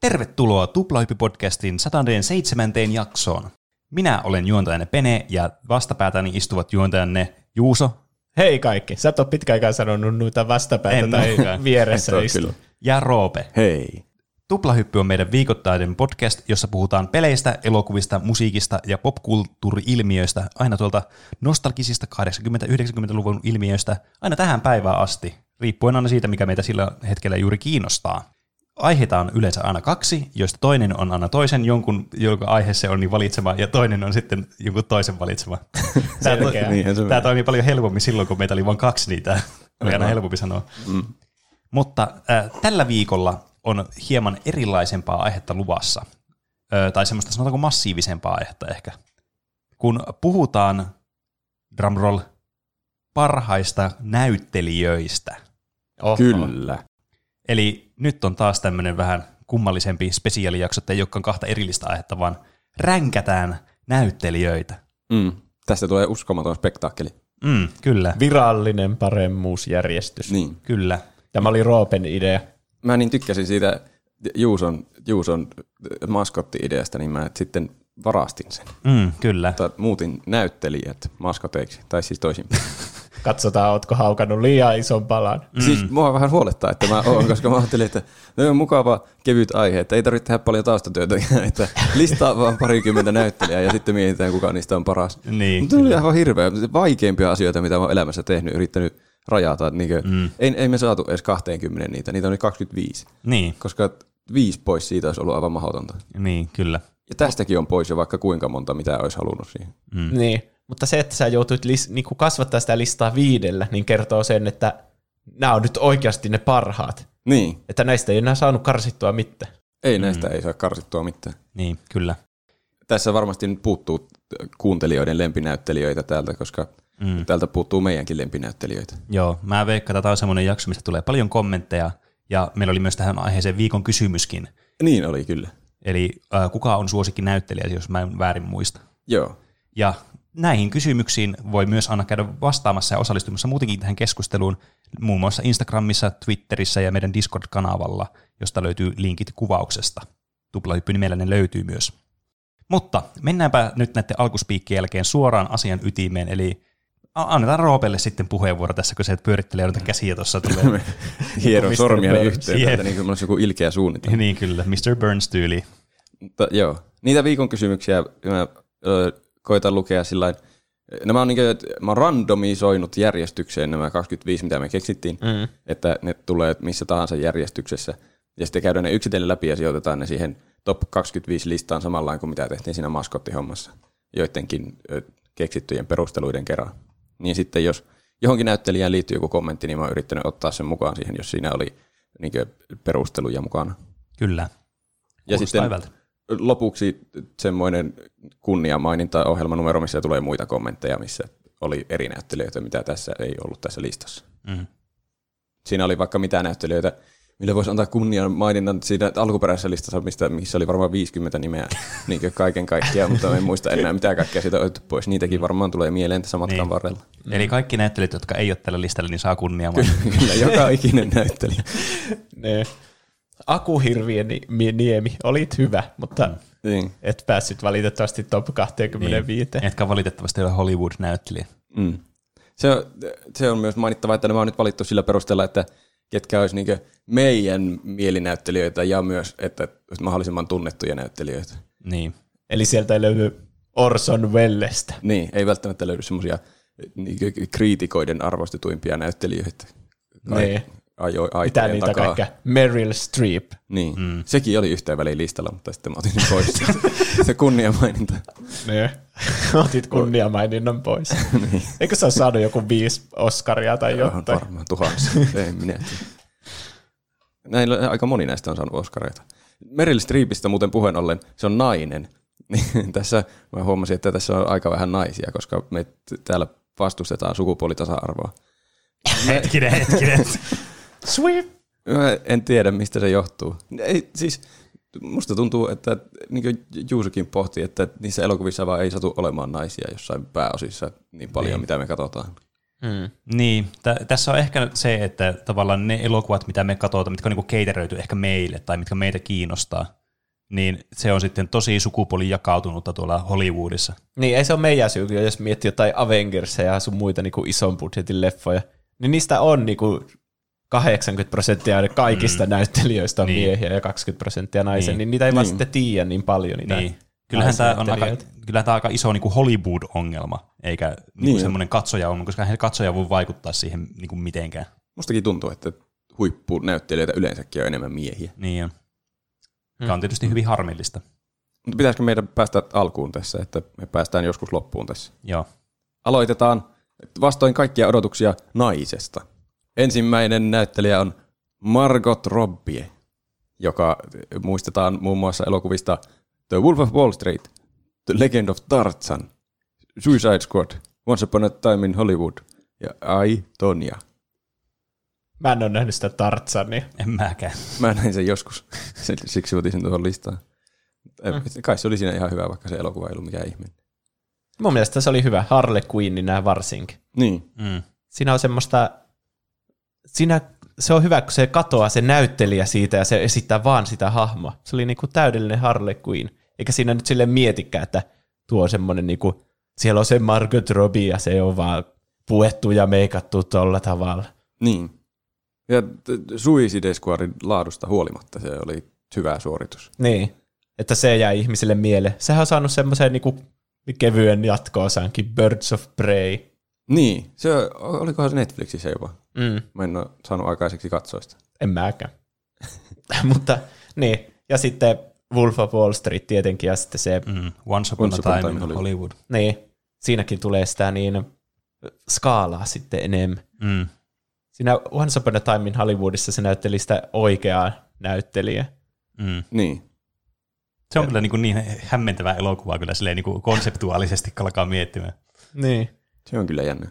Tervetuloa Tuplahyppy-podcastin 107. jaksoon. Minä olen juontajanne Pene ja vastapäätäni istuvat juontajanne Juuso Hei kaikki, sä et ole pitkäänkään sanonut noita vastapäätä En tai olekaan. vieressä Toi istu. kyllä. ja Roope. Hei. Tuplahyppy on meidän viikoittainen podcast, jossa puhutaan peleistä, elokuvista, musiikista ja popkulttuuri-ilmiöistä, aina tuolta nostalgisista 80-90-luvun ilmiöistä, aina tähän päivään asti, riippuen aina siitä, mikä meitä sillä hetkellä juuri kiinnostaa. Aiheita on yleensä aina kaksi, joista toinen on aina toisen jonkun, jonka aihe se on niin valitsema, ja toinen on sitten jonkun toisen valitsema. Tämä, to- Selkeä. Niinhän niin, se Tämä menee. toimii paljon helpommin silloin, kun meitä oli vain kaksi niitä. Oli aina Aivan. helpompi sanoa. Mm. Mutta äh, tällä viikolla on hieman erilaisempaa aihetta luvassa. Ö, tai semmoista sanotaanko massiivisempaa aihetta ehkä. Kun puhutaan, drumroll, parhaista näyttelijöistä. Oho. Kyllä. Eli nyt on taas tämmöinen vähän kummallisempi spesiaalijakso, että ei olekaan kahta erillistä aihetta, vaan ränkätään näyttelijöitä. Mm. Tästä tulee uskomaton spektaakkeli. Mm, kyllä, Virallinen paremmuusjärjestys. Niin. Niin. kyllä. Tämä oli Roopen idea. Mä niin tykkäsin siitä Juuson, Juuson maskotti-ideasta, niin mä sitten varastin sen. Mm, kyllä. Tai muutin näyttelijät maskoteiksi, tai siis toisin. Katsotaan, ootko haukannut liian ison palan. Mm. Siis mua vähän huolettaa, että mä oon, koska mä ajattelin, että ne on mukava kevyt aihe, että ei tarvitse tehdä paljon taustatyötä, että listaa vaan parikymmentä näyttelijää ja sitten mietitään, kuka niistä on paras. Niin, Mutta oli aivan hirveä. Vaikeimpia asioita, mitä mä oon elämässä tehnyt, yrittänyt rajata. Niin kuin, mm. ei, ei, me saatu edes 20 niitä, niitä on nyt 25. Niin, Koska viisi pois siitä olisi ollut aivan mahdotonta. niin kyllä. Ja tästäkin on pois jo vaikka kuinka monta, mitä olisi halunnut siihen. Mm. Niin. Mutta se, että sä joutuit lis- niin kuin kasvattaa sitä listaa viidellä, niin kertoo sen, että nämä on nyt oikeasti ne parhaat. Niin, Että näistä ei enää saanut karsittua mitään. ei näistä ei saa karsittua mitään. Niin, kyllä. Tässä varmasti nyt puuttuu kuuntelijoiden lempinäyttelijöitä täältä, koska mm. täältä puuttuu meidänkin lempinäyttelijöitä. Joo, mä veikkaan, että tämä on semmoinen jakso, mistä tulee paljon kommentteja, ja meillä oli myös tähän aiheeseen viikon kysymyskin. Niin oli kyllä. Eli äh, kuka on suosikki näyttelijä, jos mä en väärin muista. Joo. Ja näihin kysymyksiin voi myös aina käydä vastaamassa ja osallistumassa muutenkin tähän keskusteluun, muun muassa Instagramissa, Twitterissä ja meidän Discord-kanavalla, josta löytyy linkit kuvauksesta. Tuplahyppy nimellä ne löytyy myös. Mutta mennäänpä nyt näiden alkuspiikkien jälkeen suoraan asian ytimeen, eli a- annetaan Roopelle sitten puheenvuoro tässä, kun se pyörittelee noita käsiä tuossa tulee. Hieron sormia yhteen, Jep. että niin kuin mulla olisi joku ilkeä suunnitelma. niin kyllä, Mr. Burns-tyyli. Mutta joo, niitä viikon kysymyksiä mä ö, koitan lukea sillä Nämä on niin kuin, mä oon randomisoinut järjestykseen nämä 25, mitä me keksittiin, mm. että ne tulee missä tahansa järjestyksessä. Ja sitten käydään ne yksitellen läpi ja sijoitetaan ne siihen top 25 listaan samallaan kuin mitä tehtiin siinä maskottihommassa, joidenkin ö, keksittyjen perusteluiden kerran. Niin sitten jos johonkin näyttelijään liittyy joku kommentti, niin mä oon yrittänyt ottaa sen mukaan siihen, jos siinä oli niin kuin, perusteluja mukana. Kyllä. Ja Kuulostaa sitten hyvältä. lopuksi semmoinen kunniamaininta ohjelmanumero, missä tulee muita kommentteja, missä oli eri näyttelijöitä, mitä tässä ei ollut tässä listassa. Mm. Siinä oli vaikka mitä näyttelijöitä, millä voisi antaa kunnian maininnan siinä alkuperäisessä listassa, mistä, missä oli varmaan 50 nimeä niin kaiken kaikkiaan, mutta en muista enää mitä kaikkea siitä on otettu pois. Niitäkin varmaan tulee mieleen tässä matkan Niin. niin. varrella. Eli kaikki näyttelijät, jotka ei ole tällä listalla, niin saa kunnia. Kyllä, joka ikinen näyttelijä. Ne. Aku Hirvieniemi, olit hyvä, mutta mm. Niin. et päässyt valitettavasti top 25. Niin. Etkä valitettavasti ole Hollywood-näyttelijä. Mm. Se, on, se on myös mainittava, että nämä on nyt valittu sillä perusteella, että ketkä olisi niin meidän mielinäyttelijöitä ja myös, että olisi mahdollisimman tunnettuja näyttelijöitä. Niin. Eli sieltä ei löydy Orson Wellestä. Niin, ei välttämättä löydy semmoisia niin kriitikoiden arvostetuimpia näyttelijöitä. Niin. Ajo, Mitä aitojen niitä takaa. kaikkea? Meryl Streep. Niin, mm. sekin oli yhteen väliin listalla, mutta sitten mä otin sen pois. se kunniamaininta. Ne. Otit kunniamaininnan pois. Eikö sä ole saanut joku viisi Oscaria tai Jotain. jotain? Varmaan tuhansia, ei minä tiedä. Näillä, aika moni näistä on saanut oskareita. Meryl Streepistä muuten puheen ollen, se on nainen. Niin tässä mä huomasin, että tässä on aika vähän naisia, koska me t- täällä vastustetaan sukupuolitasa-arvoa. Hetkinen, hetkinen. Sweep. Mä en tiedä, mistä se johtuu. Ei, siis musta tuntuu, että niin kuin Juusokin pohti, että niissä elokuvissa vaan ei satu olemaan naisia jossain pääosissa niin paljon, niin. mitä me katsotaan. Mm. niin, t- tässä on ehkä se, että tavallaan ne elokuvat, mitä me katsotaan, mitkä on niinku keiteröity ehkä meille tai mitkä meitä kiinnostaa, niin se on sitten tosi sukupuoli jakautunutta tuolla Hollywoodissa. Niin, ei se ole meidän syy, jos miettii jotain Avengersia ja sun muita niin kuin ison budjetin leffoja. Niin niistä on niin kuin 80 prosenttia aina kaikista mm. näyttelijöistä on Niin. niin. miehiä ja 20 prosenttia naisia, Niin. niin, niin niitä ei niin. vaan Niin. sitten tiedä niin paljon. Niitä Niin. Kyllähän tämä, on aika, naisnäyttelijöitä. kyllähän tämä on aika iso niin kuin Hollywood-ongelma, eikä niin Niin. kuin semmoinen katsoja-ongelma, koska eihän katsoja voi vaikuttaa siihen niin kuin mitenkään. Mustakin tuntuu, että huippunäyttelijöitä yleensäkin on enemmän miehiä. Niin on. Tämä on tietysti hyvin harmillista. Mutta pitäisikö meidän päästä alkuun tässä, että me päästään joskus loppuun tässä? Joo. Aloitetaan vastoin kaikkia odotuksia naisesta. Ensimmäinen näyttelijä on Margot Robbie, joka muistetaan muun muassa elokuvista The Wolf of Wall Street, The Legend of Tarzan, Suicide Squad, Once Upon a Time in Hollywood ja Ai Tonia. Mä en ole nähnyt sitä Tartsania. En mäkään. Mä näin sen joskus, Sen- siksi otin sen tuohon listaan. Eh, Kai se oli siinä ihan hyvä, vaikka se elokuva ei ollut mikään ihminen. Mun mielestä se oli hyvä. Harley Quinn nämä varsinkin. Niin, Mm. Siinä on semmoista... Siinä, se on hyvä, kun se katoaa se näyttelijä siitä ja se esittää vaan sitä hahmoa. Se oli niinku täydellinen Harley Quinn. Eikä siinä nyt sille mietikään, että tuo on semmoinen niinku... Siellä on se Margot Robbie ja se on vaan puettu ja meikattu tolla tavalla. niin. Ja t- Suicide Squadin laadusta huolimatta se oli hyvä suoritus. Niin. Että se jäi ihmisille mieleen. Sehän on saanut semmoisen niinku kevyen jatko-osankin Birds of Prey. Niin, se olikohan se Netflixissä jopa. Mm. Mä en ole saanut aikaiseksi katsoa sitä. En mäkään. Mutta niin, ja sitten Wolf of Wall Street tietenkin, ja sitten se, mm. Mm. Once upon a time, time in Hollywood. Hollywood. niin, siinäkin tulee sitä niin skaalaa sitten enemmän. Mm. Siinä Once Upon a Time in Hollywoodissa se näytteli sitä oikeaa näyttelijää. Mm. Niin. Se on kyllä niin, kuin niin hämmentävää elokuvaa kyllä silleen niin kuin konseptuaalisesti, kun alkaa miettimään. Niin. Se on kyllä jännä.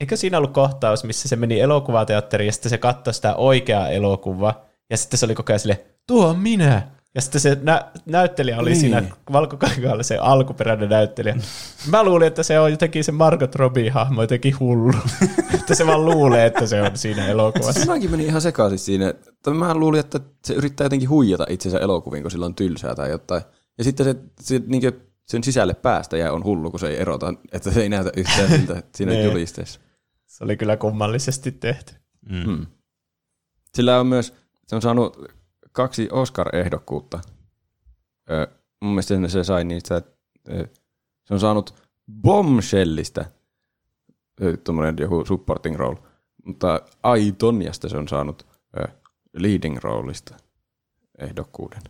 Eikö siinä ollut kohtaus, missä se meni elokuvateatteriin ja sitten se katsoi sitä oikeaa elokuvaa ja sitten se oli koko ajan sille, tuo on minä! Ja sitten se nä- näyttelijä oli Niin. niin. siinä valkokankaalla se alkuperäinen näyttelijä. Mä luulin, että se on jotenkin se Margot Robbie-hahmo jotenkin hullu. että se vaan luulee, että se on siinä elokuvassa. Mäkin menin ihan sekaisin siinä. Tai Mä luulin, että se yrittää jotenkin huijata itsensä elokuviin, kun sillä on tylsää tai jotain. Ja sitten se, se niin sen sisälle päästä ja on hullu, kun se ei erota, että se ei näytä yhtään siltä siinä Niin. julisteessa. Se oli kyllä kummallisesti tehty. Mm. Mm. Sillä on myös, se on saanut kaksi Oscar-ehdokkuutta. Ö, mun mielestä sen se sai niistä, ö, se on saanut Bombshellistä ö, tuommoinen joku supporting role, mutta Aitoniasta se on saanut ö, leading roolista ehdokkuuden.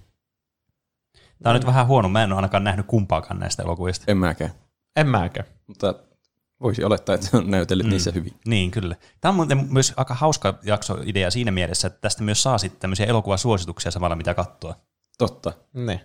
Tämä on nyt vähän huono. Mä en ole ainakaan nähnyt kumpaakaan näistä elokuvista. En mäkään, En mäkään. mutta voisi olettaa, että se on näytellyt mm. niissä hyvin. Niin, kyllä. Tämä on muuten myös aika hauska jaksoidea siinä mielessä, että tästä myös saa sitten tämmöisiä elokuvasuosituksia samalla, mitä katsoa. Totta. Niin.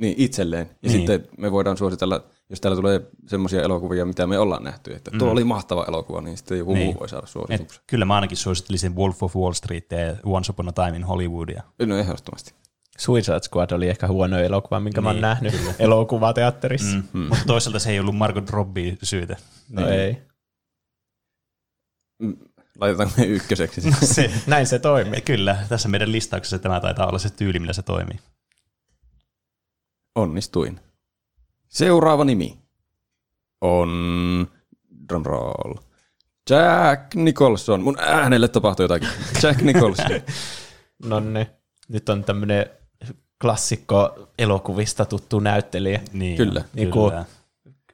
Niin, itselleen. Ja Niin. niin. sitten me voidaan suositella, jos täällä tulee semmoisia elokuvia, mitä me ollaan nähty, että tuo oli mahtava elokuva, niin sitten joku Niin. niin. muu voi saada Et suosituksen. kyllä mä ainakin suosittelisin Wolf of Wall Street ja Once Upon a Time in Hollywoodia. No ehdottomasti. Suicide Squad oli ehkä huono elokuva, minkä niin, mä oon nähnyt elokuvateatterissa. Mm. Mm. Mutta toisaalta se ei ollut Margot Robbie syytä. No ei. Mm, Laitetaanko me ykköseksi? siis? sitten? Se, Näin se toimii. kyllä, tässä meidän listauksessa tämä taitaa olla se tyyli, millä se toimii. Onnistuin. Seuraava nimi on... Drumroll. Jack Nicholson. Mun äänelle tapahtui jotakin. Jack Nicholson. No niin. Nyt on tämmöinen klassikko elokuvista tuttu näyttelijä. Niin, Mm. Kyllä. Niin kuin-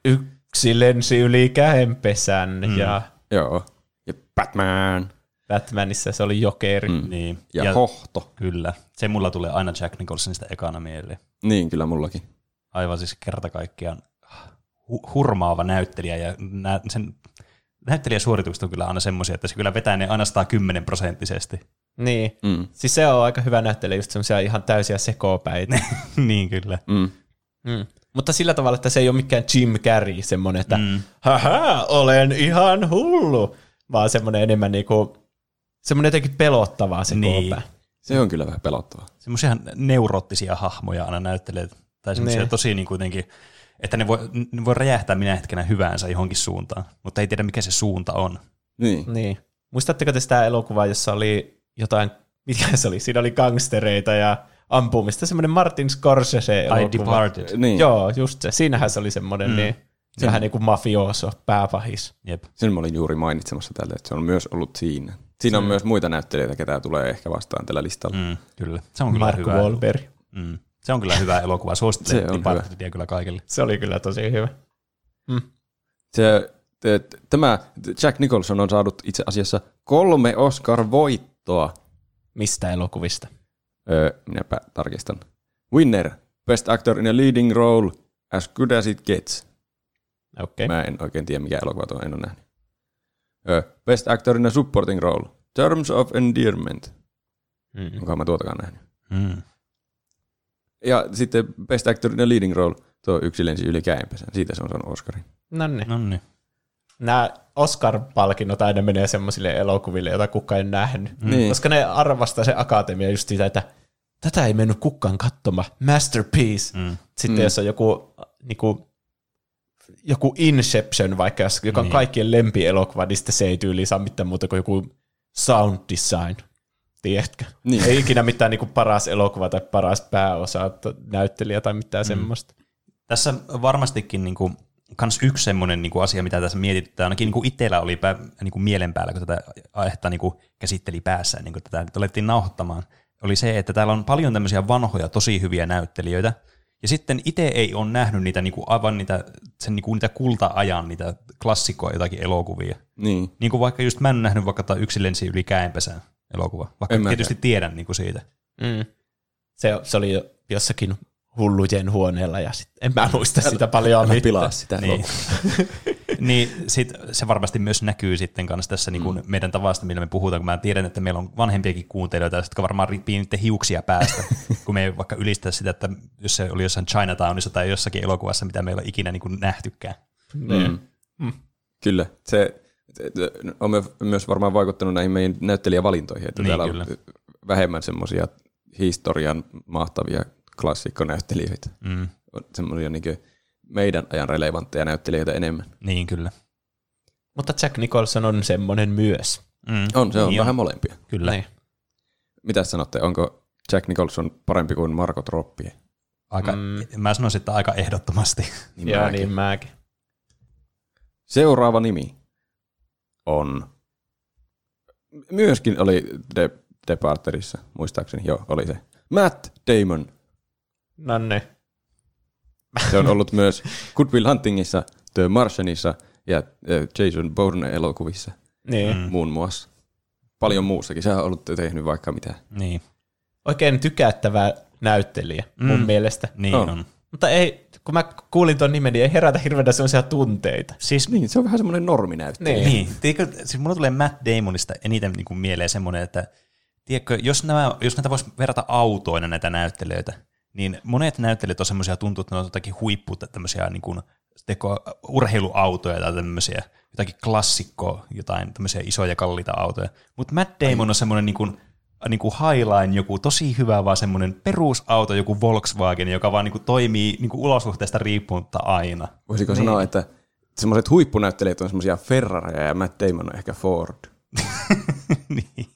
Yksi lensi yli kähenpesän mm. ja Joo. Ja Batman. Batmanissa se oli jokeri. Mm. Niin. Ja, ja Hohto. Kyllä. Se mulla tulee aina Jack Nicholsonista ekana mieleen. Niin, kyllä mullakin. Aivan siis kerta kaikkiaan hu- hurmaava näyttelijä ja nä- sen näyttelijäsuoritukset on kyllä aina semmoisia, että se kyllä vetää ne aina 110 prosenttisesti. Niin. Mm. Siis se on aika hyvä näyttelijä, just semmoisia ihan täysiä sekopäitä. niin kyllä. Mm. Mm. Mutta sillä tavalla, että se ei ole mikään Jim Carrey semmoinen, että mm. haha, olen ihan hullu, vaan semmoinen enemmän niinku, semmoinen jotenkin pelottavaa se Niin. niin. Se on kyllä vähän pelottavaa. Semmoisia neuroottisia hahmoja aina näyttelee, tai semmoisia Niin. tosi niin kuitenkin, että ne voi, ne voi räjähtää minä hetkenä hyväänsä johonkin suuntaan, mutta ei tiedä mikä se suunta on. Niin. Niin. Muistatteko te sitä elokuvaa, jossa oli jotain, mikä se oli? Siinä oli gangstereita ja ampumista, semmoinen Martin Scorsese-elokuva. I departed. Niin, Joo. Joo, just se. Siinähän se oli semmoinen, mm. niin, se vähän niin kuin mafioso, pääpahis. Jep. sen mä olin juuri mainitsemassa tälle, että se on myös ollut siinä. Siinä on myös muita näyttelijöitä, ketä tulee ehkä vastaan tällä listalla. Mm, kyllä. Se on kyllä Mark hyvä. Wahlberg. Mm. Se on kyllä hyvä elokuva. Se Suosittelen on Departedia kyllä kaikille. Se oli kyllä tosi hyvä. Se, t- t- tämä Jack Nicholson on saanut itse asiassa kolme Oscar-voittoa. Mistä elokuvista? Öö, minäpä tarkistan. Winner, Best Actor in a Leading Role, As Good As It Gets. Okei. Okay. Mä en oikein tiedä, mikä elokuva tuo en ole nähnyt. Öö, Best Actor in a Supporting Role, Terms of Endearment. Mm. Onkohan mä tuotakaan nähnyt. Mm. Ja sitten Best Actor in a Leading Role, tuo yksi lensi yli käenpesän. Siitä se on saanut Oscarin. No niin. No niin. Nämä Oscar-palkinnot aina menee semmoisille elokuville, joita kukaan ei nähnyt. Mm. Niin. Koska ne arvostaa se akatemia just sitä, että tätä ei mennyt kukaan katsomaan. Masterpiece. Mm. Mm. Sitten Mm. mm. jos on joku, niinku, joku Inception vaikka, jos- joka on Niin. kaikkien lempielokuva, niin sitten se ei tyyliin saa mitään muuta kuin joku sound design. Tiedätkö? Niin. Ei ikinä mitään niinku paras elokuva tai paras pääosa tai näyttelijä tai mitään mm. semmoista. Tässä varmastikin niin kuin, kans yksi semmoinen niin asia, mitä tässä mietityttää, ainakin niin kuin itsellä oli pä, niin kuin mielen päällä, kun tätä aihetta niin kuin käsitteli päässä, niin kuin tätä nyt alettiin nauhoittamaan, oli se, että täällä on paljon tämmöisiä vanhoja, tosi hyviä näyttelijöitä, ja sitten itse ei ole nähnyt niitä niin kuin aivan niitä, sen niin kuin niitä kulta-ajan, niitä klassikoja jotakin elokuvia. Niin. Niin kuin vaikka just mä en ole nähnyt vaikka tämä yksi lensi yli käenpesään elokuva, vaikka En mäkään. tietysti tiedän niin kuin siitä. Mm. Se, se oli jo jossakin hullujen huoneella ja sit, en mä muista sitä paljon mitään. sitä. Niin. niin sit se varmasti myös näkyy sitten kanssa tässä niin Mm. kuin meidän tavasta, millä me puhutaan, kun mä tiedän, että meillä on vanhempiakin kuuntelijoita, jotka varmaan riippii niiden hiuksia päästä, kun me ei vaikka ylistää sitä, että jos se oli jossain Chinatownissa tai jossakin elokuvassa, mitä meillä on ikinä niin kuin nähtykään. Mm. Kyllä. Se on me- myös varmaan vaikuttanut näihin meidän näyttelijävalintoihin, että Niin, niin, täällä kyllä. on vähemmän semmoisia historian mahtavia klassikkonäyttelijöitä. Mm. On semmoisia niin meidän ajan relevantteja näyttelijöitä enemmän. Niin kyllä. Mutta Jack Nicholson on semmoinen myös. Mm. On, se on Niin niin vähän on. molempia. Kyllä. Niin. Mitä sanotte, onko Jack Nicholson parempi kuin Marko Troppi? Aika, mm. Mm. Mä sanoisin, että aika ehdottomasti. Niin Joo, mäkin. niin mäkin. Seuraava nimi on... Myöskin oli De- Departerissa, muistaakseni. Joo, oli se. Matt Damon. No niin. Se on ollut myös Good Will Huntingissa, The Martianissa ja eh, Jason Bourne-elokuvissa niin. Mm. Mm. muun muassa. Paljon muussakin. Sä oot tehnyt vaikka mitä. Niin, Oikein tykättävä näyttelijä mun Mm. mielestä. niin on. On. on. Mutta ei, kun mä kuulin ton nimen, niin ei herätä hirveänä semmoisia tunteita. Siis Niin, se on vähän semmoinen norminäyttö. Niin. Niin, tiedätkö, siis mulla tulee Matt Damonista eniten niin kuin mieleen semmoinen, että tiedätkö, jos, nämä, jos näitä voisi verrata autoina näitä näyttelijöitä, niin monet näyttelijät on semmoisia, tuntuu, että ne on jotakin huippu, tai tämmöisiä niin kuin, teko, urheiluautoja tai tämmöisiä, jotakin klassikkoa, jotain tämmöisiä isoja kalliita autoja. Mutta Matt Damon on semmoinen niin kuin, niin kuin Highline, joku tosi hyvä, vaan semmoinen perusauto, joku Volkswagen, joka vaan niin kuin toimii niin kuin olosuhteista riippumatta aina. Voisiko niin. sanoa, että semmoiset huippunäyttelijät on semmoisia Ferraria ja Matt Damon on ehkä Ford. niin.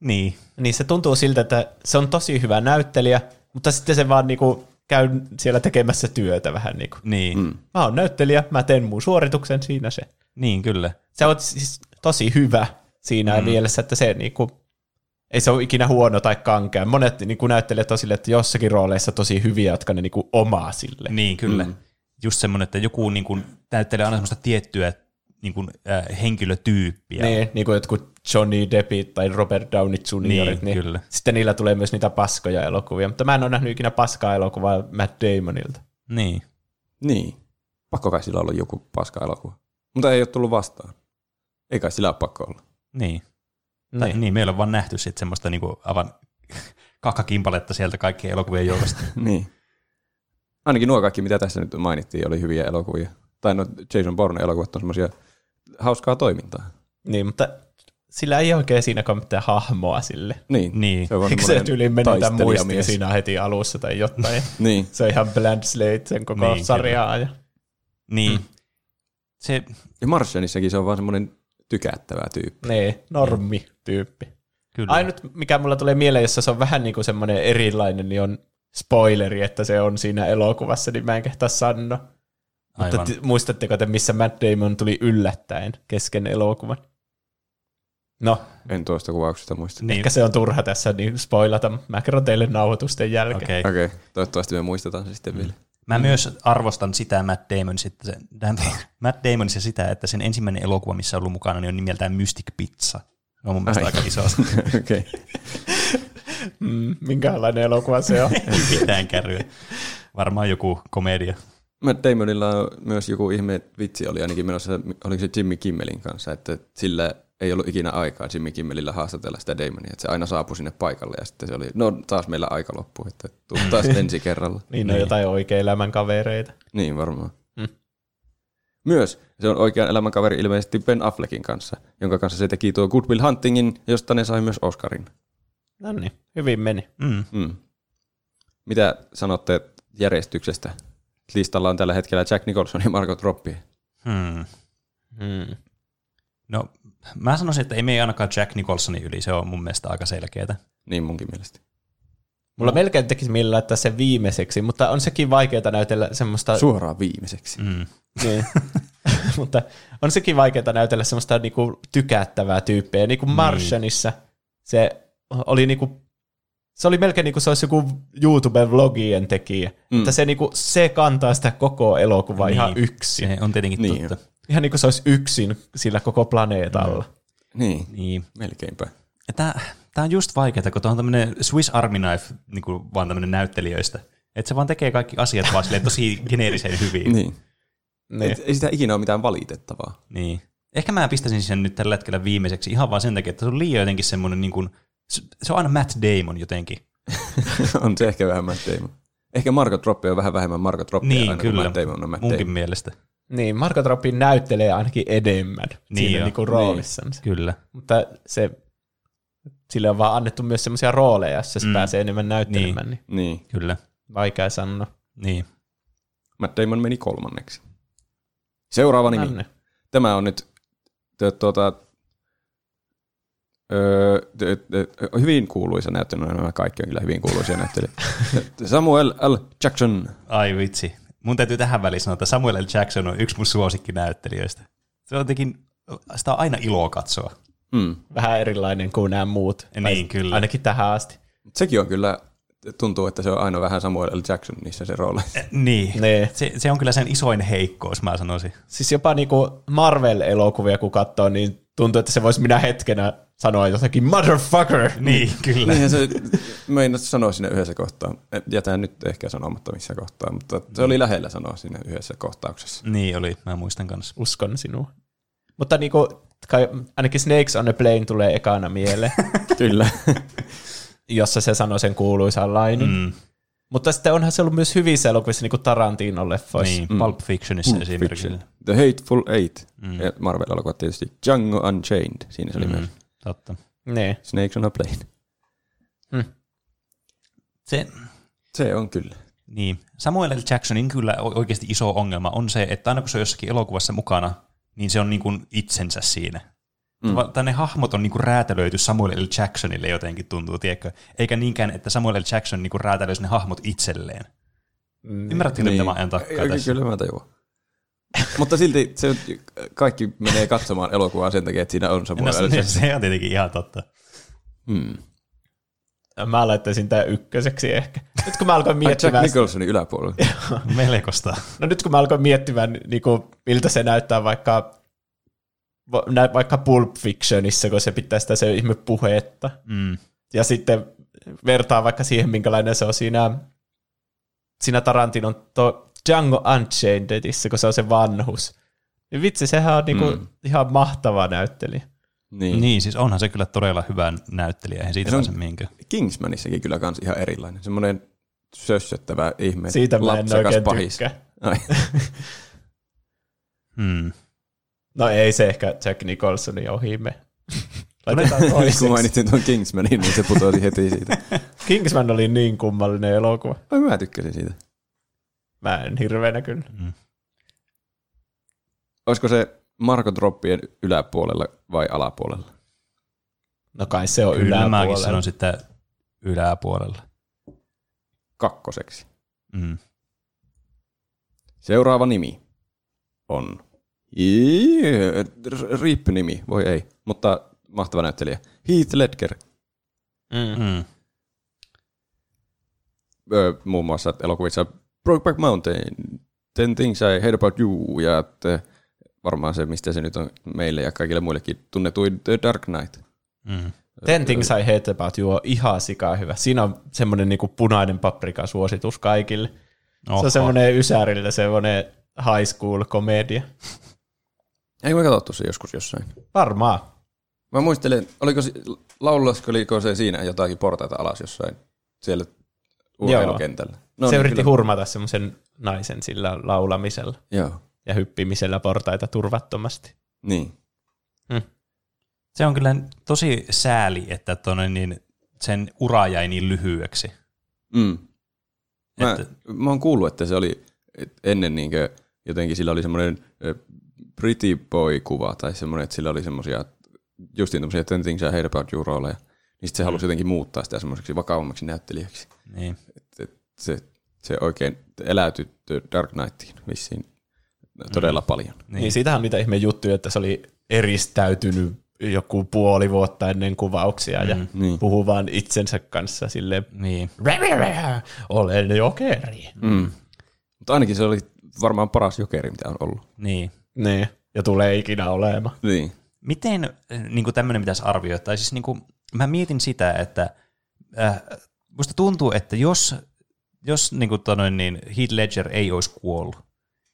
niin. Niin se tuntuu siltä, että se on tosi hyvä näyttelijä, mutta sitten se vaan niinku käy siellä tekemässä työtä vähän niinku. Niin, mm. Mä oon näyttelijä, mä teen mun suorituksen, siinä se. niin kyllä. se on siis tosi hyvä siinä mm. mielessä, että se niinku, ei se ole ikinä huono tai kankea. Monet niinku näyttelijät on sille, että jossakin rooleissa tosi hyviä, jotka ne niinku omaa sille. Niin, kyllä. Mm. Just semmoinen, että joku niin kuin, näyttelee aina semmoista tiettyä niin kuin, äh, henkilötyyppiä. Niin, niin kuin jotkut Johnny Deppit tai Robert Downey Jr. Niin, Niin, kyllä. Sitten niillä tulee myös niitä paskoja elokuvia, mutta mä en ole nähnyt ikinä paskaa elokuvaa Matt Damonilta. niin. Niin. Pakko kai sillä olla joku paska elokuva. Mutta ei ole tullut vastaan. Ei kai sillä ole pakko olla. niin. Tai, Niin. niin. meillä on vaan nähty sitten semmoista niin kuin, aivan kakkakimpaletta sieltä kaikkien elokuvien joukosta. Niin. Ainakin nuo kaikki, mitä tässä nyt mainittiin, oli hyviä elokuvia. Tai no Jason Bourne-elokuvat on semmoisia hauskaa toimintaa. niin, mutta sillä ei oikein siinäkään mitään hahmoa sille. Niin. Niin. on Eikö se semmoinen tyyliin mennyt tämän taistelijamies. muistiin siinä heti alussa tai jotain? Niin. se on ihan bland slate sen koko Niin, niin, sarjaa. Ja... niin. Mm. Se, Ja Martianissakin se on vaan semmoinen tykättävä tyyppi. Niin, normi tyyppi. Kyllä. Ainut, mikä mulla tulee mieleen, jossa se on vähän niin kuin semmoinen erilainen, niin on spoileri, että se on siinä elokuvassa, niin mä en kehtaa sanoa. Aivan. Mutta t- muistatteko te, missä Matt Damon tuli yllättäen kesken elokuvan? No, En tuosta kuvauksesta muista. niin. ehkä se on turha tässä niin spoilata. Mä kerron teille nauhoitusten jälkeen. Okei. Okei, okay. toivottavasti me muistetaan se sitten vielä. Mä myös arvostan sitä Matt Damon, sitten, Matt Damonissa sitä, että sen ensimmäinen elokuva, missä on ollut mukana, niin on nimeltään Mystic Pizza. Se on mun mielestä Ai. aika iso. Okei. Okay. Mm, minkälainen elokuva se on? Ei mitään kärryä. Varmaan joku komedia. Matt Damonilla on myös joku ihme vitsi oli ainakin menossa, oliko se Jimmy Kimmelin kanssa, että sillä ei ollut ikinä aikaa Jimmy Kimmelillä haastatella sitä Damonia, että se aina saapui sinne paikalle ja sitten se oli, no taas meillä aika loppuu, että tuu taas ensi kerralla. niin on jotain oikea elämän kavereita. Niin varmaan. Mm. Myös se on oikean elämän kaveri ilmeisesti Ben Affleckin kanssa, jonka kanssa se teki tuo Good Will Huntingin, josta ne sai myös Oscarin. No niin, hyvin meni. Mm. Mm. Mitä sanotte järjestyksestä? Listalla on tällä hetkellä Jack Nicholson ja Margot Robbie. Hmm. Mm. No, mä sanoisin, että ei me ei ainakaan Jack Nicholsonin yli. Se on mun mielestä aika selkeätä. Niin munkin mielestä. Mulla melkein tekisi millä laittaa sen viimeiseksi, mutta on sekin vaikeaa näytellä semmoista... Suoraan viimeiseksi. Mm. Niin. Mutta on sekin vaikeaa näytellä semmoista niinku tykättävää tyyppiä. Niin kuin Martianissa se oli niinku, se oli melkein niin kuin se olisi joku YouTube-vlogien tekijä. Mm. Mm. Että se, niinku, se kantaa sitä koko elokuvaa niin. Niin. ihan yksin. Se on tietenkin Niin. niin. totta. Ihan niin kuin se olisi yksin sillä koko planeetalla. Niin, Niin. melkeinpä. Tämä, tämä on just vaikeaa, kun tuo on tämmöinen Swiss Army Knife, niin kuin vaan tämmöinen näyttelijöistä. Että se vaan tekee kaikki asiat vaan silleen tosi geneerisen hyvin. Niin. Niin. Et, ei sitä ikinä ole mitään valitettavaa. Niin. Ehkä mä pistäisin sen nyt tällä hetkellä viimeiseksi ihan vaan sen takia, että se on liian jotenkin semmoinen, niin kuin, se- se on aina Matt Damon jotenkin. on se ehkä vähän Matt Damon. Ehkä Margot Robbie on vähän vähemmän Margot Robbie Niin, aina, kyllä. Kuin Matt Damon on Matt Munkin Damon. mielestä. Niin, Marko Troppi näyttelee ainakin enemmän niin siinä joo. niinku roolissansa. Kyllä. Mutta se, sille on vaan annettu myös semmoisia rooleja, jossa se Mm. pääsee enemmän näyttelemään, niin. niin Niin, Kyllä. vaikea sanoa. Niin. Matt Damon meni kolmanneksi. Seuraava nimi. Anne. Tämä on nyt tö, tuota, öö, tö, tö, hyvin kuuluisa näyttelijä. No, Nämä kaikki on kyllä hyvin kuuluisia näyttelijöitä. Samuel L. Jackson. Ai vitsi. Mun täytyy tähän väliin sanoa, että Samuel L. Jackson on yksi mun suosikkinäyttelijöistä. Se on jotenkin, sitä on aina iloa katsoa. Mm. Vähän erilainen kuin nämä muut. Niin, kyllä. Ainakin tähän asti. Sekin on kyllä, tuntuu, että se on aina vähän Samuel L. Jackson niissä se rooli. Niin. Niin. Se, se on kyllä sen isoin heikkous, mä sanoisin. Siis jopa niinku Marvel-elokuvia kun katsoo, niin tuntuu, että se voisi minä hetkenä sanoa jotakin motherfucker. Mm. Niin, kyllä. Niinhän se, meinasin sanoa sinne yhdessä kohtaa. Jätän nyt ehkä sanomatta missä kohtaa, mutta se oli lähellä sanoa siinä yhdessä kohtauksessa. Niin oli, mä muistan kanssa. Uskon sinua. Mutta niinku, kai, ainakin Snakes on a Plane tulee ekana mieleen, Kyllä. jossa se sanoi sen kuuluisan lainin. Mm. Mm, Mutta sitten onhan se ollut myös hyvissä elokuvissa, niin kuin Tarantino-leffoissa. niin, Pulp Fictionissa Mm. Pulp esimerkiksi. Fiction. The Hateful Eight. Mm. Ja Marvel-elokuvat tietysti. Django Unchained. Siinä se oli myös. Totta. Niin. Snakes on a Plane. Mm. Se, Se on kyllä. Niin. Samuel L. Jacksonin kyllä o- oikeasti iso ongelma on se, että aina kun se on jossakin elokuvassa mukana, niin se on niin kuin itsensä siinä. Mm. Mm. Tai ne hahmot on niin kuin räätälöity Samuel L. Jacksonille jotenkin tuntuu, tiedätkö? Eikä niinkään, että Samuel L. Jackson niin kuin räätälöisi ne hahmot itselleen. Mm. Ymmärrättekö, niin. mitä mä ajan takkaa Ei, tässä? Kyllä mä tajuan. Mutta silti se, kaikki menee katsomaan elokuvaa sen takia, että siinä on No, Samuel L. se, Jackson. se on tietenkin ihan totta. Mm. Mä laittaisin tämän ykköseksi ehkä. Nyt kun mä alkoin Jack miettimään, Nicholsonin yläpuolella. Melkoista. no nyt kun mä alkoin miettimään niin kuin, miltä se näyttää vaikka, va- nä- vaikka Pulp Fictionissa, kun se pitää sitä se ihme puhetta. Mm. Ja sitten vertaa vaikka siihen, minkälainen se on siinä, siinä Tarantinon to, Django Unchainedissa, kun se on se vanhus. Niin vitsi, sehän on niinku Mm. ihan mahtava näyttelijä. Niin. niin. Niin, siis onhan se kyllä todella hyvä näyttelijä, eihän siitä Se on- pääse mihinkään. Kingsmanissakin kyllä kans ihan erilainen. Semmoinen sössöttävä ihme. Siitä mä en lapsekas oikein pahis. tykkää. Ai. Mm. No ei se ehkä Jack Nicholsonin ohi me. Laitetaan Kun toiseksi. mainitsin tuon Kingsmanin, niin se putosi heti siitä. Kingsman oli niin kummallinen elokuva. Ai mä tykkäsin siitä. Mä en hirveänä kyllä. Mm. Olisiko se Marko Droppien yläpuolella vai alapuolella? No kai se on Kyllä mäkin yläpuolella. sanon sitten yläpuolella. kakkoseksi. Mm. Seuraava nimi on... Jee, r- RIP-nimi, voi ei, mutta mahtava näyttelijä. Heath Ledger, Mm. Mm. ö, muun muassa elokuvissa Brokeback Mountain, Ten Things I Hate About You ja että varmaan se, mistä se nyt on meille ja kaikille muillekin tunnetuin The Dark Knight. Mm. Ten Things I Hate About You on ihan sikaa hyvä. Siinä on semmoinen niinku punainen paprika suositus kaikille. Oho. Se Oho. on semmoinen ysärillä semmoinen high school komedia. Ei me katsottu se joskus jossain. Varmaan. Mä muistelen, oliko se, laulaskoliko se siinä jotakin portaita alas jossain siellä urheilukentällä. No, se niin, niin yritti kyllä. hurmata semmoisen naisen sillä laulamisella Joo, ja hyppimisellä portaita turvattomasti. niin. Se on kyllä tosi sääli, että tonne, niin sen ura jäi niin lyhyeksi. Mm. Mä, Että- mä oon kuullut, että se oli et ennen niinkö, jotenkin sillä oli semmoinen ö, pretty boy-kuva tai semmoinen, että sillä oli semmoisia justiin tämmöisiä ten things I hate about you rooleja. Niin sit se halusi jotenkin muuttaa sitä semmoiseksi vakavammaksi näyttelijäksi. Niin. Se, se oikein eläytyi The Dark Knightiin vissiin todella paljon. Niin. niin siitähän on niitä ihme juttuja, että se oli eristäytynyt joku puoli vuotta ennen kuvauksia mm. ja Niin. puhuu vaan itsensä kanssa silleen Niin. olen jokeri. Mm. Mutta ainakin se oli varmaan paras jokeri, mitä on ollut. niin. Niin, ja tulee ikinä olemaan. Niin. Miten niin kuin tämmöinen pitäisi arvioida? Tai siis niin kuin, mä mietin sitä, että äh, musta tuntuu, että jos, jos niin kuin tonoin, niin Heath Ledger ei olisi kuollut,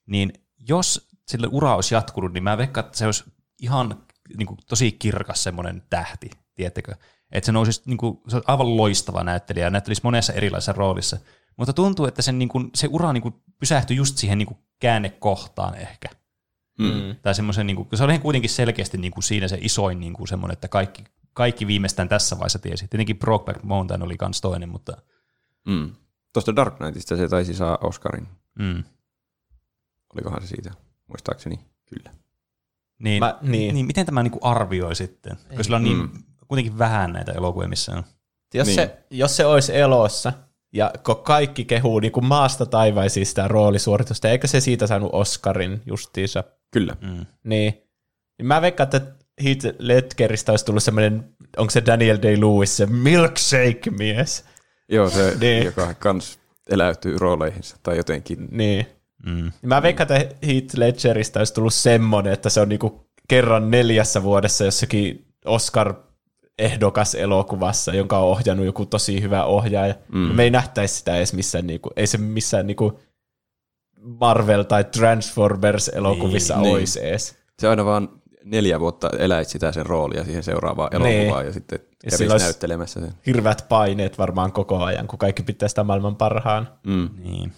niin jos sille ura olisi jatkunut, niin mä veikkaan, että se olisi ihan niin kuin, tosi kirkas semmoinen tähti, tiettekö? Että se nousisi, niin kuin, se olisi aivan loistava näyttelijä ja näyttelisi monessa erilaisessa roolissa. Mutta tuntuu, että sen, niin kuin, se ura niin kuin, pysähtyi just siihen niin kuin, käännekohtaan ehkä Mm. tai semmoisen, niin kuin, se oli kuitenkin selkeästi niin kuin siinä se isoin niin kuin semmoinen, että kaikki, kaikki viimeistään tässä vaiheessa tiesi. Tietenkin Brokeback Mountain oli kans toinen, mutta Mm. Tuosta Dark Knightista se taisi saa Oscarin. mm. Olikohan se siitä? Muistaakseni. Kyllä. niin, Mä- niin. niin, miten tämä niin kuin arvioi sitten? Koska sillä on niin, Mm. kuitenkin vähän näitä elokuvia, missä on. Jos, Niin. niin. se, jos se olisi elossa ja kun kaikki kehuu niin kuin maasta taivaisiin sitä roolisuoritusta, eikö se siitä saanut Oscarin justiinsa, Kyllä. Mm. niin, niin mä veikkaan, että Heath Ledgeristä olisi tullut semmoinen, onko se Daniel Day-Lewis, se milkshake-mies. Joo, se, Niin. joka kans eläytyy rooleihinsa tai jotenkin. Niin. Mm. Mä veikkaan, että Heath Ledgeristä olisi tullut semmoinen, että se on niinku kerran neljässä vuodessa jossakin Oscar ehdokas elokuvassa, jonka on ohjannut joku tosi hyvä ohjaaja. Mm. Mm. Me ei nähtäisi sitä edes missään, niinku, ei se missään niinku Marvel- tai Transformers-elokuvissa Niin. niin, olisi niin. edes. Se aina vaan neljä vuotta eläit sitä sen roolia siihen seuraavaan Niin. elokuvaan ja sitten Ja kävis sillä olisi- näyttelemässä sen. Hirveät paineet varmaan koko ajan, kun kaikki pitää sitä maailman parhaan. Mm. Niin.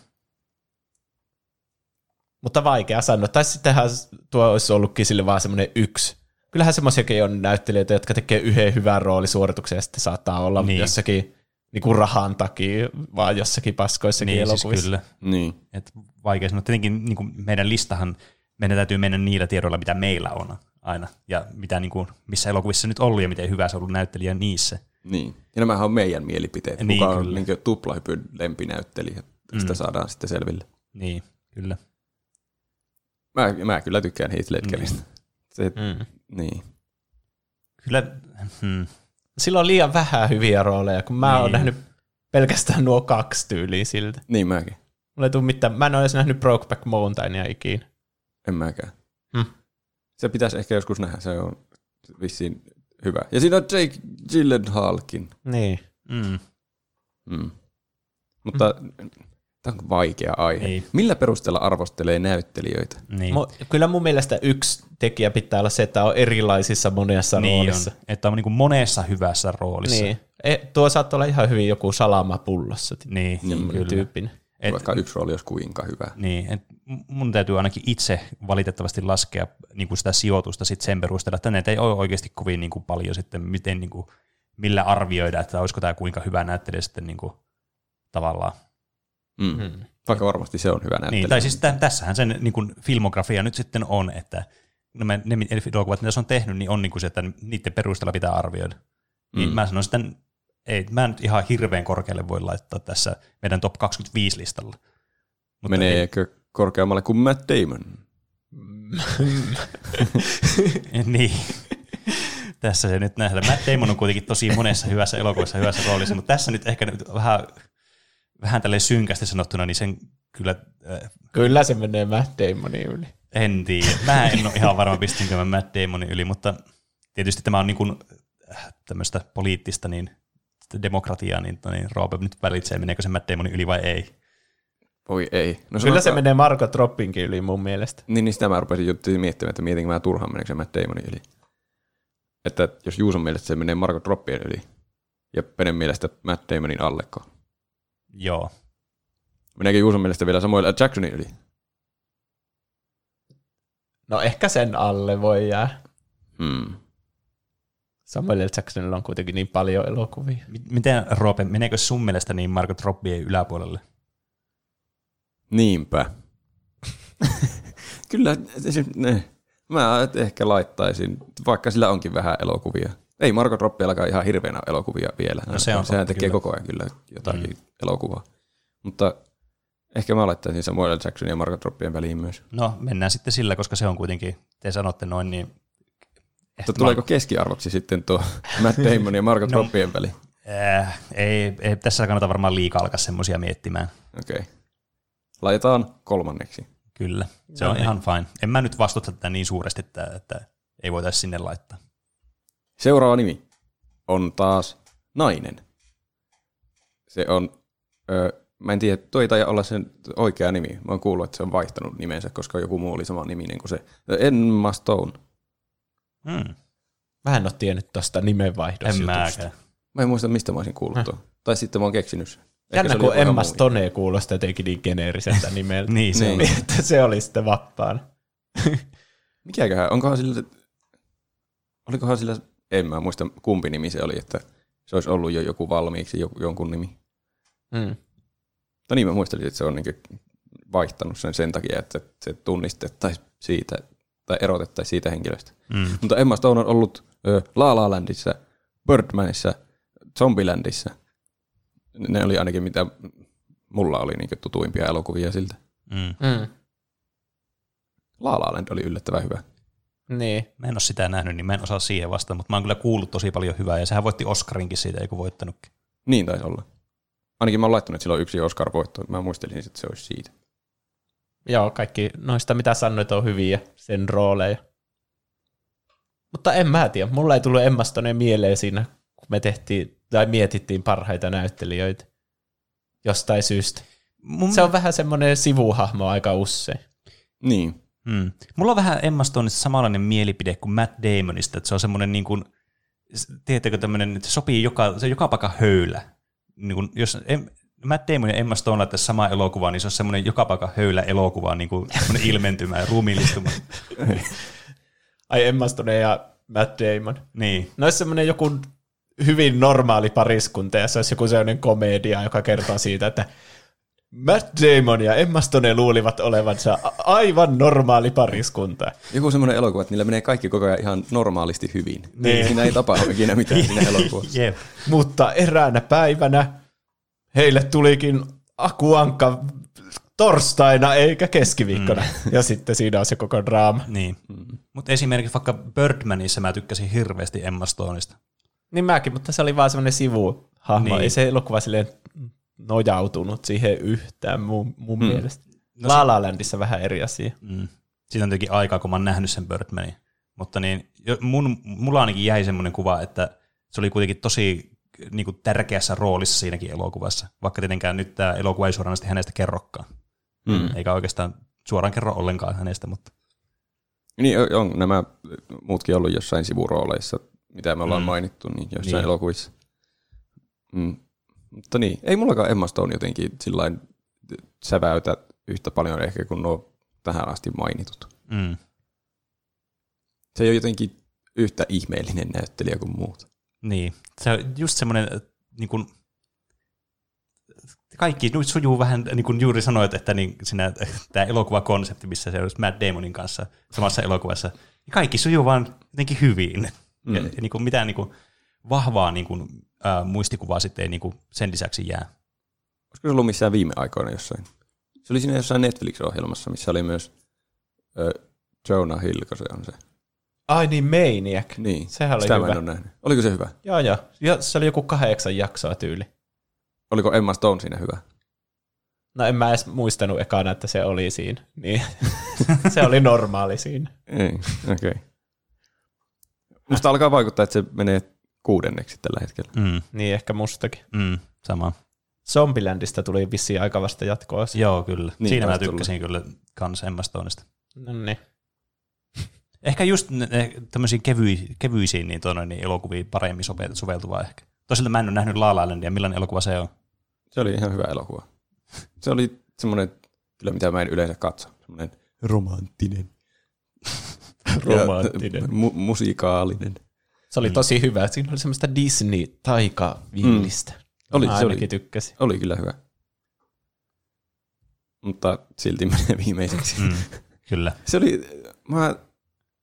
Mutta vaikea sanoa. Tai sittenhän tuo olisi ollutkin sille vaan semmoinen yksi. Kyllähän semmoisiakin on näyttelijöitä, jotka tekee yhden hyvän roolisuorituksen ja sitten saattaa olla Niin. niin. jossakin niin kuin rahan takia, vaan jossakin paskoissakin niin siis elokuvissa. kyllä. Niin. Et vaikea sanoa. Tietenkin niin kuin meidän listahan, meidän täytyy mennä niillä tiedoilla, mitä meillä on aina. Ja mitä, niin kuin, missä elokuvissa se nyt ollut ja miten hyvä se on ollut näyttelijä niissä. Niin. Ja nämähän on meidän mielipiteet. Niin, Kuka on kyllä. Mm. niin tuplahypyn lempinäyttelijä? Sitä saadaan sitten selville. Niin, kyllä. Mä, mä kyllä tykkään Heath Ledgeristä. Se, Mm. niin. Kyllä, hmm. Sillä on liian vähän hyviä rooleja, kun mä niin. Niin. oon nähnyt pelkästään nuo kaksi tyyliä siltä. niin mäkin. Mulla ei tule mitään. Mä en ole edes nähnyt Brokeback Mountainia ikinä. En mäkään. Hmm. Hm. Se pitäisi ehkä joskus nähdä, se on vissiin hyvä. Ja siinä on Jake Gyllenhaalkin. Niin. Mm. Mm. Mutta tämä on vaikea aihe. Niin. Millä perusteella arvostelee näyttelijöitä? Niin. Mu- kyllä mun mielestä yksi tekijä pitää olla se, että on erilaisissa monessa Niin on, roolissa. että on niin monessa hyvässä roolissa. Niin. E, tuo saattaa olla ihan hyvin joku salamapullossa Niin, Niin, kyllä. tyyppinen. Et, Vaikka yksi rooli olisi kuinka hyvä. niin, et mun täytyy ainakin itse valitettavasti laskea niin kuin sitä sijoitusta sit sen perusteella, että näitä ei ole oikeasti kovin niin kuin paljon sitten, miten, niin kuin, millä arvioida, että olisiko tämä kuinka hyvä näyttelijä sitten niin kuin, tavallaan. Mm. Mm. Vaikka varmasti se on hyvä näyttelijä. Niin, tai siis tämän, tässähän sen niin kuin, filmografia nyt sitten niinku on, että nämä, ne mit- elokuvat, mitä se on tehnyt, niin on niin kuin se, että niiden perusteella pitää arvioida. Niin Mm. mä sanoin sitten, ei, mä nyt ihan hirveän korkealle voi laittaa tässä meidän top 25 listalla. niin, Mutta ei, Meneekö korkeammalle kuin Matt Damon? Mm. niin. tässä se nyt nähdään. Matt Damon on kuitenkin tosi monessa hyvässä elokuvassa hyvässä roolissa, mutta tässä nyt ehkä nyt vähän, vähän tälleen synkästi sanottuna, niin sen kyllä äh, Kyllä se menee Matt Damonin yli. en tiedä. Mä en ole ihan varma, pistinkö mä Matt Damonin yli, mutta tietysti tämä on niin kuin, äh, tämmöistä poliittista niin demokratiaa, niin, niin Roope nyt valitsee, meneekö se Matt Damonin yli vai ei. Voi ei. Kyllä se No sanotaan- menee Marko Troppinkin yli mun mielestä. Niin, niin sitä mä rupesin just miettimään, että mietinkö mä turhaan meneekö se Matt Damonin yli. Että jos Juuson mielestä se menee Marko Troppien yli ja Penen mielestä Matt Damonin allekko. Joo. Meneekö Juuson mielestä vielä Samuel L. Jacksonin yli? No ehkä sen alle voi jää. Mm. Hmm. Samuel L. Jacksonilla on kuitenkin niin paljon elokuvia. M- Miten Roope, meneekö sun mielestä niin Margot Robbie yläpuolelle? Niinpä. Kyllä, se, ne. mä ehkä laittaisin, vaikka sillä onkin vähän elokuvia. Ei Marko Troppiallakaan ihan hirveänä elokuvia vielä. No se on Sehän totta, tekee kyllä. koko ajan kyllä jotakin mm. elokuvaa. Mutta ehkä mä laittaisin Samuel L. Jacksonin ja Marko Troppien väliin myös. No mennään sitten sillä, koska se on kuitenkin, te sanotte noin, niin Mutta tuleeko keskiarvoksi sitten tuo Matt Damon ja Marko No. Troppien väli? äh, ei, ei, tässä kannata varmaan liikaa alkaa semmoisia miettimään. Okei. Okay. Laitetaan kolmanneksi. Kyllä, se No on niin. ihan fine. En mä nyt vastusta tätä niin suuresti, että, että ei voitaisiin sinne laittaa. Seuraava nimi on taas nainen. Se on, öö, mä en tiedä, toi ei taida olla sen oikea nimi. Mä oon kuullut, että se on vaihtanut nimensä, koska joku muu oli sama niminen kuin se. Emma Stone. Mm, Mä en ole tiennyt tosta nimenvaihdosta. en mäkään. Mä en muista, mistä mä olisin kuullut tuon. Tai sitten mä oon keksinyt sen. Ehkä se Jännä, oli kun joku ihan Emma muu. Stone kuulostaa jotenkin niin geneeriseltä nimeltä. Niin, se Niin. on. että se oli sitten vappaan. Mikäköhän, onkohan sillä, olikohan sillä, en mä muista kumpi nimi se oli, että se olisi ollut jo joku valmiiksi, joku, jonkun nimi. Mm. No niin, mä muistelin, että se on niinku vaihtanut sen sen takia, että se tunnistettaisiin siitä tai erotettaisiin siitä henkilöstä. Mm. Mutta Emma Stone on ollut ö, La La Landissä, Birdmanissa, Zombielandissä. Ne oli ainakin mitä mulla oli niinku tutuimpia elokuvia siltä. Mm. Mm. La La Land oli yllättävän hyvä. Niin. Mä en ole sitä nähnyt, niin mä en osaa siihen vastata, mutta mä oon kyllä kuullut tosi paljon hyvää, ja sehän voitti Oscarinkin siitä, eikö voittanutkin. Niin taisi olla. Ainakin mä oon laittanut silloin yksi Oscar-voitto. Mä muistelin, että se olisi siitä. Joo, kaikki noista mitä sanoit on hyviä, sen rooleja. Mutta en mä tiedä, mulla ei tullut Emma Stone mieleen siinä, kun me tehtiin, tai mietittiin parhaita näyttelijöitä. Jostain syystä. Mun Se on vähän semmoinen sivuhahmo aika usein. Niin. Mm. Mulla on vähän Emma Stoneista samanlainen mielipide kuin Matt Damonista, että se on semmoinen niin kuin, s- tiedättekö tämmöinen, että se sopii joka, se on joka paikka höylä. Niin kuin, jos em, Matt Damon ja Emma Stone laittaisi samaa elokuvaa, niin se on semmoinen joka paikka höylä elokuva, niin kuin semmoinen ilmentymä ja ruumiillistuma. Ai Emma Stone ja Matt Damon. niin. No olisi semmoinen joku hyvin normaali pariskunta ja se olisi joku sellainen komedia, joka kertoo siitä, että Matt Damon ja Emma Stone luulivat olevansa a- aivan normaali pariskunta. Joku semmoinen elokuva, että niillä menee kaikki koko ajan ihan normaalisti hyvin. Niin. Niin. Siinä ei tapahdu ikinä mitään siinä elokuvassa. Jep. Mutta eräänä päivänä heille tulikin akuankka torstaina eikä keskiviikkona. Mm. Ja sitten siinä on se koko draama. Niin. Mm. Mutta esimerkiksi vaikka Birdmanissa mä tykkäsin hirveästi Emma Stoneista. Niin mäkin, mutta se oli vaan semmoinen sivuhahmo. Niin. Niin. Ei se elokuva silleen nojautunut siihen yhtään mun, mun mm. mielestä. No No, La La Landissä vähän eri asia. Mm. Siitä on tietenkin aikaa, kun mä oon nähnyt sen Birdmanin. Mutta niin, jo- mun, mulla ainakin jäi semmoinen kuva, että se oli kuitenkin tosi niin kuin tärkeässä roolissa siinäkin elokuvassa, vaikka tietenkään nyt tämä elokuva ei suoranaisesti hänestä kerrokaan. Mm. Eikä oikeastaan suoraan kerro ollenkaan hänestä, mutta Niin, o- on nämä muutkin ollut jossain sivurooleissa, mitä me ollaan Mm. mm. mainittu, niin jossain Niin. niin. elokuvissa. Mm. Mutta niin, ei mullakaan Emma Stone jotenkin sillain säväytä yhtä paljon ehkä kuin nuo tähän asti mainitut. mm. Se ei ole jotenkin yhtä ihmeellinen näyttelijä kuin muut. niin. Se on just semmoinen, äh, niin kuin, kaikki nyt sujuu vähän, niin kuin juuri sanoit, että niin siinä, tämä elokuvakonsepti, missä se olisi Matt Damonin kanssa samassa elokuvassa, niin kaikki sujuu vaan jotenkin hyvin. Mm. Ja, ja niin kuin mitään niin kuin vahvaa niin kuin, ää, muistikuvaa sitten ei niin kuin sen lisäksi jää. Olisiko se ollut missään viime aikoina jossain? Se oli siinä jossain Netflix-ohjelmassa, missä oli myös ö, Jonah Hill, kun se on se. Ai niin, Maniac. Niin, Sehän oli sitä mä hyvä. en ole nähnyt. Oliko se hyvä? Joo, joo. Ja se oli joku kahdeksan jaksoa tyyli. Oliko Emma Stone siinä hyvä? No en mä edes muistanut ekana, että se oli siinä. Niin. se oli normaali siinä. Ei, okei. Okay. Musta alkaa vaikuttaa, että se menee kuudenneksi tällä hetkellä. Mm, Niin ehkä mustakin. mm, sama. Zombilandista tuli vissiin aika vasta jatkoa. Joo, kyllä. Niin, Niin, Siinä mä olisi tullut. tykkäsin kyllä kans Emma Stonesta. No niin. Ehkä just ne- ne tämmöisiin kevyi, kevyisiin niin tuonne, niin elokuviin paremmin sope- soveltuvaa ehkä. Toisaalta mä en ole nähnyt La La Landia, millainen elokuva se on. Se oli ihan hyvä elokuva. Se oli semmoinen, kyllä mitä mä en yleensä katso, semmoinen romanttinen. Ja, Romanttinen. mu- musikaalinen. Se oli tosi hyvä. Siinä oli semmoista Disney-taikaviilistä. Oli, Mä se oli. ainakin tykkäsin. Oli kyllä hyvä. Mutta silti menee viimeiseksi. Mm, kyllä. Se oli, mä,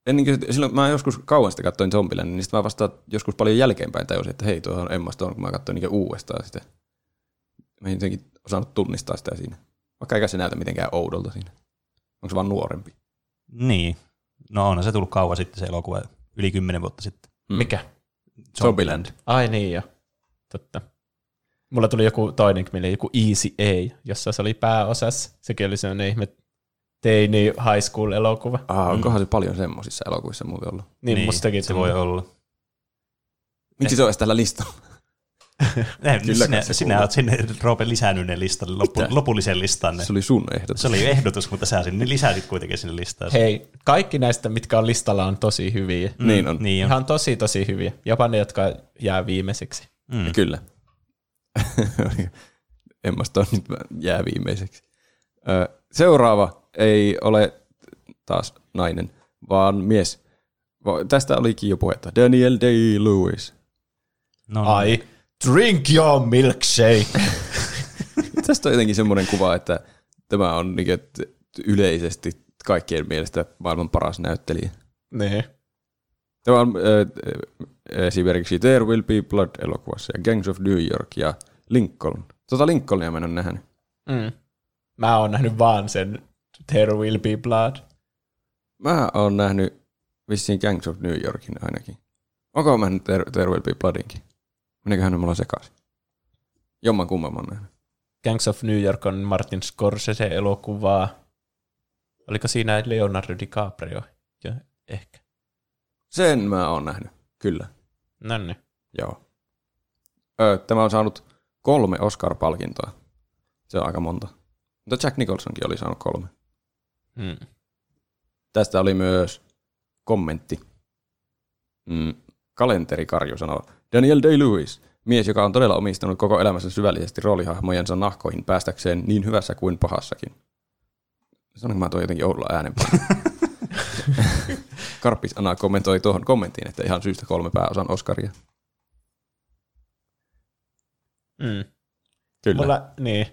ennen kuin, silloin mä joskus kauan sitä katsoin Zombieland, niin sitten mä vasta joskus paljon jälkeenpäin tajusin, että hei, tuohon on Emma Stone, kun mä katsoin niin uudestaan sitä. Mä en jotenkin osannut tunnistaa sitä siinä. Vaikka eikä se näytä mitenkään oudolta siinä. Onko se vaan nuorempi? Niin. No onhan se tullut kauan sitten se elokuva, yli kymmenen vuotta sitten. Mm. Mikä? Zombieland. Ai niin jo. Totta. Mulla tuli joku toinen mieleen, joku Easy A, jossa se oli pääosassa. Sekin oli sellainen ihme teini high school elokuva. Ah, onkohan se paljon semmoisissa elokuvissa muuten ollut? Niin, niin mustakin se voi olla. Miksi Eh. se olisi tällä listalla? Ne, Eh, Kyllä sinä, kai se sinä kuuluu. olet sinne, Roope, lisännyt ne listalle, loppu, Mitä? lopullisen listanne. Se oli sun ehdotus. Se oli ehdotus, mutta sä sinne lisäsit kuitenkin sinne listaan. Hei, kaikki näistä, mitkä on listalla, on tosi hyviä. Mm. Niin on. Niin on. Ihan tosi, tosi hyviä. Jopa ne, jotka jää viimeiseksi. Mm. Kyllä. Emma Stone nyt jää viimeiseksi. Ö, Seuraava ei ole taas nainen, vaan mies. Va- Tästä olikin jo puhetta. Daniel Day-Lewis. No, no. Ai, drink your milkshake. Tästä on jotenkin semmoinen kuva, että tämä on niinku, et yleisesti kaikkien mielestä maailman paras näyttelijä. niin. Tämä on ö, ö, esimerkiksi There Will Be Blood-elokuvassa ja Gangs of New York ja Lincoln. Tota Lincolnia mä en ole nähnyt. Mm. Mä oon nähnyt vaan sen There Will Be Blood. Mä oon nähnyt vissiin Gangs of New Yorkin ainakin. Onko mä nähnyt There, There Will Be Bloodinkin? Meniköhän ne mulla sekaisin? Jomman kumman mä oon nähnyt. Gangs of New York on Martin Scorsese-elokuvaa. Oliko siinä Leonardo DiCaprio? Jo, ehkä. Sen mä oon nähnyt, kyllä. No niin. Joo. Öö, tämä on saanut kolme Oscar-palkintoa. Se on aika monta. Mutta Jack Nicholsonkin oli saanut kolme. Mm. Tästä oli myös kommentti. Mm, kalenterikarju sanoo, Daniel Day-Lewis, mies, joka on todella omistanut koko elämänsä syvällisesti roolihahmojensa nahkoihin päästäkseen niin hyvässä kuin pahassakin. Sanoinko mä tuon jotenkin oudolla äänen? Karppis Ana kommentoi tuohon kommenttiin, että ihan syystä kolme pääosan Oscaria. Mm. Kyllä. Mulla... Mulla, niin.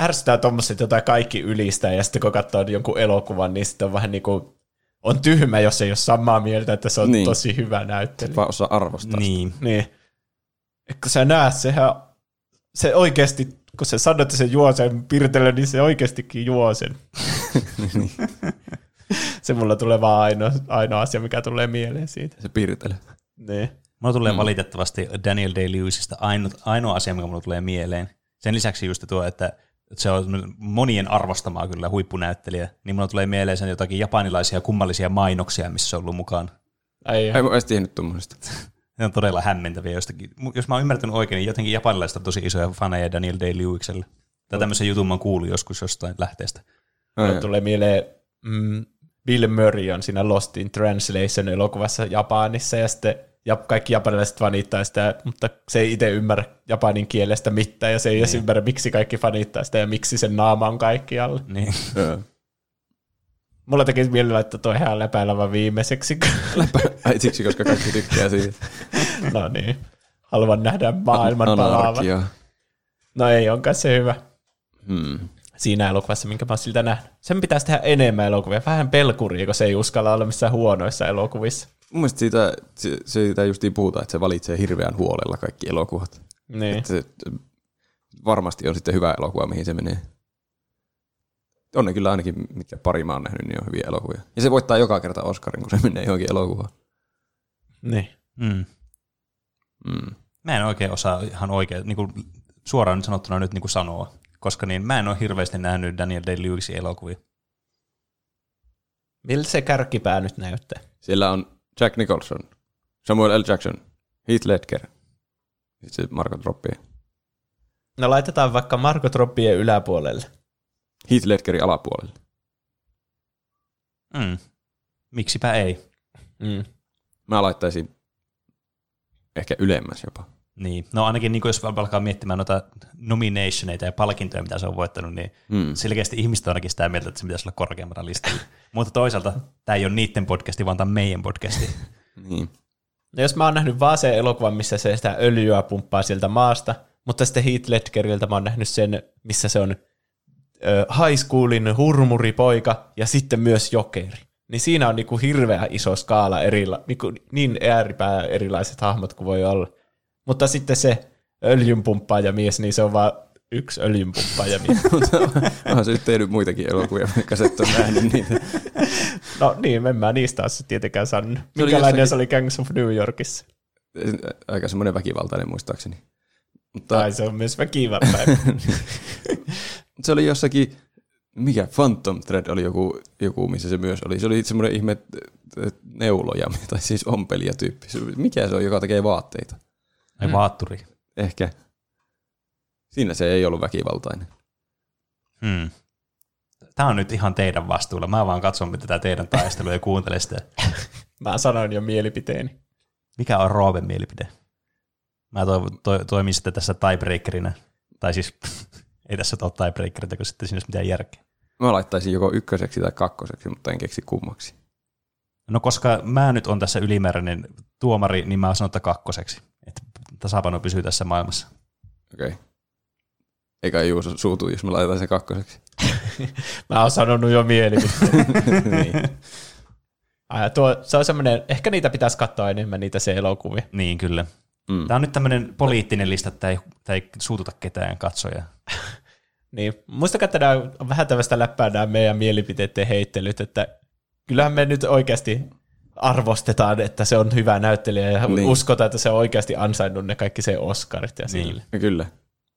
Ärsyttää tuommoiset, jota kaikki ylistää, ja sitten kun katsoo jonkun elokuvan, niin sitten on vähän niin kuin, on tyhmä, jos ei ole samaa mieltä, että se on Niin. niin. tosi hyvä näyttely. Vaan osaa arvostaa. Niin. Niin. Niin. Et Kun sä näet, sehän, se oikeasti, kun sä sanot, että se juo sen pirtelön, niin se oikeastikin juo sen. Niin, se mulla tulee vaan ainoa, ainoa asia, mikä tulee mieleen siitä. Se piirtelee. Niin. Mulla tulee mm. valitettavasti Daniel Day-Lewisista ainut, ainoa asia, mikä mulla tulee mieleen. Sen lisäksi just tuo, että se on monien arvostamaa kyllä huippunäyttelijä, niin mulla tulee mieleen sen jotakin japanilaisia kummallisia mainoksia, missä se on ollut mukaan. Ai, Ei mä oon edes tiennyt tuommoisesta. Ne on todella hämmentäviä jostakin. Mu- Jos mä oon ymmärtänyt oikein, niin jotenkin japanilaista on tosi isoja faneja Daniel Day-Lewiselle. Tai tämmöisen jutun mä oon kuullut joskus jostain lähteestä. Mulle tulee mieleen mm, Bill Murray on siinä Lost in Translation elokuvassa Japanissa ja sitten ja kaikki japanilaiset fanittaa sitä, mutta se ei itse ymmärrä japanin kielestä mitään ja se ei edes ymmärrä, miksi kaikki fanittaa sitä ja miksi sen naama on kaikkialla. Niin. Öö. Mulla tekisi mielellä, että toi ihan läpäillä vaan viimeiseksi. Läppä. Ai siksi, koska kaikki tykkää siitä. no niin, haluan nähdä maailman palaavan. Anarkia. No ei, onkaan se hyvä. Hmm. siinä elokuvassa, minkä mä oon siltä nähnyt. Sen pitäisi tehdä enemmän elokuvia, vähän pelkuria, kun se ei uskalla olla missään huonoissa elokuvissa. Mun mielestä siitä, si- siitä justiin puhutaan, että se valitsee hirveän huolella kaikki elokuvat. Niin. Että se varmasti on sitten hyvä elokuva, mihin se menee. On ne kyllä ainakin, mitkä pari mä oon nähnyt, niin on hyviä elokuvia. Ja se voittaa joka kerta Oscarin, kun se menee johonkin elokuvaan. niin. Mm. Mm. Mä en oikein osaa ihan oikein, niin kuin suoraan nyt sanottuna nyt niin kuin sanoa, koska niin mä en ole hirveästi nähnyt Daniel Day-Lewisin elokuvia. Miltä se kärkipää nyt näyttää? Siellä on Jack Nicholson, Samuel L. Jackson, Heath Ledger, sitten se Marko Troppi. No laitetaan vaikka Marko Troppien yläpuolelle. Heath Ledgerin alapuolelle. Mm. Miksipä ei? Mm. Mä laittaisin ehkä ylemmäs jopa. Niin. No ainakin niin kuin jos alkaa miettimään noita nominationeita ja palkintoja, mitä se on voittanut, niin Mm. selkeästi ihmiset on ainakin sitä mieltä, että se pitäisi olla korkeammalla listalla. Mutta toisaalta tämä ei ole niiden podcasti, vaan tämä on meidän podcasti. Niin. No jos mä oon nähnyt vaan sen elokuvan, missä se sitä öljyä pumppaa sieltä maasta, mutta sitten Heath Ledgeriltä mä oon nähnyt sen, missä se on ö, high schoolin hurmuripoika ja sitten myös jokeri. Niin siinä on niinku hirveä iso skaala, erila, niinku niin ääripää erilaiset hahmot kuin voi olla. Mutta sitten se öljynpumppaaja mies, niin se on vaan yksi öljynpumppaaja mies. Onhan se nyt tehnyt muitakin elokuvia, vaikka sä et ole nähnyt niitä. No niin, en mä niistä ole tietenkään sanonut. oli Minkälainen jossakin- se oli Gangs of New Yorkissa? Aika semmoinen väkivaltainen muistaakseni. Mutta Tai se on myös väkivaltainen. se oli jossakin, mikä Phantom Thread oli joku, joku missä se myös oli. Se oli semmoinen ihme eh, neuloja, tai siis ompelija tyyppi. Se- Mikä se on, joka tekee vaatteita? Ai Mm. vaatturi. Ehkä. Siinä se ei ollut väkivaltainen. Hmm. Tämä on nyt ihan teidän vastuulla. Mä vaan katson mitä tätä teidän taistelua ja kuuntelen sitä. Mä sanoin jo mielipiteeni. Mikä on Roopen mielipide? Mä to, to, toimin sitten tässä tiebreakerina. Tai siis ei tässä ole tiebreakerita, kun sitten siinä olisi mitään järkeä. Mä laittaisin joko ykköseksi tai kakkoseksi, mutta en keksi kummaksi. No koska mä nyt on tässä ylimääräinen tuomari, niin mä sanon, että kakkoseksi. Että tasapaino pysyy tässä maailmassa. Okei. Okay. Eikä Juuso suutu, jos mä laitan sen kakkoseksi. Mä oon sanonut jo mielipiteeni. niin. Ai, tuo, se on semmoinen, ehkä niitä pitäisi katsoa enemmän niitä se elokuvia. Niin kyllä. Mm. Tämä on nyt tämmöinen poliittinen lista, että ei, tää ei suututa ketään katsoja. Niin, muistakaa, että nämä on vähän tämmöistä läppää nämä meidän mielipiteiden heittelyt, että kyllähän me nyt oikeasti arvostetaan, että se on hyvä näyttelijä ja niin. Niin. uskotaan, että se on oikeasti ansainnut ne kaikki se Oscarit ja Niin. sille. Kyllä.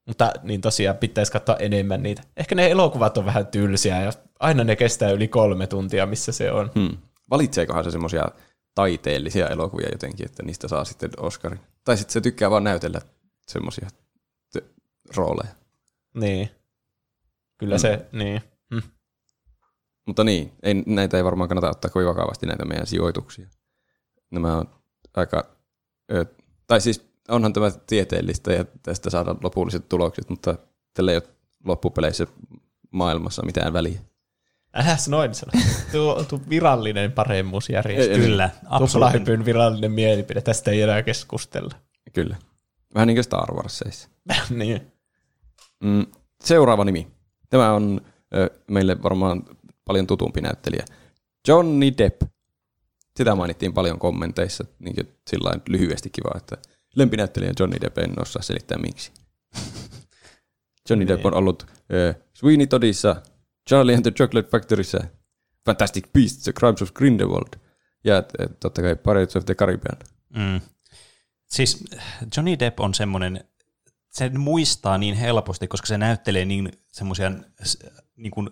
Mutta niin tosiaan pitäisi katsoa enemmän niitä. Ehkä ne elokuvat on vähän tylsiä ja aina ne kestää yli kolme tuntia, missä se on. Hmm. Valitseekohan se semmoisia taiteellisia elokuvia jotenkin, että niistä saa sitten Oscarin? Tai sitten se tykkää vaan näytellä semmoisia t- rooleja. Hmm. Niin. Kyllä mm. se, niin. Hm. Mutta niin, ei, näitä ei varmaan kannata ottaa kovin vakavasti näitä meidän sijoituksia. Nämä on aika, ö, tai siis onhan tämä tieteellistä ja tästä saadaan lopulliset tulokset, mutta tällä ei ole loppupeleissä maailmassa mitään väliä. Älä noin sano. Tuo, tuo virallinen paremmuusjärjestö. Ei, ei. Kyllä, absoluuttinen. Tuplahypyn virallinen mielipide, tästä ei enää keskustella. Kyllä. Vähän niin kuin Star Warsissa. niin. Mm, seuraava nimi. Tämä on ö, meille varmaan paljon tutumpi näyttelijä. Johnny Depp. Sitä mainittiin paljon kommenteissa, niin kuin sillä lailla lyhyesti kiva, että lempinäyttelijä Johnny Depp, en osaa selittää miksi. Johnny Depp on ollut ö, Sweeney Toddissa, Charlie and the Chocolate Factoryssä, Fantastic Beasts, The Crimes of Grindelwald ja ö, totta kai Pirates of the Caribbean. Mm. Siis Johnny Depp on semmoinen, se muistaa niin helposti, koska se näyttelee niin semmoisia niin kuin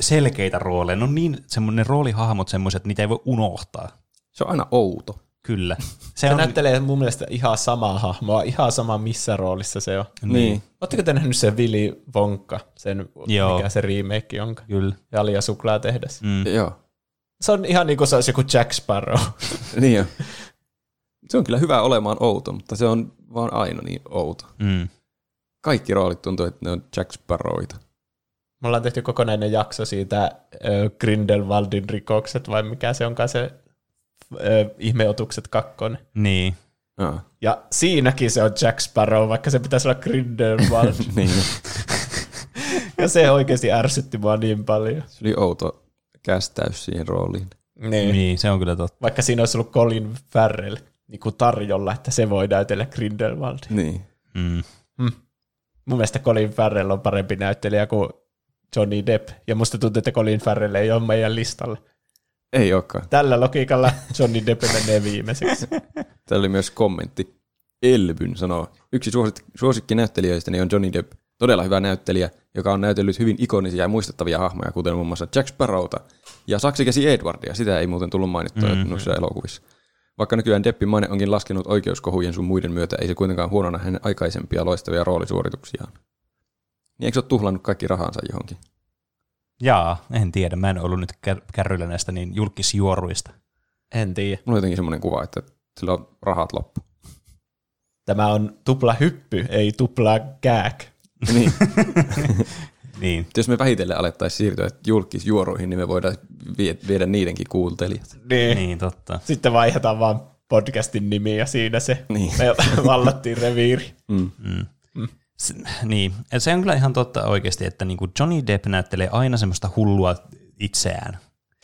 selkeitä rooleja. No niin, semmoinen roolihahmot semmoiset, että niitä ei voi unohtaa. Se on aina outo. Kyllä. Se näyttelee mun mielestä ihan samaa hahmoa, ihan sama missä roolissa se on. Niin. Oletteko te nähnyt sen Vili Vonka, sen, Joo. Joo. mikä se remake onka? Kyllä. Jalja suklaa tehdessä. Mm. Niin, Joo. Se on ihan niin kuin se olisi joku Jack Sparrow. Niin on. Se on kyllä hyvä olemaan outo, mutta se on vaan aina niin outo. Mm. Kaikki roolit tuntuu, että ne on Jack Sparrowita. Me ollaan tehty kokonainen jakso siitä ö, Grindelwaldin rikokset, vai mikä se onkaan se ö, ihmeotukset kakkonen. Niin. Aa, Ja siinäkin se on Jack Sparrow, vaikka se pitäisi olla Grindelwald. niin. ja se oikeasti ärsytti mua niin paljon. Se oli outo kästäys siihen rooliin. Niin. Niin, se on kyllä totta. Vaikka siinä olisi ollut Colin Farrell niin kuin tarjolla, että se voi näytellä Grindelwaldia. Hmm. Niin. Mm. Mun mielestä Colin Farrell on parempi näyttelijä kuin Johnny Depp. Ja musta tuntuu, että Colin Farrell ei ole meidän listalla. Ei olekaan. Tällä logiikalla Johnny Depp menee viimeiseksi. Täällä oli myös kommentti. Elvyn sanoo, yksi suosik- suosikkinäyttelijöistäni on Johnny Depp. Todella hyvä näyttelijä, joka on näytellyt hyvin ikonisia ja muistettavia hahmoja, kuten muun muassa Jack Sparrowta ja saksikäsi Edwardia. Sitä ei muuten tullut mainittua mm-hmm. noissa elokuvissa. Vaikka nykyään Deppin maine onkin laskenut oikeuskohujen sun muiden myötä, ei se kuitenkaan huonona hänen aikaisempia loistavia roolisuorituksiaan. Niin eikö se ole tuhlannut kaikki rahansa johonkin? Jaa, en tiedä. Mä en ollut nyt kär- kärryillä näistä niin julkisjuoruista. En tiedä. Mulla on jotenkin semmoinen kuva, että sillä on rahat loppu. Tämä on tupla hyppy, ei tupla gag. Niin. Niin. Jos me vähitellen alettaisiin siirtyä julkisjuoruihin, niin me voidaan vie- viedä niidenkin kuuntelijat. Niin. niin. Niin, totta. Sitten vaihdetaan vaan podcastin nimi ja siinä se Niin. me vallattiin reviiri. Mm. S- niin, Ja se on kyllä ihan totta oikeasti, että niinku Johnny Depp näyttelee aina semmoista hullua itseään.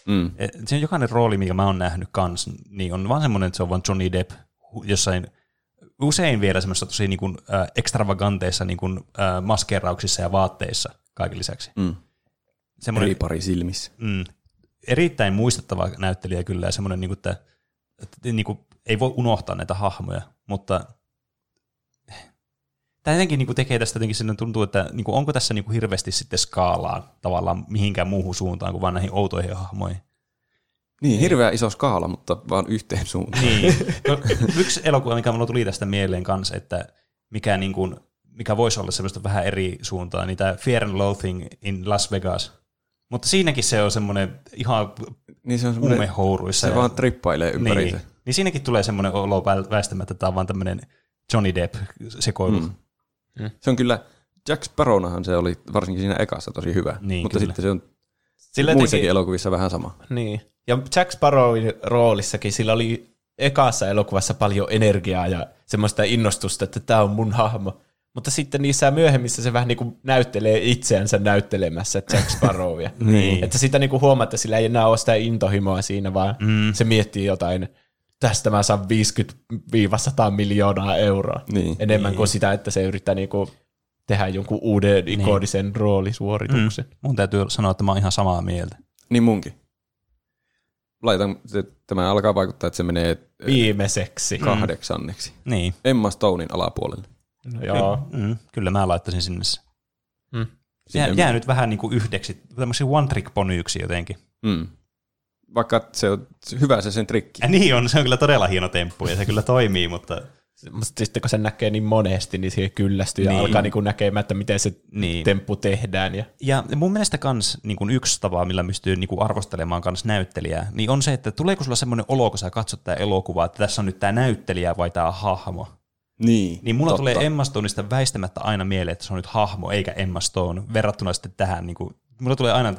Mm. Et Se on jokainen rooli, mikä mä oon nähnyt kans, niin on vaan semmoinen, että se on vaan Johnny Depp hu- jossain usein vielä semmoista tosi niinku, äh, extravaganteissa niinku, äh, maskerauksissa ja vaatteissa kaiken lisäksi. Mm. Semmoinen Riipari silmissä. mm, erittäin muistettava näyttelijä kyllä ja semmoinen, niinku, että, että niinku, ei voi unohtaa näitä hahmoja, mutta tämä jotenkin niinku, tekee tästä jotenkin sinne tuntuu, että niinku, onko tässä niinku, hirveästi sitten skaalaa tavallaan mihinkään muuhun suuntaan kuin vaan näihin outoihin hahmoihin. Niin, hirveä iso skaala, mutta vaan yhteen suuntaan. Niin. No, yksi elokuva, mikä mulla tuli tästä mieleen kanssa, että mikä, niin kuin, mikä voisi olla semmoista vähän eri suuntaa, niin tämä Fear and Loathing in Las Vegas. Mutta siinäkin se on semmoinen ihan Niin se on semmoinen, umehouruissa. se ja- vaan trippailee niin, ympäriinsä. niin siinäkin tulee semmoinen olo väl- väistämättä, että tämä on vaan tämmöinen Johnny Depp sekoilu. Mm. Se on kyllä, Jack Sparrownahan se oli varsinkin siinä ekassa tosi hyvä, Niin, mutta kyllä. sitten se on Sillä muissakin jotenkin- elokuvissa vähän sama. Niin. Ja Jack Sparrowin roolissakin sillä oli ekassa elokuvassa paljon energiaa ja semmoista innostusta, että tämä on mun hahmo. Mutta sitten niissä myöhemmissä se vähän niin kuin näyttelee itseänsä näyttelemässä Jack Sparrowia. Niin. Että sitä niin kuin huomaa, että sillä ei enää ole sitä intohimoa siinä, vaan mm. se miettii jotain, tästä mä saan 50-100 miljoonaa euroa. Niin. Enemmän niin. kuin sitä, että se yrittää niin kuin tehdä jonkun uuden ikonisen niin. roolisuorituksen. Mun täytyy sanoa, että mä oon ihan samaa mieltä. Niin munkin. Laitan, se, tämä alkaa vaikuttaa, että se menee Mm. Viimeiseksi. kahdeksanneksi. Niin, Emma Stonein alapuolelle. No, joo. mm, kyllä mä laittaisin sinne. se. Mm. Jää, Sinne- jää nyt vähän niin kuin yhdeksi, tämmöisiä one trick ponyiksi jotenkin. Mm. Vaikka se on hyvä se sen trikki. Ja niin on, se on kyllä todella hieno temppu ja se kyllä toimii, mutta Mutta sitten kun sen näkee niin monesti, niin siihen kyllästyy Niin. ja alkaa niin kuin näkemään, että miten se niin. temppu tehdään. Ja, Ja mun mielestä kans niin kun yksi tapa, millä pystyy niin kun arvostelemaan kans näyttelijää, niin on se, että tuleeko sulla semmoinen olo, kun sä katsot tää elokuvaa, että tässä on nyt tämä näyttelijä vai tämä hahmo. Niin, Niin mulla Totta. tulee Emma Stoneista väistämättä aina mieleen, että se on nyt hahmo eikä Emma Stone verrattuna sitten tähän. Niin kun, mulla tulee aina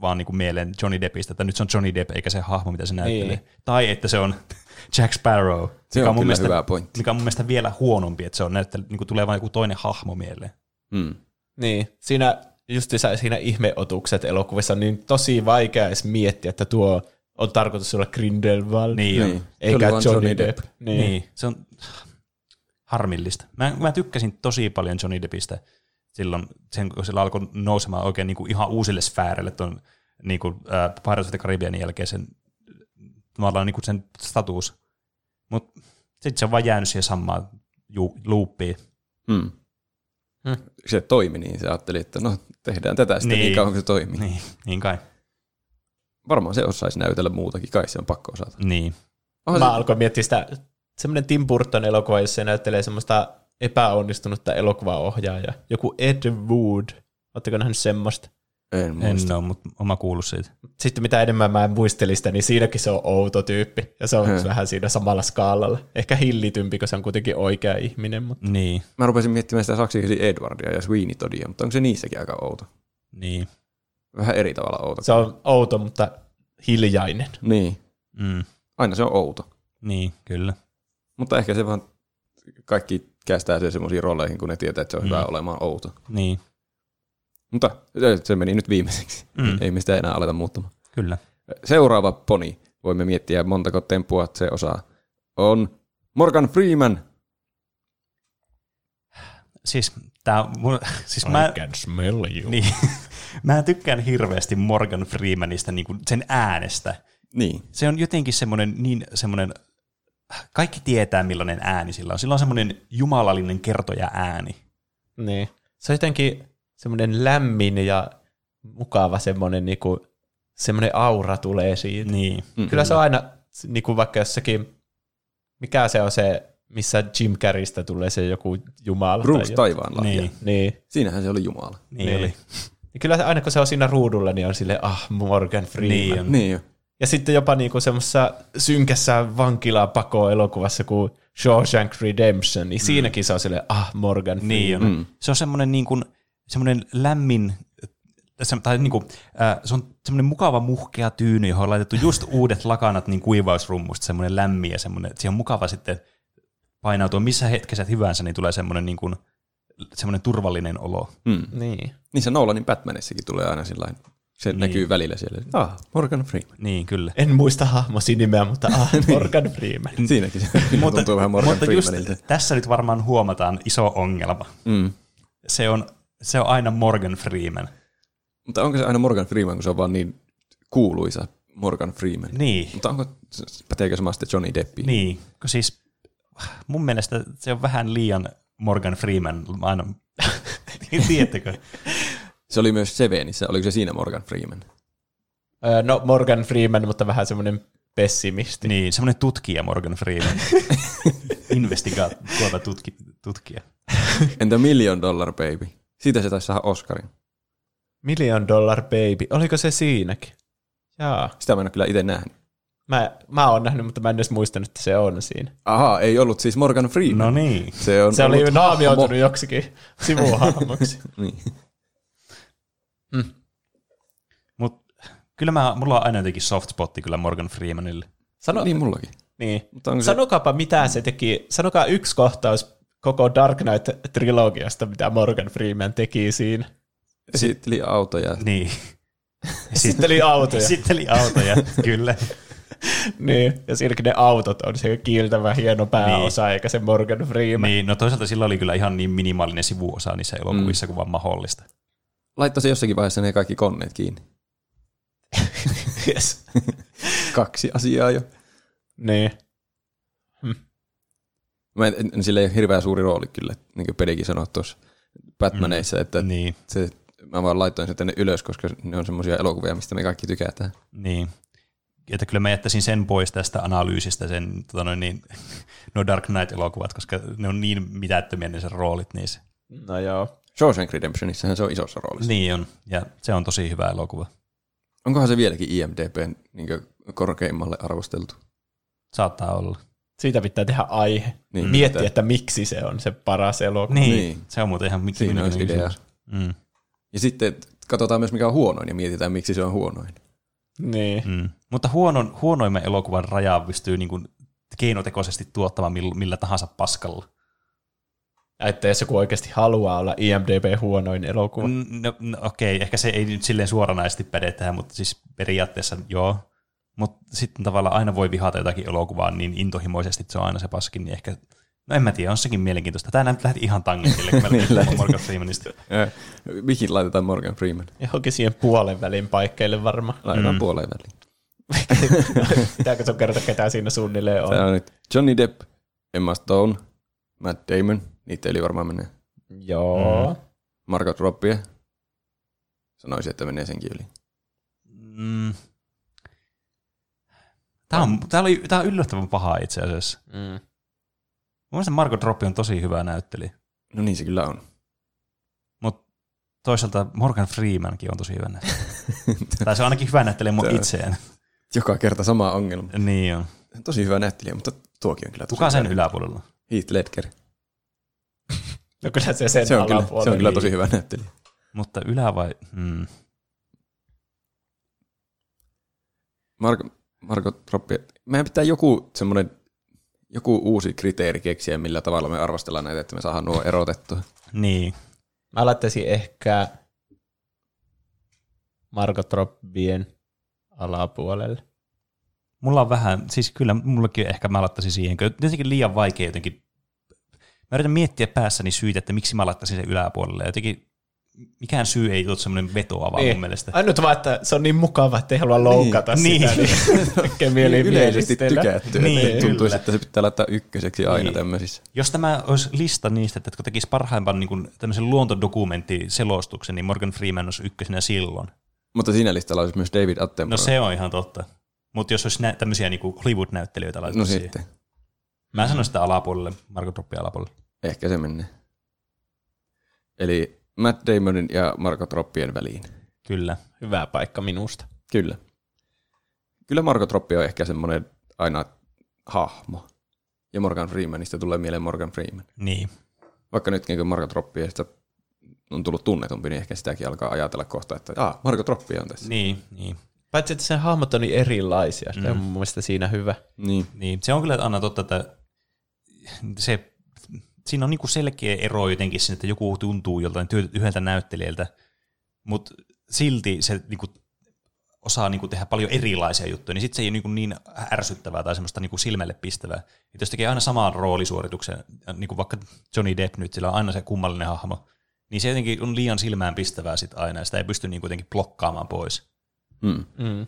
vaan niin kun mieleen Johnny Deppistä, että nyt se on Johnny Depp eikä se hahmo, mitä se näyttelee. Niin. Tai että se on Jack Sparrow, se on mun kyllä mielestä, hyvä pointti. mikä on mun mielestä vielä huonompi, että se on näyttely, niin kun tulee vain joku toinen hahmo mieleen. Mm. niin. Siinä, just siinä ihmeotukset elokuvissa on niin tosi vaikea edes miettiä, että tuo on tarkoitus olla Grindelwald, Niin, niin. On. Niin. Se oli eikä vaan Johnny Johnny Depp. Depp. Niin. Niin. niin, se on harmillista. Mä, mä tykkäsin tosi paljon Johnny Deppistä silloin, sen, kun sillä alkoi nousemaan oikein niin kuin ihan uusille sfääreille tuon niin kuin, äh, Pirates of the Caribbean jälkeen sen, tavallaan niin kuin sen status. Mutta sitten se on vaan jäänyt siihen samaan ju- loopiin. Mm. Mm. Se toimi, niin se ajatteli, että no tehdään tätä sitten niin, Niin. niin kauan kuin se toimii. Niin. Niin, niin kai. Varmaan se osaisi näytellä muutakin, kai se on pakko osata. Niin. Onhan Mä se, alkoin miettiä sitä, semmoinen Tim Burton elokuva, jossa se näyttelee semmoista epäonnistunutta elokuvaohjaajaa. Joku Ed Wood. Oletteko nähnyt semmoista? en En muista. ole, mutta oma kuullut siitä. sitten mitä enemmän mä muistelin sitä, niin siinäkin se on outo tyyppi. Ja se on Hmm. vähän siinä samalla skaalalla. Ehkä hillitympi, kun se on kuitenkin oikea ihminen. Mutta... Niin, Mä rupesin miettimään sitä saksikäsi Edwardia ja Sweeney Toddia, mutta onko se niissäkin aika outo? niin. Vähän eri tavalla outo. Se on outo, mutta hiljainen. Niin, Mm, aina se on outo. niin, kyllä. Mutta ehkä se vaan kaikki kästää se semmoisiin rooleihin, kun ne tietää, että se on Mm. mm. hyvä olemaan outo. Niin, Mutta se- se meni nyt viimeiseksi. Mm. Mm. Ei mistä enää aleta muuttamaan. kyllä. Seuraava poni voimme miettiä montako tempua se osaa, on Morgan Freeman. Siis, tää, mun, siis mä, can smell you. niin, mä tykkään hirveästi Morgan Freemanista, niin kuin sen äänestä. Niin. Se on jotenkin semmoinen niin semmoinen, kaikki tietää millainen ääni sillä on. Sillä on semmoinen jumalallinen kertoja ääni. Niin. Se on jotenkin semmoinen lämmin ja mukava semmoinen, niinku, semmoinen aura tulee siitä. Niin. Mm. Kyllä se on aina, niinku vaikka jossakin, mikä se on se, missä Jim Carreystä tulee se joku jumala. Bruce tai taivaan lahja. Niin. Niin. niin. Siinähän se oli Jumala. Niin, Niin. niin. Oli. Ja kyllä se, aina kun se on siinä ruudulla, niin on silleen, ah, Morgan Freeman. niin on. Niin jo. Ja sitten jopa niinku semmoisessa synkässä vankilapakoelokuvassa kuin Shawshank Redemption, niin siinäkin se on silleen, ah, Morgan Mm. Freeman. Niin on. Mm. Se on semmoinen, niin kuin, semmoinen lämmin, se, tai niin kuin, äh, se on semmoinen mukava muhkea tyyny, johon on laitettu just uudet lakanat niin kuivausrummusta, semmoinen lämmin ja semmoinen, että siihen on mukava sitten painautua missä hetkessä hyvänsä, niin tulee semmoinen, niin kuin, semmoinen turvallinen olo. Mm. Niin. Niin se Nolanin Batmanissakin tulee aina sillä lailla. Se niin. näkyy välillä siellä. Ah, Morgan Freeman. Niin, kyllä. En muista hahmosi nimeä, mutta ah, Niin. Morgan Freeman. Siinäkin se mutta, tuntuu vähän Morgan Mm. mutta just Freemanilta. tässä nyt varmaan huomataan iso ongelma. Mm. Se on, se on aina Morgan Freeman. Mutta onko se aina Morgan Freeman, kun se on vaan niin kuuluisa Morgan Freeman? Niin. Mutta onko, päteekö sama sitten Johnny Deppiin? Niin, kun siis mun mielestä se on vähän liian Morgan Freeman aina. Niin, Tiedättekö? Se oli myös Sevenissä. Oliko se siinä Morgan Freeman? Öö, No Morgan Freeman, mutta vähän semmoinen pessimisti. niin, semmoinen tutkija Morgan Freeman. Investigaatioita tutki, tutkija. Entä Million Dollar Baby? Siitä se taisi saada Oscarin. Million Dollar Baby, oliko se siinäkin? Jaa. Sitä mä en ole kyllä itse nähnyt. Mä, mä oon nähnyt, mutta mä en edes muistanut, että se on siinä. Aha, ei ollut siis Morgan Freeman. No niin. Se, on Se oli ollut naamioitunut joksikin sivuhahmoksi. hahmo. Niin. Mutta kyllä mä, mulla on aina jotenkin soft spotti kyllä Morgan Freemanille. Sano, niin mullakin. niin. Mutta onko se, Sanokaapa, mitä se teki. Sanokaa yksi kohtaus koko Dark Knight-trilogiasta, mitä Morgan Freeman teki siinä. esitteli autoja? Niin. Sitten oli autoja. Sitteli autoja, kyllä. Niin, ja siinäkin ne autot on se kiiltävä hieno pääosa, niin. eikä se Morgan Freeman. Niin, no toisaalta sillä oli kyllä ihan niin minimaalinen sivuosa niissä elokuvissa mm. kuin vaan mahdollista. Laittoi se jossakin vaiheessa ne kaikki koneet kiinni. Niin. Yes. Kaksi asiaa jo. niin. Mä en, en, sillä ei ole hirveän suuri rooli kyllä, niin kuin Pedikin sanoi tuossa Batmaneissa, mm. että Niin, se, mä vaan laitoin sen tänne ylös, koska ne on semmoisia elokuvia, mistä me kaikki tykätään. niin. Että kyllä mä jättäisin sen pois tästä analyysistä, sen, tota noin, niin, no Dark Knight-elokuvat, koska ne on niin mitättömiä ne sen roolit niissä. No joo. Shawshank Redemptionissähän se on isossa roolissa. Niin on, ja se on tosi hyvä elokuva. Onkohan se vieläkin IMDBn niin korkeimmalle arvosteltu? Saattaa olla. Siitä pitää tehdä aihe. Niin, Niin, Miettiä, pitää. että miksi se on se paras elokuva. Niin, Niin. niin. se on muuten ihan mikä Siinä olisi idea. Mm, Ja sitten katsotaan myös, mikä on huonoin ja mietitään, miksi se on huonoin. Niin. mm. Mutta huonon, huonoimman elokuvan raja pystyy niin kuin keinotekoisesti tuottamaan millä, millä tahansa paskalla. Että jos joku oikeasti haluaa olla IMDB huonoin elokuva. Mm. Mm, No, no, okei, ehkä se ei nyt silleen suoranaisesti päde tähän, mutta siis periaatteessa joo. Mutta sitten tavallaan aina voi vihata jotakin elokuvaa niin intohimoisesti, että se on aina se paskin, niin ehkä... No en mä tiedä, on sekin mielenkiintoista. Tämä nyt lähti ihan tangentille, kun Niin mä lähti. lähdin Morgan Freemanista. Ää, Mihin laitetaan Morgan Freeman? Johonkin siihen puolen välin paikkeille varmaan. Laitetaan mm. puoleen väliin. Pitääkö sun kertoa, ketä siinä suunnilleen on? Täällä on nyt Johnny Depp, Emma Stone, Matt Damon, niitä yli varmaan menee. Joo. Mm. Margot Robbie, sanoisin, että menee senkin yli. Mm. Tämä on, tää oli, tää on yllättävän paha itse asiassa. Mm. Mun mielestä Marko Droppi on tosi hyvä näyttelijä, No niin se kyllä on. mutta toisaalta Morgan Freemankin on tosi hyvä näyttelijä. tai se on ainakin hyvä näyttelijä mun Se on. itseään. Joka kerta sama ongelma. niin on. Tosi hyvä näyttelijä, mutta tuokin on kyllä tosi Kuka sen hyvä. yläpuolella? Heath Ledger. No kyllä se sen Se on, kyllä, se on alapuolella. kyllä tosi hyvä näyttelijä. Mutta ylä vai... Mm. Marko, Marko Troppi, meidän pitää joku semmoinen joku uusi kriteeri keksiä, millä tavalla me arvostellaan näitä, että me saadaan nuo erotettua. Niin. Mä laittaisin ehkä Marko Troppien alapuolelle. Mulla on vähän, siis kyllä mullakin ehkä mä laittaisin siihen, kun jotenkin liian vaikea jotenkin. Mä yritän miettiä päässäni syitä, että miksi mä laittaisin sen yläpuolelle. Jotenkin mikään syy ei ole semmoinen vetoava niin. mun mielestä. Ainut vaan, että se on niin mukava, että ei halua loukata Niin. niin. sitä. Niin. Tekee mieli Yleisesti mielistellä. tykätty. Niin, Niin, tuntuisi, kyllä. että se pitää laittaa ykköseksi aina Niin. niin. tämmöisissä. Jos tämä olisi lista niistä, että jotka tekisi parhaimman niin kuin, tämmöisen luontodokumenttiselostuksen, niin Morgan Freeman olisi ykkösenä silloin. Mutta siinä listalla olisi myös David Attenborough. No se on ihan totta. Mutta jos olisi nä- tämmöisiä niin Hollywood-näyttelijöitä laitettu no siihen. sitten. Mä sanoin sitä alapuolelle, Marko Droppia alapuolelle. Ehkä se menee. Eli Matt Damonin ja Marko Troppien väliin. Kyllä. Hyvä paikka minusta. Kyllä. Kyllä Marko Troppi on ehkä semmoinen aina hahmo. Ja Morgan Freemanista tulee mieleen Morgan Freeman. Niin. Vaikka nytkin kun Marko Troppiestä on tullut tunnetumpi, niin ehkä sitäkin alkaa ajatella kohta, että ah, Marko Troppi on tässä. Niin, niin, Paitsi, että sen hahmot on niin erilaisia. Se on Mm. mun mielestä siinä hyvä. Niin. niin. Se on kyllä Anna totta, että se, siinä on niinku selkeä ero jotenkin siinä, että joku tuntuu joltain työ, yhdeltä näyttelijältä, mutta silti se niinku osaa niinku tehdä paljon erilaisia juttuja, niin sitten se ei ole niinku niin ärsyttävää tai semmoista niinku silmälle pistävää. Että jos tekee aina saman roolisuorituksen, niinku vaikka Johnny Depp nyt, sillä on aina se kummallinen hahmo, niin se jotenkin on liian silmään pistävää sit aina, ja sitä ei pysty niinku jotenkin blokkaamaan pois. Mm. Mm.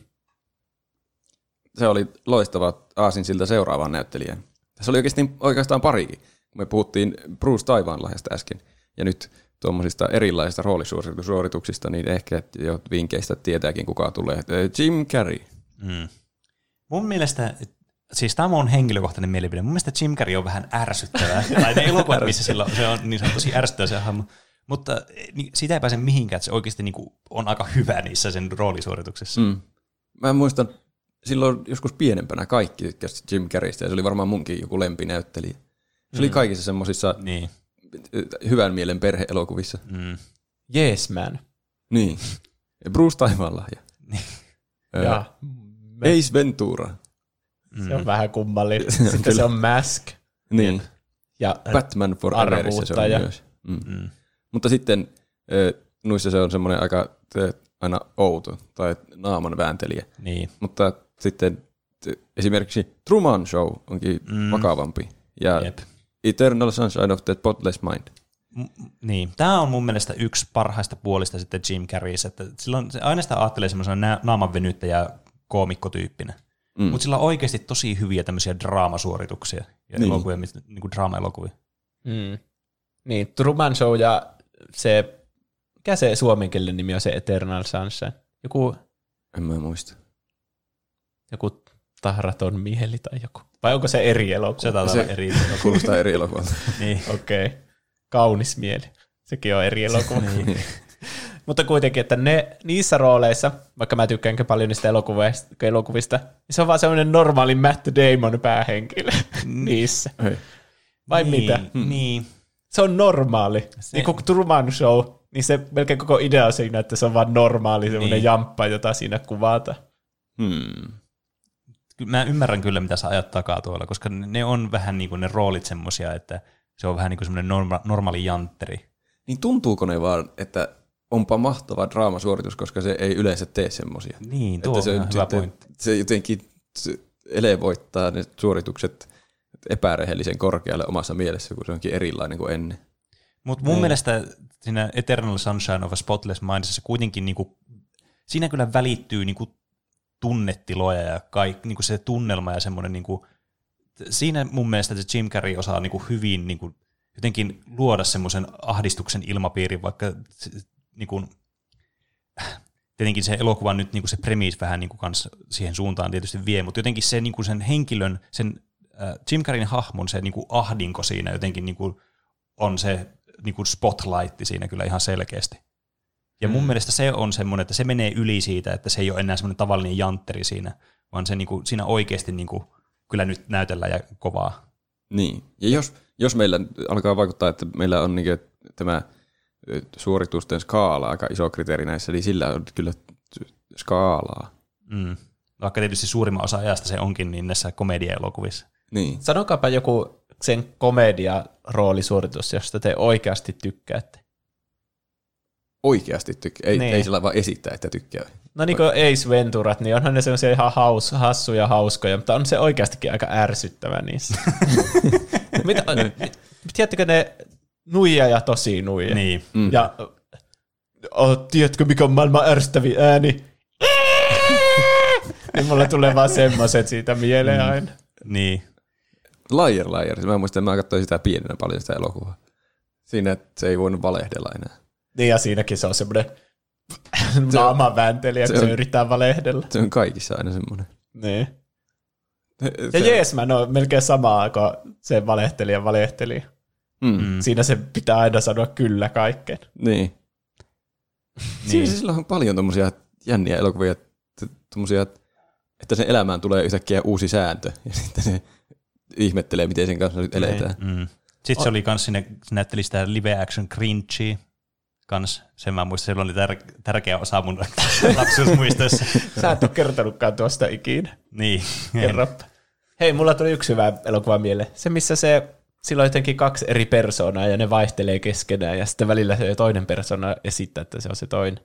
Se oli loistava aasin siltä seuraavaan näyttelijään. Tässä oli oikeasti, oikeastaan parikin. Me puhuttiin Bruce Taivaanlahjasta äsken. Ja nyt tuommoisista erilaisista roolisuorituksista, niin ehkä jo vinkkeistä tietääkin kuka tulee. Eh, Jim Carrey. Mm. Mun mielestä, siis tämä on henkilökohtainen mielipide, mun mielestä Jim Carrey on vähän ärsyttävää. tai ne elokuvat, missä sillä on, se on, niin se on tosi ärsyttävä se hahmo. Mutta niin, siitä ei pääse mihinkään, että se oikeasti niin kuin, on aika hyvä niissä sen roolisuorituksessa. Mm. Mm. Mä muistan, silloin joskus pienempänä kaikki tykkäsi Jim Carreystä ja se oli varmaan munkin joku lempinäyttelijä. Se oli kaikissa semmoisissa Niin. hyvän mielen perheelokuvissa. Mm. Yes, man. Niin. Ja Bruce Taivaanlahja. Niin. Ö, Ja, Ace Ventura. se on Mm. vähän kummallinen. Se on Sitten kyllä. se on Mask. Niin. Ja Batman Foreverissa se on Arvuuttaja. myös. Mm. Mm. Mutta sitten ö, nuissa se on semmoinen aika ö, aina outo tai naaman vääntelijä. Niin. Mutta sitten t- esimerkiksi Truman Show onkin Mm. mm. vakavampi. Ja Jep. Eternal Sunshine of the Spotless Mind. M- Niin. Tämä on mun mielestä yksi parhaista puolista sitten Jim Carreyssä, että silloin se aina sitä ajattelee semmoisena nä- naamanvenyttäjä koomikkotyyppinä. Mm. Mm. Mutta sillä on oikeasti tosi hyviä tämmöisiä draamasuorituksia ja niin. Niin. elokuvia, niin kuin draama-elokuvia. Mm. Niin, Truman Show ja se, mikä se suomenkielinen nimi on se Eternal Sunshine? Joku, En mä muista. joku tahraton mieli tai joku. Vai onko se eri elokuva? Se taitaa Se- olla eri. Kuulostaa eri elokuvalta. niin. Okei. Okay. Kaunis mieli. Sekin on eri elokuva. niin. Mutta kuitenkin, että ne, niissä rooleissa, vaikka mä tykkäänkin paljon niistä elokuvista, elokuvista niin se on vaan semmoinen normaali Matt Damon päähenkilö niissä. Ei. Vai niin. mitä? Niin. se on normaali. Se... Niin kuin Truman Show, niin se melkein koko idea on siinä, että se on vaan normaali semmoinen Niin. niin. jamppa, jota siinä kuvata. Hmm. Ky- Mä ymmärrän kyllä, mitä sä ajat takaa tuolla, koska ne- ne on vähän niin kuin ne roolit semmosia, että se on vähän niin kuin semmoinen norma- normaali jantteri. Niin tuntuuko ne vaan, että onpa mahtava draamasuoritus, koska se ei yleensä tee semmosia. Niin, tuo että on se, ihan hyvä pointti. se jotenkin se elevoittaa ne suoritukset epärehellisen korkealle omassa mielessä, kun se onkin erilainen kuin ennen. Mutta mun mielestä siinä Eternal Sunshine of a Spotless Mindissa se kuitenkin niinku, siinä kyllä välittyy niinku tunnetiloja ja kaik, niinku se tunnelma ja semmoinen niinku, siinä mun mielestä se Jim Carrey osaa niinku hyvin niinku jotenkin luoda semmoisen ahdistuksen ilmapiirin, vaikka se, niinku, tietenkin se elokuva nyt niinku se premis vähän niinku kans siihen suuntaan tietysti vie, mutta jotenkin se niinku sen henkilön, sen äh, Jim Carreyn hahmon se niinku ahdinko siinä jotenkin niinku on se niinku spotlight siinä kyllä ihan selkeästi. Ja mun mm. mielestä se on semmoinen, että se menee yli siitä, että se ei ole enää semmoinen tavallinen jantteri siinä, vaan se niinku, siinä oikeasti niinku, kyllä nyt näytellään ja kovaa. Niin. Ja jos, jos meillä alkaa vaikuttaa, että meillä on niin tämä ö, suoritusten skaala aika iso kriteeri näissä, niin sillä on kyllä skaalaa. Mm. Vaikka tietysti suurimman osa ajasta se onkin niin näissä komediaelokuvissa. Niin. Sanokaapa joku sen komedia-roolisuoritus, josta te oikeasti tykkäätte. Oikeasti tykkää. Ei, Niin. ei sillä vaan esittää, että tykkää. No niin kuin Ace Venturat, niin onhan ne semmoisia ihan haus, hassuja hauskoja, mutta on se oikeastikin aika ärsyttävä niissä. Mitä, tiedättekö ne nuija ja tosi nuija? Niin. Mm. Ja oh, tiedätkö mikä on maailman ärsyttävin ääni? niin mulle tulee vaan semmoiset siitä mieleen aina. Niin. Liar, liar. Mä muistan, mä katsoin sitä pienenä paljon sitä elokuvaa. Siinä että se ei voinut valehdella enää. Niin ja siinäkin se on semmoinen naaman vääntelijä, kun se se, on- yrittää valehdella. Se on kaikissa aina semmoinen. Niin. Se- Ja Jeesman on melkein samaa kuin se valehtelija valehtelija. Mm. Mm. Siinä se pitää aina sanoa kyllä kaikkeen. Niin. niin. Niin. Sillä on paljon tommosia jänniä elokuvia, t- tommosia, että sen elämään tulee yhtäkkiä uusi sääntö. Ja sitten se ihmettelee, miten sen kanssa nyt eletään. Mm. Sitten se oli kans sinne, se näytteli sitä live action cringea kans. Sen mä muistan, se oli tär- tärkeä osa mun lapsuusmuistoissa. Sä et ole kertonutkaan tuosta ikinä. niin. Kerroppa. Hei, mulla tuli yksi hyvä elokuva mieleen. Se, missä se sillä on jotenkin kaksi eri persoonaa ja ne vaihtelee keskenään ja sitten välillä se toinen persoona esittää, että se on se toinen.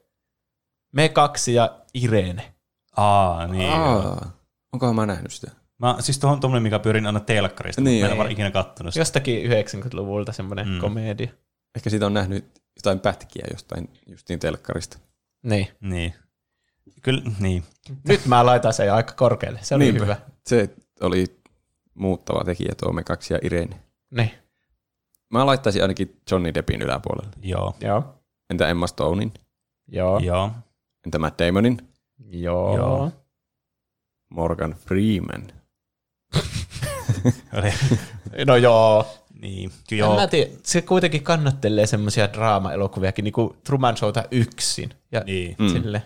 Me kaksi ja Irene. Aa, niin. Aa. Aa, onkohan mä nähnyt sitä? Mä, siis tuohon tommonen, mikä pyörin aina telkkarista, Niin, niin, mä en joo. ole varmaan ikinä kattonut sitä. Jostakin 90-luvulta semmoinen Mm. mm. komedia. Ehkä siitä on nähnyt jotain pätkiä jostain justiin telkkarista. Niin. Niin. Kyllä, niin. Nyt mä laitan sen aika korkealle. Se oli Niinpä. hyvä. Se oli muuttava tekijä tuo me kaksi ja Irene. Niin. Mä laittaisin ainakin Johnny Deppin yläpuolelle. Joo. Joo. Entä Emma Stonein? Joo. Joo. Entä Matt Damonin? Joo. Joo. Joo. Morgan Freeman. Oli. No joo. niin. Joo. Joo. Mä tiedä, se kuitenkin kannattelee semmoisia draama-elokuviakin, niin kuin Truman Showta yksin. Ja Niin. Mm. mm. sille.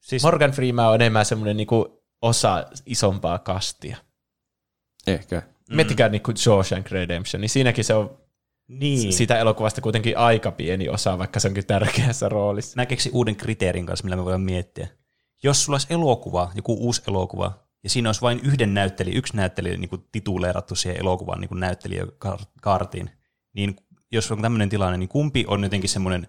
Siis, Morgan Freeman on enemmän semmoinen niinku osa isompaa kastia. Ehkä. Mm. Miettikää niinku Shawshank Redemption, niin siinäkin se on niin. niin. Sit. sitä elokuvasta kuitenkin aika pieni osa, vaikka se onkin tärkeässä roolissa. Mä keksin uuden kriteerin kanssa, millä me voidaan miettiä. Jos sulla olisi elokuva, joku uusi elokuva, ja siinä olisi vain yhden näyttelijä, yksi näyttelijä niin kuin tituleerattu siihen elokuvan niin kuin näyttelijäkaartiin, niin jos on tämmöinen tilanne, niin kumpi on jotenkin semmoinen,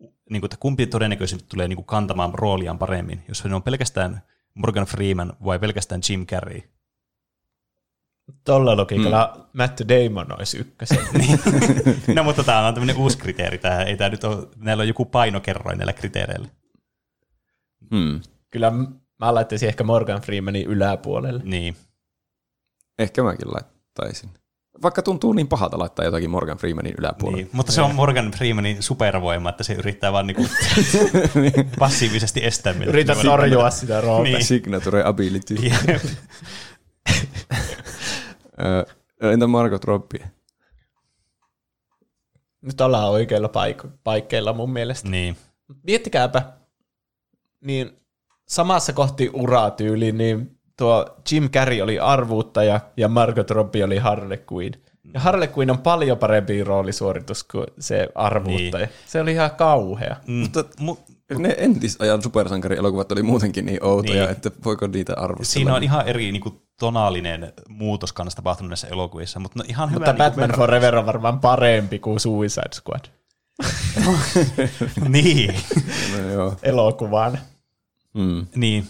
niin kuin, että kumpi todennäköisesti tulee niin kuin kantamaan rooliaan paremmin, jos se on pelkästään Morgan Freeman vai pelkästään Jim Carrey. Tolla logiikalla mm. Matt Damon olisi ykkösen. Niin. no mutta tämä on tämmöinen uusi kriteeri, tämä, ei tämä nyt ole, näillä on joku painokerroin näillä kriteereillä. Hmm. Kyllä m- mä laittaisin ehkä Morgan Freemanin yläpuolelle. Niin. Ehkä mäkin laittaisin. Vaikka tuntuu niin pahalta laittaa jotakin Morgan Freemanin yläpuolelle. Niin, mutta se on Morgan Freemanin supervoima, että se yrittää vaan niinku Niin. passiivisesti estää meitä. Yritä Niin. torjua sitä roolia. Niin. Niin. Signature ability. Jep. Ö, Entä Margot Robbie? Nyt ollaan oikeilla paik- paikkeilla mun mielestä. niin. miettikääpä, niin samassa kohti uratyyli, niin tuo Jim Carrey oli arvuuttaja ja Margot Robbie oli Harley Quinn. Ja Harley Quinn on paljon parempi roolisuoritus kuin se arvuuttaja. Niin. Se oli ihan kauhea. Mutta mu, Ne entisajan supersankarielokuvat oli muutenkin niin outoja, Niin. niin. että voiko niitä arvostella. No siinä on ihan eri niinku, tonaalinen muutos kanssa tapahtunut näissä elokuvissa, mutta no, ihan Mutta hyvä. Batman Forever on varmaan parempi kuin Suicide Squad Batman. niin. no, joo. elokuvaan. Mm. niin.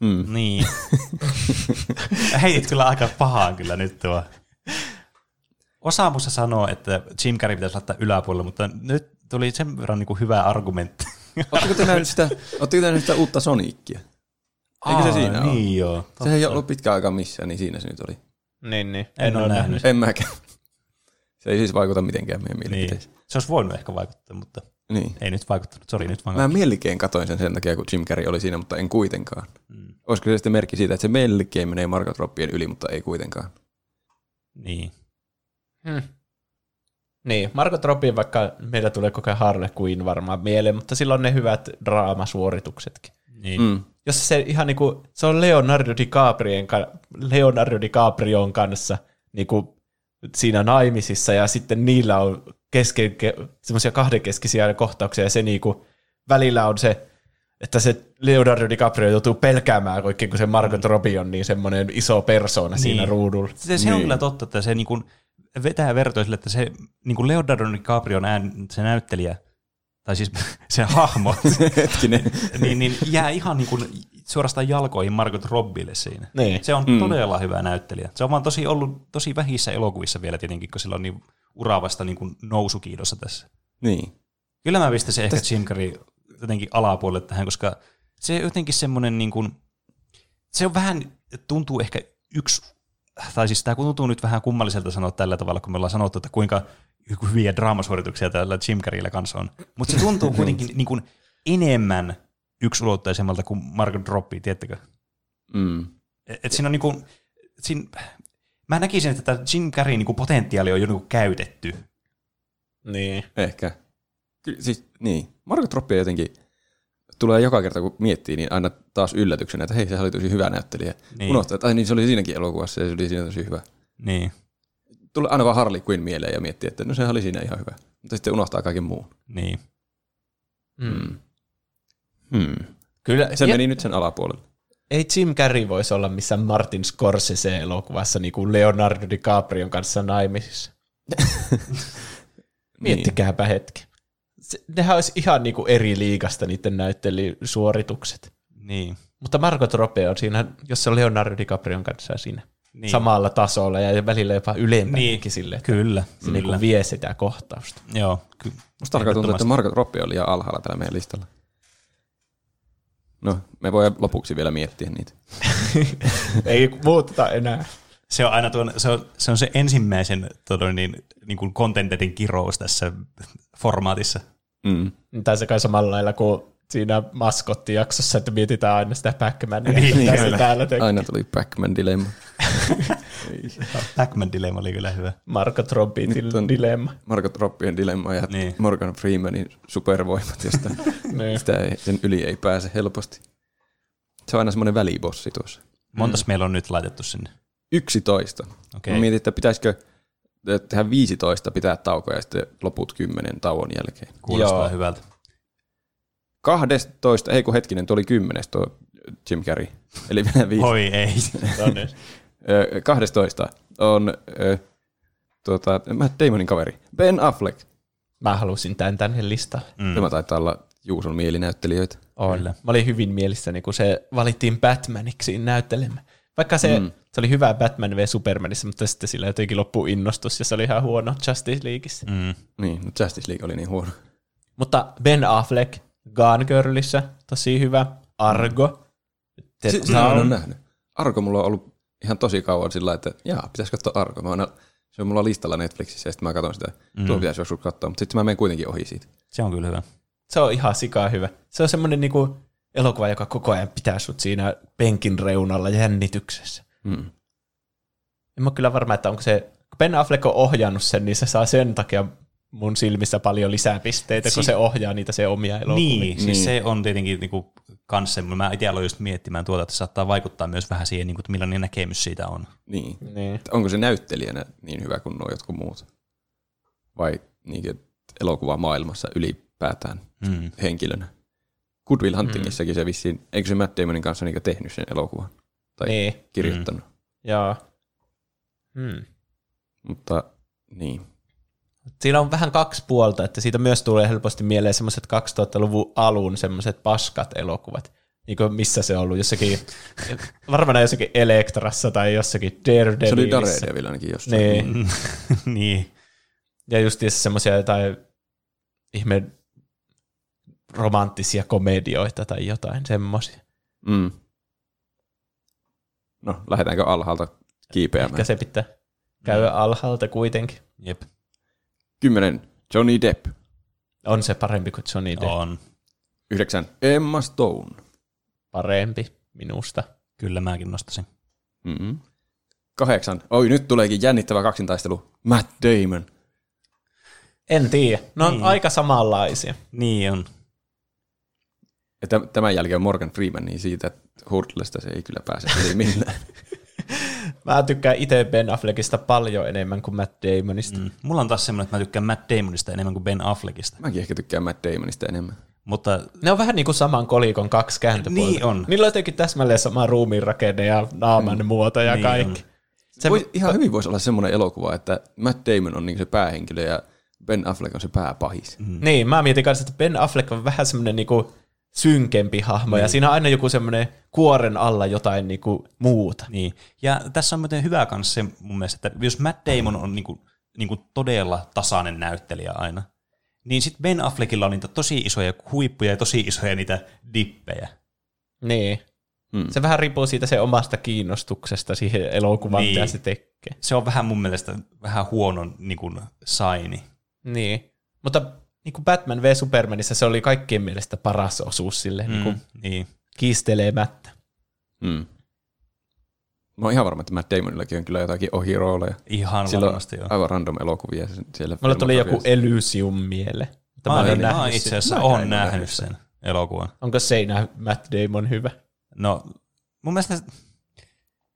Mm. Niin. Heitit kyllä aika pahaan kyllä nyt tuo. Osa musta sanoo, että Jim Carrey pitäisi laittaa yläpuolelle, mutta nyt tuli sen verran niin kuin hyvä argumentti. Oletteko te nähnyt sitä, ootteko te nähnyt sitä uutta Sonicia? Eikö se siinä ole? niin joo. Sehän ei ollut pitkään aikaa missään, niin siinä se nyt oli. Niin, niin. En ole nähnyt. En mäkään. Se ei siis vaikuta mitenkään meidän Niin. mielipiteisiin. Se olisi voinut ehkä vaikuttaa, mutta Niin. niin. ei nyt vaikuttanut. Sori nyt vaan. Mä melkein katoin sen sen takia, kun Jim Carrey oli siinä, mutta en kuitenkaan. Mm. Olisiko se sitten merkki siitä, että se melkein menee Margot Robbien yli, mutta ei kuitenkaan. Niin. Hmm. Niin, Margot Robbie, vaikka meillä tulee koko ajan Harley Quinn varmaan mieleen, mutta sillä on ne hyvät draamasuorituksetkin. Niin. Mm. Mm. jos se ihan niinku, se on Leonardo, DiCaprien, ka- Leonardo DiCaprion kanssa niinku, siinä naimisissa ja sitten niillä on kesken, semmoisia kahdenkeskisiä kohtauksia ja se niinku, välillä on se, että se Leonardo DiCaprio joutuu pelkäämään oikein, kun se Margot Robbie on niin semmoinen iso persoona niin. siinä Niin. ruudulla. Se, se on Niin. kyllä totta, että se niin niinku kuin vetää vertoisille, että se niin kuin Leonardo DiCaprio on ään, se näyttelijä, tai siis se hahmo, Hetkinen. niin, niin jää ihan niin kuin suorastaan jalkoihin Margot Robbille siinä. Niin. Se on mm. todella hyvä näyttelijä. Se on vaan tosi ollut tosi vähissä elokuvissa vielä tietenkin, kun sillä on niin uravasta niin kuin nousukiidossa tässä. niin. Kyllä mä pistäisin ehkä Jim Carrey jotenkin alapuolelle tähän, koska se on jotenkin semmoinen niin kuin, se on vähän, tuntuu ehkä yksi, tai siis tämä tuntuu nyt vähän kummalliselta sanoa tällä tavalla, kun me ollaan sanottu, että kuinka hyviä draamasuorituksia tällä Jim Carreyllä kanssa on. Mutta se tuntuu kuitenkin niin kuin enemmän yksulotteisemmalta kuin Margot Robbie, tiettäkö? Mm. Et siinä on niin kuin, siinä, mä näkisin, että tämä Jim Carreyn niin kuin potentiaali on jo niin kuin käytetty. Niin. Ehkä. Kyllä, siis, niin. Margot Robbie jotenkin tulee joka kerta, kun miettii, niin aina taas yllätyksenä, että hei, se oli tosi hyvä näyttelijä. Niin. Niin. Unohtaa, että ai niin, se oli siinäkin elokuvassa ja se oli siinä tosi hyvä. Niin, Tulee aina vaan Harley Quinn mieleen ja miettii, että no sehän oli siinä ihan hyvä. Mutta sitten unohtaa kaiken muun. niin. Mm. Hmm. Kyllä, Se ja- meni nyt sen alapuolelle. ei Jim Carrey voisi olla missään Martin Scorsese-elokuvassa niin kuin Leonardo DiCaprion kanssa naimisissa. Niin. Niin. Miettikääpä hetki. Se, nehän olisi ihan niin kuin eri liigasta niiden näyttelijäsuoritukset. Niin. Mutta Margot Robbie on siinä, jos se on Leonardo DiCaprion kanssa siinä Niin. niin. samalla tasolla ja välillä jopa ylempänäkin niin. sille, että Kyllä, se niin kuin vie sitä kohtausta. niinku Joo, ky- Musta alkaa tuntua, että Margot Robbie oli ihan alhaalla täällä meidän listalla. No, me voi lopuksi vielä miettiä niitä. Ei muuta enää. se on aina tuon, se on, se, on se ensimmäisen todella, niin, niin kuin contentetin kirous tässä formaatissa. Mm. Tai se kai samalla lailla kuin siinä maskottijaksossa, että mietitään aina sitä Pac-Mania, Niin, mitä se kyllä. täällä tekee. Aina tuli Pac-Man dilemma. Pac-Man dilemma oli kyllä hyvä. Marko Robbie Nyt on- dilemma. Margot Robbien dilemma ja Niin. niin. Morgan Freemanin supervoimat, josta Niin. sitä ei, sen yli ei pääse helposti. Se on aina semmoinen välibossi tuossa. Montas mm. meillä on nyt laitettu sinne? 11. Okei. No, Okay. Mietin, että pitäisikö tehdä 15 pitää taukoja ja sitten loput 10 tauon jälkeen. Kuulostaa Joo. hyvältä. 12, ei kun hetkinen, tuo oli 10 tuo Jim Carrey. Eli vielä 5. Oi ei. No niin. 12 on ö, tuota, Matt Damonin kaveri, Ben Affleck. Mä halusin tämän tänne listalle. Mm. Tämä taitaa olla Juuson mielinäyttelijöitä. On. Kyllä. Mä olin hyvin mielissäni, kun se valittiin Batmaniksi näyttelemään. Vaikka se, mm. se oli hyvä Batman v Supermanissa, mutta sitten sillä jotenkin loppui innostus ja se oli ihan huono Justice Leagueissa. Mm. Mm. Niin, no Justice League oli niin huono. Mutta Ben Affleck, Gone Girlissä, tosi hyvä. Argo. The Si- sitä mä en ole nähnyt. Arko mulla on ollut ihan tosi kauan sillä lailla, että jaa, pitäisi katsoa Arko. Mä aina, se on mulla listalla Netflixissä ja sitten mä katson sitä. Mm. Tuo pitäisi joskus katsoa, mutta sitten mä menen kuitenkin ohi siitä. Se on kyllä hyvä. se on ihan sikaa hyvä. Se on semmoinen niinku elokuva, joka koko ajan pitää sut siinä penkin reunalla jännityksessä. Mm. En mä ole kyllä varma, että onko se, kun Ben Affleck on ohjannut sen, niin se saa sen takia mun silmissä paljon lisää pisteitä, kun Si- se ohjaa niitä se omia elokuvia. Niin, niin, siis Niin. se on tietenkin niinku kans semmoinen. Mä itse aloin just miettimään tuota, että se saattaa vaikuttaa myös vähän siihen, niinku, että millainen näkemys siitä on. Niin. niin. Että Onko se näyttelijänä niin hyvä kuin nuo jotkut muut? Vai niin elokuva maailmassa ylipäätään Mm. henkilönä? Goodwill Huntingissakin se vissiin, eikö se Matt Damonin kanssa niin tehnyt sen elokuvan? Tai Niin, kirjoittanut. joo. Hmm. Mutta niin. Siinä on vähän kaksi puolta, että siitä myös tulee helposti mieleen semmoiset 2000-luvun alun semmoiset paskat elokuvat. Niin kuin missä se on ollut, jossakin, varmaan jossakin Elektrassa tai jossakin Se oli Daredevilissä. Daredevil ainakin jossain. Niin. Mm. niin. Ja just semmoisia jotain ihme romanttisia komedioita tai jotain semmoisia. Mm. No, lähdetäänkö alhaalta kiipeämään? Ehkä se pitää käydä alhaalta kuitenkin. Jep, Kymmenen, Johnny Depp. On se parempi kuin Johnny Depp. on. Yhdeksän, Emma Stone. Parempi minusta. Kyllä mäkin nostasin. Mm-hmm. Kahdeksan, oi nyt tuleekin jännittävä kaksintaistelu, Matt Damon. En tiedä. No on Niin. aika samanlaisia. Niin on. Ja täm- tämän jälkeen on Morgan Freeman, niin siitä Hurtlesta se ei kyllä pääse yli millään. Mä tykkään itse Ben Affleckista paljon enemmän kuin Matt Damonista. Mm. Mm. Mulla on taas semmoinen, että mä tykkään Matt Damonista enemmän kuin Ben Affleckista. Mäkin ehkä tykkään Matt Damonista enemmän. Mutta Ne on vähän niin kuin saman kolikon kaksi kääntöpuolta. Niin on. Niillä on Mm. jotenkin täsmälleen sama ruumiin rakenne ja naaman muoto ja Niin kaikki. on. Se, Voi, ihan hyvin voisi olla semmoinen elokuva, että Matt Damon on niin se niinku päähenkilö ja Ben Affleck on se pääpahis. Mm. Niin, mä mietin kanssa, että Ben Affleck on vähän semmoinen niinku synkempi hahmo, niin. ja siinä on aina joku semmoinen kuoren alla jotain niinku muuta. Niin. Ja tässä on muuten hyvä kanssa se mun mielestä, että jos Matt Damon on niinku, niinku todella tasainen näyttelijä aina, niin sitten Ben Affleckilla on niitä tosi isoja huippuja ja tosi isoja niitä dippejä. Niin. Mm. Se vähän riippuu siitä se omasta kiinnostuksesta siihen elokuvaan, Niin. niin. mitä se tekee. Se on vähän mun mielestä vähän huono niinku, saini. Niin. Mutta niin kuin Batman v Supermanissa se oli kaikkien mielestä paras osuus sille mm. niin kuin Niin. kiistelemättä. Mm. Mä oon ihan varma, että Matt Damonillakin on kyllä jotakin ohirooleja. Ihan Sillä on varmasti joo. aivan random elokuvia sen- siellä. Mulle tuli joku elokuvia. Elysium miele. Mä oon, en mä oon nähnyt itse sitä. asiassa Mä en on ole nähnyt nähnyt sen elokuvan. Onko seinä Matt Damon hyvä? No, mun mielestä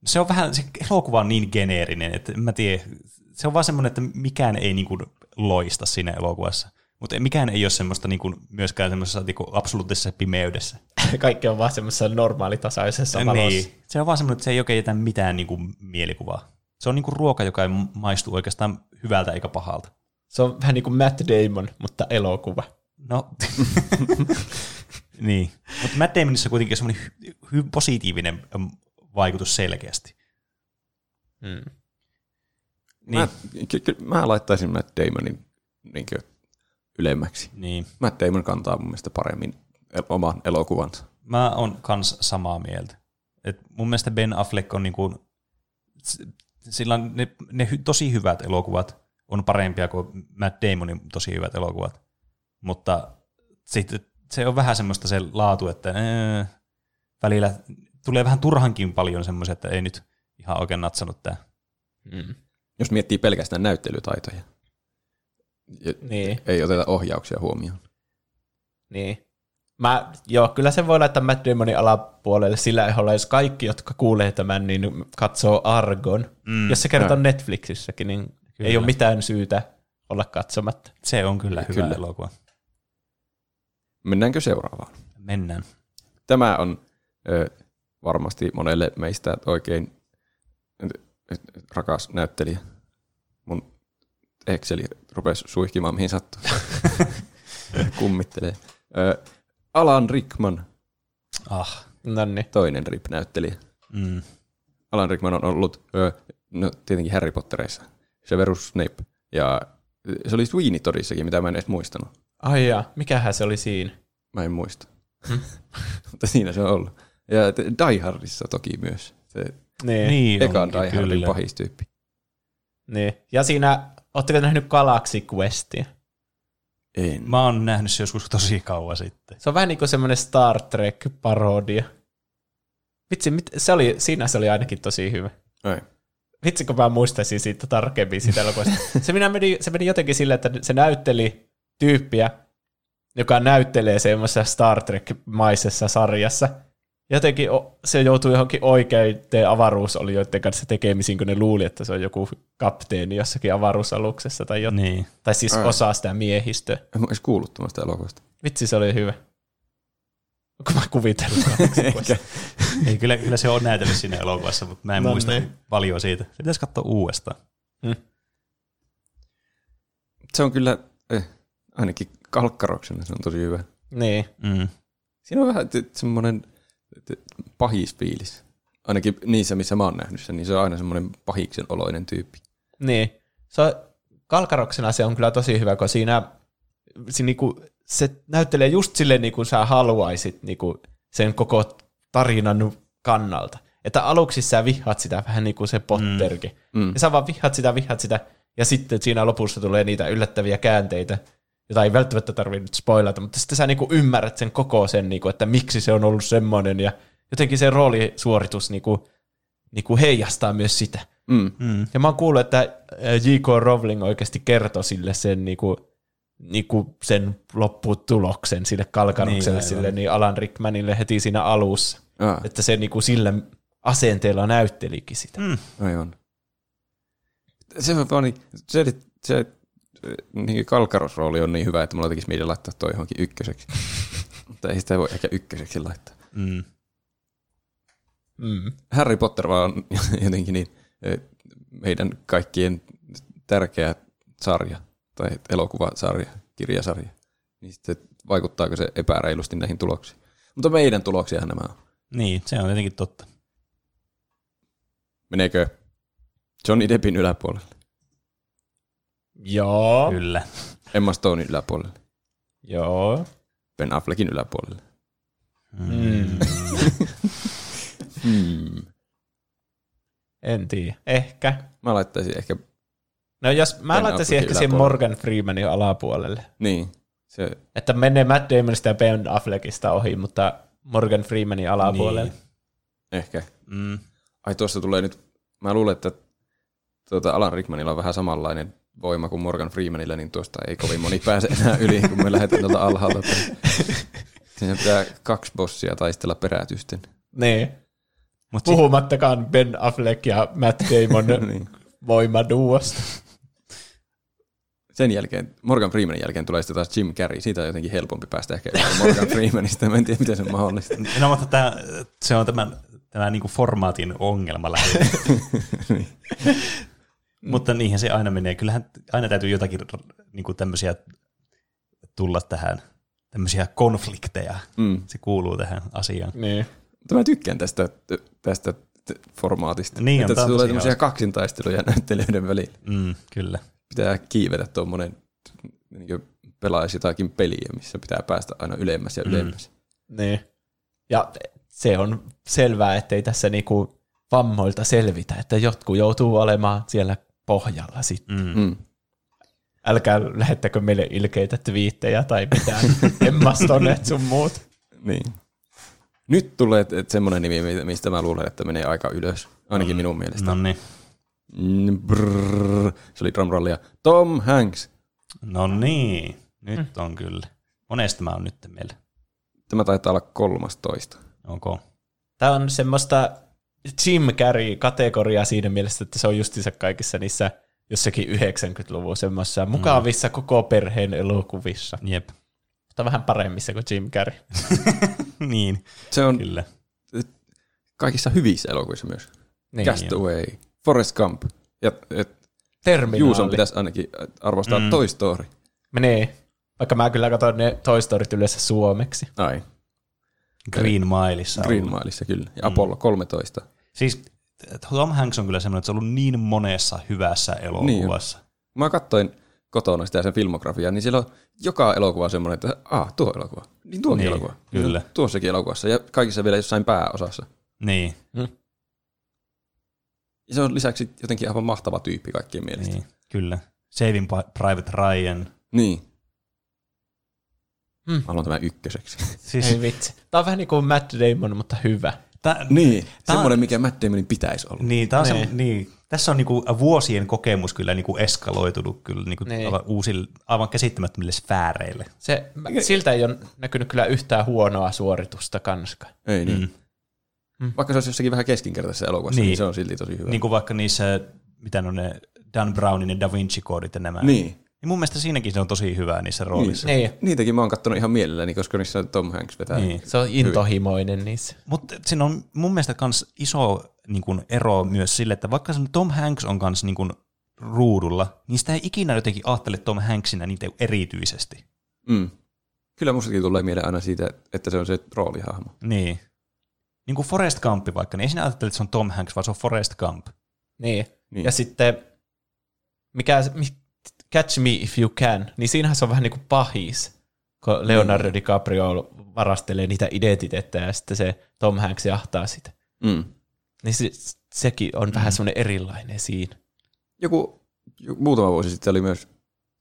se on vähän, se elokuva on niin geneerinen, että en mä tiedä, se on vaan semmoinen, että mikään ei niinku loista siinä elokuvassa. Mutta mikään ei ole semmoista niinku, myöskään semmoisessa niinku absoluuttisessa pimeydessä. Kaikki on vaan semmoisessa normaalitasaisessa valossa. Niin. Niin. Se on vaan semmoinen, että se ei oikein jätä mitään niinku mielikuvaa. Se on niinku ruoka, joka ei maistu oikeastaan hyvältä eikä pahalta. Se on vähän niin kuin Matt Damon, mutta elokuva. No. niin. Mutta Matt Damonissa kuitenkin on semmoinen hy- hy- positiivinen äm, vaikutus selkeästi. Mm. Niin. Mä, ky- ky- mä laittaisin Matt Damonin niin ylemmäksi. Niin. Matt Damon kantaa mun mielestä paremmin el- oman elokuvansa. Mä oon kans samaa mieltä. Et mun mielestä Ben Affleck on niinku, s- sillä on ne, ne hy, tosi hyvät elokuvat on parempia kuin Matt Damonin tosi hyvät elokuvat. Mutta sitten se on vähän semmoista se laatu, että öö, välillä tulee vähän turhankin paljon semmoisia, että ei nyt ihan oikein natsannut tää. Mm. Jos miettii pelkästään näyttelytaitoja, ja Niin. ei oteta ohjauksia huomioon. Niin. Mä, joo, kyllä sen voi laittaa Matt Damonin alapuolelle sillä eholla, jos kaikki, jotka kuulee tämän, niin katsoo Argon. Mm. Mm. Jos se kertoo Netflixissäkin, niin kyllä. ei Kyllä. ole mitään syytä olla katsomatta. Se on kyllä, kyllä. hyvä Kyllä. elokuva. Mennäänkö seuraavaan? Mennään. Tämä on ö, varmasti monelle meistä oikein ö, ö, rakas näyttelijä. Mun Exceli rupesi suihkimaan mihin sattuu. Kummittelee. Ö, Alan Rickman, Ah. No niin. toinen Rip-näyttelijä. Mm. Alan Rickman on ollut, ö, no tietenkin Harry Potterissa, Severus Snape, ja se oli Sweeney Todissakin, mitä mä en edes muistanut. Ai jaa, mikähän se oli siinä? Mä en muista. Mutta siinä se on ollut. Ja t- Die Hardissa toki myös. Se Niin. niin. Niin ekan onkin, Die Hardin kyllä. pahis tyyppi. niin. Ja siinä, ootteko nähnyt Galaxy Questin? En. Mä oon nähnyt se joskus tosi kauan sitten. Se on vähän niin kuin semmoinen Star Trek-parodia. Vitsi, mit, se oli, siinä se oli ainakin tosi hyvä. Ei. Vitsi, kun mä muistaisin siitä tarkemmin siitä elokuvasta. Se, minä meni, se meni jotenkin sillä, että se näytteli tyyppiä, joka näyttelee semmoisessa Star Trek-maisessa sarjassa. Jotenkin o- se joutuu johonkin oikeuteen avaruusolioiden kanssa tekemisiin, kun ne luuli, että se on joku kapteeni jossakin avaruusaluksessa tai jotain. Niin. Tai siis Ai. osa sitä miehistöä. En mä edes kuullut tuommoista elokuvasta. Vitsi, se oli hyvä. Kun mä kuvitellut kaksi vuotta. Ei, kyllä, kyllä se on näytellyt siinä elokuvassa, mutta mä en no No muista niin. niin. paljon siitä. Se pitäisi katsoa uudestaan. Se on kyllä, eh, ainakin kalkkaroksena se on tosi hyvä. Niin. Mm. Siinä on vähän t- semmoinen t- pahis fiilis. Ainakin niissä, missä mä oon nähnyt sen, niin se on aina semmoinen pahiksen oloinen tyyppi. Niin. Se on, kalkaroksena se on kyllä tosi hyvä, kun siinä se, niinku, se näyttelee just silleen, niin kuin sä haluaisit niinku, sen koko tarinan kannalta. Että aluksi sä vihaat sitä vähän niin kuin se Potterkin. Mm. Ja sä vaan vihaat sitä, vihaat sitä, ja sitten siinä lopussa tulee niitä yllättäviä käänteitä, jota ei välttämättä tarvitse nyt spoilata, mutta sitten sä niinku ymmärrät sen koko sen, niinku, että miksi se on ollut semmoinen, ja jotenkin se roolisuoritus niinku, niinku heijastaa myös sitä. Mm. Mm. Ja mä oon kuullut, että äh, J.K. Rowling oikeasti kertoi sille sen, niinku, niinku sen lopputuloksen sille kalkanukselle, Niin, niin, aivan. sille niin Alan Rickmanille heti siinä alussa. Ah, Että se niinku sillä asenteella näyttelikin sitä. Mm. aivan. Se on vaan niin, se, se niin kalkarosrooli on niin hyvä, että mulla tekisi mieli laittaa toi johonkin ykköseksi. Mutta ei sitä voi ehkä ykköseksi laittaa. Mm. Mm. Harry Potter vaan on jotenkin niin eh, meidän kaikkien tärkeä sarja. tai elokuvasarja, kirjasarja, niin sitten vaikuttaako se epäreilusti näihin tuloksiin. Mutta meidän tuloksiahan nämä on. Niin, se on jotenkin totta. Meneekö Johnny Deppin yläpuolelle? Joo. Kyllä. Emma Stonein yläpuolelle? Joo. Ben Affleckin yläpuolelle? Mm. Hmm. en tiedä. Ehkä. Mä laittaisin ehkä, No jos mä Ben laittaisin ehkä sen Affleckin yläpuolelle. Morgan Freemanin alapuolelle. niin, se Että menee Matt Damonista ja Ben Affleckista ohi, mutta Morgan Freemanin alapuolelle. Niin. ehkä. Mm. Ai tuossa tulee nyt, mä luulen, että tuota Alan Rickmanilla on vähän samanlainen voima kuin Morgan Freemanilla, niin tuosta ei kovin moni pääse enää yli, kun me lähdetään tuolta alhaalta. Siinä pitää kaksi bossia taistella perätysten. niin. Mut sit, Puhumattakaan Ben Affleck ja Matt Damon Niin. voimaduosta. Sen jälkeen, Morgan Freemanin jälkeen tulee sitten taas Jim Carrey. Siitä on jotenkin helpompi päästä ehkä yli Morgan Freemanista. Mä en tiedä, miten se on mahdollista. no, mutta tämä, se on tämän, tämä niinku formaatin ongelma lähinnä. Niin. Mutta niinhän se aina menee. Kyllähän aina täytyy jotakin niin kuin tämmöisiä tulla tähän, tämmöisiä konflikteja. Mm. Se kuuluu tähän asiaan. Niin. Mutta mä tykkään tästä, tästä formaatista. Niin on, Että tää on tässä tulee tosi tämmöisiä kaksintaisteluja näyttelijöiden välillä. Mm, kyllä. pitää kiivetä tuommoinen, niin pelaisi jotakin peliä, missä pitää päästä aina ylemmäs ja ylemmäs. Mm. Niin. Ja se on selvää, ettei tässä niinku vammoilta selvitä, että jotkut joutuu olemaan siellä pohjalla sitten. Mm. Mm. Älkää lähettäkö meille ilkeitä twiittejä tai mitään emmastoneet sun muut. Niin. Nyt tulee et- et semmoinen nimi, mi- mistä mä luulen, että menee aika ylös. Ainakin mm. minun mielestä. No niin. Mm, brrr. se oli drumrollia. Tom Hanks. No niin. Nyt on kyllä. Monesti mä oon nyt meillä. Tämä taitaa olla 13. Onko? Tämä on semmoista Jim Carrey-kategoriaa siinä mielessä, että se on justiinsa kaikissa niissä jossakin 90-luvun semmoisissa mukavissa koko perheen elokuvissa. Jep. Mutta vähän paremmissa kuin Jim Carrey. niin, Se on kyllä. kaikissa hyvissä elokuvissa myös. Niin. Cast Away, Forrest Gump. Ja, et, Juuson Terminaali. pitäisi ainakin arvostaa mm. Toy Story. Niin. Vaikka mä kyllä katson ne Toy Storyt yleensä suomeksi. Ai, Green Mileissa. on Green ollut. Mileissa kyllä. Ja Apollo 13. Siis Tom Hanks on kyllä semmoinen, että se on ollut niin monessa hyvässä elokuvassa. mä katsoin kotona sitä sen filmografiaa, niin siellä on joka elokuva semmoinen, että ah, tuo elokuva, niin tuokin Niin, elokuva, kyllä. Niin tuossakin elokuvassa ja kaikissa vielä jossain pääosassa. Niin, Ja se on lisäksi jotenkin aivan mahtava tyyppi kaikkien mielestä. Niin. niin, kyllä. Saving Pri- Private Ryan. niin. Mm. Mm. Haluan tämän ykköseksi. Siis, Ei vitsi. Tää on vähän niin kuin Matt Damon, mutta hyvä. tä, niin, Tää- semmoinen mikä Matt Damonin pitäisi olla. Niin, tää on se, Niin. niin. Tässä on niinku vuosien kokemus kyllä niinku eskaloitunut kyllä niinku Niin. aivan uusille, aivan käsittämättömille sfääreille. Se, mä- siltä ei ole näkynyt kyllä yhtään huonoa suoritusta kanska. Ei niin. Mm. Mm. Vaikka se olisi jossakin vähän keskinkertaisessa elokuvassa, niin. Niin. niin se on silti tosi hyvä. Niin kuin vaikka niissä, mitä ne on ne Dan Brownin ja Da Vinci-koodit ja nämä. Niin. niin. niin mun mielestä siinäkin se on tosi hyvää niissä roolissa. Niin. Niitäkin mä oon kattonut ihan mielelläni, koska niissä Tom Hanks vetää. Niin. Niin. Se on intohimoinen niissä. Mutta siinä on mun mielestä kans iso niin kun ero myös sille, että vaikka se Tom Hanks on kans niin kun ruudulla, niin sitä ei ikinä jotenkin ajattele Tom Hanksina niitä erityisesti. Mm. Kyllä mustakin tulee mieleen aina siitä, että se on se roolihahmo. Niin. Niin kuin Forrest Gump vaikka, niin ei sinä ajattele, että se on Tom Hanks, vaan se on Forrest Gump. Niin. Niin. Ja sitten, mikä, se- mi- Catch Me If You Can, niin siinähän se on vähän niin kuin pahis, kun Leonardo DiCaprio varastelee niitä identiteettejä ja sitten se Tom Hanks jahtaa sitä. Mm. Niin se, sekin on vähän semmoinen erilainen siinä. Joku, joku muutama vuosi sitten oli myös,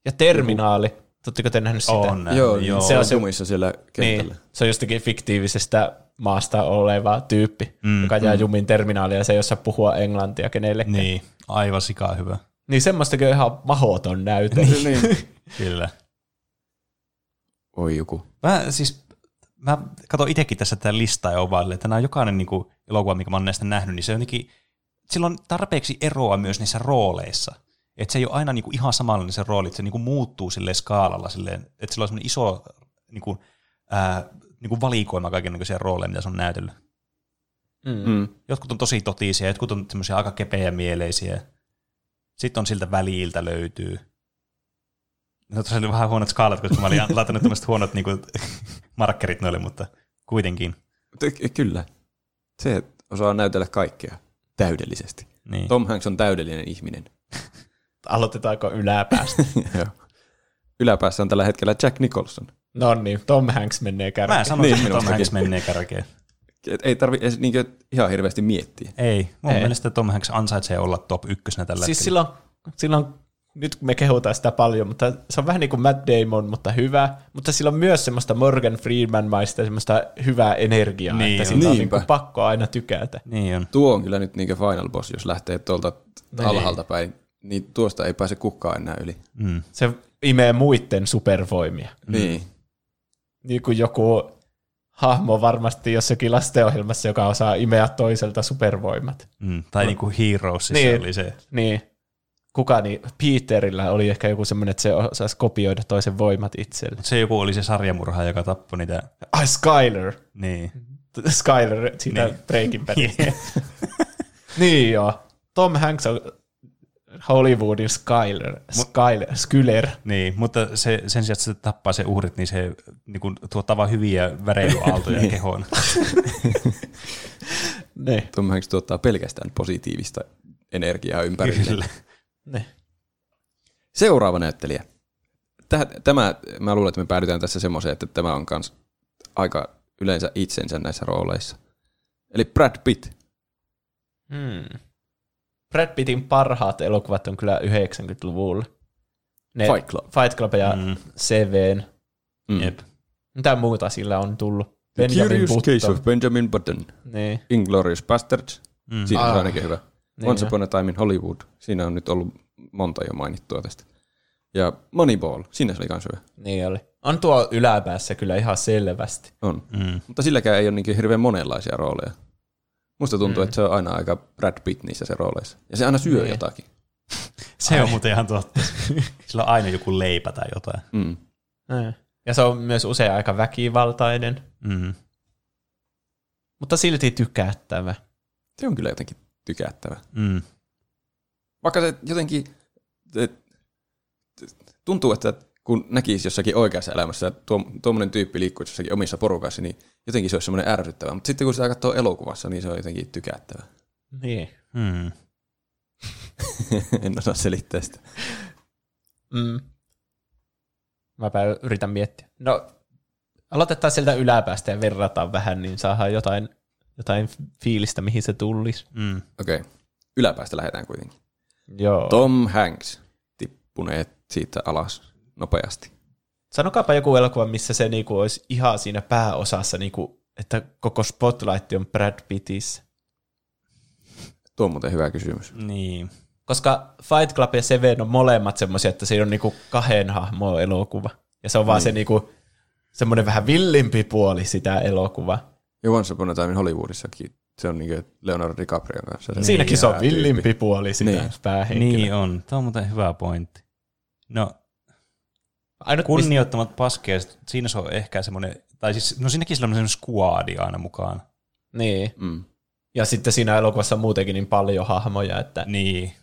Ja Terminaali, oletteko te nähnyt sitä? On näin. joo, Äh, joo. joo, se on se- jumissa siellä Niin, kentällä. se on jostakin fiktiivisestä maasta oleva tyyppi, mm, Mm, joka jää mm. jumin terminaalia ja se ei osaa puhua englantia kenellekään. Niin, Niin, aivan sikaa hyvä. niin semmoistakin on ihan mahoton näyte. Niin. niin. Kyllä. Oi joku. Mä siis, mä katson itsekin tässä tätä listaa ja ovaille, että nämä on jokainen niin kuin, elokuva, mikä mä oon näistä nähnyt, niin se on jotenkin, sillä on tarpeeksi eroa myös niissä rooleissa. Että se ei ole aina niin kuin, ihan samanlainen se rooli, että se niin kuin, muuttuu silleen skaalalla silleen, että sillä on semmoinen iso niin kuin, ää, niin kuin valikoima kaikenlaisia rooleja, mitä se on näytellyt. Mm. Mm. Jotkut on tosi totisia, jotkut on semmoisia aika kepeä mieleisiä. Sitten on siltä väliltä löytyy. No tuossa oli vähän huonot skaalat, koska mä olin laittanut tämmöiset huonot niin kuin, markkerit noille, mutta kuitenkin. T- e, Kyllä. Se osaa näytellä kaikkea täydellisesti. Niin. Tom Hanks on täydellinen ihminen. Aloitetaanko yläpäästä? Joo. Yläpäässä on tällä hetkellä Jack Nicholson. no niin, Tom Hanks menee Mä kärkeen. en sano, että Niin, Tom Hanks minustakin. menee kärkeen. Et ei tarvi edes niinkö ihan hirveästi miettiä. Ei, mun Ei. ei. mielestä Tom Hanks ansaitsee olla top ykkösenä tällä Siis siis silloin, silloin, nyt me kehutaan sitä paljon, mutta se on vähän niin kuin Matt Damon, mutta hyvä. Mutta sillä on myös semmoista Morgan Freeman-maista semmoista hyvää energiaa, Niin niin, että on. siitä on niin Niinpä. kuin pakko aina tykätä. Niin on. Tuo on kyllä nyt niinkö final boss, jos lähtee tuolta No alhaalta päin. Niin tuosta ei pääse kukaan enää yli. Mm. Se imee muiden supervoimia. Niin. Niin kuin joku hahmo varmasti jossakin lastenohjelmassa, joka osaa imeä toiselta supervoimat. Mm. Tai niin kuin Heroes, siis Niin. se oli se. Niin. Kuka niin? Peterillä oli ehkä joku semmoinen, että se osaisi kopioida toisen voimat itselle. Mut se joku oli se sarjamurha, joka tappoi niitä. Ai Skyler. Niin. Skyler siitä niin. Niin. Breaking Badista. niin joo. Tom Hanks on Hollywoodin Skyler. Skyler. Skyler. Niin, mutta se, sen sijaan, että se tappaa se uhrit, niin se niin kun, tuottaa vaan hyviä väreilyaaltoja Niin. kehoon. Ne. Tom Hanks tuottaa pelkästään positiivista energiaa ympärille. Kyllä. ne. Seuraava näyttelijä. Täh- Tämä, mä luulen, että me päädytään tässä semmoiseen, että tämä on kans aika yleensä itsensä näissä rooleissa. Eli Brad Pitt. Hmm. Brad Pittin parhaat elokuvat on kyllä 90-luvulla. Ne Fight Club. Fight Club Hmm. ja mm. Mm. Seven. Mm. Jep. Mitä muuta sillä on tullut? The Benjamin Curious Case Button. of Benjamin Button. Niin. Inglorious Bastards. Mm. Siinä on Ah. ainakin hyvä. Niin Once jo. Upon a Time in Hollywood. Siinä on nyt ollut monta jo mainittua tästä. Ja Moneyball. Siinä se oli kans hyvä. Niin oli. On tuo yläpäässä kyllä ihan selvästi. On. Mm. Mutta silläkään ei ole niin hirveän monenlaisia rooleja. Musta tuntuu, mm. että se on aina aika Brad Pitt niissä se rooleissa. Ja se aina syö Niin. jotakin. Se on muuten ihan totta. Sillä on aina joku leipä tai jotain. Mm. Niin. Ja se on myös usein aika väkivaltainen. Mm. mutta silti tykättävä. Se on kyllä jotenkin tykättävä. Mm. Vaikka se jotenkin se- tuntuu, että kun näkisi jossakin oikeassa elämässä, että tuo, tuommoinen tyyppi liikkuisi jossakin omissa porukassa, niin jotenkin se olisi semmoinen ärsyttävä. Mutta sitten kun sitä katsoo elokuvassa, niin se on jotenkin tykättävä. Niin. Mm. en osaa selittää sitä. Mm. Mäpä yritän miettiä. No, aloitetaan sieltä yläpäästä ja verrataan vähän, niin saadaan jotain, jotain fiilistä, mihin se tulisi. Mm. Okei, okay. yläpäästä lähdetään kuitenkin. Joo. To- Tom Hanks tippuneet siitä alas nopeasti. Sanokaapa joku elokuva, missä se niinku olisi ihan siinä pääosassa, niinku, että koko spotlight on Brad Pittissä. Tuo on muuten hyvä kysymys. Niin. Koska Fight Club ja Seven on molemmat semmoisia, että se on niinku kahden hahmoa elokuva. Ja se on vaan se niinku, semmoinen vähän villimpi puoli sitä elokuvaa. Ja Once Upon a Time in Hollywoodissakin se on niin Leonardo DiCaprion kanssa. Se Siinäkin se on Niin, tyyppi. villimpi puoli sitä Niin. päähenkilöä. Niin on. Tämä on muuten hyvä pointti. No, Ainut, mistä- kunnioittamat paskeiset, siinä se on ehkä semmoinen, tai siis, no siinäkin sillä on semmoinen skuaadi aina mukaan. niin. Mm. Ja sitten siinä elokuvassa on muutenkin niin paljon hahmoja, että Niin.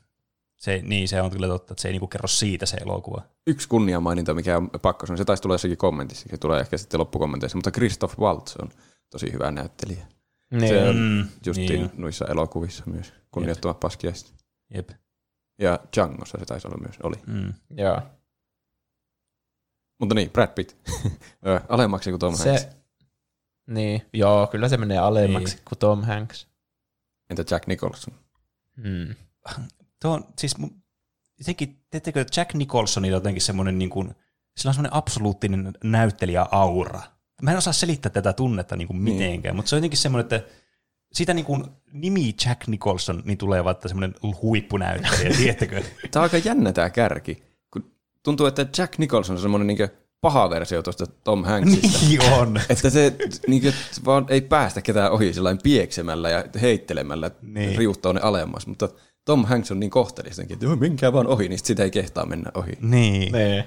Se, niin, se on kyllä totta, että se ei niinku kerro siitä se elokuva. yksi kunniamaininta, mikä on pakko sanoa, se taisi tulla jossakin kommentissa, se tulee ehkä sitten loppukommenteissa, mutta Christoph Waltz on tosi hyvä näyttelijä. niin. Se on Mm, Justiin Niin, noissa elokuvissa myös, kunnioittava paskiaista. jep. Ja Djangossa se taisi olla myös, oli. Mm. joo. Mutta niin, Brad Pitt. Ö, Alemmaksi kuin Tom Hanks. Se, niin. Joo, kyllä se menee alemmaksi niin. kuin Tom Hanks. Entä Jack Nicholson? Mm. Tuo on siis, mun- jotenkin, teettekö Jack Nicholsonilla jotenkin semmoinen, niin kuin, sillä on semmoinen absoluuttinen näyttelijäaura. Mä en osaa selittää tätä tunnetta niin kuin mitenkään, mutta se on jotenkin semmoinen, että siitä niin kuin nimi Jack Nicholson niin tulee vaan että semmoinen huippunäyttelijä, tiedättekö? Tämä on aika jännä tämä kärki, kun tuntuu, että Jack Nicholson on semmoinen niin paha versio tuosta Tom Hanksista. niin on. Että se niin kuin, vaan ei päästä ketään ohi sellainen pieksemällä ja heittelemällä niin. Niin. riuttaa ne alemmas, mutta Tom Hanks on niin kohtelistenkin, että joo, menkää vaan ohi, niin sit sitä ei kehtaa mennä ohi. Niin. Niin.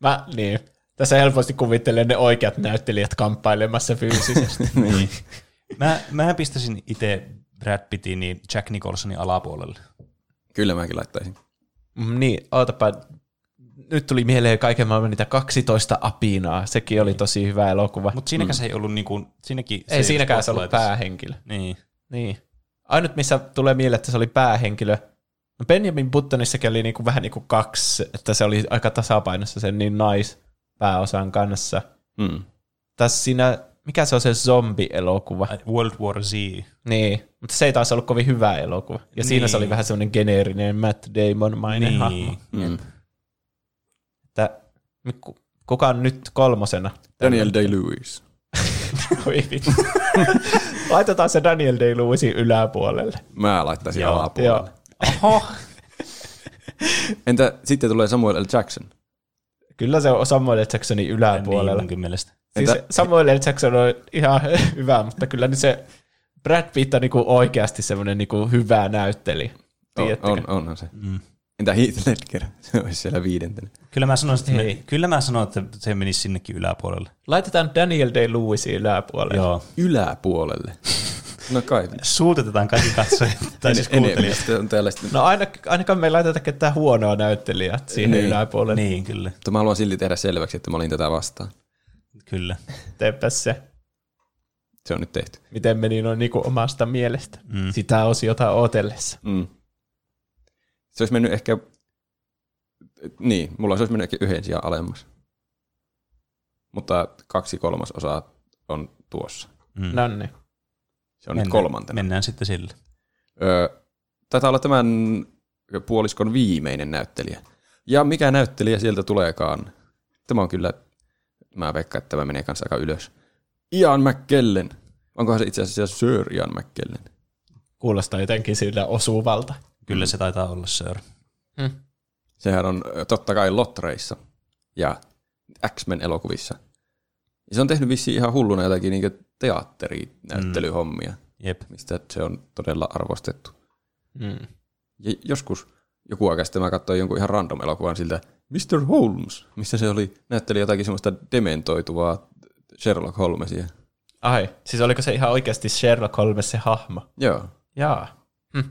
Mä, niin. Tässä helposti kuvittelen ne oikeat näyttelijät kamppailemassa fyysisesti. niin. Mä, mä pistäisin itse Brad Pittin niin Jack Nicholsonin alapuolelle. Kyllä mäkin laittaisin. Mm, niin, ootapa nyt tuli mieleen kaiken maailman niitä 12 apinaa. Sekin oli tosi hyvä elokuva. Mutta siinäkään mm. se ei ollut niin kuin, siinäkin ei siinäkään Niin. se ollut spotlightissa. päähenkilö. Niin. Niin. Ainut, missä tulee mieleen, että se oli päähenkilö, no Benjamin Buttonissakin oli niinku vähän niinku kaksi, että se oli aika tasapainossa sen niin naispääosan kanssa. Mm. Tässä siinä, mikä se on se zombielokuva? World War Z. Niin, mutta se ei taas ollut kovin hyvä elokuva. Ja niin. siinä se Niin. oli vähän semmoinen geneerinen Matt Damon-mainen niin. hahmo. Mm. Että ku- kuka on nyt kolmosena? Daniel Day-Lewis. Oi vittu. Laitetaan se Daniel Day-Lewisin yläpuolelle. Mä laittaisin Joo. alapuolelle. Joo. Oho. Entä sitten tulee Samuel L. Jackson? Kyllä se on Samuel L. Jacksonin yläpuolella. Niin munkin mielestä. Siis Entä- Samuel L. Jackson on ihan hyvä, mutta kyllä nyt se Brad Pitt on niinku oikeasti semmoinen niinku hyvä näyttelijä. On, Tiedättekö? on, onhan se. Mm. Entä Heath Ledger? Se olisi siellä viidentenä. Kyllä mä sanoin, että, Ei. me, kyllä mä sanoin, että se menisi sinnekin yläpuolelle. Laitetaan Daniel Day-Lewisin yläpuolelle. Joo. Yläpuolelle. No kai. Suutetetaan kaikki katsojat, tai siis En- kuuntelijat. enemmistö on tällaista. No aina, ainakaan me ei laiteta ketään huonoa näyttelijää siihen Niin. niin. yläpuolelle. Niin. Niin, kyllä. Mutta mä haluan silti tehdä selväksi, että mä olin tätä vastaan. Kyllä. Teepä se, Se on nyt tehty. miten meni noin niinku omasta mielestä. Mm. Mm. Siis Sitä osiota ootellessa. Mm. Se olisi mennyt ehkä... Niin, mulla se olisi mennyt ehkä yhden sijaan alemmas. Mutta kaksi kolmasosaa on tuossa. Mm. No niin. Se on nyt kolmantena. Mennään sitten sillä. Öö, taitaa olla tämän puoliskon viimeinen näyttelijä. Ja mikä näyttelijä sieltä tuleekaan? Tämä on kyllä, mä veikkaan, että tämä menee kanssa aika ylös. Ian McKellen. Onkohan se itse asiassa Sir Ian McKellen? Kuulostaa jotenkin sillä osuvalta. Kyllä se taitaa olla, sir. Mm. Sehän on ö, totta kai Lotreissa ja X-Men-elokuvissa. Ja se on tehnyt vissiin ihan hulluna jotakin niin teatterinäyttelyhommia, Jep. mistä se on todella arvostettu. Mm. Ja joskus joku aika sitten mä katsoin jonkun ihan random elokuvan siltä Mr. Holmes, missä se oli, näytteli jotakin semmoista dementoituvaa Sherlock Holmesia. Ai, siis oliko se ihan oikeasti Sherlock Holmes se hahmo? Joo, Jaa.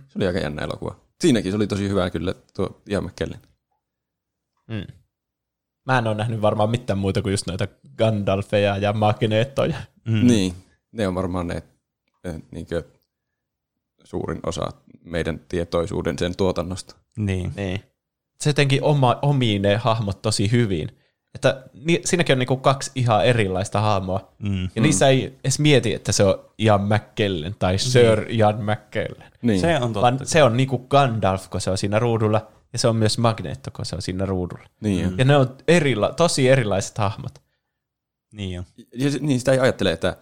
se oli aika jännä elokuva. Siinäkin se oli tosi hyvä kyllä tuo Ian McKellen. Mm. Mä en ole nähnyt varmaan mitään muuta kuin just noita Gandalfeja ja Magneettoja. Mm. Mm. Niin, ne on varmaan ne eh, niinkö, suurin osa meidän tietoisuuden sen tuotannosta. Niin. Niin. Se jotenkin oma, omii ne hahmot tosi hyvin. Että ni, siinäkin on niinku kaksi ihan erilaista hahmoa. Mm. Ja mm. niissä ei edes mieti, että se on Ian McKellen tai Sir Ian McKellen. Niin, se, Se on totta. Vaan se on niinku Gandalf, kun se on siinä ruudulla, ja se on myös Magneetto, kun se on siinä ruudulla. niin, mm. Ja ne on erila- tosi erilaiset hahmot. Niin jo. ja, se- niin sitä ei ajattele, että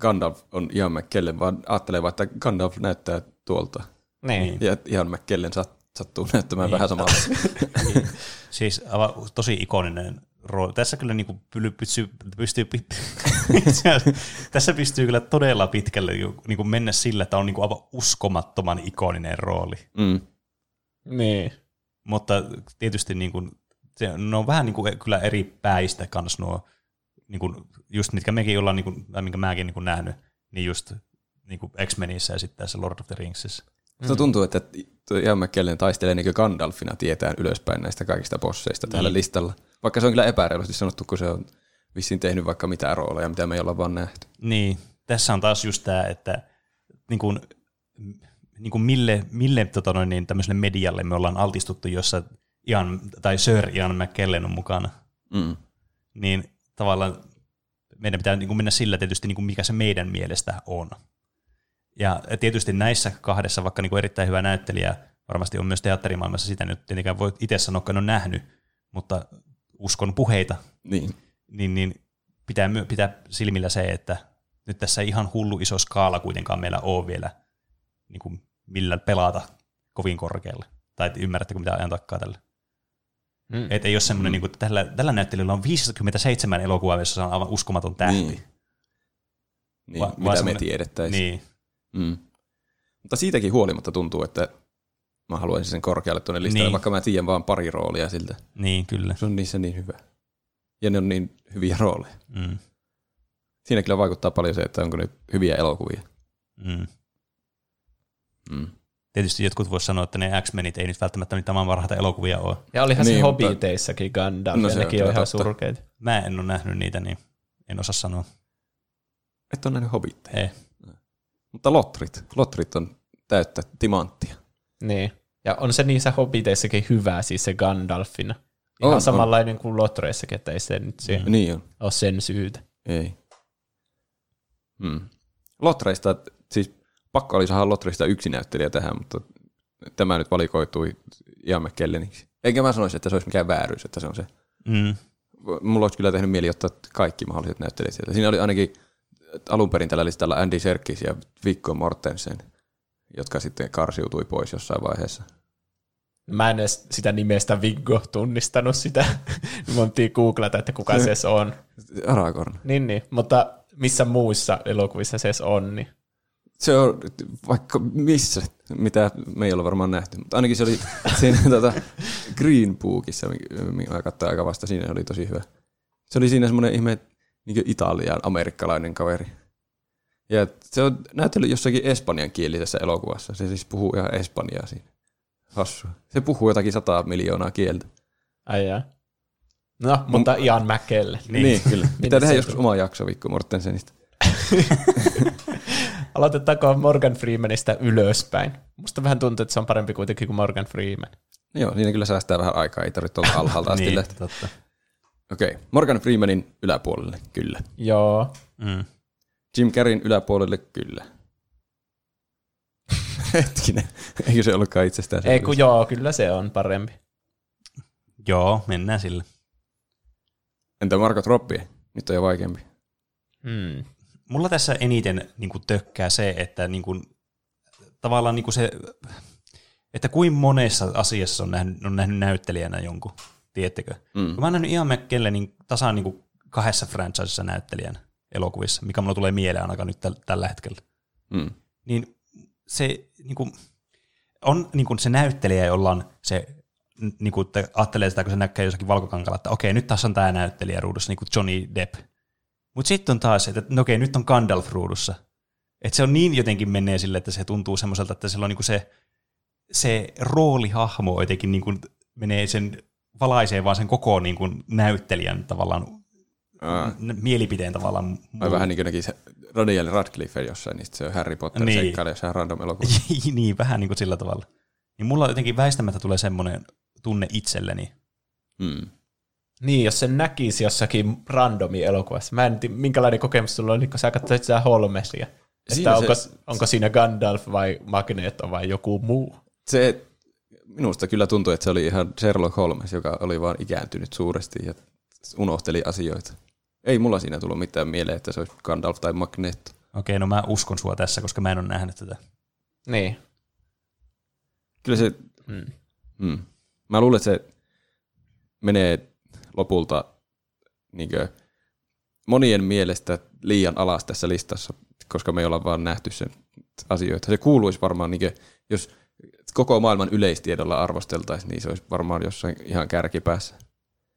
Gandalf on Ian McKellen, vaan ajattelee vaan, että Gandalf näyttää tuolta. Niin. Ja Ian McKellen sat, sattuu näyttämään Niin. vähän samalta. Siis aivan tosi ikoninen rooli. Tässä kyllä niinku pyly- pysyy- pystyy, pit- tässä pystyy kyllä todella pitkälle ju- niinku mennä sillä, että on niinku aivan uskomattoman ikoninen rooli. Mm. Niin. Mutta tietysti niinku, se, ne on vähän niinku kyllä eri päistä kans nuo, niinku, just mitkä mekin ollaan, niinku, tai minkä mäkin niinku nähnyt, niin just niinku X-Menissä ja sitten tässä Lord of the Ringsissä. Mutta tuntuu, että tuo Ian McKellen taistelee niin Gandalfina tietään ylöspäin näistä kaikista bosseista täällä Niin. listalla. Vaikka se on kyllä epäreilusti sanottu, kun se on vissiin tehnyt vaikka mitään rooleja, mitä me ei olla vaan nähty. Niin, tässä on taas just tämä, että niin kuin, niin kuin mille, mille tota noin, niin tämmöiselle medialle me ollaan altistuttu, jossa Ian, tai Sir Ian McKellen on mukana, Mm. niin tavallaan meidän pitää niin kuin mennä sillä tietysti, niin kuin mikä se meidän mielestä on. Ja tietysti näissä kahdessa, vaikka niin kuin erittäin hyvä näyttelijä, varmasti on myös teatterimaailmassa sitä, nyt tietenkään voi itse sanoa, kun en ole nähnyt, mutta uskon puheita, Niin. niin, niin pitää, myö- pitää silmillä se, että nyt tässä ei ihan hullu iso skaala kuitenkaan meillä ole vielä niin kuin millä pelata kovin korkealle. Tai et ymmärrättekö mitä ajan takkaa tällä. Mm. Että ei ole semmoinen, niin kuin, tällä, tällä näyttelijällä on 57 elokuvaa, jossa se on aivan uskomaton tähti. Niin. Niin, Va- Va- vaan mitä me semmoinen- tiedettäisiin. Niin, Mm. Mutta siitäkin huolimatta tuntuu, että mä haluaisin sen korkealle tuonne listalle, Niin. niin. vaikka mä tiedän vaan pari roolia siltä. niin kyllä. Se on niissä niin hyvä. Ja ne on niin hyviä rooleja. Mm, Siinä kyllä vaikuttaa paljon se, että onko ne hyviä elokuvia. mm. Mm. Tietysti jotkut voisivat sanoa, että ne X-Menit ei nyt välttämättä niitä maan parhaita elokuvia ole. Ja olihan niin, Niin, se mutta- Hobbiteissakin Gandalf, no, No ja se on nekin kyllä on ihan totta. surkeita. Mä en ole nähnyt niitä, niin en osaa sanoa. Et on nähnyt hobbitteja. Ei. Mutta lotrit. Lotrit on täyttä timanttia. Niin. Ja on se niissä Hobbiteissakin hyvää, siis se Gandalfina. Ihan On, on. on, samanlainen kuin Lotreissakin, että ei se nyt se Mm. mm. Niin on. ole sen syytä. Ei. Hmm. Lotreista, siis pakko oli saada Lotreista yksi näyttelijä tähän, mutta tämä nyt valikoitui Ian McKelleniksi. Eikä mä sanoisi, että se olisi mikään vääryys, että se on se. Mm. Mulla olisi kyllä tehnyt mieli ottaa kaikki mahdolliset näyttelijät sieltä. Siinä oli ainakin alun perin tällä listalla Andy Serkis ja Viggo Mortensen, jotka sitten karsiutui pois jossain vaiheessa. Mä en edes sitä nimestä Viggo tunnistanut sitä. Mä oltiin googlata, että kuka se edes on. Aragorn. Niin, niin. Mutta missä muissa elokuvissa se edes on, niin Se on vaikka missä, mitä me ei ole varmaan nähty, mutta ainakin se oli siinä tota, Green Bookissa, mikä katsoin aika vasta, siinä oli tosi hyvä. Se oli siinä semmoinen ihme niin italian amerikkalainen kaveri. Ja se on näytellyt jossakin espanjan kielisessä elokuvassa. Se siis puhuu ihan espanjaa siinä. Hassua. Se puhuu jotakin sataa miljoonaa kieltä. ai jaa. No, mutta Ian Mäkelle. Niin, niin kyllä. Minne Pitää tehdä se joskus oma jakso Vikku Mortensenista. Aloitetaanko Morgan Freemanista ylöspäin? Musta vähän tuntuu, että se on parempi kuitenkin kuin Morgan Freeman. Joo, siinä kyllä säästää vähän aikaa. Ei tarvitse tuolta alhaalta asti Niin, lähteä. totta. Okei, Morgan Freemanin yläpuolelle, kyllä. Joo. Mm. Jim Carreyn yläpuolelle kyllä. Hetkinen, eikö se ollutkaan itsestään Ei kun joo, kyllä se on parempi. Joo, mennään sille. Entä Marko Troppi? Nyt on jo vaikeampi. Hmm. Mulla tässä eniten niin kuin, tökkää se, että niin kuin, tavallaan niin kuin se, että kuin monessa asiassa on nähnyt, on nähnyt näyttelijänä jonkun, tiedättekö? Mm. Kun mä oon nähnyt Ian McKellenin tasan niin kuin, kahdessa franchisessa näyttelijän elokuvissa, mikä mulla tulee mieleen ainakaan nyt täl- tällä hetkellä. Mm. niin se niin kuin, on niin kuin se näyttelijä, jolla on se, niin kuin, että ajattelee sitä, kun se näkee jossakin valkokankalla, että okei, nyt taas on tämä näyttelijä ruudussa, niin kuin Johnny Depp. Mutta sitten on taas, että no okei, nyt on Gandalf ruudussa. Että se on niin jotenkin menee sille, että se tuntuu semmoiselta, että sillä on niin kuin se, se roolihahmo jotenkin niin kuin menee sen valaisee vaan sen koko niin kuin näyttelijän tavallaan, Aa, n- mielipiteen tavallaan. Ai vähän niin kuin näki se Daniel Radcliffe jossain, niin sit se on Harry Potter Niin. niin. seikkailija jossain random elokuvassa. niin, vähän niin kuin sillä tavalla. Niin mulla jotenkin väistämättä tulee semmoinen tunne itselleni. Mm. Niin, jos sen näkisi jossakin randomi elokuvassa. Mä en tiedä, minkälainen kokemus sulla oli, kun sä katsoit sitä Holmesia. Siinä Että se- onko, onko siinä Gandalf vai Magneto vai joku muu? Se, minusta kyllä tuntui, että se oli ihan Sherlock Holmes, joka oli vaan ikääntynyt suuresti ja unohteli asioita. Ei mulla siinä tullut mitään mieleen, että se olisi Gandalf tai Magneto. Okei, no mä uskon sua tässä, koska mä en ole nähnyt tätä. Niin. Kyllä se Mm. Mm. Mä luulen, että se menee lopulta niinkö, monien mielestä liian alas tässä listassa, koska me ei olla vaan nähty sen asioita. Se kuuluisi varmaan, niinkö, jos koko maailman yleistiedolla arvosteltaisiin, niin se olisi varmaan jossain ihan kärkipäässä.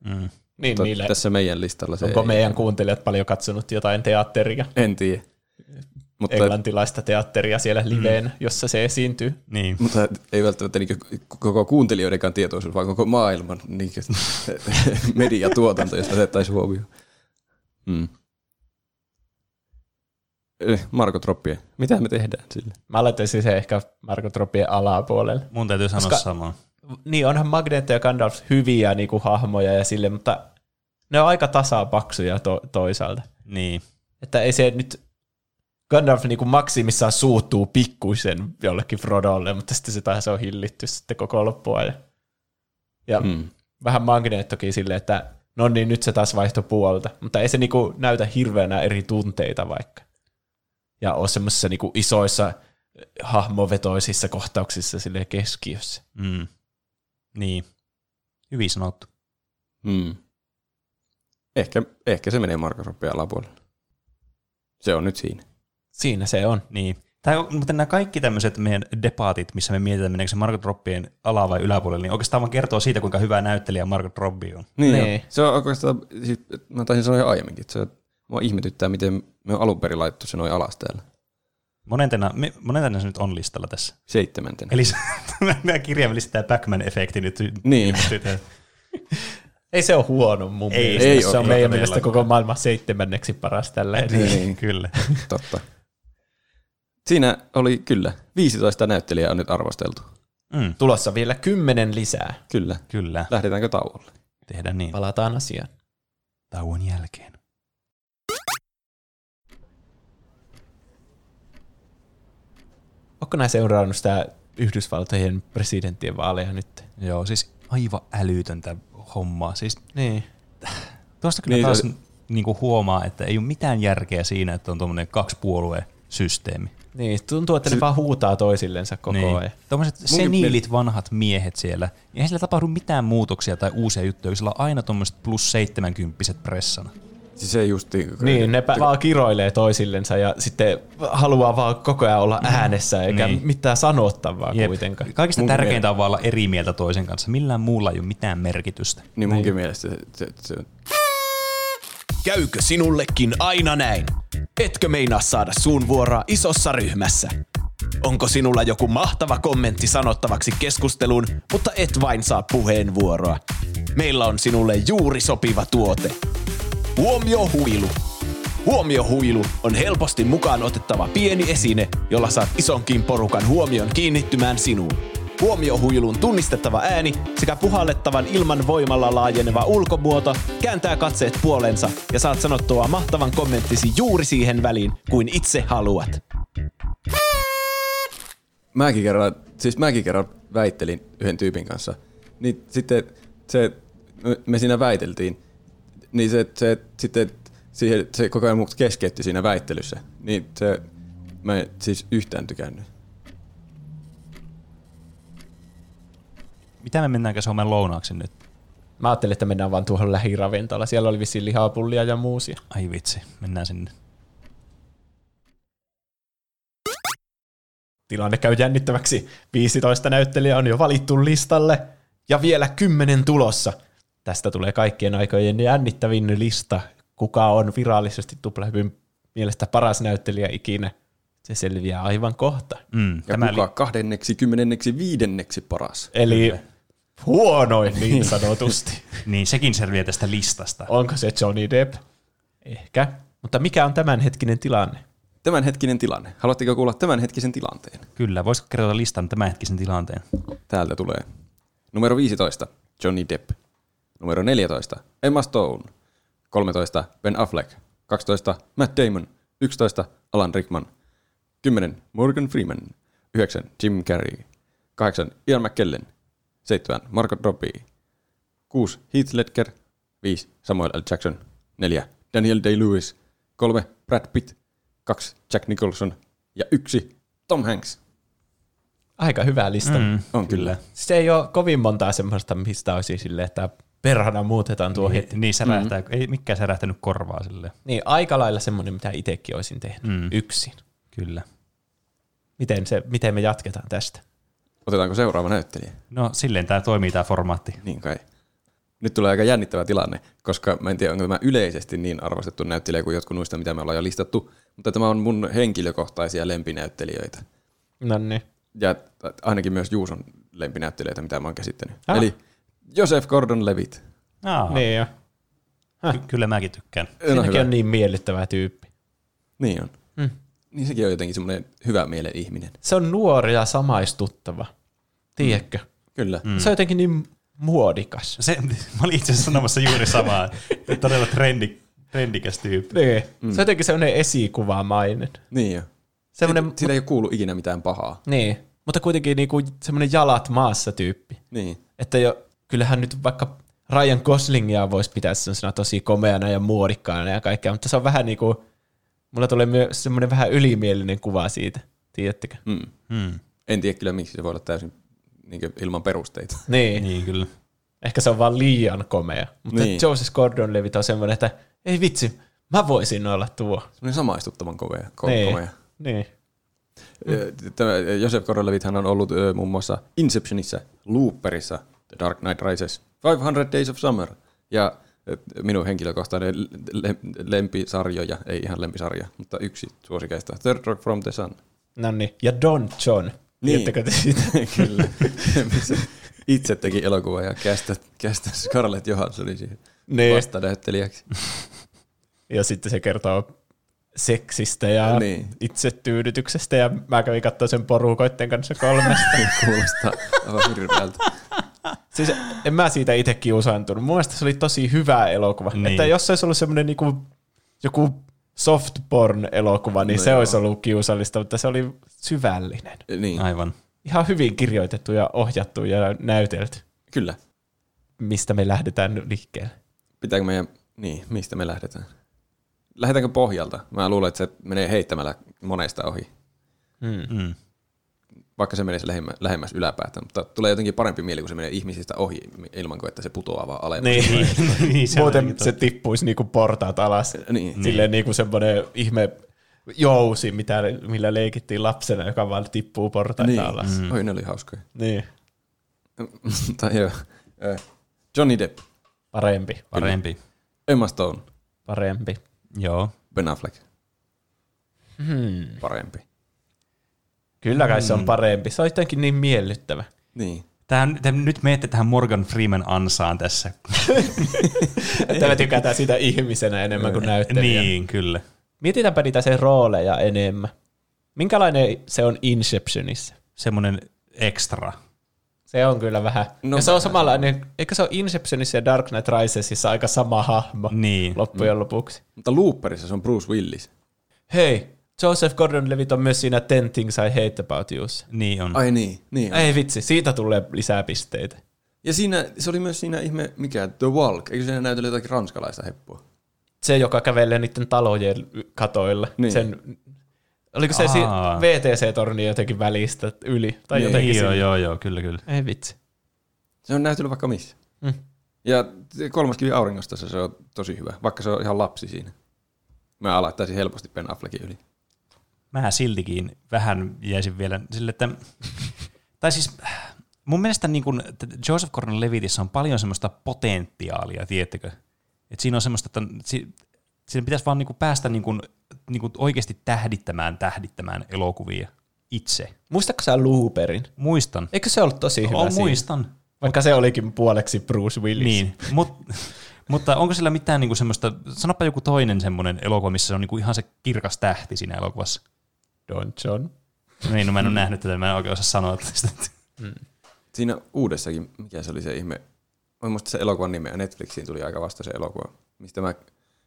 Mm. Niin, Mutta niille, Tässä meidän listalla se onko ei. meidän kuuntelijat paljon katsonut jotain teatteria, En tiedä. Mutta, englantilaista teatteria siellä liveen, jossa se esiintyy? Niin. mutta ei välttämättä niinkö koko kuuntelijoidenkaan tietoisuus, vaan koko maailman niinkö, mediatuotanto, jos otettaisiin huomioon. Mm. Eh, Marko Troppien, mitä me tehdään sille? Mä laittaisin se ehkä Marko Tropien alapuolelle. Mun täytyy sanoa Koska- Koska... samaa. Niin, onhan Magneto ja Gandalf hyviä niin kuin, hahmoja ja sille, mutta ne on aika tasapaksuja to- toisaalta. Niin. Että ei se nyt, Gandalf niin kuin maksimissaan suuttuu pikkuisen jollekin Frodolle, mutta sitten se taas on hillitty sitten koko loppua. Ja, ja mm. Mm. vähän Magnetokin silleen, että no niin, nyt se taas vaihtoi puolta. Mutta ei se niin kuin, näytä hirveänä eri tunteita vaikka. Ja ole semmoisissa niin kuin, isoissa eh, hahmovetoisissa kohtauksissa sille keskiössä. Mm. Niin. Hyvin sanottu. Mm. Ehkä, ehkä se menee Marko Troppien alapuolelle. Se on nyt siinä. Siinä se on. Niin. Tää, on- mutta nämä kaikki tämmöiset meidän debaatit, missä me mietitään, meneekö se Margot Robbien ala- vai yläpuolelle, niin oikeastaan vaan kertoo siitä, kuinka hyvä näyttelijä Margot Robbie on. Niin, Niin. niin. Se on oikeastaan, siis, mä taisin sanoa jo aiemminkin, että se, mua ihmetyttää, miten me on alun perin laitettu se noin alas täällä. Monentena, me- monentena se nyt on listalla tässä. Seitsemäntenä. Eli se- mä kirjaimellisesti tämä Pac-Man-efekti nyt Niin. tytön. Ei se ole huono mun Ei, mielestä. ei se ole on kyllä meidän mielestä todellakaan. koko maailman seitsemänneksi paras tällä hetkellä. Niin. Kyllä. Totta. Siinä oli kyllä. 15 näyttelijää on nyt arvosteltu. Mm, Tulossa vielä kymmenen lisää. Kyllä. kyllä. Lähdetäänkö tauolle? Tehdä niin. Palataan asiaan. Tauon jälkeen. Onko nämä seurannut sitä Yhdysvaltojen presidenttien vaaleja nyt? Joo, siis aivan älytöntä hommaa. Siis Niin. tuosta kyllä Niin, niin, taas se- niinku huomaa, että ei ole mitään järkeä siinä, että on tuommoinen kaksipuolueen systeemi. Niin, tuntuu, että ne vaan huutaa toisillensa koko niin. ajan. Tuommoiset seniilit vanhat miehet siellä. Ja eihän sillä tapahdu mitään muutoksia tai uusia juttuja, kun sillä on aina tuommoiset plus 70 pressana. Siis se justi. Niin, ne pä- vaan kiroilee toisillensa ja sitten haluaa vaan koko ajan olla äänessä eikä Niin. niin. mitään sanottavaa Jep. kuitenkaan. Kaikista Mun tärkeintä on vaan olla eri mieltä toisen kanssa. Millään muulla ei ole mitään merkitystä. Niin munkin mielestä se, se, se on Käykö sinullekin aina näin? Etkö meinaa saada suun vuoroa isossa ryhmässä? Onko sinulla joku mahtava kommentti sanottavaksi keskusteluun, mutta et vain saa puheenvuoroa? Meillä on sinulle juuri sopiva tuote. Huomio huilu. Huomio huilu on helposti mukaan otettava pieni esine, jolla saat isonkin porukan huomion kiinnittymään sinuun. Huomiohuilun tunnistettava ääni sekä puhallettavan ilman voimalla laajeneva ulkomuoto kääntää katseet puolensa ja saat sanottua mahtavan kommenttisi juuri siihen väliin kuin itse haluat. mäkin kerran, siis mäkin kerran väittelin yhden tyypin kanssa. Niin sitten se, me siinä väiteltiin, niin se, se sitten siihen, se koko ajan mut keskeytti siinä väittelyssä. Niin se, mä en siis yhtään tykännyt. Mitä me mennäänkö Suomen lounaaksi nyt? Mä ajattelin, että mennään vaan tuohon lähiravintolaan. Siellä oli vissiin lihapullia ja muusia. Ai vitsi, mennään sinne. Tilanne käy jännittäväksi. 15 näyttelijää on jo valittu listalle ja vielä 10 tulossa. Tästä tulee kaikkien aikojen jännittävin lista, kuka on virallisesti tuplahypyn mielestä paras näyttelijä ikinä. Se selviää aivan kohta. Mm, Ja Tämä kuka li- kahdenneksi, kymmenenneksi, viidenneksi paras? Eli huonoin niin sanotusti. Niin, sekin selviää tästä listasta. Onko se Johnny Depp? Ehkä. Mutta mikä on tämänhetkinen tilanne? Tämänhetkinen tilanne. Haluatteko kuulla tämänhetkisen tilanteen? Kyllä, voisitko kertoa listan tämänhetkisen tilanteen? Täältä tulee. Numero 15, Johnny Depp. Numero 14, Emma Stone. 13, Ben Affleck. 12, Matt Damon. 11, Alan Rickman. 10, Morgan Freeman. 9, Jim Carrey. 8, Ian McKellen. 7, Margot Robbie. 6, Heath Ledger. 5, Samuel L. Jackson. 4, Daniel Day-Lewis. 3, Brad Pitt. 2, Jack Nicholson. Ja 1, Tom Hanks. Aika hyvä lista. Mm. On kyllä. Se ei ole kovin montaa semmoista, mistä olisi silleen, että perhana muutetaan tuo heti. Niin, särähtää, mm. ei mikään särähtänyt korvaa sille. Niin, aika lailla semmoinen, mitä itsekin olisin tehnyt mm. yksin. Kyllä. Miten, se, miten me jatketaan tästä? Otetaanko seuraava näyttelijä? No, silleen tämä toimii tämä formaatti. Niin kai. Nyt tulee aika jännittävä tilanne, koska mä en tiedä, onko tämä yleisesti niin arvostettu näyttelijä kuin jotkut muista, mitä me ollaan jo listattu, mutta tämä on mun henkilökohtaisia lempinäyttelijöitä. No niin. Ja t- ainakin myös Juuson lempinäyttelijöitä, mitä mä oon käsittänyt. Ah. Eli Joseph Gordon-Levitt. Aa, niin. Niin jo. ky- kyllä mäkin tykkään. No Siinäkin hyvä. on niin miellyttävä tyyppi. Niin on. Mm. Niin sekin on jotenkin semmoinen hyvä mielen ihminen. Se on nuori ja samaistuttava. Tiedätkö? Kyllä. Mm. Mm. Se on jotenkin niin muodikas. Se, mä olin itse asiassa sanomassa juuri samaa. Todella trendi, trendikäs tyyppi. Niin. Mm. Se on jotenkin semmoinen esikuvaamainen. Niin on. Semmoinen, Siitä ei ole kuullut ikinä mitään pahaa. niin. Mutta kuitenkin niinku semmoinen jalat maassa tyyppi. Niin. Että jo, kyllähän nyt vaikka Ryan Goslingia voisi pitää sellaisena tosi komeana ja muodikkaana ja kaikkea, mutta se on vähän niin kuin, mulla tulee myös semmoinen vähän ylimielinen kuva siitä, tiedättekö? Mm. Mm. En tiedä kyllä, miksi se voi olla täysin niin ilman perusteita. Niin. niin. Niin, kyllä. Ehkä se on vaan liian komea. Mutta Niin. niin. Joseph Gordon-Levitt on semmoinen, että ei vitsi, mä voisin olla tuo. Semmoinen samaistuttavan komea. Ko- Niin. komea. Niin. Mm. Tämä Joseph Gordon-Levitthän on ollut ö, muun muassa Inceptionissa, Looperissa, The Dark Knight Rises, 500 Days of Summer ja ö, minun henkilökohtainen le- le- lempisarjoja, ei ihan lempisarja, mutta yksi suosikeista, Third Rock from the Sun. No niin. Ja Don John. Niin. Tiedättekö te siitä? Kyllä. Missä itse teki elokuvan ja kästä, kästä Scarlett Johanssonin siihen Niin. vastanäyttelijäksi. Ja sitten se kertoo seksistä ja Niin. itsetyydytyksestä. Ja mä kävin katsoa sen porukoitten kanssa kolmesta. Kuulostaa aivan hirveältä. siis en mä siitä itse kiusaantunut. Mun mielestä se oli tosi hyvä elokuva. Niin. Niin. Että jos se olisi ollut semmoinen niinku, joku soft porn elokuva, niin No no se joo. joo. olisi ollut kiusallista, mutta se oli syvällinen. Niin, Aivan. Ihan hyvin kirjoitettu ja ohjattu ja näytelty. kyllä. Mistä me lähdetään nyt liikkeelle? Pitääkö meidän, niin, mistä me lähdetään? Lähdetäänkö pohjalta? Mä luulen, että se menee heittämällä monesta ohi. Hmm. Mm. Vaikka se menisi lähemmä, lähemmäs yläpäätä, mutta tulee jotenkin parempi mieli, kun se menee ihmisistä ohi ilman kuin, että se putoaa vaan alemmas. Niin. niin, se on Muuten ainakin se tippuisi niinku portaat alas. Niin. Silleen niinku semmoinen ihme jousi, mitä, millä leikittiin lapsena, joka vaan tippuu portaita niin. niin. alas. Oi, ne oli hauskoja. Niin. tai joo. Ö, Johnny Depp, Parempi. Parempi. Emma Stone, Parempi. Joo. Ben Affleck, Hmm. parempi. Kyllä kai se on parempi. Se on jotenkin niin miellyttävä. Niin. Tähän, te nyt menette tähän Morgan Freeman ansaan tässä. Että me tykätään siitä ihmisenä enemmän kuin näyttelijä. Niin. niin, kyllä. Mietitäänpä niitä sen rooleja enemmän. Minkälainen se on Inceptionissa? Semmoinen ekstra. Se on kyllä vähän. No No, ja se on vähän. samanlainen, eikö se ole Inceptionissa ja Dark Knight Risesissa aika sama hahmo Niin. loppujen lopuksi? Mutta Looperissa se on Bruce Willis. Hei, Joseph Gordon-Levitt on myös siinä Ten Things I Hate About Youssa. Niin on. Ai niin, niin. on. Ei vitsi, siitä tulee lisää pisteitä. Ja siinä, se oli myös siinä ihme, mikä, The Walk. Eikö siinä näytellä jotakin ranskalaista heppua? Se, joka kävelee niiden talojen y- katoilla. Niin. Niin. Sen, oliko se si- Aa. VTC-torni jotenkin välistä yli? Tai Niin. niin. jotenkin Niin, joo, siinä. joo, joo, kyllä, kyllä. Ei vitsi. Se on näytellyt vaikka missä. Mm. Ja kolmas kivi auringosta se on tosi hyvä, vaikka se on ihan lapsi siinä. Mä alaittaisin helposti Ben Affleckin yli. Mä siltikin vähän jäisin vielä sille, että... tai siis mun mielestä niin kun, että Joseph Gordon-Levitissä on paljon semmoista potentiaalia, tiettekö? Et siinä on semmoista, että si- siinä pitäisi vaan niin kun päästä niin kun, niin kun oikeasti tähdittämään, tähdittämään elokuvia itse. Muistatko sä Looperin? Muistan. Eikö se ollut tosi hyvä Hyvä siinä? muistan. Vaikka se olikin puoleksi Bruce Willis. Niin, mut, mutta onko sillä mitään niinku semmoista, sanoppa joku toinen semmoinen elokuva, missä se on niinku ihan se kirkas tähti siinä elokuvassa. Don John. No niin, no mä en ole nähnyt tätä, mä en oikein osaa sanoa tästä. Siinä uudessakin, mikä se oli se ihme, mä en muista se elokuvan nimeä, Netflixiin tuli aika vasta se elokuva, mistä mä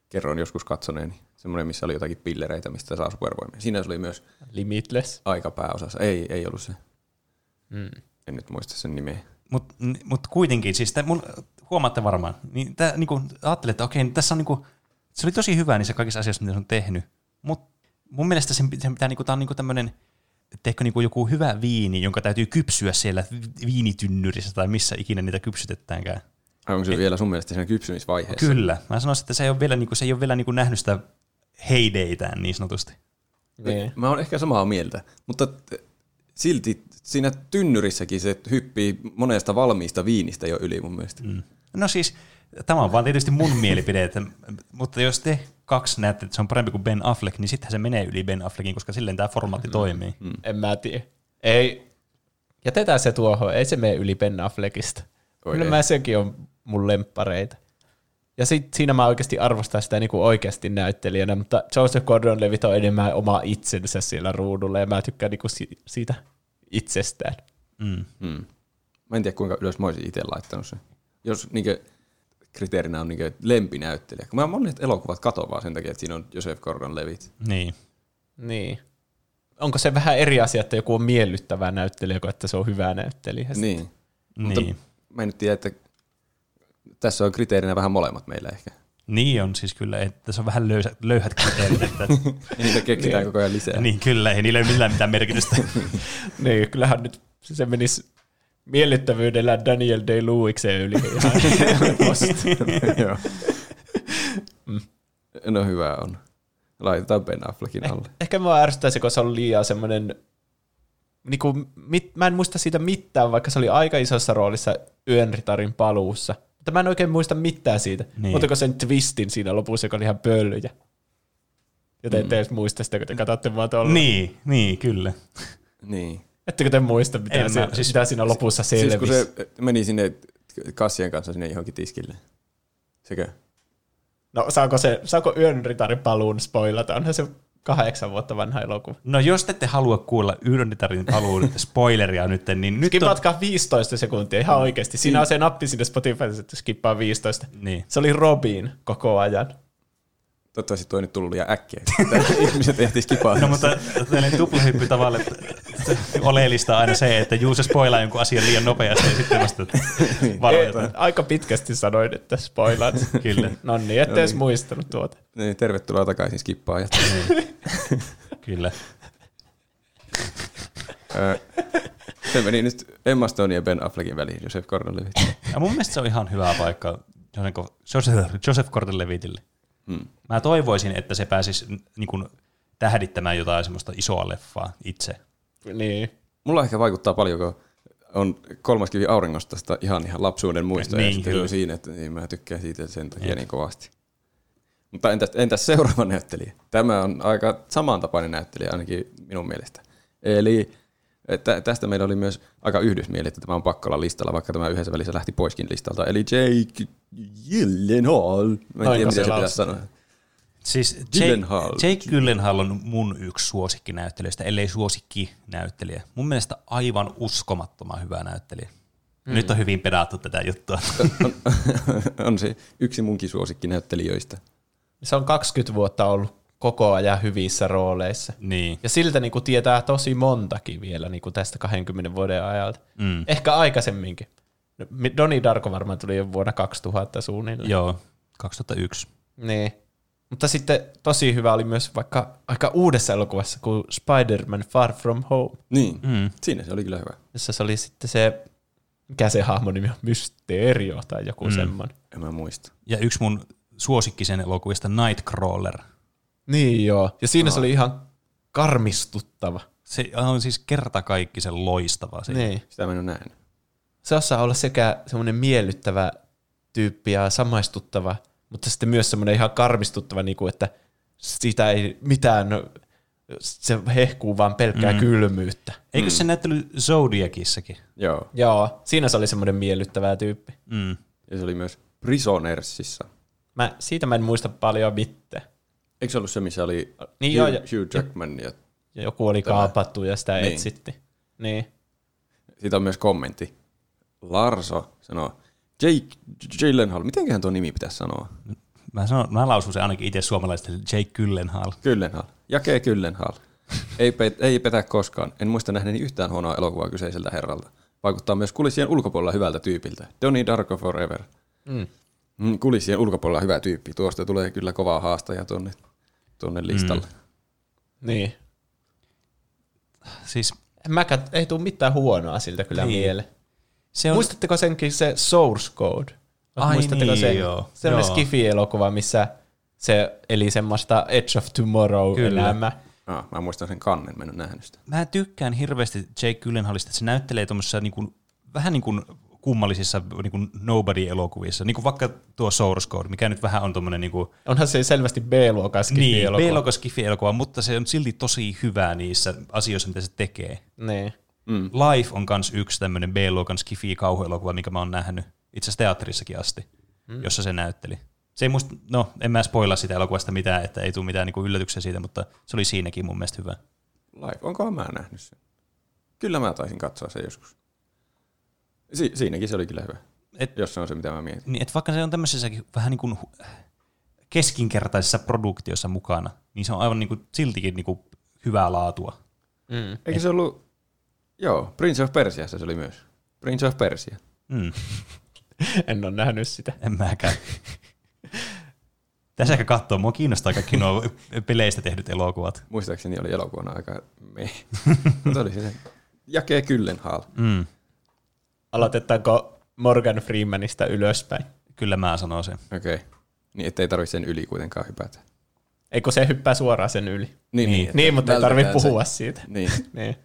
kerroin joskus katsoneeni. Semmoinen, missä oli jotakin pillereitä, mistä saa supervoimia. Siinä se oli myös Limitless. aika pääosassa. Ei, ei ollut se. Mm. En nyt muista sen nimeä. Mutta mut kuitenkin, siis tää, mun, huomaatte varmaan, niin tää, niinku, ajattelin, että okei, niin tässä on niinku, se oli tosi hyvä niissä kaikissa asioissa, mitä se on tehnyt. Mutta mun mielestä sen, sen pitää, niinku, tää on niinku tämmönen, tehkö niinku joku hyvä viini, jonka täytyy kypsyä siellä vi- viinitynnyrissä tai missä ikinä niitä kypsytetäänkään. Ai onko se vielä sun mielestä siinä kypsymisvaiheessa? Kyllä. Mä sanoisin, että se ei ole vielä, niinku, se ei ole vielä niinku, nähnyt sitä heideitään niin sanotusti. Niin. Mä oon ehkä samaa mieltä, mutta t- silti siinä tynnyrissäkin se hyppii monesta valmiista viinistä jo yli mun mielestä. Mm. No siis, tämä on vaan tietysti mun mielipide, että, mutta jos te kaksi näette, että se on parempi kuin Ben Affleck, niin sittenhän se menee yli Ben Affleckin, koska silleen tämä formaatti toimii. En mä tiedä. Ei. Jätetään se tuohon. Ei se mene yli Ben Affleckista. Oi Kyllä ei. mä sekin on mun lemppareita. Ja sit, siinä mä oikeasti arvostan sitä niin kuin oikeasti näyttelijänä, mutta Joseph Gordon-Levitt on enemmän oma itsensä siellä ruudulla, ja mä tykkään niin kuin si- siitä itsestään. Mm. Mm. Mä en tiedä kuinka ylös mä olisin itse laittanut sen. Jos niinkö, kriteerinä on niinkö lempinäyttelijä. Kun mä monet elokuvat katon vaan sen takia, että siinä on Joseph Gordon-Levitt. Niin. Niin. Onko se vähän eri asia, että joku on miellyttävä näyttelijä, kuin että se on hyvä näyttelijä? Niin. Mutta Niin. mä en nyt tiedä, että tässä on kriteerinä vähän molemmat meillä ehkä. niin on siis kyllä, että tässä on vähän löysä, löyhät kriteerit, että Ja niitä keksitään koko ajan lisää. niin kyllä, ei niillä ole millään mitään merkitystä. Niin, kyllähän nyt se menisi miellyttävyydellä Daniel Day-Lewikseen yli. Joo. Mm. No hyvä on. Laitetaan Ben Affleckin alle. Ehkä mua ärsyttäisi, kun se on liian semmoinen... Niin kuin, mit, mä en muista siitä mitään, vaikka se oli aika isossa roolissa Yönritarin paluussa. Mutta mä en oikein muista mitään siitä. Niin. Niin. Mutta kun sen twistin siinä lopussa, joka oli ihan pölyjä. Joten ette edes muista sitä, kun te katsotte vaan tuolla. Mm. Niin, niin, kyllä. Niin. Ettekö te muista, mitä, En en, mä- se, siis- siis, mitä siinä lopussa selvisi? Siis kun se meni sinne kassien kanssa sinne johonkin tiskille. Sekö? No saako, se, saako Yön ritarin paluun spoilata? Onhan se kahdeksan vuotta vanha elokuva. No jos te ette halua kuulla Yrnitarin paluun spoileria nyt, niin nyt on... Skipatkaa 15 sekuntia ihan oikeasti. Siinä on se nappi sinne Spotifyssa, että skippaa 15. Niin. Se oli Robin koko ajan. Toivottavasti tuo nyt tullut liian äkkiä. Ihmiset ehtii skipaa. No mutta tällainen tuplahyppy tavallaan, että oleellista on aina se, että Juuse spoilaa jonkun asian liian nopeasti ja sitten vasta Niin. varoitetaan. Ei, Aika pitkästi sanoin, että spoilaat. Kyllä, No niin, ettei edes muistanut tuota. Niin, tervetuloa takaisin skippaajat. kyllä. Öö, se meni nyt Emma Stone ja Ben Affleckin väliin, Joseph Gordon-Levitt. Ja mun mielestä se on ihan hyvä paikka Joseph- Joseph, Joseph Gordon-Levittille. Mä toivoisin, että se pääsisi niin kuin, tähdittämään jotain semmoista isoa leffaa itse. Niin. Mulla ehkä vaikuttaa paljon, kun on kolmas kivi auringosta sitä ihan, ihan lapsuuden muistoja. Niin, Niin, kyllä. kyllä. Siinä, että niin, mä tykkään siitä sen takia niin kovasti. Mutta entäs, entäs seuraava näyttelijä? Tämä on aika samantapainen näyttelijä ainakin minun mielestä. Eli että tästä meillä oli myös aika yhdysmieli, että tämä on pakko olla listalla, vaikka tämä yhdessä välissä lähti poiskin listalta. Eli Jake Gyllenhaal. Mä en Noinko se tiedä, miten se pitäisi lausutaan? sanoa. Siis Gyllenhaal. Jake, Jake Gyllenhaal on mun yksi suosikkinäyttelijöistä, ellei suosikkinäyttelijä. Mun mielestä aivan uskomattoman hyvä näyttelijä. Mm. Nyt on hyvin pedattu tätä juttua. on se yksi munkin suosikkinäyttelijöistä. Se on 20 vuotta ollut koko ajan hyvissä rooleissa. niin. Ja siltä niin kuin tietää tosi montakin vielä niin kuin tästä 20 vuoden ajalta. Mm. Ehkä aikaisemminkin. No, mi- Donnie Darko varmaan tuli jo vuonna 2000 suunnilleen. Joo, 2001. Niin. Mutta sitten tosi hyvä oli myös vaikka aika uudessa elokuvassa kuin Spider-Man Far From Home, Niin, mm. siinä se oli kyllä hyvä. jossa se oli sitten se, mikä se hahmon nimi on, Mysteerio tai joku mm. semmoinen. En mä muista. Ja yksi mun suosikkisen elokuvista, Nightcrawler. Niin joo. Ja siinä no. se oli ihan karmistuttava. Se on siis kertakaikkisen loistava. Se. Niin. Sitä mä en ole nähnyt. se osaa olla sekä semmoinen miellyttävä tyyppi ja samaistuttava, mutta sitten myös semmoinen ihan karmistuttava, niin kuin, että siitä ei mitään, se hehkuu vaan pelkkää mm. kylmyyttä. Eikö se näyttely Zodiacissakin? Joo. Joo, siinä se oli semmoinen miellyttävä tyyppi. Mm. Ja se oli myös Prisonersissa. Mä, siitä mä en muista paljon mitään. Eikö se ollut se, missä oli Niin Hugh, joo, ja- Hugh Jackman? Ja Ja joku oli kaapattu ja sitä niin. Niin. etsitti. Niin. siitä on myös kommentti. Larso sanoo, Jake Gyllenhaal, mitenköhän tuo nimi pitäisi sanoa? Mä, sanon, mä lausun sen ainakin itse suomalaisille Jake Gyllenhaal. Gyllenhaal. Jakee Gyllenhaal. Ei, pe- ei petä koskaan. En muista nähneeni yhtään huonoa elokuvaa kyseiseltä herralta. Vaikuttaa myös kulissien ulkopuolella hyvältä tyypiltä. Donnie Darko forever. Mm. Kulissien ulkopuolella hyvä tyyppi. Tuosta tulee kyllä kovaa haastaja tuonne, tuonne listalle. Mm. Niin. Siis En Mäkään, ei tule mitään huonoa siltä kyllä niin. Niin. mieleen. se on... Muistatteko senkin se Source Code? Ai Muistatteko niin, se, joo. se on Joo. Skifi-elokuva, missä se eli semmoista Edge of Kyllä. Tomorrow-elämä. Ah, mä muistan sen kannen, mä en ole nähnyt sitä. mä tykkään hirveästi Jake Gyllenhaalista, että se näyttelee tuommoisessa niin kuin, vähän niin kuin kummallisissa niin kuin nobody-elokuvissa, niin kuin vaikka tuo Source Code, mikä nyt vähän on tuommoinen niin kuin, Onhan se selvästi B-luokan niin, Skifi-elokuva. B-lokas elokuva mutta se on silti tosi hyvä niissä asioissa, mitä se tekee. niin. Mm. Life on kans yksi tämmöinen B-luokan skifi kauhuelokuva, minkä mä oon nähnyt itse asiassa teatterissakin asti, mm. jossa se näytteli. Se ei musta, no en mä spoilaa sitä elokuvasta mitään, että ei tule mitään niinku yllätyksiä siitä, mutta se oli siinäkin mun mielestä hyvä. Live, onkohan mä nähnyt sen? Kyllä mä taisin katsoa sen joskus. Si- siinäkin se oli kyllä hyvä, Et, jos se on se, mitä mä mietin. niin, et vaikka se on tämmöisessäkin vähän niin kuin keskinkertaisessa produktiossa mukana, niin se on aivan niin kuin, siltikin niin kuin hyvää laatua. Eikö se ollut... Joo, Prince of Persiassa se oli myös. Prince of Persia. Mm, En ole nähnyt sitä. en mäkään. Tässä ehkä katsoo, mua kiinnostaa kaikki nuo peleistä tehdyt elokuvat. Muistaakseni oli elokuvana aika me. Mutta oli se Jake Gyllenhaal. Mm, Aloitetaanko Morgan Freemanista ylöspäin? kyllä mä sanon sen. Okei. Okay. Niin, ettei tarvitse sen yli kuitenkaan hypätä. Ei kun se hyppää suoraan sen yli. Niin, Niin. että Niin, mutta ei tarvitse vältetään se. puhua siitä. Niin, Niin.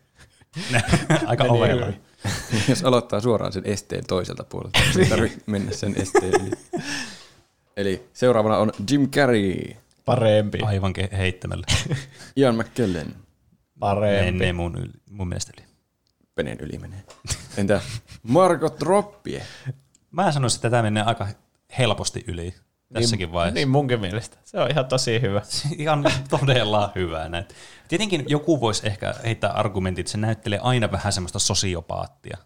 Aika Meni ovella. hyvin. jos aloittaa suoraan sen esteen toiselta puolelta, niin ei tarvitse mennä sen esteen yli. Eli seuraavana on Jim Carrey. Parempi. Aivan ke- heittämällä. Ian McKellen. Parempi. Menee mun, yli, mun mielestä yli. Peneen yli menee. Entä Margot Robbie? Niin, Mä sanoisin, että tämä menee aika helposti yli tässäkin vaiheessa. Niin munkin mielestä. Se on ihan tosi hyvä. ihan todella hyvä näin. Tietenkin joku voisi ehkä heittää argumentit, että se näyttelee aina vähän semmoista sosiopaattia.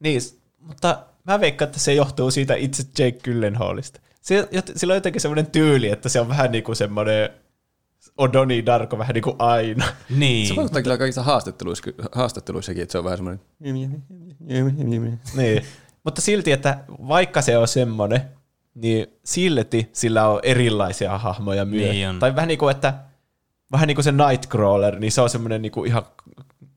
Niin, s- mutta mä veikkaan, että se johtuu siitä itse Jake Gyllenhaalista. Se, jot- sillä on jotenkin semmoinen tyyli, että se on vähän niin kuin semmoinen Odoni Darko vähän niin kuin aina. Niin. Se vaikuttaa kyllä kaikissa haastatteluissa, haastatteluissakin, että se on vähän semmoinen... niin. Mutta silti, että vaikka se on semmoinen, niin silti sillä on erilaisia hahmoja myös. Niin on. Tai vähän niin kuin, että vähän niin kuin se Nightcrawler, niin se on semmoinen niin kuin ihan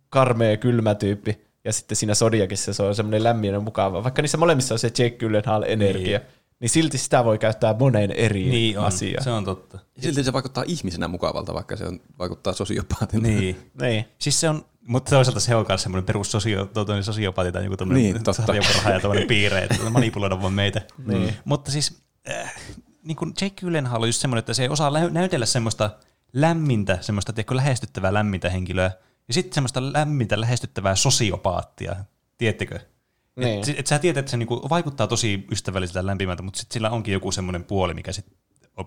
karmea kylmä tyyppi. Ja sitten siinä Sodiakissa se on semmoinen lämmin ja mukava. Vaikka niissä molemmissa on se Jake Gyllenhaal-energia, niin. niin silti sitä voi käyttää moneen eri niin on. asiaan. Se on totta. Silti se vaikuttaa ihmisenä mukavalta, vaikka se on, vaikuttaa sosiopaatilta. Niin. Niin. Siis se on, mutta toisaalta se on myös semmoinen perus sosio, tuollainen sosiopaati tuota, niin tai joku tämmöinen Niin, totta. sarjaparha ja tämmöinen piire, että manipuloida vaan meitä. Niin. Mutta siis äh, niin kuin Jake Gyllenhaal on just semmoinen, että se ei osaa lä- näytellä semmoista lämmintä, semmoista tiedätkö, lähestyttävää lämmintä henkilöä ja sitten semmoista lämmintä lähestyttävää sosiopaattia, tiettekö? Niin. Et, si- et sä tiedät, että se niinku vaikuttaa tosi ystävälliseltä ja lämpimältä, mutta sit sillä onkin joku semmoinen puoli, mikä sitten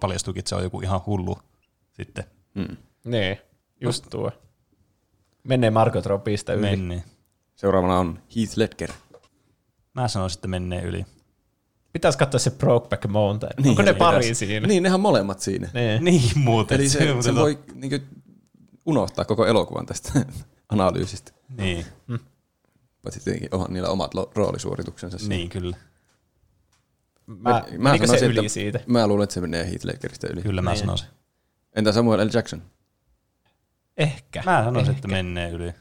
paljastuukin, että se on joku ihan hullu sitten Niin. Just tuo. Menee Marko Tropista yli. menneen. Seuraavana on Heath Ledger. Mä sanoisin, että menneen yli. Pitäisi katsoa se Brokeback Mountain. Niin, Onko ne se pari pitäisi. siinä? Niin, nehän molemmat siinä. Ne. Niin. Niin muuten. Eli se, on se totta. voi niin kuin, unohtaa koko elokuvan tästä analyysistä. Niin, Paitsi tietenkin onhan niillä omat lo- roolisuorituksensa. siinä. niin kyllä. Mä, mä menikö se yli siitä? Mä luulen, että se menee Heath Ledgeristä yli. Kyllä mä Niin. sanoisin. Entä Samuel L. Jackson? Ehkä. Mä sanoisin, että mennee yli.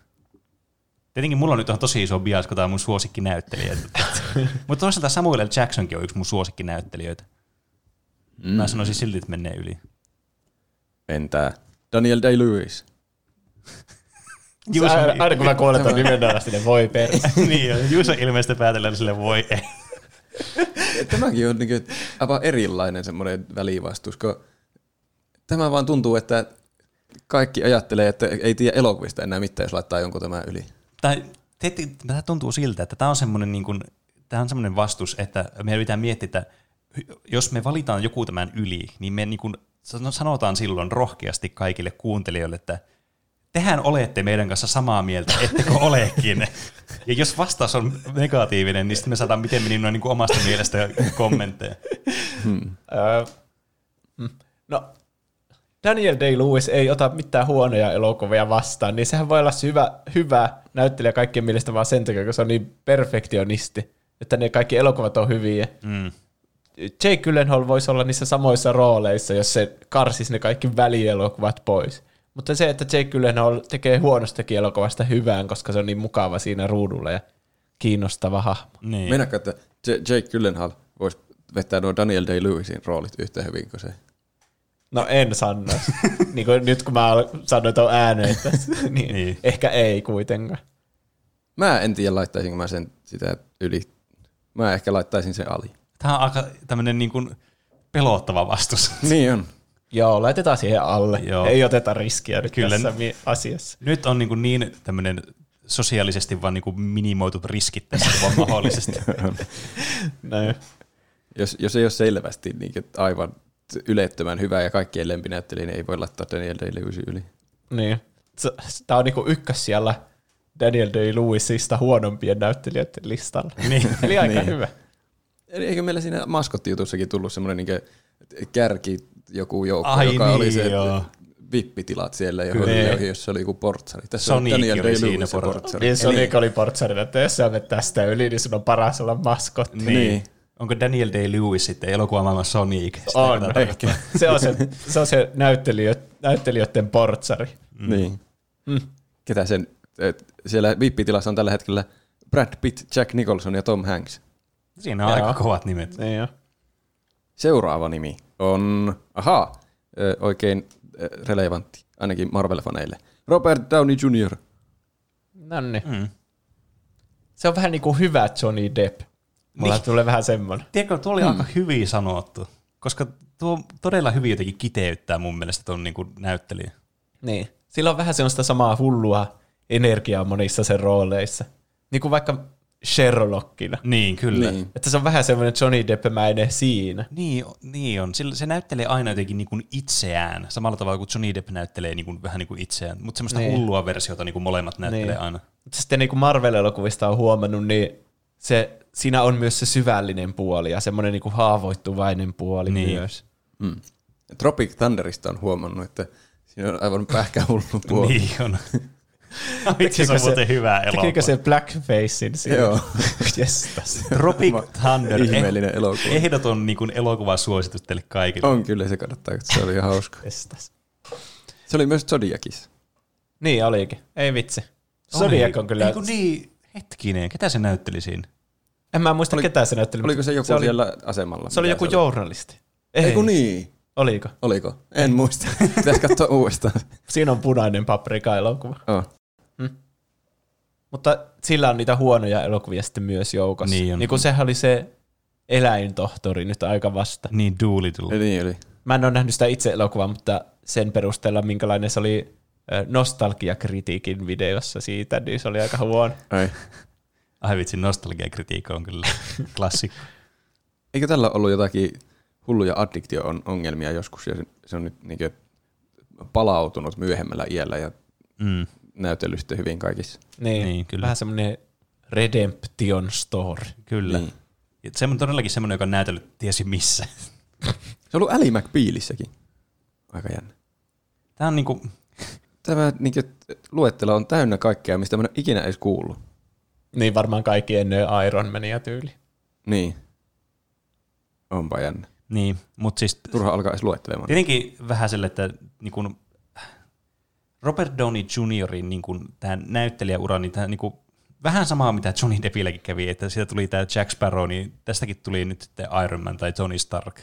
Tietenkin mulla on nyt on tosi iso bias, kun tää on mun suosikkinäyttelijä. Mutta toisaalta Samuel L. Jacksonkin on yksi mun suosikkinäyttelijöitä. Mm. Mä sanoisin silti, että menee yli. Entä Daniel Day-Lewis? Juuso, aina, aina kun mä kuulen ton nimen alas, niin voi perä. niin, joo, Juuso ilmeisesti päätellään sille voi ei. Tämäkin on niin aivan erilainen semmoinen välivastus, kun tämä vaan tuntuu, että kaikki ajattelee, että ei tiedä elokuvista enää mitään, jos laittaa jonkun tämän yli. Tai, tietty, tämä tuntuu siltä, että tämä on semmoinen niin kuin, tämä on semmoinen vastus, että meidän pitää miettiä, että hy- jos me valitaan joku tämän yli, niin me niin kuin sano- sanotaan silloin rohkeasti kaikille kuuntelijoille, että tehän olette meidän kanssa samaa mieltä, ettekö olekin. Ja jos vastaus on negatiivinen, niin sitten me saadaan miten minun niin kuin omasta mielestä kommentteja. Öö, mm. no, Daniel Day-Lewis ei ota mitään huonoja elokuvia vastaan, niin sehän voi olla se hyvä, hyvä näyttelijä kaikkien mielestä vaan sen takia, kun se on niin perfektionisti, että ne kaikki elokuvat on hyviä. Mm. Jake Gyllenhaal voisi olla niissä samoissa rooleissa, jos se karsisi ne kaikki välielokuvat pois. Mutta se, että Jake Gyllenhaal tekee huonostakin elokuvasta hyvään, koska se on niin mukava siinä ruudulla ja kiinnostava hahmo. Niin. Meinaatko, että J- Jake Gyllenhaal voisi vetää nuo Daniel Day-Lewisin roolit yhtä hyvin kuin se? No en sano. niin kuin nyt kun mä al- sanoin tuon ääneen tässä, niin, Niin. niin. ehkä ei kuitenkaan. Mä en tiedä, laittaisinko mä sen sitä yli. Mä ehkä laittaisin sen ali. Tämä on aika tämmöinen niin kuin pelottava vastus. Niin on. Joo, laitetaan siihen alle. Joo. Joo. Ei oteta riskiä nyt Kyllä. Kyllä. tässä mi- asiassa. Nyt on niin, kuin niin tämmöinen sosiaalisesti vaan niin kuin minimoitut riskit tässä vaan mahdollisesti. Näin. Jos, jos ei ole selvästi niin aivan ylettömän hyvä ja kaikkien lempinäyttelijä, niin ei voi laittaa Daniel Day-Lewisin yli. Niin. Tämä on niinku ykkös siellä Daniel Day-Lewisista huonompien näyttelijöiden listalla. niin. Eli aika Niin. niin. hyvä. Eli eikö meillä siinä maskottijutussakin tullut semmoinen niin kärki joku joukko, Ai joka oli niin, se joo. vippitilat siellä, ja Kyllä. oli, jossa oli joku portsari. Tässä Sonic on Daniel oli siinä Day-Lewis ja portsari. portsari. Niin Sonic oli portsarina, että jos sä menet tästä yli, niin sun on paras olla maskotti. Niin. niin. Onko Daniel Day-Lewis sitten elokuvamaailman Sonic? Sitä On, katsotaan. ehkä. Se on se, se, on se näyttelijö, näyttelijöiden portsari. Mm. Niin. Ketä sen, et, siellä vippitilassa on tällä hetkellä Brad Pitt, Jack Nicholson ja Tom Hanks. Siinä on Joo. aika kovat nimet. Niin jo. Seuraava nimi on, ahaa, ö, oikein ö, relevantti, ainakin Marvel-faneille. Robert Downey Jr. Nonni. Mm. Se on vähän niin kuin hyvä Johnny Depp. Mulla Niin. niin. tulee vähän semmoinen. Tiedätkö, tuo oli hmm. aika hyvin sanottu. koska tuo todella hyvin jotenkin kiteyttää mun mielestä tuon niin näyttelijän. Niin. Sillä on vähän sellaista samaa hullua energiaa monissa sen rooleissa. Niin kuin vaikka Sherlockina. Niin, kyllä. Niin, Niin. Että se on vähän semmoinen Johnny Depp-mäinen siinä. niin, o- niin on. Sillä, se näyttelee aina jotenkin niin kuin itseään, samalla tavalla kuin Johnny Depp näyttelee niin kuin, vähän niin kuin itseään, mutta semmoista Niin. niin. hullua versiota niin kuin molemmat näyttelee Niin. niin. aina. Mutta sitten niin kuin Marvel-elokuvista on huomannut, niin se, siinä on myös se syvällinen puoli ja semmoinen niin kuin haavoittuvainen puoli niin. Niin. myös. Tropic Thunderista on huomannut, että siinä on aivan pähkähullu puoli. niin. Niin on. Vitsi, se on Tekikö muuten hyvä Tekikö elokuva. se Blackfacein siinä? Joo. Jestas. Tropic Ma- Thunder. Ihmeellinen Eh- elokuva. Ehdoton niin kuin elokuvasuositus teille kaikille. On kyllä, se kannattaa, että se oli ihan hauska. Jestas. Se oli myös Zodiacissa. Niin olikin. Ei vitsi. Zodiac on kyllä... Ei kun niin, hetkinen, ketä se näytteli siinä? En mä muista Oli- ketä se näytteli. Oliko se joku se oli, siellä asemalla? Se oli Mitä joku journalisti. Ei, Ei kun niin. Oliko? Oliko? En muista. Pitäisi katsoa uudestaan. Siinä on punainen paprika elokuva. Oh. Mutta sillä on niitä huonoja elokuvia sitten myös joukossa. Niin on. Niin kun sehän oli se eläintohtori nyt aika vasta. Niin Doolittle. Niin oli. Mä en ole nähnyt sitä itse elokuvaa, mutta sen perusteella, minkälainen se oli ö, nostalgiakritiikin videossa siitä, niin se oli aika huono. Ai. Ai vitsi, nostalgiakritiikka on kyllä klassikko. Eikö tällä ollut jotakin hulluja addiktio-ongelmia joskus ja se- se on nyt niinkö palautunut myöhemmällä iällä ja Mm. näytellyt sitten hyvin kaikissa? Niin, Niin, kyllä. Vähän semmoinen redemption story. Kyllä. Niin. Niin. Se on todellakin semmoinen, joka on näytellyt tiesi missä. Se on ollut Ally McBealissäkin. Aika jännä. Tämä on niinku, Tämä niinkö, luettelo on täynnä kaikkea, mistä mä en ole ikinä edes kuullut. Niin varmaan kaikki ennen Iron Mania tyyli. Niin. Onpa jännä. niin, mutta siis Turha alkaa edes luettelemaan. tietenkin vähän sille, että niinku, Robert Downey Juniorin niinku, tämä näyttelijäura, niin tämä niinku, vähän samaa, mitä Johnny Deppilläkin kävi, että siitä tuli tämä Jack Sparrow, niin tästäkin tuli nyt sitten Iron Man tai Tony Stark.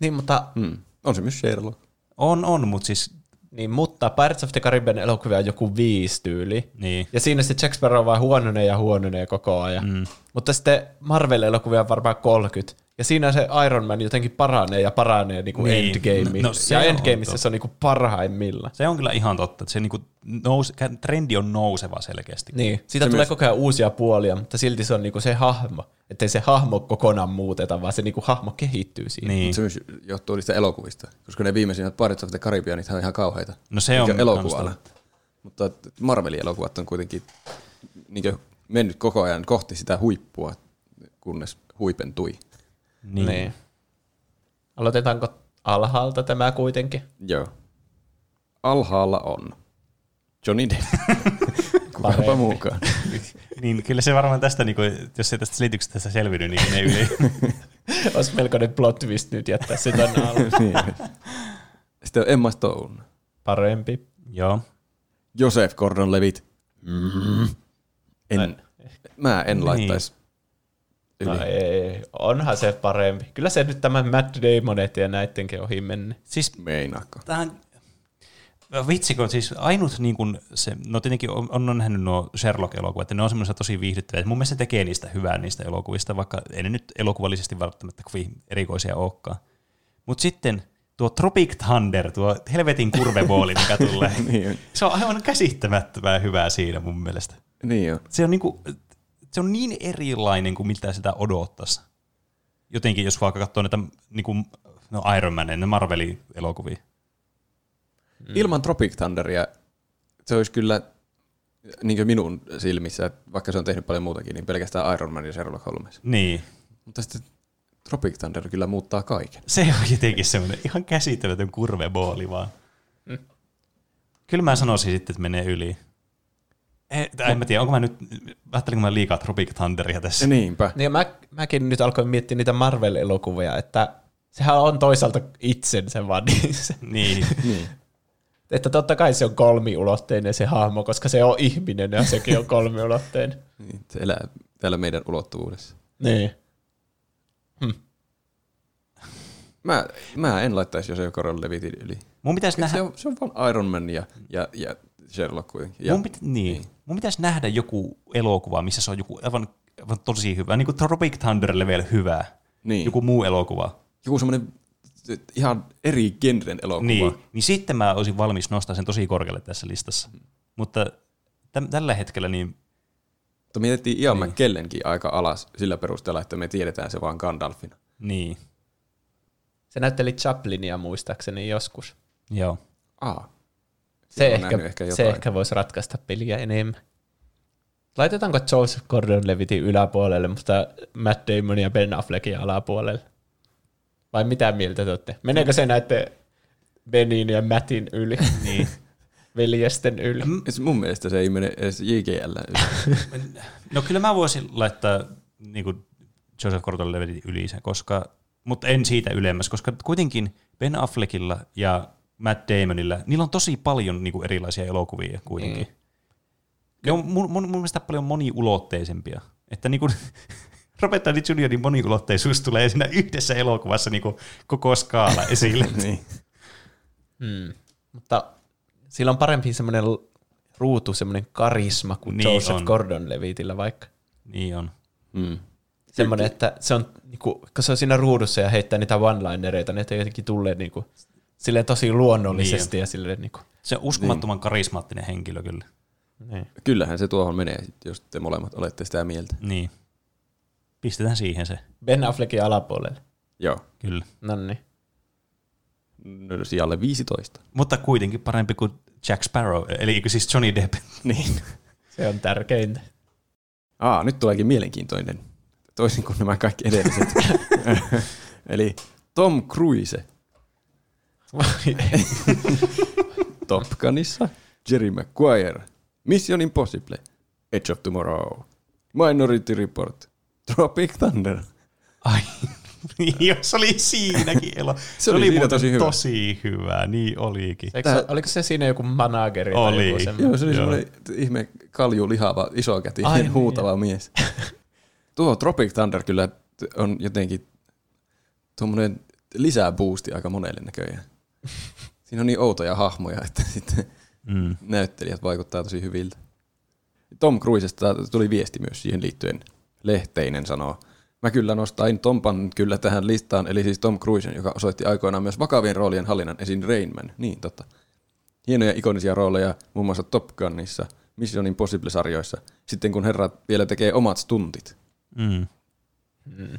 Niin, mutta, Mm. On se myös Sherlock. On, on, mutta siis, niin, mutta Pirates of the Caribbean elokuvia on joku viisi tyyli. niin, Ja siinä se Jack Sparrow vaan huononee ja huononee koko ajan. Mm. Mutta sitten Marvel-elokuvia on varmaan 30. Ja siinä se Iron Man jotenkin paranee ja paranee niin kuin Niin. Endgameen. No, No, no se ja on Endgameissa totta. se on niin kuin parhaimmillaan. se on kyllä ihan totta, että se niinku nous, trendi on nouseva selkeästi. Niin, siitä tulee koko ajan uusia puolia, mutta silti se on niinku se hahmo. Ettei se hahmo kokonaan muuteta, vaan se niinku hahmo kehittyy siinä. niin. Mut Se myös johtuu niistä elokuvista, koska ne viimeisimmät Pirates of the Caribbeanit on ihan kauheita. No se on Niinkö elokuvana. kans Mutta et Marvelin elokuvat on kuitenkin niinkö mennyt koko ajan kohti sitä huippua, kunnes huipentui. Niin. niin. Aloitetaanko alhaalta tämä kuitenkin? Joo. Alhaalla on Johnny Depp. Kukapa Parempi. muukaan. niin, kyllä se varmaan tästä, niin kuin, jos ei tästä selityksestä selvinnyt, niin ne yli. Olisi melkoinen plot twist nyt jättää se tonne alle. Niin. Sitten on Emma Stone. Parempi. Joo. Joseph Gordon-Levitt. Mm. En, mä en laittaisi. Niin. No yli. ei, onhan se parempi. Kyllä se nyt tämän Matt Damonet ja näittenkin ohi menne. Siis Meinaako? tähän... Vitsikö, siis ainut niin kuin se, no tietenkin on, on nähnyt nuo Sherlock-elokuvat, ja ne on semmoisia tosi viihdyttäviä. Mun mielestä se tekee niistä hyvää niistä elokuvista, vaikka ei ne nyt elokuvallisesti välttämättä kovin erikoisia olekaan. Mutta sitten tuo Tropic Thunder, tuo helvetin kurvebooli, mikä tulee, Niin on. se on aivan käsittämättömää hyvää siinä mun mielestä. Niin on. se on, niinku, se on niin erilainen kuin mitä sitä odottaisi. Jotenkin, jos vaikka katsoo näitä niinku, no Iron Manin, ne Marvelin elokuvia. Mm. Ilman Tropic Thunderia se olisi kyllä niin minun silmissä, vaikka se on tehnyt paljon muutakin, niin pelkästään Iron Man ja Sherlock Holmes. Niin. Mutta sitten Tropic Thunder kyllä muuttaa kaiken. Se on jotenkin semmoinen ihan käsittämätön kurvebooli vaan. Kyllä mä sanoisin sitten, että menee yli. Eh, tai en mä tiedä, onko mä nyt, ajattelinkö mä liikaa Tropic Thunderia tässä. Niinpä. Niin ja mä, mäkin nyt alkoin miettiä niitä Marvel-elokuvia, että sehän on toisaalta itsensä vaan niissä. Niin. Niin. Että totta kai se on kolmiulotteinen se hahmo, koska se on ihminen ja sekin on kolmiulotteinen. niin. Se elää täällä meidän ulottuvuudessa. niin. Mä, mä en laittaisi jos ei Koron Levitin yli. Mun pitäisi nähdä... Se on, se on vaan Iron Man ja, ja, ja Sherlock kuitenkin. Ja Mun, pit, niin. Mun pitäisi nähdä joku elokuva, missä se on joku aivan, aivan tosi hyvä. Niin kuin Tropic Thunderille vielä hyvä. Niin. Joku muu elokuva. joku semmoinen ihan eri genren elokuva. Niin, niin sitten mä olisin valmis nostaa sen tosi korkealle tässä listassa. Mutta täm, tällä hetkellä niin Mutta mietittiin Ian niin. McKellenkin aika alas sillä perusteella, että me tiedetään se vaan Gandalfina. Niin, Se näytteli Chaplinia muistaakseni joskus. joo. Aa. Se on ehkä, nähnyt ehkä se jotain. ehkä voisi ratkaista peliä enemmän. Laitetaanko Joseph Gordon-Levitin yläpuolelle, mutta Matt Damon ja Ben Affleckin alapuolelle? Vai mitä mieltä te olette? Meneekö se näette Benin ja Mattin yli? Niin. Veljesten yli. Et Mun mielestä se ei mene edes JGL. No kyllä mä voisin laittaa niin kuin Joseph Gordon-Levitin yli sen, koska, mutta en siitä ylemmäs, koska kuitenkin Ben Affleckilla ja Matt Damonilla, niillä on tosi paljon niin kuin erilaisia elokuvia kuitenkin. Mm. Ne on mun, mun, mun mielestä paljon moniulotteisempia. Että niin kuin Robert Downey Juniorin moniulotteisuus tulee siinä yhdessä elokuvassa niin kuin koko skaala esille. niin. Mm. Mutta sillä on parempi semmoinen l- ruutu, semmoinen karisma kuin Niin niin Joseph on. Gordon-Levitillä vaikka. niin on. Mm. Semmoinen, että se on, niinku, kun se on siinä ruudussa ja heittää niitä one-linereita, niin että jotenkin tulee niinku, silleen tosi luonnollisesti niin. ja silleen niinku, Se on uskomattoman niin. karismaattinen henkilö kyllä. niin. Kyllähän se tuohon menee, jos te molemmat olette sitä mieltä. Niin. Pistetään siihen se, Ben Affleckin alapuolelle. Joo. kyllä. No niin. No, sijalle 15. Mutta kuitenkin parempi kuin Jack Sparrow, eli eikö siis Johnny Depp. Niin. Se on tärkeintä. Aa, nyt tuleekin mielenkiintoinen. Toisin kuin nämä kaikki edelliset. Eli Tom Cruise Top Gunissa, Jerry Maguire, Mission Impossible, Edge of Tomorrow, Minority Report, Tropic Thunder. Mm, Ai, jos oli siinäkin elo. Se, oli siinä muuten tosi hyvä. tosi hyvä, niin olikin. Eikö se, oliko se siinä joku manageri? tai Oli. Joku semmoinen? Joo, se oli Joo. semmoinen ihme kalju lihava, isokätinen, Ai niin, huutava mies. Tuo Tropic Thunder kyllä t- on jotenkin tuommoinen lisäboosti aika monelle näköjään. Siinä on niin outoja hahmoja, että sitten Mm. näyttelijät vaikuttaa tosi hyviltä. Tom Cruisesta tuli viesti myös siihen liittyen. Lehteinen sanoo, mä kyllä nostaisin Tompan kyllä tähän listaan, eli siis Tom Cruisen, joka osoitti aikoinaan myös vakavien roolien hallinnan esiin Rainman. Niin, totta. Hienoja ikonisia rooleja muun muassa Top Gunissa, Mission Impossible-sarjoissa, sitten kun herrat vielä tekee omat tuntit. Mm.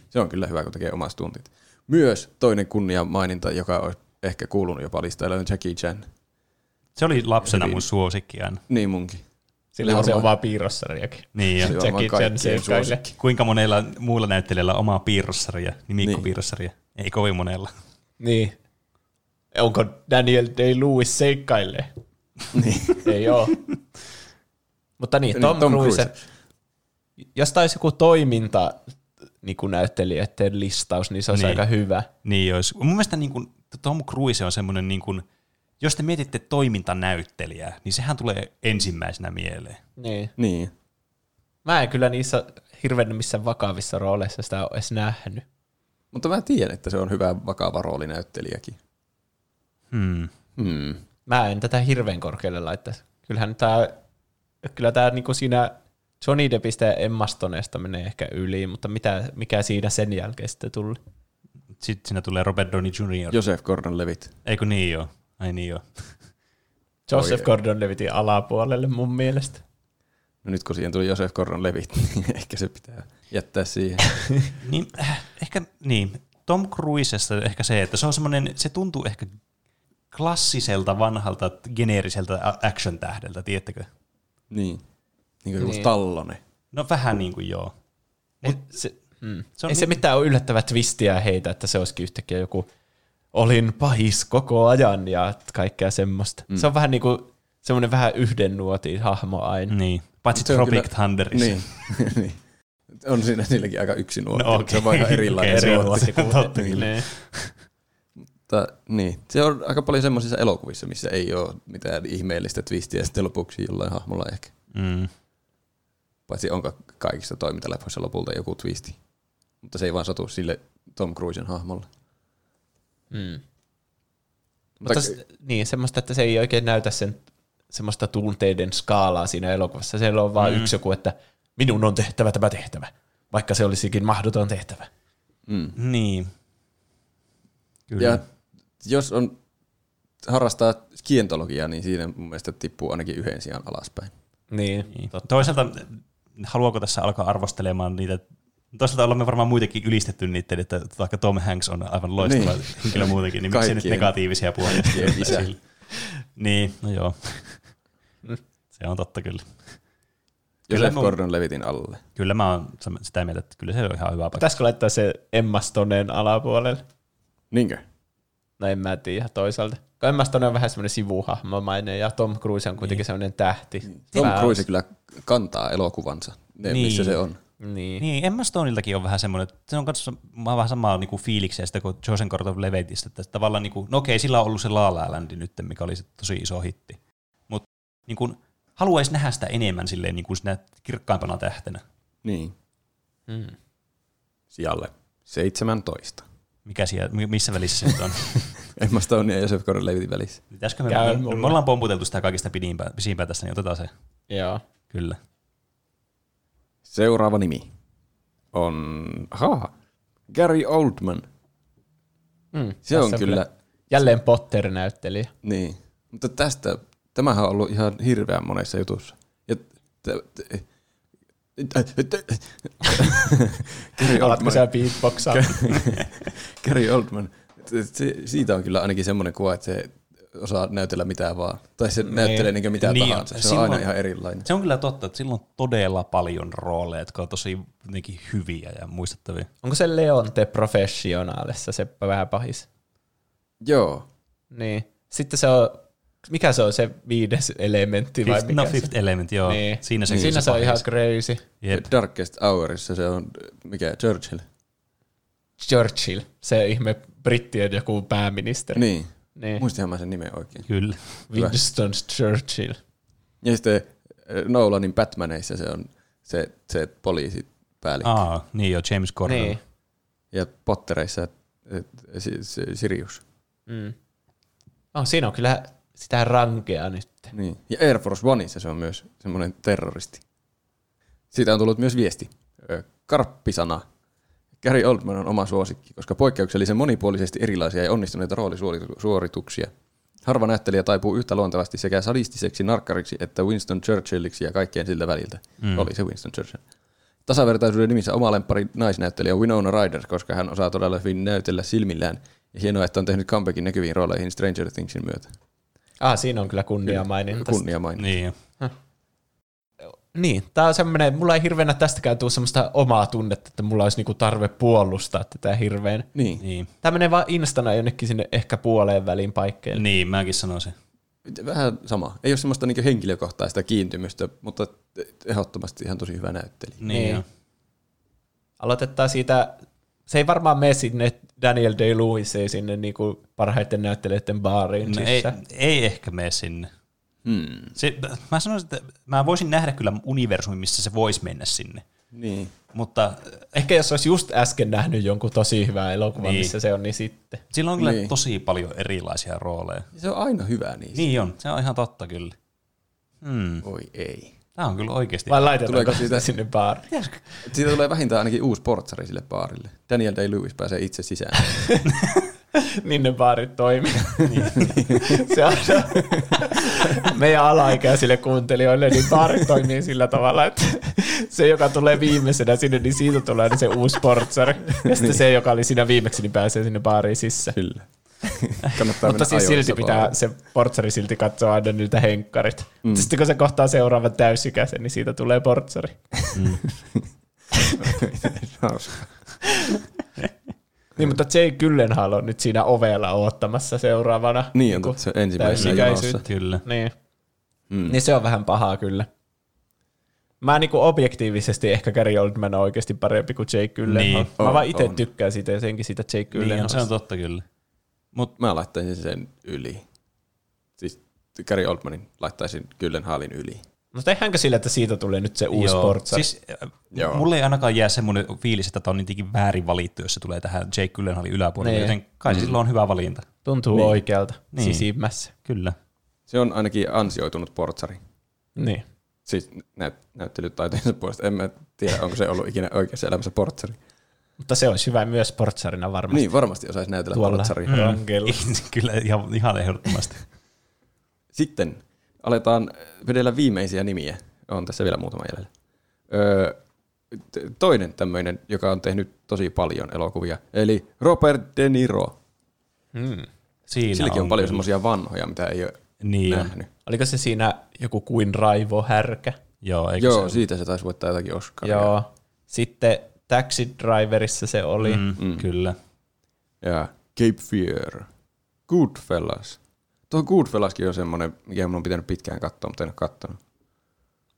Se on kyllä hyvä, kun tekee omat tuntit. Myös toinen kunnia maininta, joka on ehkä kuulunut jopa listaille, on Jackie Chan. Se oli lapsena mun suosikki aina. Niin munkin. Sillä on se varmaan- oma piirrossarjakin. Niin, ja Se on Jackie varmaan Chan kaikkien seikkailija. suosikki. kuinka monella muilla näyttelijällä on omaa piirrossarja, Niin. nimikkopiirrossarja? Ei kovin monella. Niin. Onko Daniel Day-Lewis seikkaille? Niin. Ei oo. Mutta niin, Tom, Tom Cruise. Jos taisi joku toiminta niin kuin näyttelijöiden listaus, niin se olisi Niin. niin. aika hyvä. Niin olisi. Mun mielestä niin kuin Tom Cruise on semmoinen, niin kuin, jos te mietitte toimintanäyttelijää, niin sehän tulee ensimmäisenä mieleen. Niin. Niin. Mä en kyllä niissä hirveän missään vakavissa rooleissa sitä ole edes nähnyt. Mutta mä tiedän, että se on hyvä vakava roolinäyttelijäkin. Hmm. Hmm. Mä en tätä hirveän korkealle laittaisi. Kyllähän tää, kyllä tää niinku siinä Johnny Deppistä ja Emma Stonesta menee ehkä yli, mutta mitä, mikä siinä sen jälkeen sitten tuli? Sitten siinä tulee Robert Downey Jr. Joseph Gordon-Levitt. Eikö niin joo? Ai niin joo. Joseph Gordon-Levitin alapuolelle mun mielestä. No nyt kun siihen tuli Joseph Gordon-Levitt, niin ehkä se pitää jättää siihen. Niin, äh, ehkä niin. Tom Cruisesta ehkä se, että se on semmoinen, se tuntuu ehkä klassiselta, vanhalta, geneeriseltä a- action-tähdeltä, tiettäkö? niin. Niin kuin niin. Niin. Stallone. No vähän niin kuin joo. Ei se, mm. Se se on Ei se niin- mitään ole yllättävää twistiä heitä, että se olisikin yhtäkkiä joku olin pahis koko ajan ja kaikkea semmoista. Mm. Se on vähän niin kuin semmoinen vähän yhden nuotin hahmo aina. Niin. Paitsi Se on Tropic kyllä- Thunderissa. Niin. niin. on siinä silläkin aika yksi nuotti. No No, okei. okay. Se on aika erilainen Okei, okay, eri nuotti. nuotti. Totta kyllä. Niin. Mutta, niin. Se on aika paljon semmoisissa elokuvissa, missä ei ole mitään ihmeellistä twistiä sitten lopuksi jollain hahmolla ehkä. Mm. Paitsi onko kaikista toimintaleffoissa lopulta joku twisti. Mutta se ei vaan satu sille Tom Cruisen hahmolle. Mm. Mutta se, niin, semmoista, että se ei oikein näytä sen semmoista tunteiden skaalaa siinä elokuvassa. Siellä on vaan mm. yksi joku, että minun on Mm. tehtävä tämä tehtävä, vaikka se olisikin mahdoton tehtävä. Niin. Kyllä. Ja jos on harrastaa kientologiaa, niin siinä mun mielestä tippuu ainakin yhden sijaan alaspäin. Niin. Niin. Toisaalta haluaako tässä alkaa arvostelemaan niitä Toisaalta olemme varmaan muitakin ylistetty niiden, että vaikka Tom Hanks on aivan loistava niin. Niin. henkilö muutenkin, niin miksi nyt Kaikkien. negatiivisia puolia? Kaikkien isä. Mm. Sillä- niin, no joo. se on totta kyllä. Kyllä Joseph mun- Gordon-Levitin alle. Kyllä mä oon sam- sitä mieltä, että kyllä se on ihan hyvä paikka. Pitäisikö laittaa se Emma Stoneen alapuolelle? Niinkö? No en mä tiedä toisaalta. Kun Emma Stone on vähän semmoinen sivuhahmomainen ja Tom Cruise on kuitenkin niin. semmoinen tähti. Tom Pääos- Cruise kyllä kantaa elokuvansa, ne, Niin. niin. missä se on. Niin. Niin, Emma Stoneiltakin on vähän semmoinen, että se on kanssa mä oon vähän samaa niinku fiiliksiä sitä kuin Josen Gordon Levitistä, että tavallaan niinku, no okei, sillä on ollut se La La Land nyt, mikä oli se tosi iso hitti. Mutta niinku, haluaisi nähdä sitä enemmän silleen niinku sinä kirkkaimpana tähtenä, Niin. Mm. Sijalle 17. mikä siellä, mi- missä välissä se nyt on. Emma Stone ja Joseph Gordon-Levitin välissä. Pitäisikö me, Käy me, mulle. me ollaan pomputeltu sitä kaikista pidimpää- pisimpää tässä, niin otetaan se, Joo. kyllä. Seuraava nimi on... Aha, Gary Oldman. Mm. Se Tässä on kyllä... Jälleen Potter-näyttelijä. Niin. Mutta tästä... Tämähän on ollut ihan hirveän monessa jutussa. Ja... t- t- Gary Alatko Oldman. sä beatboxaa? Gary Oldman. Se, siitä on kyllä ainakin semmoinen kuva, että se osaa näytellä mitä vaan. Tai se näyttelee niin mitä Niin, tahansa. Se silloin- on aina ihan erilainen. Se on kyllä totta, että sillä on todella paljon rooleja, jotka on tosi jotenkin hyviä ja muistettavia. Onko se Leonte Professionalessa se vähän pahis? Joo. Niin. Sitten se on, mikä se on se viides elementti vai Fifth, mikä no se? Fifth Element, joo. Niin. Siinä se, Siinä se, on pahis. ihan crazy. Jep. Darkest Hourissa se on, mikä, Churchill. Churchill, se ihme brittien joku pääministeri. Niin. Niin. Muistinhan mä sen nimen oikein. Kyllä. Winston Churchill. Ja sitten äh, Nolanin Batmaneissa se on se, se poliisipäällikkö. Ah. Aa, niin joo, James Gordon. Niin. Ja Pottereissa äh, si- si- Sirius. Mm. Oh, siinä on kyllä sitä rankea nyt. Niin. Ja Air Force Oneissa se on myös semmoinen terroristi. Siitä on tullut myös viesti. Ö, Karppisana. Gary Oldman on oma suosikki, koska poikkeuksellisen monipuolisesti erilaisia ja onnistuneita roolisuorituksia. Harva näyttelijä taipuu yhtä luontevasti sekä sadistiseksi narkkariksi että Winston Churchilliksi ja kaikkeen siltä väliltä. Mm. Oli se Winston Churchill. Tasavertaisuuden nimissä oma lemppari naisnäyttelijä on Winona Ryder, koska hän osaa todella hyvin näytellä silmillään. Ja hienoa, että on tehnyt comebackin näkyviin rooleihin Stranger Thingsin myötä. Ah, siinä on kyllä kunniamaininta. Kunnia mainita. Niin. Niin, tää on semmoinen, mulla ei hirveänä tästäkään tule semmoista omaa tunnetta, että mulla olisi niinku tarve puolustaa tätä hirveän. Niin. Niin. Tämä menee vaan instana jonnekin sinne ehkä puoleen väliin paikkeille. niin, mäkin sanoin se. Vähän sama. Ei ole semmoista niinku henkilökohtaista kiintymystä, mutta ehdottomasti ihan tosi hyvä näyttelijä. Niin, Niin. niin. Joo. Aloitetaan siitä, se ei varmaan mene sinne Daniel Day-Lewis, ei sinne niinku parhaiten näyttelijöiden baariin. No, ei, ei. ei ehkä mene sinne. Hmm. Se, mä sanoisin, että mä voisin nähdä kyllä universumin, missä se voisi mennä sinne. Niin. Mutta äh, Ehkä jos olisi just äsken nähnyt jonkun tosi hyvää elokuvan, Niin. niin. missä se on, niin sitten. sillä on kyllä niin. Niin. tosi paljon erilaisia rooleja. Se on aina hyvä niissä. Niin. Niin on, se on ihan totta kyllä. Hmm. Voi ei. Tämä on kyllä oikeasti. Vai laitetaanko Tuleeko sitä siitä- sinne baariin? Siitä tulee vähintään ainakin uusi portsari sille baarille. Daniel Day-Lewis pääsee itse sisään. niin ne baarit toimii. Niin. se on meidän alaikäisille kuuntelijoille, niin baarit toimii sillä tavalla, että se, joka tulee viimeisenä sinne, niin siitä tulee aina se uusi portsari. Ja Niin. sitten se, joka oli siinä viimeksi, niin pääsee sinne baariin sisään. Kyllä. Kannattaa Mutta mennä siis silti ajoissa pitää, baariin. se portsari silti katsoa aina niitä henkkarit. Mm. Sitten kun se kohtaa seuraavan täysikäisen, niin siitä tulee portsari. Hauska. Niin, Mm. mutta Jay Gyllenhaal on nyt siinä ovella oottamassa seuraavana. Niin on, Kun- totta, se on ensimmäisenä Niinku täysikäisyyttä. jonossa. Kyllä. Niin. Mm. Niin se on vähän pahaa kyllä. Mä niinku objektiivisesti ehkä Gary Oldman on oikeasti parempi kuin Jake Gyllenhaal. Niin, Niin, Mä on, vaan itse on. tykkään siitä jotenkin siitä Jake Niin on, se Gyllenhaalista. on totta kyllä. Mä laittaisin sen yli. Siis Gary Oldmanin laittaisin Gyllenhaalin yli. No tehdäänkö sillä, että siitä tulee nyt se uusi Joo. portsari? Siis, äh, Joo. Mulle ei ainakaan jää semmoinen fiilis, että tämä on jotenkin väärin valittu, jos se tulee tähän Jake Gyllenhaalin yläpuolelle, Niin. joten kai se silloin on hyvä valinta. Tuntuu niin. oikealta Niin. niin. sisimmässä. Kyllä. Se on ainakin ansioitunut portsari. Niin. siis näyt, näyttelytaitojensa puolesta. En mä tiedä, onko se ollut ikinä oikeassa elämässä portsari. Mutta se olisi hyvä myös sportsarina varmasti. Niin, varmasti osaisi näytellä Tuolla. portsaria. Mm. Rankella. Kyllä ihan, ihan ehdottomasti. Sitten aletaan vedellä viimeisiä nimiä. On tässä vielä muutama jäljellä. Öö, t- toinen tämmöinen, joka on tehnyt tosi paljon elokuvia, eli Robert De Niro. Mm. Siinä Silläkin on, paljon kyllä. semmoisia vanhoja, mitä ei ole Niin on. nähnyt. Oliko se siinä joku kuin raivo härkä? Joo, eikö Joo, se? siitä se taisi voittaa jotakin Oscaria. Joo. Sitten Taxi Driverissa se oli. Mm. Mm, mm. Kyllä. Ja Cape Fear. Goodfellas. Tuo Goodfellaskin on semmoinen, mikä minun on pitänyt pitkään katsoa, mutta en ole katsonut.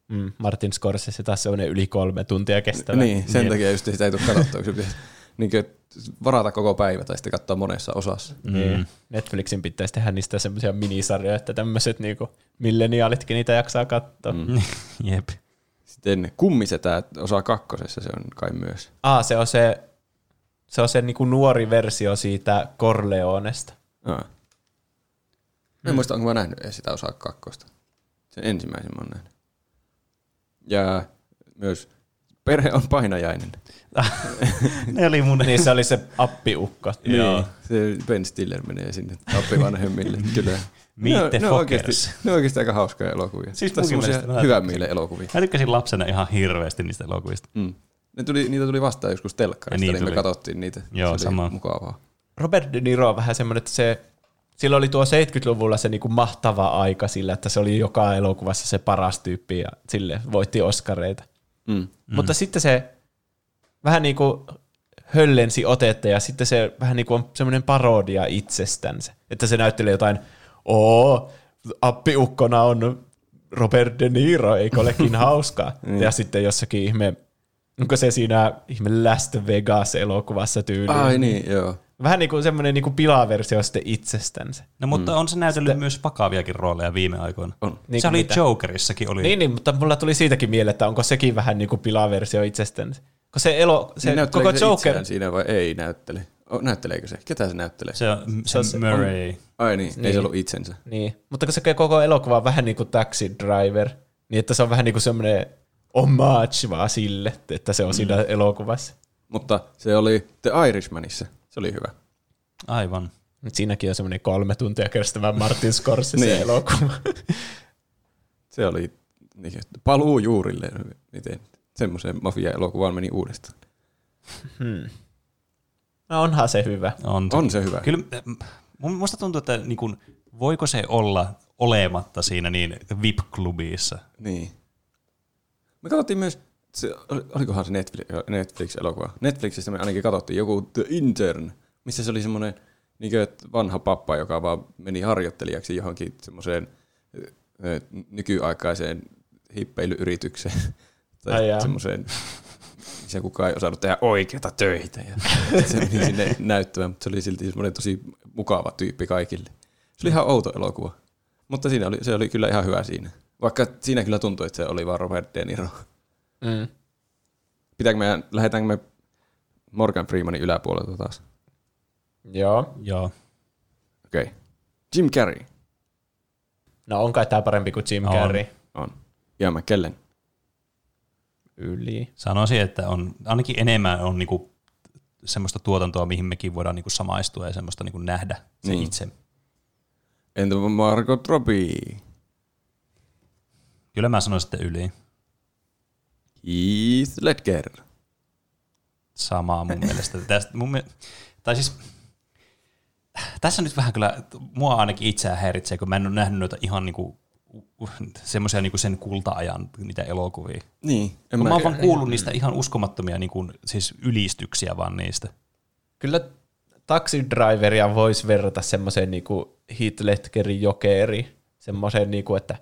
Mm. Martin Scorsese taas semmoinen yli kolme tuntia kestävä. Niin, sen Niin. takia just sitä ei tule katsottua, kun se pitäisi niin kuin, varata koko päivä tai sitten katsoa monessa osassa. Mm. Netflixin pitäisi tehdä niistä semmoisia minisarjoja, että tämmöiset niinku milleniaalitkin niitä jaksaa katsoa. Mm. Jep. Sitten kummisetää osa kakkosessa se on kai myös. Ah, se on se, se, on se niinku nuori versio siitä Corleonesta. Aa. Mä en Mm. muista, onko mä nähnyt edes sitä osaa kakkosta. Sen ensimmäisen mä oon nähnyt. Ja myös perhe on painajainen. Ne oli mun... Niin se oli se appiukko. Niin. Joo. Se Ben Stiller menee sinne appivanhemmille. Kyllä. Meet Ne on- the ne on oikeasti, fuckers. ne on oikeasti aika hauskoja elokuvia. Siis Tai munkin semmosia mielestä mä- hyvän mielen elokuvia. Mä tykkäsin lapsena ihan hirveästi niistä elokuvista. Mm. Ne tuli, niitä tuli vastaan joskus telkkarista, Ja niin niin, niin me tuli. katsottiin niitä. Joo, se oli sama. mukavaa. Robert De Niro on vähän semmoinen, että se, sillä oli tuo 70-luvulla se niinku mahtava aika sillä, että se oli joka elokuvassa se paras tyyppi ja sille voitti oskareita. Mm. Mm. Mutta sitten se vähän niin kuin höllensi otetta ja sitten se vähän niin kuin on semmoinen parodia itsestänsä. Että se näyttelee jotain, oo, appiukkona on Robert De Niro, eikö olekin hauskaa? Niin. ja sitten jossakin ihme, onko se siinä ihme Last Vegas-elokuvassa tyyliin. Ai niin, joo. Vähän niin kuin semmoinen niin kuin pilaversio sitten itsestänsä. No mutta on se näytellyt myös vakaviakin rooleja viime aikoina. On. Niin Niin se kuin oli mitä? Jokerissakin oli. Niin, niin, mutta mulla tuli siitäkin mieleen, että onko sekin vähän niin kuin pilaversio itsestänsä. Kun se, elo, se niin koko koko se Joker, Joker. siinä vai ei näyttele? O, näytteleekö se? Ketä se näyttelee? Se. Se, on- se, se Murray. Ai niin, niin, ei se ollut itsensä. Niin, mutta kun se koko elokuva on vähän niin kuin Taxi Driver, niin että se on vähän niin kuin semmoinen homage vaan sille, että se on siinä elokuvassa. Mutta se oli The Irishmanissa. Se oli hyvä. Aivan. Nyt siinäkin on semmoinen kolme tuntia kestävä Martin Scorsese Niin. elokuva. Se oli niin, paluu juurille. Miten semmoiseen mafia-elokuvaan meni uudestaan. No onhan se hyvä. On, On se hyvä. Kyllä mm, mun- musta tuntuu, että niin kun, voiko se olla olematta siinä niin VIP-klubissa? Niin. Me katsottiin myös, se, oli- olikohan se Netflix- Netflix-elokuva. Netflixistä me ainakin katsottiin joku The Intern, missä se oli semmoinen niin vanha pappa, joka vaan meni harjoittelijaksi johonkin semmoiseen ö, nykyaikaiseen hippeilyyritykseen. Ai tai jaa. semmoiseen, missä kukaan ei osannut tehdä oikeita töitä. Ja se meni sinne näyttämään, mutta se oli silti semmoinen tosi mukava tyyppi kaikille. Se oli ihan outo elokuva. Mutta siinä oli, se oli kyllä ihan hyvä siinä. Vaikka siinä kyllä tuntui, että se oli vaan Robert De Niro. Mm. Pitääkö me, lähdetäänkö me Morgan Freemanin yläpuolelta taas? Joo. Joo. Okei. Okay. Jim Carrey No on kai tämä parempi kuin Jim On. Carrey. on. Ja McKellen. Yli. Sanoisin, että on, ainakin enemmän on niinku semmoista tuotantoa, mihin mekin voidaan niinku samaistua ja semmoista niinku nähdä se Niin. itse. Entä Margot Robbie? Kyllä mä sanoisin, että yli. Heath Ledger. samaa mun mielestä. Tästä, mun, mie- tai siis, tässä nyt vähän kyllä, mua ainakin itseään häiritsee, kun mä en ole nähnyt noita ihan niinku, semmoisia niinku sen kulta-ajan niitä elokuvia. Niin. En Mä, mä oon vaan kuullut niistä ihan uskomattomia niinku, siis ylistyksiä vaan niistä. Kyllä Taxi Driveria voisi verrata semmoiseen niinku Heath Ledgerin jokeri. Semmoiseen, niinku, että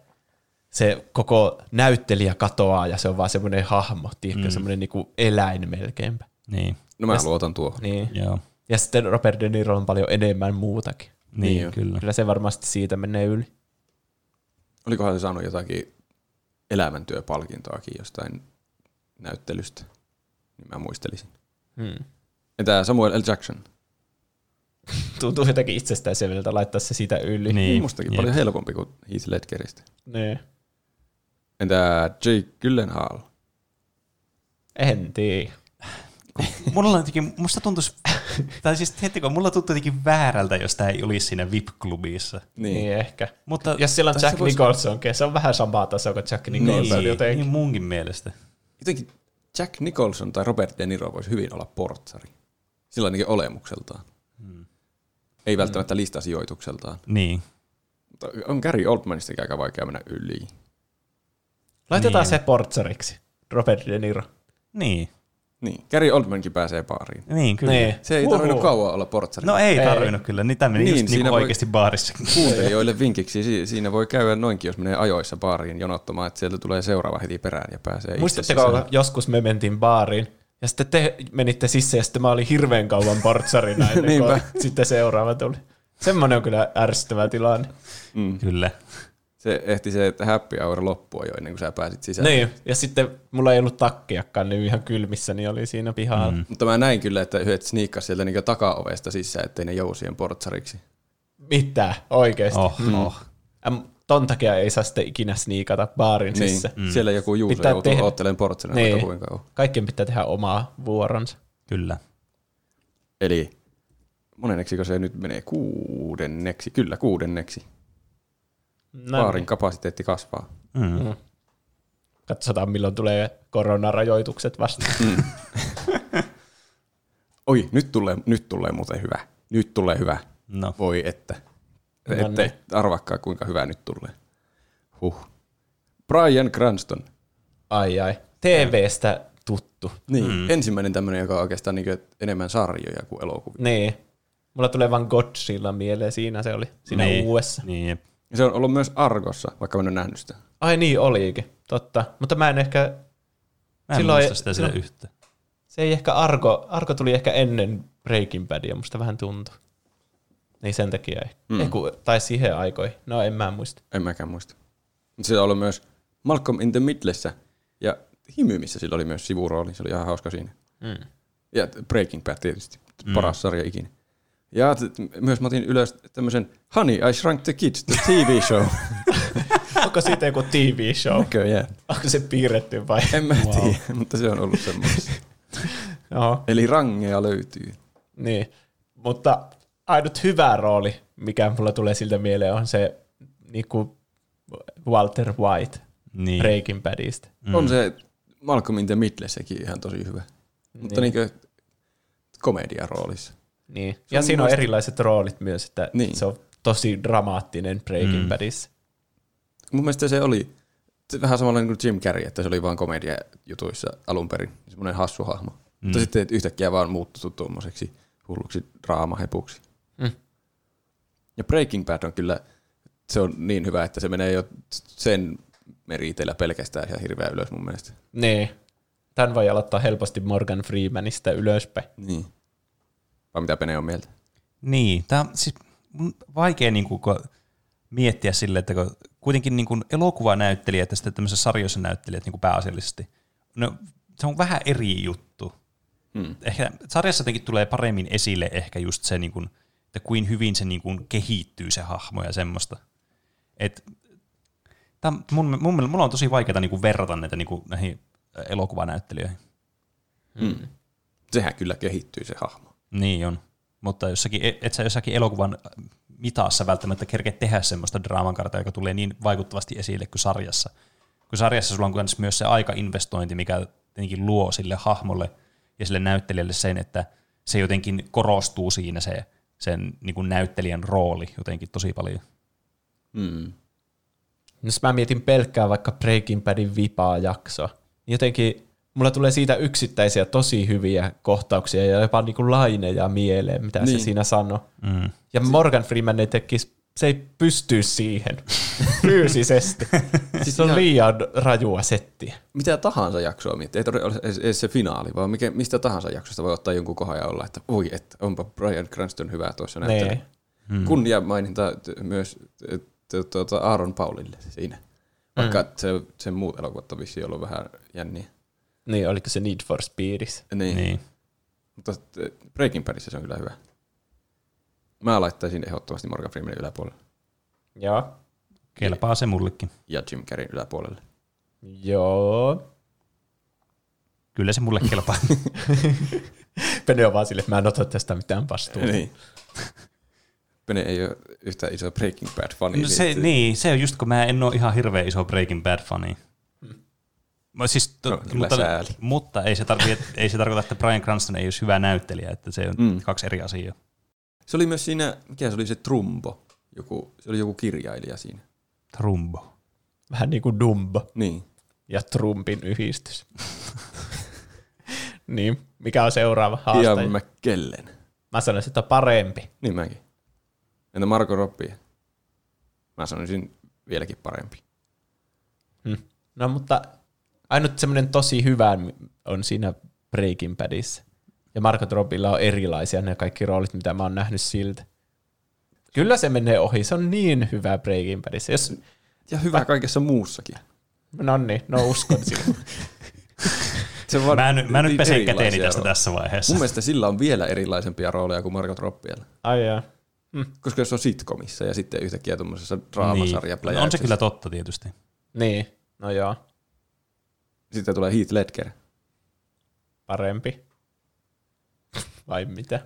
se koko näyttelijä katoaa ja se on vaan semmoinen hahmo, tiedätkö, mm. semmoinen niinku eläin melkeinpä. Niin, No mä luotan tuohon. Niin. joo. Ja sitten Robert De Niro on paljon enemmän muutakin. Niin, joo. niin kyllä. Kyllä se varmasti siitä menee yli. Olikohan se saanut jotakin elämäntyöpalkintoakin jostain näyttelystä? Niin mä muistelisin. Hmm. Entä Samuel L. Jackson? Tuntuu jotenkin itsestäänselvältä laittaa se siitä yli. Niin, Mustakin jep. paljon helpompi kuin Heath Ledgeristä. Niin. Entä Jake Gyllenhaal? En tiedä. mulla on jotenkin, musta tuntuisi, tai siis heti kun mulla tuntuu jotenkin väärältä, jos tämä ei olisi siinä VIP-klubissa. Niin. Niin ehkä. Mutta Jos siellä on tai se Jack voisi- Nicholson, okay, se on vähän samaa tasoa kuin Jack Nicholson niin, jotenkin. Niin munkin mielestä. Jotenkin Jack Nicholson tai Robert De Niro voisi hyvin olla portsari. Sillä ainakin olemukseltaan. Ei välttämättä listasijoitukseltaan. Niin. Mutta on Gary Oldmanistakin aika vaikea mennä yli. Laitetaan Niin. se portsariksi, Robert De Niro. Niin. Niin, Gary Oldmankin pääsee baariin. Niin, kyllä. Niin. Se ei Huhu. tarvinnut kauan olla portsari. No ei Ei. tarvinnut kyllä, niin tämä meni Niin, niin, just niin siinä voi- oikeasti baarissa. Kuuntelijoille vinkiksi, si- siinä voi käydä noinkin, jos menee ajoissa baariin jonottamaan, että sieltä tulee seuraava heti perään ja pääsee itse Muistatteko, sisään. kun joskus me mentiin baariin, ja sitten te menitte sisse, ja sitten mä olin hirveän kauan portsarina, ennen Niinpä. kuin sitten seuraava tuli. Semmoinen on kyllä ärsyttävä tilanne. Mm. Kyllä. Se ehti se että happy hour loppua jo ennen kuin sä pääsit sisään. Niin, ja sitten mulla ei ollut takkiakaan, niin ihan kylmissä, niin oli siinä pihalla. Mm. Mutta mä näin kyllä, että yhdet sniikkas sieltä niin takaovesta sisään, ettei ne jousien portsariksi. Mitä? Oikeesti. Mm. Oh, oh. Äm, Ton takia ei saa sitten ikinä sniikata baarin Niin, sissä. mm. siellä joku Juuso Pitää Pitää joutuu tehdä. tehdä. oottelemaan portsarina, niin. Niin. kuinka kauan. Kaikkien pitää tehdä omaa vuoronsa. Kyllä. Eli monenneksikö se nyt menee kuudenneksi? Kyllä, kuudenneksi. Näin. Baarin kapasiteetti kasvaa. Mm. Katsotaan, milloin tulee koronarajoitukset vastaan. Oi, nyt tulee, nyt tulee muuten hyvä. Nyt tulee hyvä. No. Voi että. No Ette niin. arvaakaan, kuinka hyvä nyt tulee. Huh. Brian Cranston. Ai ai. TVstä tuttu. Niin, mm. ensimmäinen tämmöinen, joka on oikeastaan niin enemmän sarjoja kuin elokuvia. Niin. Mulla tulee vaan Godzilla mieleen. Siinä se oli. Siinä niin. niin. uudessa. Niin, jep. Ja se on ollut myös Argossa, vaikka mä en ole nähnyt sitä. Ai niin, olikin. Totta. Mutta mä en ehkä... Mä en Silloin- muista sitä sillä no. yhtä. Se ei ehkä Arko... Arko tuli ehkä ennen Breaking Badia. Musta vähän tuntuu. Niin sen takia ei. Mm. ei kun, tai siihen aikoihin. No en mä muista. En mäkään muista. Mutta se on ollut myös Malcolm in the Middlessä ja Himymissä sillä oli myös sivurooli. Se oli ihan hauska siinä. Mm. Ja Breaking Bad tietysti, paras sarja ikinä. Ja t- myös mä otin ylös tämmöisen Honey, I Shrunk the Kids, the TV show. Onko siitä joku TV-show? Näköjään. Onko se piirretty vai? En mä tiedä, mutta se on ollut semmoista. Joo. Eli rangeja löytyy. No, Niin, mutta ainut hyvä rooli, mikä mulla tulee siltä mieleen, on se niinku Walter White Niin. Breaking Badista. Mm. On se Malcolm in the Middlessäkin ihan tosi hyvä. Mutta niin. niin komediaroolissa. Niin. Se Ja on siinä on muista- erilaiset roolit myös, että Niin. niin. se on tosi dramaattinen Breaking mm. Badissa. Mun mielestä se oli se vähän samalla niin kuin Jim Carrey, että se oli vaan komedia jutuissa alun perin. Semmoinen hassu hahmo. Mm. Mutta sitten yhtäkkiä vaan muuttui tuommoiseksi hulluksi draamahepuksi. Mm. Ja Breaking Bad on kyllä, se on niin hyvä, että se menee jo sen meriteillä pelkästään ihan hirveä ylös mun mielestä. Niin. Tämän voi aloittaa helposti Morgan Freemanista ylöspäin. Niin. Vai mitä Pene on mieltä? Niin, tämä on siis mun vaikea niin kuin, miettiä sille, että kun kuitenkin niin kuin elokuvanäyttelijät ja sitten tämmöisessä sarjoissa näyttelijät niin kuin pääasiallisesti, no, se on vähän eri juttu. Mm. Ehkä sarjassa jotenkin tulee paremmin esille ehkä just se, niin kuin, että kuin hyvin se niin kuin kehittyy se hahmo ja semmoista. Et, tämän, mun, mun, mielestä- mulla on tosi vaikeaa niin kuin verrata näitä niin kuin, näihin äh, elokuvanäyttelijöihin. Mm. Sehän kyllä kehittyy se hahmo. Niin on. Mutta jossakin, e- et sä jossakin elokuvan mitassa välttämättä kerkeä tehdä semmoista draaman kartaa, joka tulee niin vaikuttavasti esille kuin sarjassa. Kun sarjassa sulla on kans myös se aikainvestointi, mikä tietenkin luo sille hahmolle ja sille näyttelijälle sen, että se jotenkin korostuu siinä se, sen niin kuin näyttelijän rooli jotenkin tosi paljon. Mm. jos mä mietin pelkkää vaikka Breaking Badin vipaa jaksoa, niin jotenkin mulla tulee siitä yksittäisiä tosi hyviä kohtauksia ja jopa niin kuin laineja mieleen, mitä niin. Niin. se siinä sanoi. Mm. Ja Morgan Freeman ei tekisi, se ei pysty siihen fyysisesti. siis se on ihan- liian rajua settiä. Mitä tahansa jaksoa miettiä, ei tarvitse olla edes, edes se finaali, vaan mikä, mistä tahansa jaksosta voi ottaa jonkun kohan ja olla, että voi, että onpa Brian Cranston hyvä tuossa Niin. näyttelijä. Nee. Mm. Kunnia maininta t- myös t- t- tuota Aaron Paulille siinä. Vaikka mm. se, sen muut elokuvat on vissiin ollut vähän jänniä. Niin, oliko se Need for Speedissä? Niin. niin. Niin. Mutta t- Breaking Badissa se on kyllä hyvä. Mä laittaisin ehdottomasti Morgan Freemanin yläpuolelle Joo. Kelpaa se mullekin. ja Jim Carreyn yläpuolelle. Joo. Kyllä se mulle kelpaa. Pene on vaan sille, että mä en ota tästä mitään vastuuta. Niin. Pene ei ole yhtään iso Breaking Bad-fani. no se, liittyy. niin, se on just kun mä en ole ihan hirveän iso Breaking Bad-fani. Mä siis, to, No, kyllä mutta, sääli. mutta ei, se tarvi, ei se tarkoita, että Brian Cranston ei olisi hyvä näyttelijä, että se on mm. kaksi eri asiaa. Se oli myös siinä, mikä se oli se Trumbo? Joku, se oli joku kirjailija siinä. Trumbo. Vähän niin kuin Dumbo Niin. ja Trumpin yhdistys. niin, mikä on seuraava Ian haaste? Mä... McKellen. mä sanoisin, että parempi. Niin mäkin. Entä Marko Robbie? Mä sanoisin vieläkin parempi. Hmm. No mutta ainut semmoinen tosi hyvä on siinä Breaking Badissa. Ja Marko Robilla on erilaisia ne kaikki roolit, mitä mä oon nähnyt siltä. Kyllä se menee ohi, se on niin hyvä Breaking Badissa. Jos, Ja hyvä kaikessa muussakin. no niin, no uskon siihen. Se on vaan Mä, en, mä nyt niin pesen erilaisia käteeni tästä rooleja. tässä vaiheessa. Mun mielestä sillä on vielä erilaisempia rooleja kuin Marko Roppiella. Ai jaa. Koska se on sitcomissa ja sitten yhtäkkiä tuommoisessa niin. draamasarjapläjäyksessä. No On se kyllä totta tietysti. Niin, no joo, Sitten tulee Heath Ledger. parempi. Vai mitä?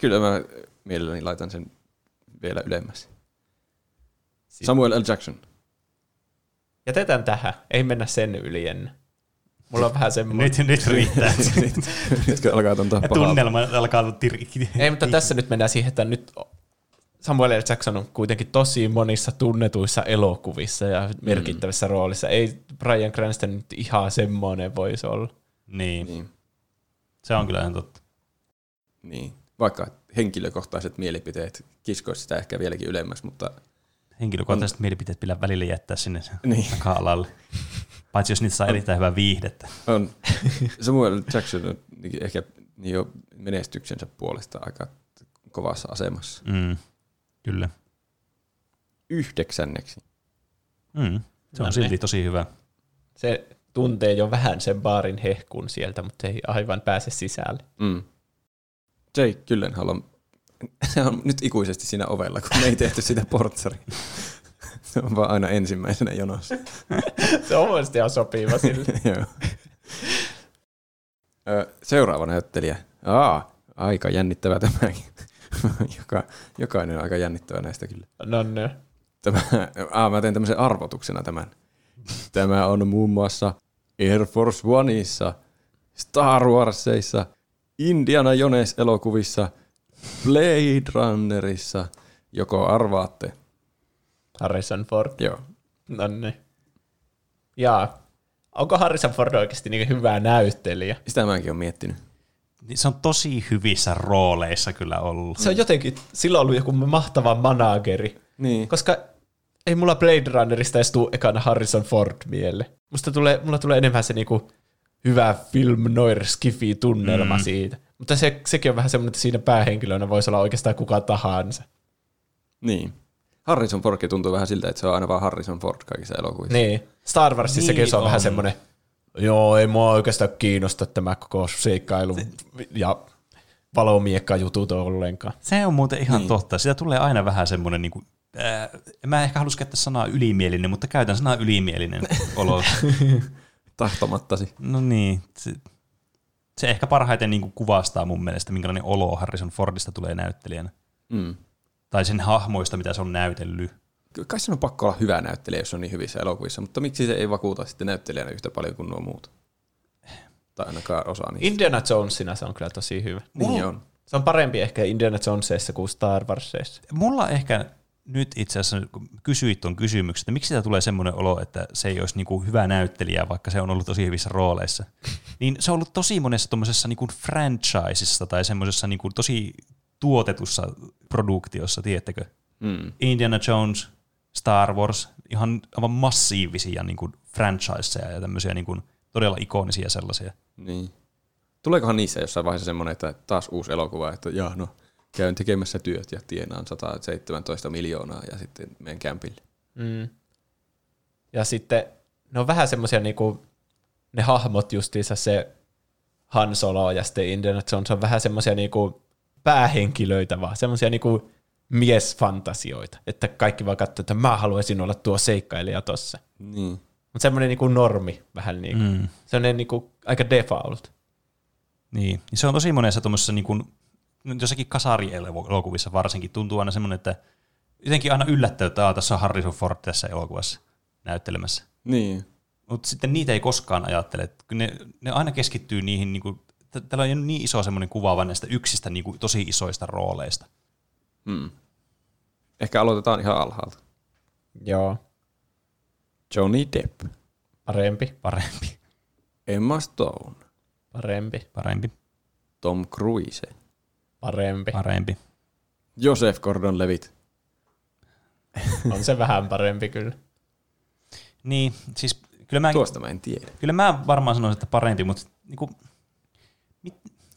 Kyllä mä mielelläni laitan sen vielä ylemmäs. Samuel L. Jackson. Jätetään tähän, ei mennä sen yli ennen. Mulla on vähän semmoinen... Nyt, nyt riittää. Nyt kun alkaa tuntua pahaa. Tunnelma alkaa olla tirkki. Ei, mutta tässä nyt mennään siihen, että nyt Samuel L. Jackson on kuitenkin tosi monissa tunnetuissa elokuvissa ja merkittävässä mm. roolissa. Ei Brian Cranston nyt ihan semmoinen voisi olla. Niin, Niin, se on kyllä ihan totta. niin. Vaikka henkilökohtaiset mielipiteet kiskoisi sitä ehkä vieläkin ylemmäs, mutta Henkilökohtaiset mielipiteet pitää välillä jättää sinne Niin. taka-alalle. Paitsi jos niitä saa erittäin hyvää viihdettä. on Samuel Jackson on ehkä jo menestyksensä puolesta aika kovassa asemassa. Mm. Kyllä. Yhdeksänneksi. Mm. Se on No silti niin. tosi hyvä. Se tuntee jo vähän sen baarin hehkun sieltä, mutta ei aivan pääse sisälle. Mm. Jake Gyllenhaal on, se on nyt ikuisesti siinä ovella, kun me ei tehty sitä portsaria. Se on vaan aina ensimmäisenä jonossa. Se on mielestäni ihan sopiva sille. Joo. Ö, Seuraava näyttelijä. Aa, aika jännittävä tämäkin. Joka, jokainen on aika jännittävä näistä kyllä. No, no. Tämä, aa, mä teen tämmöisen arvotuksena tämän. Tämä on muun muassa Air Force Oneissa, Star Warsissa, Indiana Jones-elokuvissa, Blade Runnerissa. Joko arvaatte? Harrison Ford. Joo. No niin. Jaa. Onko Harrison Ford oikeasti niin hyvä näyttelijä? Sitä mäkin olen miettinyt. Niin Se on tosi hyvissä rooleissa kyllä ollut. Se on jotenkin, sillä on ollut joku mahtava manageri. Niin. Koska ei mulla Blade Runnerista edes tuu ekana Harrison Ford mielle. Musta tulee, mulla tulee enemmän se niinku hyvä film noir skifi tunnelma mm. siitä. Mutta se, sekin on vähän semmoinen, että siinä päähenkilönä voisi olla oikeastaan kuka tahansa. Niin. Harrison Fordkin tuntuu vähän siltä, että se on aina vaan Harrison Ford kaikissa elokuvissa. Niin. Star Warsissakin Niin se on, on. vähän semmoinen, joo, ei mua oikeastaan kiinnosta tämä koko seikkailu ja valomiekka-jutut ollenkaan. Se on muuten ihan niin. totta. Sitä tulee aina vähän semmoinen, niin kuin, äh, mä en ehkä halus käyttää sanaa ylimielinen, mutta käytän sanaa ylimielinen olo. Tahtomattasi. No niin, se, se ehkä parhaiten niin kuin kuvastaa mun mielestä, minkälainen olo Harrison Fordista tulee näyttelijänä. Mm. Tai sen hahmoista, mitä se on näytellyt. Ky- Kai sen on pakko olla hyvä näyttelijä, jos se on niin hyvissä elokuvissa, mutta miksi se ei vakuuta sitten näyttelijänä yhtä paljon kuin nuo muut? Tai ainakaan osa niistä. Indiana Jonesina se on kyllä tosi hyvä. Niin on. Se on parempi ehkä Indiana Jonesissa kuin Star Warsissa. Mulla ehkä nyt itse asiassa, kun kysyit tuon kysymyksen, että miksi sitä tulee semmoinen olo, että se ei olisi niinku hyvä näyttelijä, vaikka se on ollut tosi hyvissä rooleissa, niin se on ollut tosi monessa tuommoisessa niinku franchisessa tai semmoisessa niinku tosi tuotetussa produktiossa, tiettäkö? Mm. Indiana Jones, Star Wars, ihan aivan massiivisia niinku franchiseja ja tämmöisiä niinku todella ikonisia sellaisia. Niin. Tuleekohan niissä jossain vaiheessa semmoinen, että taas uusi elokuva, että jaa, no, käyn tekemässä työt ja tienaan 117 miljoonaa ja sitten menen kämpille. Mm. Ja sitten ne on vähän semmoisia niinku, ne hahmot justiinsa se Han Solo ja sitten Indiana Jones on vähän semmoisia niinku päähenkilöitä vaan, semmoisia niinku miesfantasioita, että kaikki vaan katsoo, että mä haluaisin olla tuo seikkailija tossa. Niin. Mutta semmoinen niinku normi vähän niinku. Mm. Mm. Se on niinku aika default. Niin, ja se on tosi monessa tuommoisessa niin kuin, no jossakin kasarielokuvissa varsinkin tuntuu aina semmoinen, että jotenkin aina yllättää, että "Aa, tässä on Harrison Ford tässä elokuvassa näyttelemässä. Niin. Mutta sitten niitä ei koskaan ajattele. että kun Ne, ne aina keskittyy niihin, niin kuin, täällä on jäänyt niin iso semmoinen kuva vaan näistä yksistä niin kuin, tosi isoista rooleista. Mm. Ehkä aloitetaan ihan alhaalta. Joo, Johnny Depp. parempi, Parempi. Emma Stone. parempi, Parempi. Tom Cruise. parempi. Parempi. Joseph Gordon-Levitt. On se vähän parempi kyllä. Niin, siis kyllä mä, Tuosta mä en tiedä. kyllä mä varmaan sanoisin, että parempi, mutta niin kuin,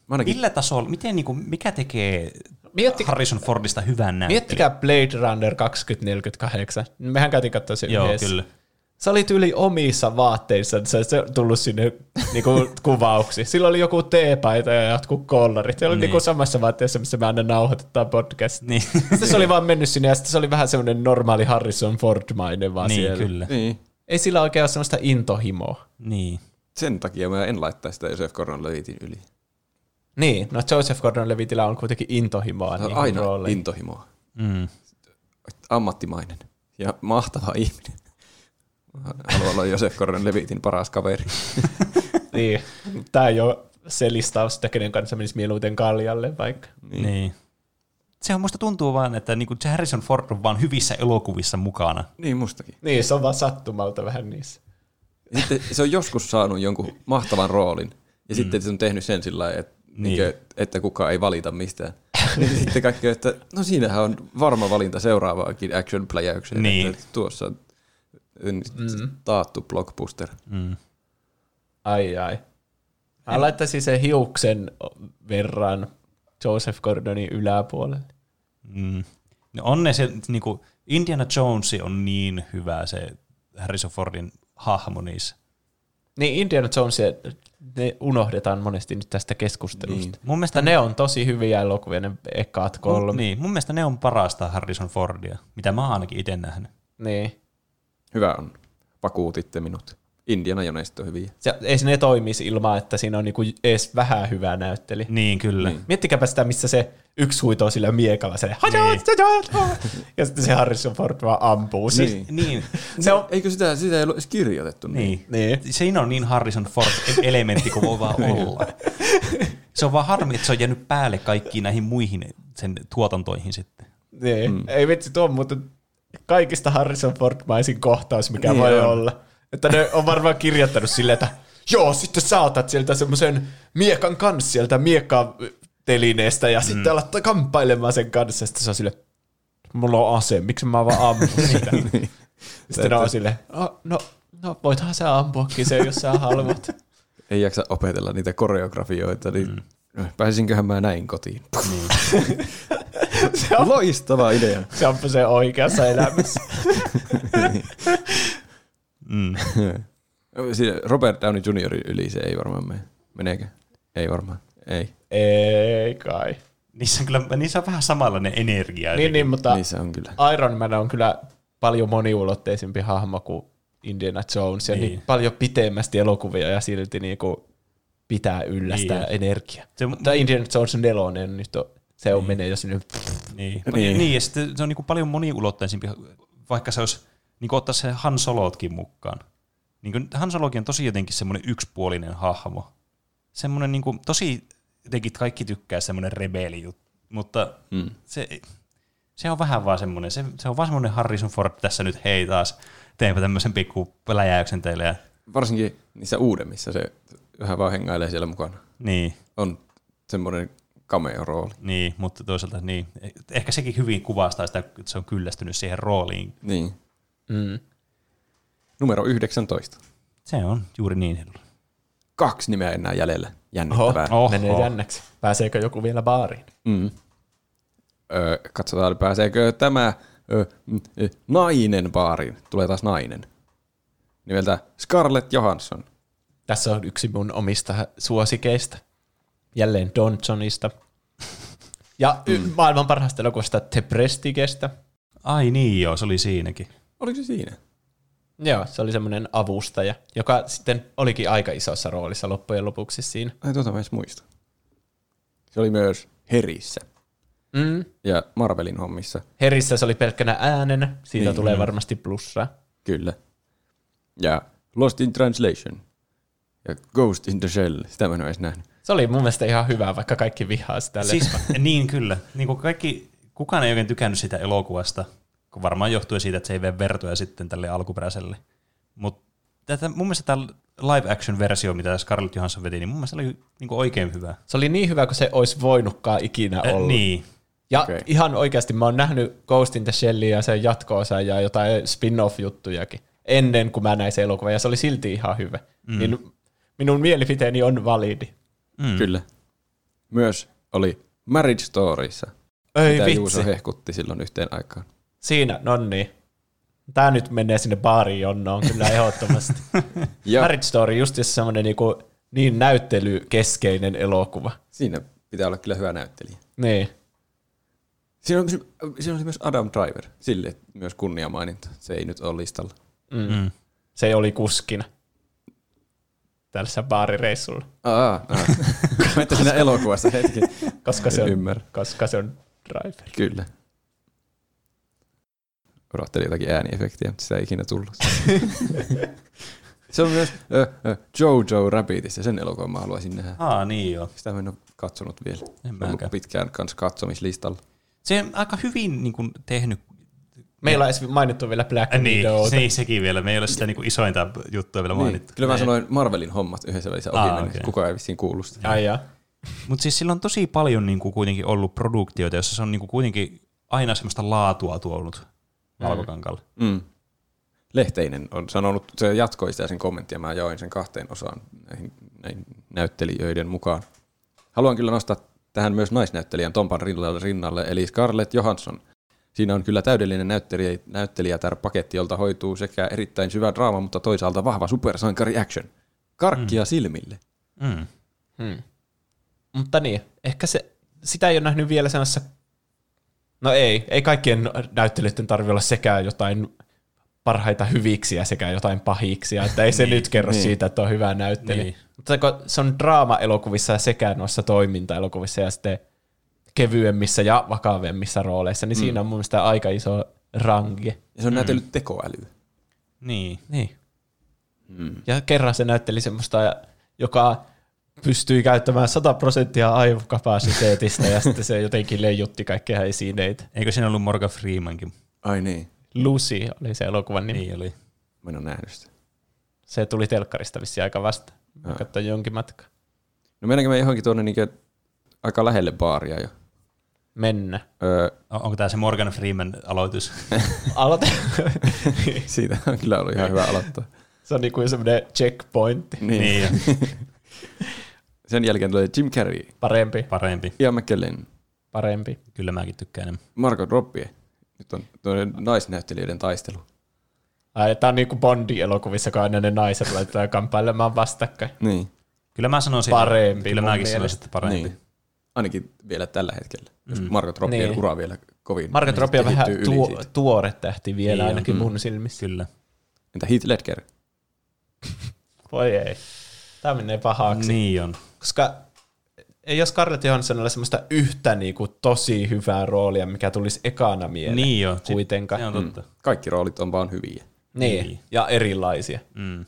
Mä ainakin millä tasolla, miten, niin kuin, mikä tekee Miettikää- Harrison Fordista hyvän näyttelijän? Miettikää Blade Runner 2048. Mehän käytiin katsoa se Joo, yhdessä. kyllä. Sä olit yli omissa vaatteissa, että sä et se tullut sinne niinku, kuvauksi. Sillä oli joku teepaita ja jotkut kollarit. Se oli niin. niinku samassa vaatteessa, missä me aina nauhoitetaan podcast. Niin. Niin, Sitten se oli vaan mennyt sinne ja sitten se oli vähän semmoinen normaali Harrison Ford-mainen vaan niin siellä. kyllä. Niin. Ei sillä oikein ole semmoista intohimoa. Niin. Sen takia mä en laittaa sitä Joseph Gordon-Levittin yli. Niin, no Joseph Gordon-Levittillä on kuitenkin intohimoa. Hän on Niin aina rooleihin. intohimoa. Mm. Ammattimainen. Ja mahtava ihminen. Mä Haluan olla Joseph Gordon-Levittin paras kaveri. Niin. Tämä ei ole se listaus, että kenen kanssa menisi mieluiten kaljalle vaikka. Niin. niin. Se on musta tuntuu vaan, että niinku Harrison Ford on vaan hyvissä elokuvissa mukana. Niin mustakin. Niin, se on vaan sattumalta vähän niissä. Sitten se on joskus saanut jonkun mahtavan roolin. Ja sitten se on tehnyt sen sillä lailla, että, niin. että kukaan ei valita mistään. Ja sitten kaikki, on, että no siinähän on varma valinta seuraavaankin action pläjäykseen. Niin. Että tuossa on mm. taattu blockbuster. Ai ai. Mä laittaisin sen hiuksen verran Joseph Gordonin yläpuolelle. Mm. No on ne se, niinku, Indiana Jones on niin hyvä se Harrison Fordin hahmo niissä. Niin Indiana Jones, ne unohdetaan monesti nyt tästä keskustelusta. Niin. Mun mielestä Mutta ne on tosi hyviä elokuvia, ne ekaat kolme. Niin. Niin, mun mielestä ne on parasta Harrison Fordia, mitä mä oon ainakin itse nähnyt. niin. Hyvä on. Vakuutitte minut. Indiana Joneista on hyviä. Se, ei se ne toimisi ilman, että siinä on niinku edes vähän hyvää näytteli. Niin, kyllä. Niin. Miettikääpä sitä, missä se yksi huitoo sillä miekalla, se hajoa, Niin. hajoa, ja sitten se Harrison Ford vaan ampuu. Siis, niin. Niin. Niin, Se on, Eikö sitä, sitä ei ole edes kirjoitettu? niin. Niin. Siinä on niin Harrison Ford-elementti kuin voi vaan olla. Se on vaan harmi, että se on jäänyt päälle kaikkiin näihin muihin sen tuotantoihin sitten. Niin. Mm. Ei vitsi, tuo on muuten kaikista Harrison Ford-maisin kohtaus, mikä Niin niin voi on. on. olla. Että ne on varmaan kirjoittanut silleen, että joo, sitten sä otat sieltä semmoisen miekan kanssa sieltä miekkatelineestä ja Mm. sitten alat kamppailemaan sen kanssa. Ja sitten se on silleen, mulla on ase, miksi mä vaan ammun sitä. Niin. sitten ne on silleen, "Ah, no, no voithan sä ampuakin se, jos sä haluat. Ei jaksa opetella niitä koreografioita, niin mm. pääsinköhän mä näin kotiin. se, on, Loistava idea. se on se oikeassa elämässä. Mm. Siinä Robert Downey Jr. yli se ei varmaan mene. Meneekö? Ei varmaan. Ei. Ei kai. Niissä on, kyllä, niissä on vähän samanlainen energia. Niin, niin, mutta Niissä on kyllä. Iron Man on kyllä paljon moniulotteisempi hahmo kuin Indiana Jones ja Niin. niin. niin paljon pitemmästi elokuvia ja silti niinku pitää yllä sitä Niin. energiaa. Se- Se, mutta Indiana Jones nelonen, nyt on, se on niin. menee jo sinne. Niin. Niin. Niin. niin, ja sitten se on niinku paljon moniulotteisempi, vaikka se olisi, niinku ottaa se Han Solotkin mukaan. Niinku, Han Solokin on tosi jotenkin semmoinen yksipuolinen hahmo. Semmoinen niinku, tosi jotenkin kaikki tykkää semmoinen rebeli juttu, mutta mm. se, se on vähän vaan semmoinen, se, se on vaan semmoinen Harrison Ford tässä nyt, hei taas, teenpä tämmöisen pikku läjäyksen teille. Ja, Varsinkin niissä uudemmissa se vähän vaan hengailee siellä mukana. niin. On semmoinen cameo-rooli. Niin, mutta toisaalta niin. Ehkä sekin hyvin kuvastaa sitä, että se on kyllästynyt siihen rooliin. Niin. Mm. Numero 19. Se on juuri niin. Kaksi nimeä enää jäljellä. Oho, Jännittävää. Oho. menee jännäksi. Pääseekö joku vielä baariin? Mm. Öö, katsotaan, pääseekö tämä öö, mm, ö, nainen baariin. Tulee taas nainen. Nimeltä Scarlett Johansson. Tässä on yksi mun omista suosikeista. Jälleen Don Johnista. Ja mm. maailman parhaasta elokuvasta The Prestigestä. Ai niin joo, se oli siinäkin. Oliko se siinä? Joo, se oli semmoinen avustaja, joka sitten olikin aika isossa roolissa loppujen lopuksi siinä. Ai tuota mä edes muista. Se oli myös Herissä Mm. ja Marvelin hommissa, Herissä se oli pelkkänä äänenä, siitä Niin. niin, tulee varmasti plussaa. kyllä. Ja Lost in Translation ja Ghost in the Shell, sitä mä en ole edes nähnyt. Se oli mun mielestä ihan hyvä, vaikka kaikki vihaa sitä siis, Siis, niin kyllä. Niin kuin kaikki, kukaan ei oikein tykännyt sitä elokuvasta, kun varmaan johtui siitä, että se ei vee vertoja sitten tälle alkuperäiselle. Mutta mun mielestä tämä live action versio, mitä Scarlett Johansson veti, niin mun mielestä se oli niin kuin oikein hyvä. Se oli niin hyvä, kun se olisi voinutkaan ikinä Eh, olla. niin. Ja Okei. okay. ihan oikeasti mä oon nähnyt Ghost in the Shellia ja sen jatko ja jotain spin-off-juttujakin ennen kuin mä näin sen elokuvan, ja se oli silti ihan hyvä. Mm. Niin minun mielipiteeni on validi. Mm. Kyllä. Myös oli Marriage Storyssa, Ei mitä Juuso vitsi. hehkutti silloin yhteen aikaan. Siinä, no niin. Tämä nyt menee sinne baariin jonnoon kyllä ehdottomasti. Ja Marriage Story just semmoinen niin, niin näyttelykeskeinen elokuva. siinä pitää olla kyllä hyvä näyttelijä. Niin. Siinä on, siinä on myös Adam Driver, sille myös kunniamaininta. Se ei nyt ole listalla. Mm. Se oli kuskina tässä baarireissulla, Aa, aa. Mä että siinä elokuvassa hetki. koska se on, Ymmärrän. koska se on driver. Kyllä. Odottelin jotakin ääniefektiä, mutta sitä ei ikinä tullut. se on myös ö, ö, Jojo Rabbitissa, sen elokuvan mä haluaisin nähdä. Aa, niin joo. Sitä mä en ole katsonut vielä. En Ollut mäkään. pitkään kanssa katsomislistalla. Se on aika hyvin niin kuin, tehnyt. Meillä on edes mainittu vielä Black Äh, Widow. niin, se, sekin vielä. Me ei ole sitä niin kuin, isointa juttua vielä Niin. mainittu. Kyllä mä sanoin Marvelin hommat yhdessä välissä ohi Aa, mennessä. okei. Kukaan ei vissiin kuullut sitä. Ai jaa. Mutta siis sillä on tosi paljon niin kuin kuitenkin ollut produktioita, jossa se on niin kuin kuitenkin aina semmoista laatua tuonut valkokankalle. Mm. Lehteinen on sanonut, se jatkoi sitä sen kommenttia, mä jaoin sen kahteen osaan näihin, näihin näyttelijöiden mukaan. Haluan kyllä nostaa tähän myös naisnäyttelijän Tompan rinnalle, rinnalle eli Scarlett Johansson. Siinä on kyllä täydellinen näyttelijä, näyttelijätär paketti, jolta hoituu sekä erittäin syvä draama, mutta toisaalta vahva supersankari action. Karkkia mm. silmille. Mm. Hmm. Mutta niin, ehkä se, sitä ei ole nähnyt vielä sellaisessa... No ei, ei kaikkien näyttelijöiden tarvitse olla sekä jotain parhaita hyviksiä sekä jotain pahiksia, että ei se nyt kerro niin. siitä, että on hyvä näyttelijä. Niin. Mutta kun se on draama-elokuvissa ja sekä noissa toiminta-elokuvissa ja sitten kevyemmissä ja vakavemmissa rooleissa, niin mm. siinä on mun mielestä aika iso range. Ja se on mm. näytellyt tekoälyä. Niin. Niin. Mm. Ja kerran se näytteli semmoista, joka pystyi käyttämään 100 prosenttia aivokapasiteetista ja sitten se jotenkin leijutti kaikkia esineitä. Eikö siinä ollut Morgan Freemankin? Ai niin, Lucy oli se elokuvan nimi. Niin. Niin oli. mä en ole nähnyt sitä. Se tuli telkkarista vissiin aika vasta. Mä Joo. katsoin jonkin matka. No mennäänkö me johonkin tuonne niin aika lähelle baaria jo? Mennä. Öö, On- Onko tämä se Morgan Freeman aloitus? Aloite. siitä on kyllä ollut ihan hyvä aloittaa. se on niin kuin semmoinen checkpointti. niin, Sen jälkeen tulee Jim Carrey, Parempi, parempi. Ian McKellen, parempi. Kyllä mäkin tykkään enemmän. Margot Robbie. Nyt on tuollainen naisnäyttelijöiden taistelu. Ai, tää on niin kuin Bondi-elokuvissa, kun aina ne naiset laitetaan kamppailemaan vastakkain. Niin. Kyllä mä sanoisin. Parempi Kyllä mun mäkin sanoisin, mielestä. että parempi. niin. Ainakin vielä tällä hetkellä. Jos Margot Robbien Niin. ura vielä kovin. Margot niin Robbie on sitten vähän kehittyy yli tuo, siitä. tuore tähti vielä Niin on. ainakin mun silmissä. Kyllä. Entä Heath Ledger? Mm. Voi ei. Tämä menee pahaksi. Niin. Niin on. Koska ei jos Scarlett Johanssonilla semmoista yhtä niinku tosi hyvää roolia, mikä tulisi ekana mieleen. Niin on. Si- Kuitenkaan. Se on totta. Kaikki roolit on vaan hyviä. Niin. Niin. niin. Ja erilaisia. Mm.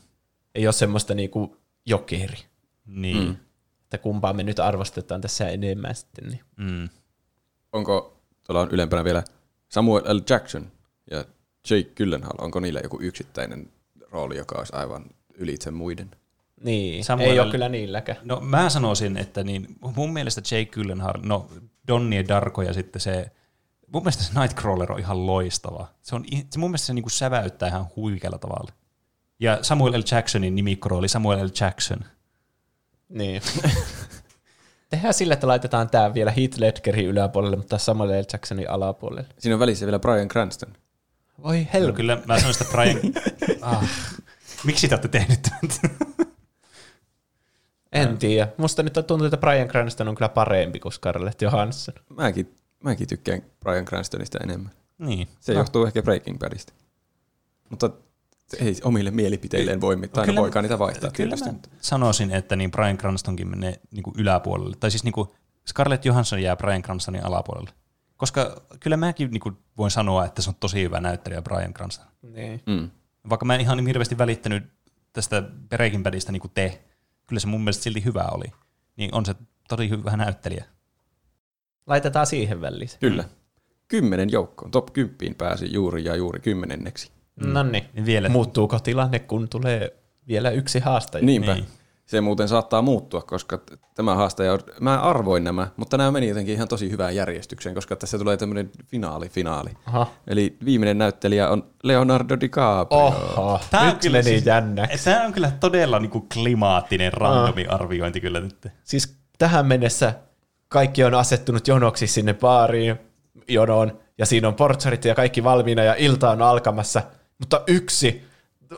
Ei ole semmoista niinku jokeri. Niin. Mm. Että kumpaa me nyt arvostetaan tässä enemmän sitten. Niin. Mm. Onko, tuolla on ylempänä vielä Samuel L. Jackson ja Jake Gyllenhaal. Onko niillä joku yksittäinen rooli, joka olisi aivan ylitse muiden? niin. Samuel- Ei ole kyllä niilläkään. No mä sanoisin, että niin, mun mielestä Jake Gyllenhaal, no Donnie ja Darko ja sitten se, mun mielestä se Nightcrawler on ihan loistava. Se on, i- se mun mielestä se niinku säväyttää ihan huikealla tavalla. Ja Samuel L. Jacksonin nimikkorooli Samuel L. Jackson. Niin. Tehdään sillä, että laitetaan tämä vielä Heath Ledgerin yläpuolelle, mutta Samuel L. Jacksonin alapuolelle. Mm. Siinä on välissä vielä Brian Cranston. Voi No, helvetti. kyllä mä sanoin sitä Brian... ah. Miksi te olette tehnyt tämän? En tiedä. Musta nyt tuntuu, että Brian Cranston on kyllä parempi kuin Scarlett Johansson. Mäkin, mäkin tykkään Brian Cranstonista enemmän. niin. Se johtuu ehkä Breaking Badista. Mutta Se Ei omille mielipiteilleen voi mitään, aina Kyllä- voikaan niitä vaihtaa Kyllä tietysti. mä sanoisin, että niin Brian Cranstonkin menee niin kuin yläpuolelle. Tai siis niin kuin Scarlett Johansson jää Brian Cranstonin alapuolelle. Koska kyllä mäkin niin kuin voin sanoa, että se on tosi hyvä näyttelijä Brian Cranston. Niin. Mm. Vaikka mä en ihan niin hirveästi välittänyt tästä Breaking Badista niin kuin te, kyllä se mun mielestä silti hyvä oli. Niin on se tosi hyvä näyttelijä. Laitetaan siihen väliin. se. Mm. Kyllä. Kymmenen joukkoon. Top 10 pääsi juuri ja juuri kymmenenneksi. No niin. Ja Vielä Muuttuuko tilanne, kun tulee vielä yksi haastaja? Niinpä. Niin. Niin. Se muuten saattaa muuttua, koska t- tämä haastaja, on- mä arvoin nämä, mutta nämä meni jotenkin ihan tosi hyvään järjestykseen, koska tässä tulee tämmöinen finaali, finaali. Aha. Eli viimeinen näyttelijä on Leonardo DiCaprio. Oho, Tää nyt meni siis... jännäksi. Tämä on kyllä todella niin kuin klimaattinen randomi arviointi kyllä nyt. Siis tähän mennessä kaikki on asettunut jonoksi sinne baariin, jonoon, ja siinä on portsarit ja kaikki valmiina, ja ilta on alkamassa, mutta yksi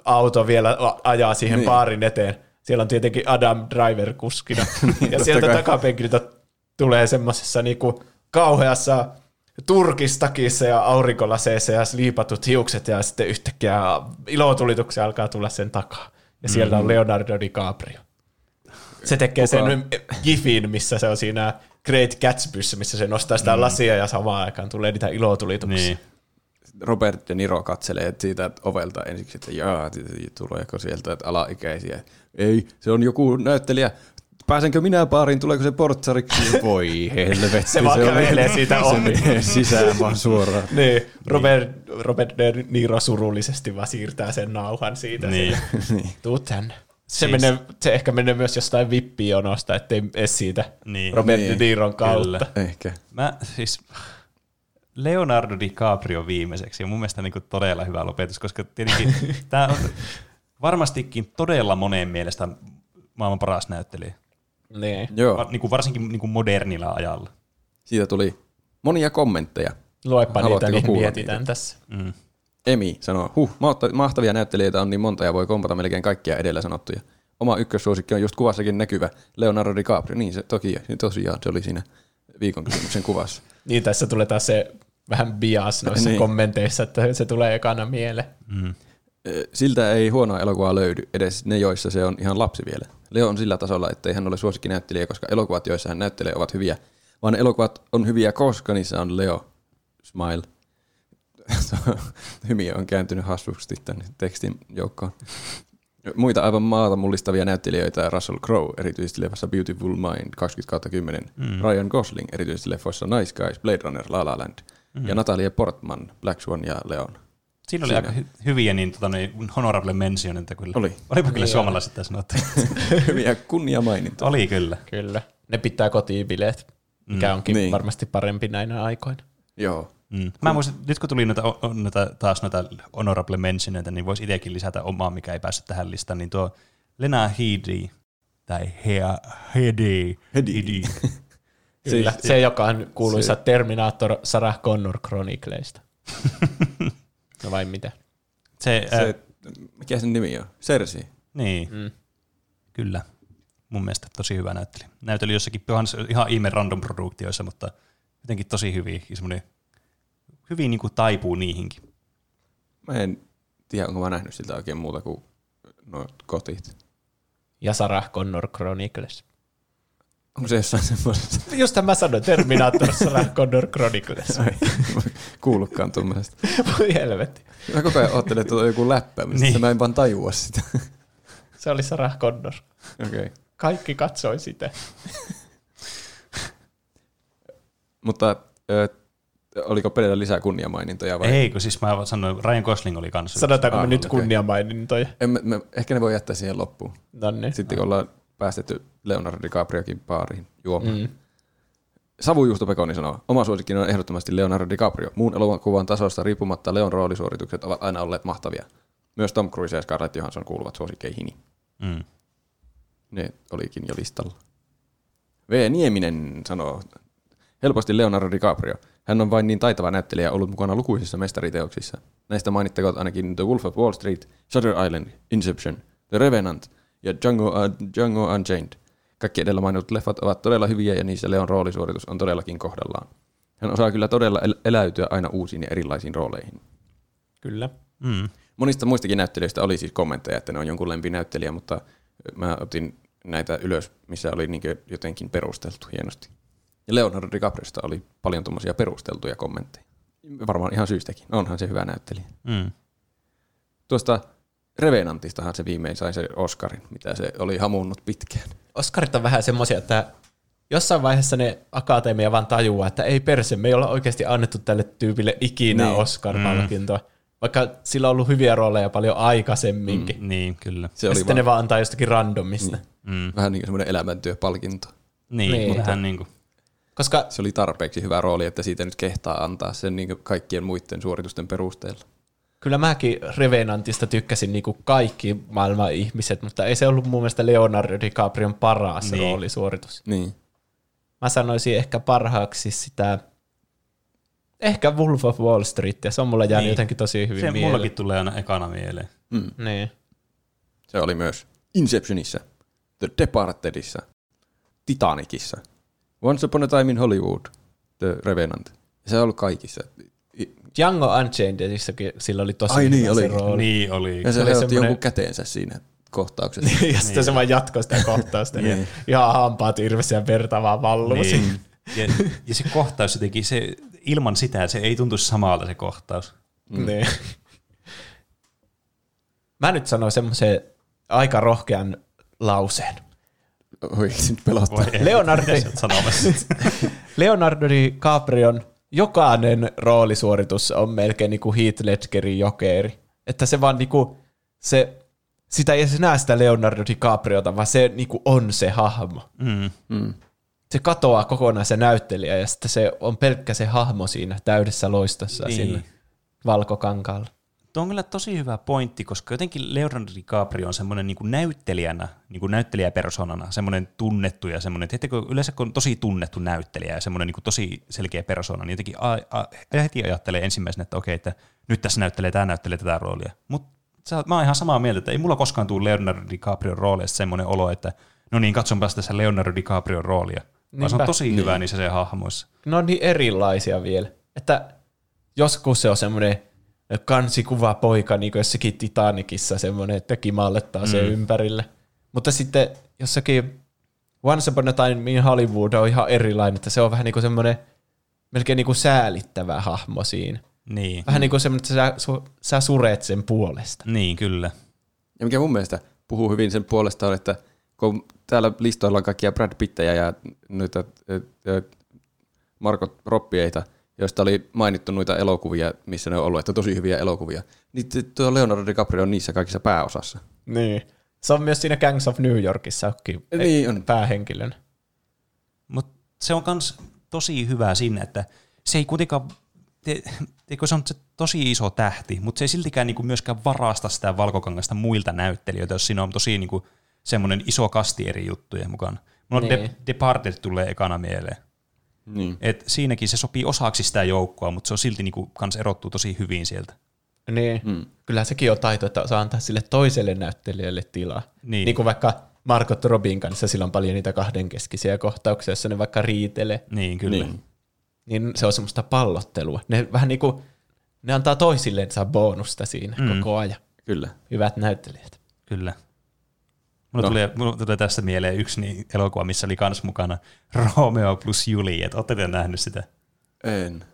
auto vielä a- ajaa siihen niin. Niin. baarin eteen. Siellä on tietenkin Adam Driver kuskina. ja sieltä Niin, kai. takapenkiltä tulee semmoisessa niinku kauheassa turkistakissa ja aurinkolaseissa ja liipatut hiukset ja sitten yhtäkkiä ilotulituksia alkaa tulla sen takaa. Ja siellä Mm-hmm. on Leonardo DiCaprio. Se tekee Kuka? sen gifin, missä se on siinä Great Gatsbyssä, missä se nostaa sitä mm. lasia ja samaan aikaan tulee niitä ilotulituksia. Niin. Niin. Robert De Niro katselee siitä ovelta ensiksi, että jaa, t- t- tuleeko sieltä alaikäisiä. Ei, se on joku näyttelijä. Pääsenkö minä baariin, tuleeko se portsariksi? Voi helvetti. Se vaan on- kävelee siitä se ohi. menee sisään vaan suoraan. Niin, Robert, Robert De Niro surullisesti vaan siirtää sen nauhan siitä. Niin. sinne. Tuu tänne. Se, Siis- siis. menee, se ehkä menee myös jostain vippijonosta, ettei edes siitä Niin. Robert Niin. De Niron kautta. Kyllä. Kyllä. Ehkä. Mä siis Leonardo DiCaprio viimeiseksi, ja mun mielestä niin todella hyvä lopetus, koska tietenkin tämä on varmastikin todella monen mielestä maailman paras näyttelijä, Niin. Va, Joo, niin kuin varsinkin niin kuin modernilla ajalla. siitä tuli monia kommentteja. Luepa niitä, Haluatteko niin kuulla mietitään niitä? niitä? tässä. Mm. Emi sanoo, huh, mahta- mahtavia näyttelijöitä on niin monta ja voi kompata melkein kaikkia edellä sanottuja. Oma ykkössuosikki on just kuvassakin näkyvä, Leonardo DiCaprio. Niin se toki, tosiaan se oli siinä viikon kysymyksen kuvassa. Niin, tässä tulee taas se vähän bias noissa niin. Niin. kommenteissa, että se tulee ekana mieleen. Ö, Siltä ei huonoa elokuvaa löydy, edes ne joissa se on ihan lapsi vielä. Leo on sillä tasolla, ettei hän ole suosikkinäyttelijä, koska elokuvat, joissa hän näyttelee, ovat hyviä. Vaan elokuvat on hyviä, koska niissä on Leo. Smile. Hymiö on kääntynyt hassusti tänne tekstin joukkoon. Muita aivan maata mullistavia näyttelijöitä Russell Crowe, erityisesti leffassa Beautiful Mind 20-10, mm. Ryan Gosling, erityisesti leffoissa Nice Guys, Blade Runner, La La Land, mm. ja Natalie Portman, Black Swan ja Leon. Siinä oli Siinä. aika hy- hyviä niin, tota, niin honorable mentioneita kyllä. Oli. Olipa kyllä Niin suomalaiset tässä sanottu. Hyviä kunniamainintoja. oli kyllä. Kyllä. Ne pitää kotiin bileet, mikä onkin niin. Niin. varmasti parempi näinä aikoina. Joo. Mm. Mä muistin, nyt kun tuli noita, o- o- noita, taas noita honorable mentioneita, niin voisi itsekin lisätä omaa, mikä ei päässyt tähän listaan, niin tuo Lena Headey, tai Hea, Headey, Headey. Kyllä. Siis- Se, joka on kuuluisa se. Terminator Sarah Connor Chronicleista. no vai mitä? se, se, äh, Se, mikä sen nimi on? Sersi. niin, Mm. kyllä. Mun mielestä tosi hyvä näytteli. Näyteli jossakin ihan, ihan ihme random produktioissa, mutta jotenkin tosi hyvin, ja semmoinen hyvin niin kuin taipuu niihinkin. Mä en tiedä, onko mä nähnyt siltä oikein muuta kuin no, kotit. Ja Sarah Connor Chronicles. Onko se jossain semmoisessa? Just mä sanoin, Terminator Sarah Connor Chronicles. Ai, mä en Kuullutkaan tuommoisesta. Voi helvetti. Mä koko ajan oottelen, että tuo on joku läppä, mutta Niin. niin. mä en vaan tajua sitä. Se oli Sarah Connor. Okei. Okay. Kaikki katsoi sitä. Mutta ö, oliko pelillä lisää kunniamainintoja vai? Ei, kun siis mä sanoin, Ryan Gosling oli kanssa. Sanotaanko me Ah, nyt okei. kunniamainintoja? En, mä, mä, ehkä ne voi jättää siihen loppuun. No niin. Sitten kun ollaan päästetty Leonardo DiCapriokin baariin juomaan. Mm. Savu Juusto Pekoni sanoo, oma suosikkini on ehdottomasti Leonardo DiCaprio. Muun elokuvan tasosta riippumatta Leon roolisuoritukset ovat aina olleet mahtavia. Myös Tom Cruise ja Scarlett Johansson kuuluvat suosikkeihini. Mm. Ne olikin jo listalla. V. Nieminen sanoo, helposti Leonardo DiCaprio. Hän on vain niin taitava näyttelijä ja ollut mukana lukuisissa mestariteoksissa. Näistä mainittakoon ainakin The Wolf of Wall Street, Shutter Island, Inception, The Revenant ja Django, uh, Django Unchained. Kaikki edellä mainitut leffat ovat todella hyviä ja niissä Leon roolisuoritus on todellakin kohdallaan. Hän osaa kyllä todella el- eläytyä aina uusiin ja erilaisiin rooleihin. Kyllä. Mm. monista muistakin näyttelijöistä oli siis kommentteja, että ne on jonkun lempinäyttelijä, mutta mä otin näitä ylös, missä oli niin jotenkin perusteltu hienosti. Ja Leonardo DiCapriosta oli paljon tuommoisia perusteltuja kommentteja. Varmaan ihan syystäkin. Onhan se hyvä näyttelijä. Mm. Tuosta Revenantistahan se viimein sai se Oscarin, mitä se oli hamunnut pitkään. Oscarit on vähän semmoisia, että jossain vaiheessa ne akatemia vaan tajuaa, että ei perse, me ei olla oikeasti annettu tälle tyypille ikinä niin. Mm. Niin. Oscar-palkintoa. Vaikka sillä on ollut hyviä rooleja paljon aikaisemminkin. Mm. Niin, kyllä. Se Ja oli sitten ne vaan, vaan antaa jostakin randomista. Niin. Mm. vähän niin kuin semmoinen elämäntyöpalkinto. Niin, Niin. niin. vähän niin kuin. Koska Se oli tarpeeksi hyvä rooli, että siitä nyt kehtaa antaa sen niin kuin kaikkien muiden suoritusten perusteella. kyllä mäkin Revenantista tykkäsin niin kuin kaikki maailman ihmiset, mutta ei se ollut mun mielestä Leonardo DiCaprion paras niin. Niin. roolisuoritus. Niin. Mä sanoisin ehkä parhaaksi sitä, ehkä Wolf of Wall Street, ja se on mulle jäänyt niin. Niin. jotenkin tosi hyvin Se mieleen. mullakin tulee aina ekana mieleen. Niin. Se oli myös Inceptionissa, The Departedissa, Titanicissa, Once Upon a Time in Hollywood, The Revenant. Se on ollut kaikissa. I- Django Unchainedissakin sillä oli tosi Ai hyvä niin, se olikin. rooli. Niin oli. Ja se, Se se oli otti semmoinen- jonkun käteensä siinä kohtauksessa. ja sitten se vaan jatkoi sitä kohtausta. niin. Niin. Ihan hampaat irvessä ja verta vaan valluu. Niin. Niin. Ja, ja se kohtaus jotenkin, se, ilman sitä se ei tuntuisi samalta se kohtaus. Niin. Mä nyt sanon semmoisen aika rohkean lauseen. Oikein pelottaa. ei, Leonardo- mitä sä oot sanomassa? Leonardo DiCaprion jokainen roolisuoritus on melkein niin kuin Heath Ledgerin jokeri. Että se vaan niin kuin, se, sitä ei edes näe sitä Leonardo DiCapriota, vaan se niin kuin on se hahmo. mm. se katoaa kokonaan se näyttelijä ja sitten se on pelkkä se hahmo siinä täydessä loistossa niin. Niin. siinä valkokankaalla. Tuo on kyllä tosi hyvä pointti, koska jotenkin Leonardo DiCaprio on semmoinen niin kuin näyttelijänä, niin kuin näyttelijäpersonana, semmoinen tunnettu ja semmoinen, tiedättekö, yleensä kun on tosi tunnettu näyttelijä ja semmoinen niin kuin tosi selkeä persona, niin jotenkin a, a, heti ajattelee ensimmäisenä, että okei, että nyt tässä näyttelee, tämä näyttelee tätä roolia. Mutta mä oon ihan samaa mieltä, että ei mulla koskaan tule Leonardo DiCaprion rooleista semmoinen olo, että no niin, katsonpas tässä Leonardo DiCaprion roolia. Vaan se Niinpä. on tosi hyvä niissä se hahmoissa. Ne on niin erilaisia vielä, että joskus se on semmoinen kansikuva poika niin kuin jossakin Titanicissa semmoinen, että kimallettaa mm. se ympärille. Mutta sitten jossakin Once Upon a Time in Hollywood on ihan erilainen, että se on vähän niin kuin semmoinen melkein niin kuin säälittävä hahmo siinä. Niin, Vähän niin kuin semmoinen, että sä, su, sä suret sen puolesta. niin kyllä. Ja mikä mun mielestä puhuu hyvin sen puolesta on, että kun täällä listoilla on kaikkia Brad Pittejä ja noita ö, ö, Marko Roppieita, joista oli mainittu noita elokuvia, missä ne on ollut, että tosi hyviä elokuvia, niin t- tuo Leonardo DiCaprio on niissä kaikissa pääosassa. Niin. Se on myös siinä Gangs of New Yorkissa onkin Niin on. päähenkilön. Mutta se on myös tosi hyvä siinä, että se ei kuitenkaan, te, te, kun se on se tosi iso tähti, mutta se ei siltikään niinku myöskään varasta sitä valkokangasta muilta näyttelijöiltä, jos siinä on tosi niinku semmoinen iso kasti eri juttuja mukaan. Mulla Niin. niin. De, Departed tulee ekana mieleen. Niin. Et siinäkin se sopii osaksi sitä joukkoa, mutta se on silti niinku kans erottuu tosi hyvin sieltä. Niin. Mm. Kyllä sekin on taito, että osaa antaa sille toiselle näyttelijälle tilaa. Niin. niin kuin vaikka Margot Robin kanssa, sillä on paljon niitä kahdenkeskisiä kohtauksia, jossa ne vaikka riitelee. Niin, kyllä. Niin. Niin. Niin se on semmoista pallottelua. Ne vähän niin kuin, ne antaa toisilleen saa bonusta siinä mm. koko ajan. Kyllä. Hyvät näyttelijät. Kyllä. Mulla, no. tulee, mulla tulee tästä mieleen yksi niin elokuva, missä oli kans mukana Romeo plus Juliet. Oletteko te nähnyt sitä? En.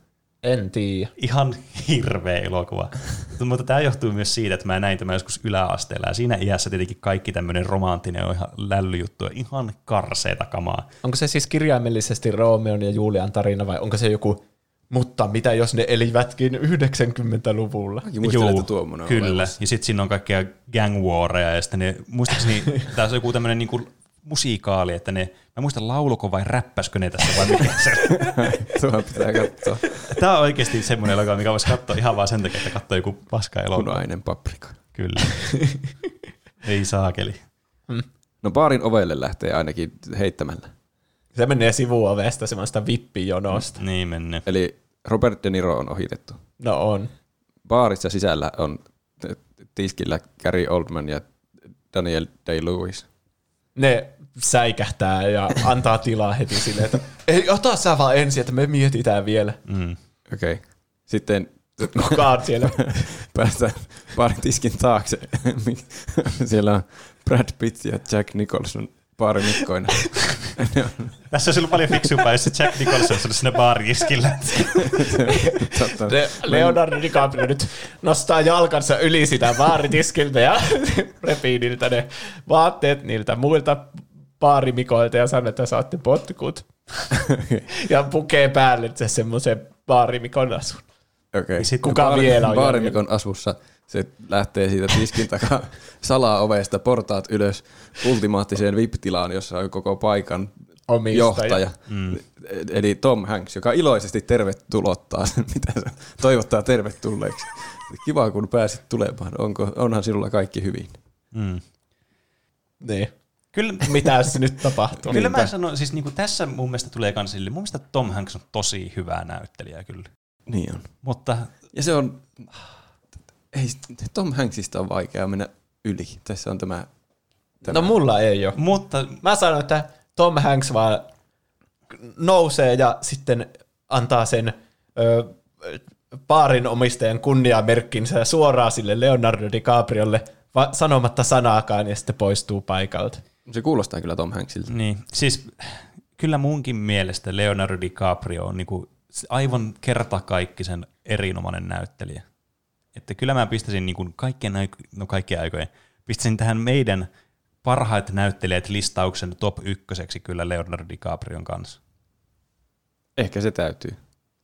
En tiedä. ihan hirveä elokuva. Mutta- Mutta tämä johtuu myös siitä, että mä näin tämän joskus yläasteella. Ja siinä iässä tietenkin kaikki tämmöinen romanttinen on ihan lällyjuttu. Ihan karseeta kamaa. Onko se siis kirjaimellisesti Romeon ja Julian tarina vai onko se joku, mutta mitä jos ne elivätkin 90-luvulla? Mäkin muistelen, Juu, että tuommoinen on Kyllä. olemassa. Ja sitten siinä on kaikkea gang wareja. Ja sitten ne, muistaakseni tässä on joku tämmöinen niinku musiikaali, että ne, mä muistan lauluko vai räppäskö ne tässä vai mikä se. Tuo pitää katsoa. Tämä on oikeasti semmoinen elokuva, mikä voisi katsoa ihan vaan sen takia, että katsoo joku paska elokuva. Punainen paprika. Kyllä. Ei saakeli. No baarin ovelle lähtee ainakin heittämällä. Se menee sivuovesta semmoista vippijonosta. Niin menne. Eli Robert De Niro on ohitettu. No on. Baarissa sisällä on t- tiskillä Gary Oldman ja Daniel Day-Lewis. Ne säikähtää ja antaa tilaa heti silleen, että ei, ota sä vaan ensin, että me mietitään vielä. Mm. Okei. Okay. Sitten Kuka on siellä? Päästään parin tiskin taakse. Siellä on Brad Pitt ja Jack Nicholson pari nikkoina. Tässä olisi ollut paljon fiksumpaa, jos se Jack Nicholson olisi siinä baariskillä. Totta. Le- Leonardo DiCaprio nyt nostaa jalkansa yli sitä baaritiskiltä ja repii niiltä ne vaatteet niiltä muilta baarimikoilta ja sanoo, että saatte potkut. ja pukee päälle se semmoisen baarimikon asun. Okei. Sit kuka vielä on Baarimikon asussa se lähtee siitä tiskin takaa salaa ovesta portaat ylös ultimaattiseen VIP-tilaan, jossa on koko paikan Omistaja. johtaja. Mm. Eli Tom Hanks, joka iloisesti tervetulottaa sen, mitä se toivottaa tervetulleeksi. Kiva, kun pääsit tulemaan. Onko, onhan sinulla kaikki hyvin. Niin. Kyllä, Mitä se nyt tapahtuu? kyllä mä sanon, siis niinku tässä mun mielestä tulee kans sille, mun mielestä Tom Hanks on tosi hyvä näyttelijä kyllä. Niin on. Mutta Ja se on... Ei, Tom Hanksista on vaikea mennä yli. Tässä on tämä... No mulla ei ole. Mutta Mä sanon, että Tom Hanks vaan nousee ja sitten antaa sen ö, baarin omistajan kunniamerkkinsä suoraan sille Leonardo DiCapriolle va- sanomatta sanaakaan ja sitten poistuu paikalta. Se kuulostaa kyllä Tom Hanksilta. niin, siis kyllä munkin mielestä Leonardo DiCaprio on niinku aivan kertakaikkisen erinomainen näyttelijä. Että kyllä mä pistäisin niinku kaikkien, aik- no kaikkien aikojen, pistäisin tähän meidän parhaat näyttelijät listauksen top ykköseksi kyllä Leonardo DiCaprion kanssa. Ehkä se täytyy.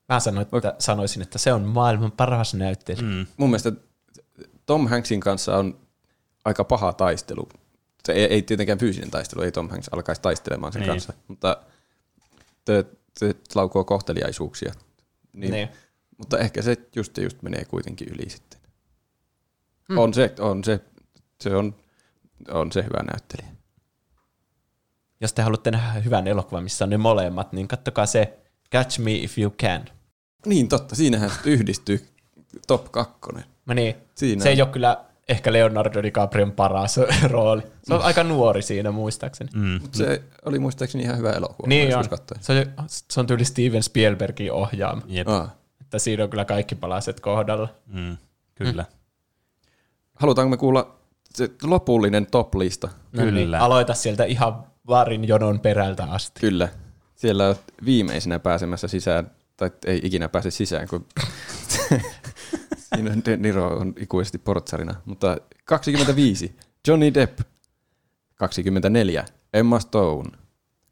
Mä sanoin, että sanoisin, että se on maailman paras näyttelijä. Mm. mun mielestä Tom Hanksin kanssa on aika paha taistelu. Se ei, ei tietenkään fyysinen taistelu, ei Tom Hanks alkaisi taistelemaan sen Niin. niin. kanssa, mutta te, te laukoo kohteliaisuuksia. Niin, Niin. niin. Mutta ehkä se just ja just menee kuitenkin yli sitten. Mm. On se, on se, se on, on se hyvä näyttelijä. Jos te haluatte nähdä hyvän elokuvan, missä on ne molemmat, niin kattokaa se Catch Me If You Can. Niin totta, siinähän yhdistyy top kakkonen. Mä niin, Siinä se on. ei ole kyllä ehkä Leonardo DiCaprion paras rooli. Se on aika nuori siinä muistaakseni. Mm. Mutta se oli muistaakseni ihan hyvä elokuva. Niin on. joskus katsoin. Se on, se on tyyli Steven Spielbergin ohjaama. Jep. Aa. Että siinä on kyllä kaikki palaset kohdalla. Mm. Kyllä. Halutaanko me kuulla se lopullinen top-lista? No Kyllä. Niin, aloita sieltä ihan varin jonon perältä asti. Kyllä. Siellä on viimeisenä pääsemässä sisään, tai ei ikinä pääse sisään, kun siinä on De Niro on ikuisesti portsarina. Mutta 25, Johnny Depp. 24, Emma Stone.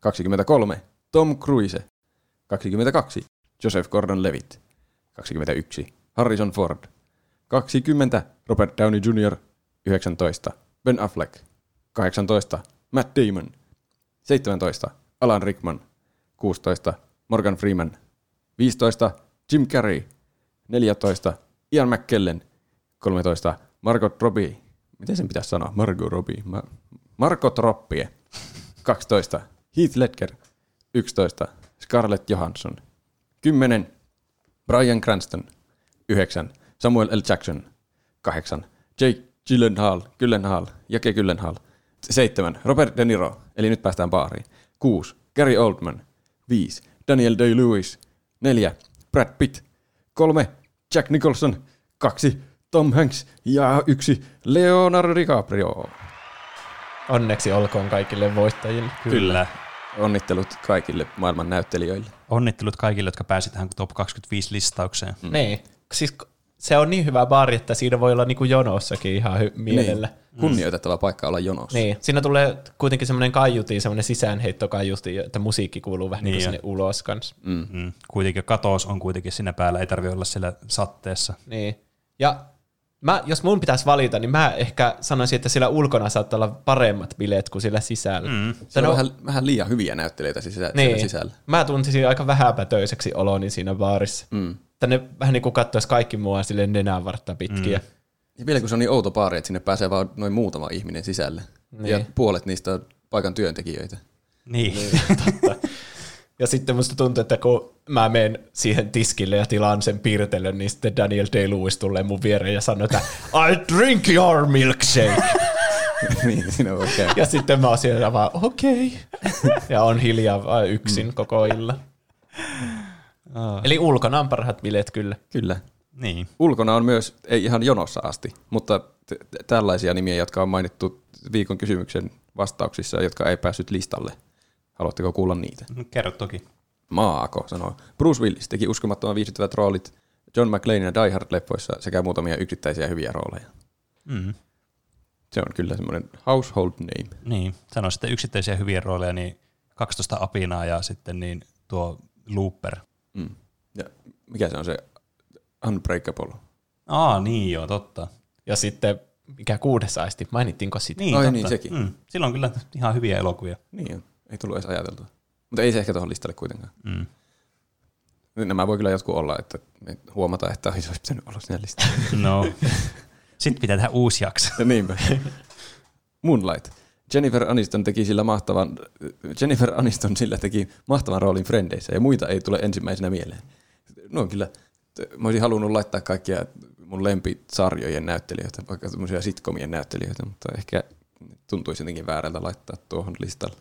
23, Tom Cruise. 22, Joseph Gordon-Levitt. 21, Harrison Ford. 20, Robert Downey Jr. 19, Ben Affleck. 18, Matt Damon. 17. Alan Rickman. 16. Morgan Freeman. 15. Jim Carrey. 14. Ian McKellen. 13. Margot Robbie. Miten sen pitäisi sanoa? Margot Robbie. Ma- Margot Robbie. 12. Heath Ledger. 11. Scarlett Johansson. 10. Brian Cranston. 9. Samuel L. Jackson. 8. Jake Gyllenhaal, Gyllenhaal, Jake Gyllenhaal. 7. Robert De Niro, eli nyt päästään baariin. 6. Gary Oldman. 5. Daniel Day-Lewis. 4. Brad Pitt. 3. Jack Nicholson. 2. Tom Hanks. Ja 1. Leonardo DiCaprio. Onneksi olkoon kaikille voittajille. Kyllä. Onnittelut kaikille maailman näyttelijöille. Onnittelut kaikille, jotka pääsi tähän top 25 listaukseen. Mm. Niin. Siis k- se on niin hyvä baari, että siinä voi olla niinku jonossakin ihan hy- mielellä. Niin. Kunnioitettava paikka olla jonossa. Niin, siinä tulee kuitenkin semmoinen kaiuti, semmoinen sisäänheittokaiuti, että musiikki kuuluu vähän niin. Niin niin sinne ulos kanssa. Mm. Mm. Kuitenkin katous on kuitenkin siinä päällä, ei tarvitse olla siellä satteessa. Niin. Ja mä, jos mun pitäisi valita, niin mä ehkä sanoisin, että siellä ulkona saattaa olla paremmat bileet kuin siellä sisällä. Mm. Se on no, vähän, vähän liian hyviä näyttelijöitä sisä, niin. sisällä. Mä tuntisin aika vähäpätöiseksi oloni siinä baarissa. Mm. Tänne vähän niin kuin katsoisi kaikki mua silleen nenän vartta pitkiä. Mm. Ja vielä kun se on niin outo baari, että sinne pääsee vaan noin muutama ihminen sisälle. Niin. Ja puolet niistä on paikan työntekijöitä. Niin. Ja sitten musta tuntuu, että kun mä menen siihen tiskille ja tilaan sen piirtelön, niin sitten Daniel Day-Lewis tulee mun viereen ja sanoo, että I drink your milkshake. niin, siinä voi käydä. Ja sitten mä oon siellä vaan, okei. Okay. Ja on hiljaa vaan yksin koko illan. Eli ulkona on parhaat bileet kyllä. Kyllä. Niin. Ulkona on myös, ei ihan jonossa asti, mutta t- t- tällaisia nimiä, jotka on mainittu viikon kysymyksen vastauksissa, jotka ei päässyt listalle. Haluatteko kuulla niitä? No, Kerro toki. Maako sanoo. Bruce Willis teki uskomattoman viihdyttävät roolit John McLeanin ja Die Hard-leffoissa sekä muutamia yksittäisiä hyviä rooleja. Mm. Se on kyllä semmoinen household name. Niin. Sanoin sitten yksittäisiä hyviä rooleja, niin 12 apinaa ja sitten niin tuo Looper. Mm. Ja mikä se on se Unbreakable? Aa, niin joo, totta. Ja sitten mikä kuudes aisti, mainittiinko sitä? Niin, Ai totta. niin, sekin. Mm. Sillä on kyllä ihan hyviä elokuvia. Niin on. Ei tullut edes ajateltua. Mutta ei se ehkä tuohon listalle kuitenkaan. Mm. Nämä voi kyllä jotkut olla, että me huomataan, että olisi olisi pitänyt olla siinä listalla. No. Sitten pitää tehdä uusi jakso. Ja Niinpä. Moonlight. Jennifer Aniston teki sillä mahtavan, Jennifer Aniston sillä teki mahtavan roolin Frendeissä ja muita ei tule ensimmäisenä mieleen. No on kyllä, mä olisin halunnut laittaa kaikkia mun lempisarjojen näyttelijöitä, vaikka semmoisia sitkomien näyttelijöitä, mutta ehkä tuntuisi jotenkin väärältä laittaa tuohon listalle.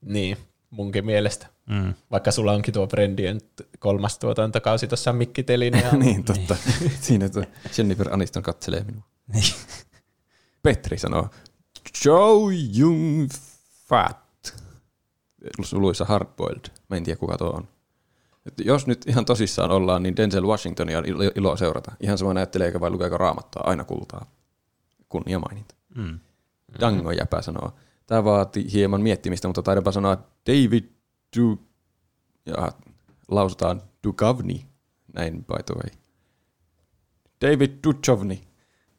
Niin, munkin mielestä. Mm. Vaikka sulla onkin tuo Brendien t- kolmas tuotantokausi tuossa mikkitelin. Ja... niin, totta. Siinä tuo Jennifer Aniston katselee minua. Niin. Petri sanoo, Joe Jung Fat. Suluissa Hardboiled. Mä en tiedä, kuka tuo on. Et jos nyt ihan tosissaan ollaan, niin Denzel Washingtonia on ilo- ilo seurata. Ihan sama näytteleekö vai lukeeko raamattua, aina kultaa. Kunnia maininta. Mm. Dango Jäpä sanoo, tämä vaati hieman miettimistä, mutta taidanpa sanoa David Du... Ja, lausutaan Duchovny. Näin by the way. David Duchovny.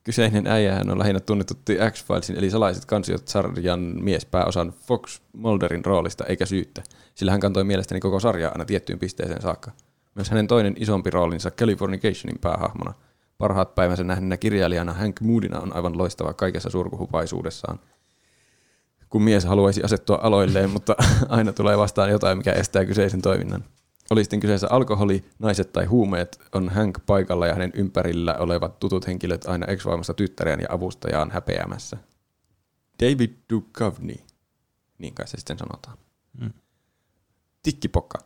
Kyseinen äijähän on lähinnä tunnettu The X-Filesin eli salaiset kansiot sarjan miespääosan Fox Mulderin roolista eikä syyttä, sillä hän kantoi mielestäni koko sarjaa aina tiettyyn pisteeseen saakka. Myös hänen toinen isompi roolinsa Californicationin päähahmona. Parhaat päivänsä nähneenä kirjailijana Hank Moodina on aivan loistava kaikessa surkuhupaisuudessaan. Kun mies haluaisi asettua aloilleen, mutta aina tulee vastaan jotain, mikä estää kyseisen toiminnan. Oli sitten kyseessä alkoholi, naiset tai huumeet, on Hank paikalla ja hänen ympärillä olevat tutut henkilöt aina ex tyttäriään ja avustajaan häpeämässä. David Duchovny, niin kai se sitten sanotaan. Mm. Tikkipokka.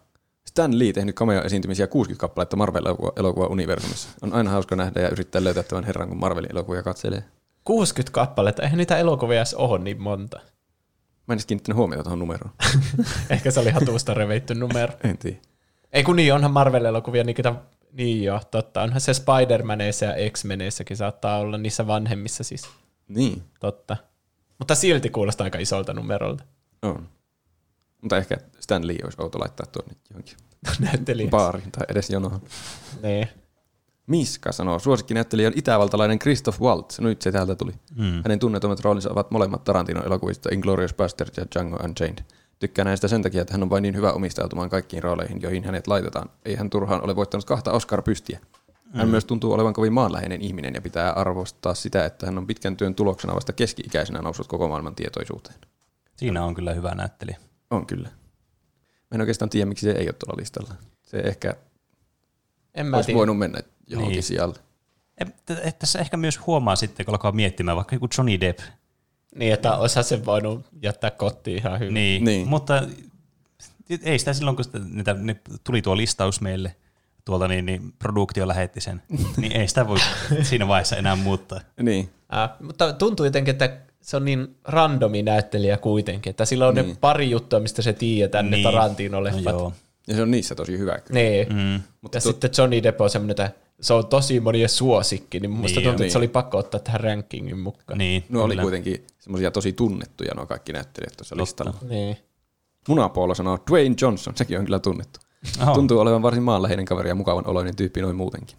Stan Lee tehnyt cameo-esiintymisiä 60 kappaletta Marvel-elokuva universumissa. On aina hauska nähdä ja yrittää löytää tämän herran, kun Marvelin elokuvia katselee. 60 kappaletta, eihän niitä elokuvia edes ole niin monta. Mä en edes kiinnittänyt huomiota tuohon numeroon. Ehkä se oli hatusta revitty numero. En tiedä. Ei kun niin, onhan Marvel-elokuvia niitä... Niin joo, totta. Onhan se Spider-Maneissa ja X-Meneissäkin saattaa olla niissä vanhemmissa siis. Niin. Totta. Mutta silti kuulostaa aika isolta numerolta. On. Mutta ehkä Stan Lee olisi outo laittaa tuonne johonkin Näyttelijä. baariin tai edes jonoon. Niin. Miska sanoo, suosikkinäyttelijä on itävaltalainen Christoph Waltz. No nyt se täältä tuli. Mm. Hänen tunnetumat roolinsa ovat molemmat Tarantinon elokuvista Inglourious Basterds ja Django Unchained. Tykkään hänestä sen takia, että hän on vain niin hyvä omistautumaan kaikkiin rooleihin, joihin hänet laitetaan. Ei hän turhaan ole voittanut kahta Oscar-pystiä. Hän myös tuntuu olevan kovin maanläheinen ihminen ja pitää arvostaa sitä, että hän on pitkän työn tuloksena vasta keski-ikäisenä noussut koko maailman tietoisuuteen. Siinä on kyllä hyvä näyttelijä. On kyllä. Mä en oikeastaan tiedä, miksi se ei ole tuolla listalla. Se ehkä En mä olisi tiedä. voinut mennä johonkin Niin. niin. sijalle. Et, et tässä ehkä myös huomaa sitten, kun alkaa miettimään vaikka joku Johnny Depp. Niin, että oishan sen voinut jättää kotiin ihan hyvin. Niin, Niin. mutta ei sitä silloin, kun sitä, niitä, ne tuli tuo listaus meille, tuolta niin, niin produktio lähetti sen, niin ei sitä voi siinä vaiheessa enää muuttaa. Niin. Äh, mutta tuntuu jotenkin, että se on niin randomi näyttelijä kuitenkin, että sillä on niin. ne pari juttua, mistä se tiedetään, niin. ne Tarantino-leffat. No joo. Ja se on niissä tosi hyvä kyllä. Niin. Mm. Mm. Mutta ja tu- sitten Johnny Depp on semmoinen, että se on tosi monien suosikki, niin musta Niin, niin, tuntuu, niin. että se oli pakko ottaa tähän rankingin mukaan. Niin, No oli kyllä. kuitenkin semmoisia tosi tunnettuja nuo kaikki näyttelijät tuossa listalla. Niin. Munapuolo sanoo Dwayne Johnson, sekin on kyllä tunnettu. Oho. Tuntuu olevan varsin maanläheinen kaveri ja mukavan oloinen tyyppi noin muutenkin.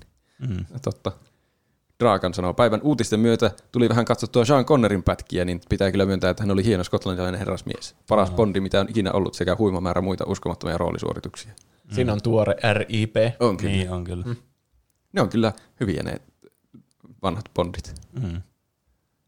Mm. Ja Totta. Draakan sanoo, päivän uutisten myötä tuli vähän katsottua Sean Connerin pätkiä, niin pitää kyllä myöntää, että hän oli hieno skotlantilainen herrasmies. Paras bondi, mitä on ikinä ollut, sekä huima määrä muita uskomattomia roolisuorituksia. Siinä on tuore RIP. On kyllä. Niin. Niin on kyllä. Mm. Ne on kyllä hyviä ne vanhat bondit. Mm.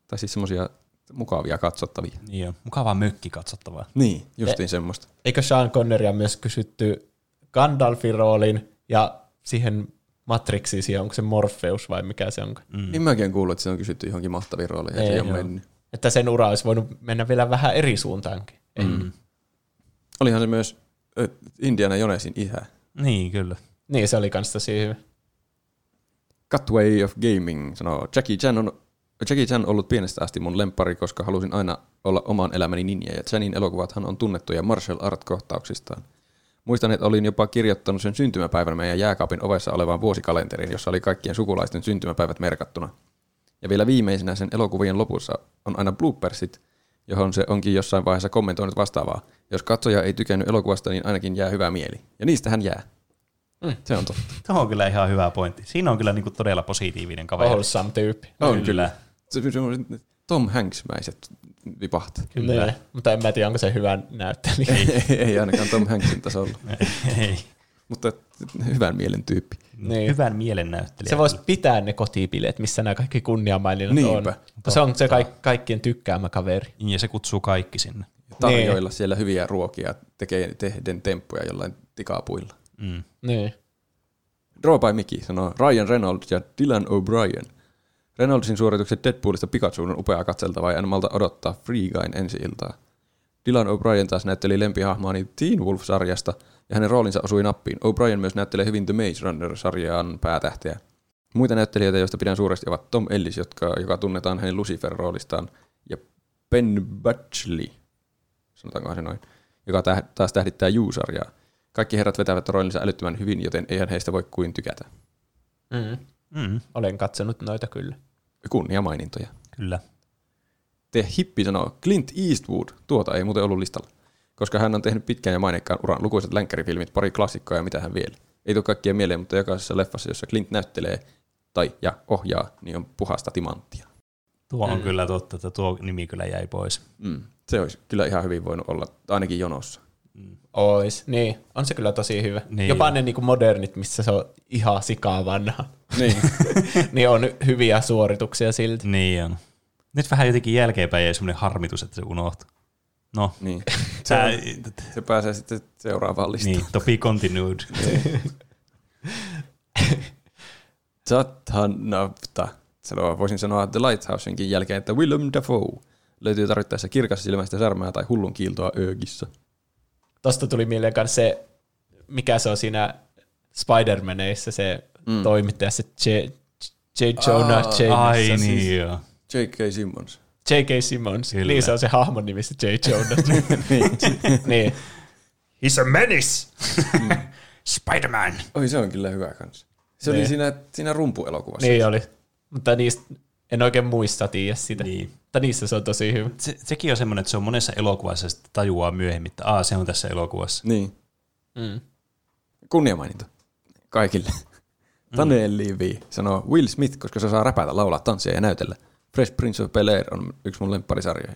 Tai siis semmoisia mukavia katsottavia. Niin on. Mukavaa mökki katsottavaa. Niin, justiin semmoista. Eikö Sean Conneria myös kysytty Gandalfin roolin ja siihen Matrixiin, siihen onko se Morpheus vai mikä se onko? Mm. Niin mäkin olen kuullut, että se on kysytty johonkin mahtaviin rooleihin, ja se Ei, ei ole joo. mennyt. Että sen ura olisi voinut mennä vielä vähän eri suuntaankin. Mm. Olihan se myös ö, Indiana Jonesin isä. Niin, kyllä. Niin, se oli kans tosi hyvä. Cutway of Gaming sanoo, Jackie Chan on Jackie Chan on ollut pienestä asti mun lempari, koska halusin aina olla oman elämäni ninja, ja Chanin elokuvathan on tunnettuja martial art-kohtauksistaan. Muistan, että olin jopa kirjoittanut sen syntymäpäivän meidän jääkaapin ovessa olevaan vuosikalenteriin, jossa oli kaikkien sukulaisten syntymäpäivät merkattuna. Ja vielä viimeisenä sen elokuvien lopussa on aina bloopersit, johon se onkin jossain vaiheessa kommentoinut vastaavaa. Jos katsoja ei tykännyt elokuvasta, niin ainakin jää hyvä mieli. Ja niistä hän jää. Mm. Se on totta. Tuo on kyllä ihan hyvä pointti. Siinä on kyllä niinku todella positiivinen kaveri. Wholesome tyyppi. On kyllä. Se- se- se- Tom Hanks-mäiset vipaht. Kyllä. Niin, mutta en mä tiedä, onko se hyvä näyttelijä. ei ainakaan Tom Hanksin tasolla, Ei. mutta hyvän mielen tyyppi. Niin. Hyvän mielennäyttelijä. Se voisi pitää ne kotipileet, missä nämä kaikki kunniamaininnat Niinpä. on. Mutta se on se kaik- kaikkien tykkäämä kaveri. Ja se kutsuu kaikki sinne. Tarjoilla siellä hyviä ruokia, tekee, tehden temppuja jollain tikapuilla. Mm. Niin. Draw by Mickey sanoo Ryan Reynolds ja Dylan O'Brien. Reynoldsin suoritukset Deadpoolista Pikachuun on upeaa katseltavaa ja en malta odottaa Free Guyn ensi iltaa. Dylan O'Brien taas näytteli lempihahmaani Teen Wolf-sarjasta ja hänen roolinsa osui nappiin. O'Brien myös näyttelee hyvin The Maze Runner-sarjan päätähteä. Muita näyttelijöitä, joista pidän suuresti, ovat Tom Ellis, jotka, joka tunnetaan hänen Lucifer-roolistaan, ja Ben Batchley, sanotaanko se noin, joka täh- taas tähdittää You-sarjaa. Kaikki herrat vetävät roolinsa älyttömän hyvin, joten eihän heistä voi kuin tykätä. Mm. Mm. Olen katsonut noita kyllä. Kunnia mainintoja. Kyllä. The Hippi sanoo Clint Eastwood. Tuota ei muuten ollut listalla. Koska hän on tehnyt pitkän ja mainekkaan uran lukuiset länkkärifilmit, pari klassikkoa ja mitä hän vielä. Ei tule kaikkia mieleen, mutta jokaisessa leffassa, jossa Clint näyttelee tai ja ohjaa, niin on puhasta timanttia. Tuo on Mm. kyllä totta, että tuo nimi kyllä jäi pois. Mm. Se olisi kyllä ihan hyvin voinut olla, ainakin jonossa. Ois. Niin, on se kyllä tosi hyvä. Niin. Niin. Jopa ne niinku modernit, missä se on ihan sikaa vanha, Niin. niin on hyviä suorituksia silti. Niin on. Nyt vähän jotenkin jälkeenpäin jäi semmoinen harmitus, että se unohtui. No, niin. tää, Se pääsee sitten seuraavaan listaan. niin, to be continued. Satanavta. Sanoa, voisin sanoa The Lighthousenkin jälkeen, että Willem Dafoe löytyy tarvittaessa kirkassilmäistä särmää tai hullun kiiltoa öögissä. Tosta tuli mieleen myös se, mikä se on siinä Spider-Maneissa, se mm. toimittaja, se J. J. Jonah Aa, Ai Jameson. niin, siis. siis. joo. J.K. Simmons. J.K. Simmons. Kyllä. Kyllä. Niin se on se hahmon nimi, se J. Jonah. niin. He's a menace! Mm. Spider-Man! Oi, se on kyllä hyvä kanssa. Se oli Niin. siinä, siinä rumpuelokuvassa. niin oli. Mutta niistä en oikein muista tiedä sitä. Niin. Mutta niissä se on tosi hyvä. Se, sekin on semmoinen, että se on monessa elokuvassa ja sitten tajuaa myöhemmin, että Aa, se on tässä elokuvassa. niin. Mm. Kunniamaininta. Kaikille. Tanel Livi sanoo Will Smith, koska se saa räpätä, laulaa, tanssia ja näytellä. Fresh Prince of Bel-Air on yksi mun lempparisarjoja.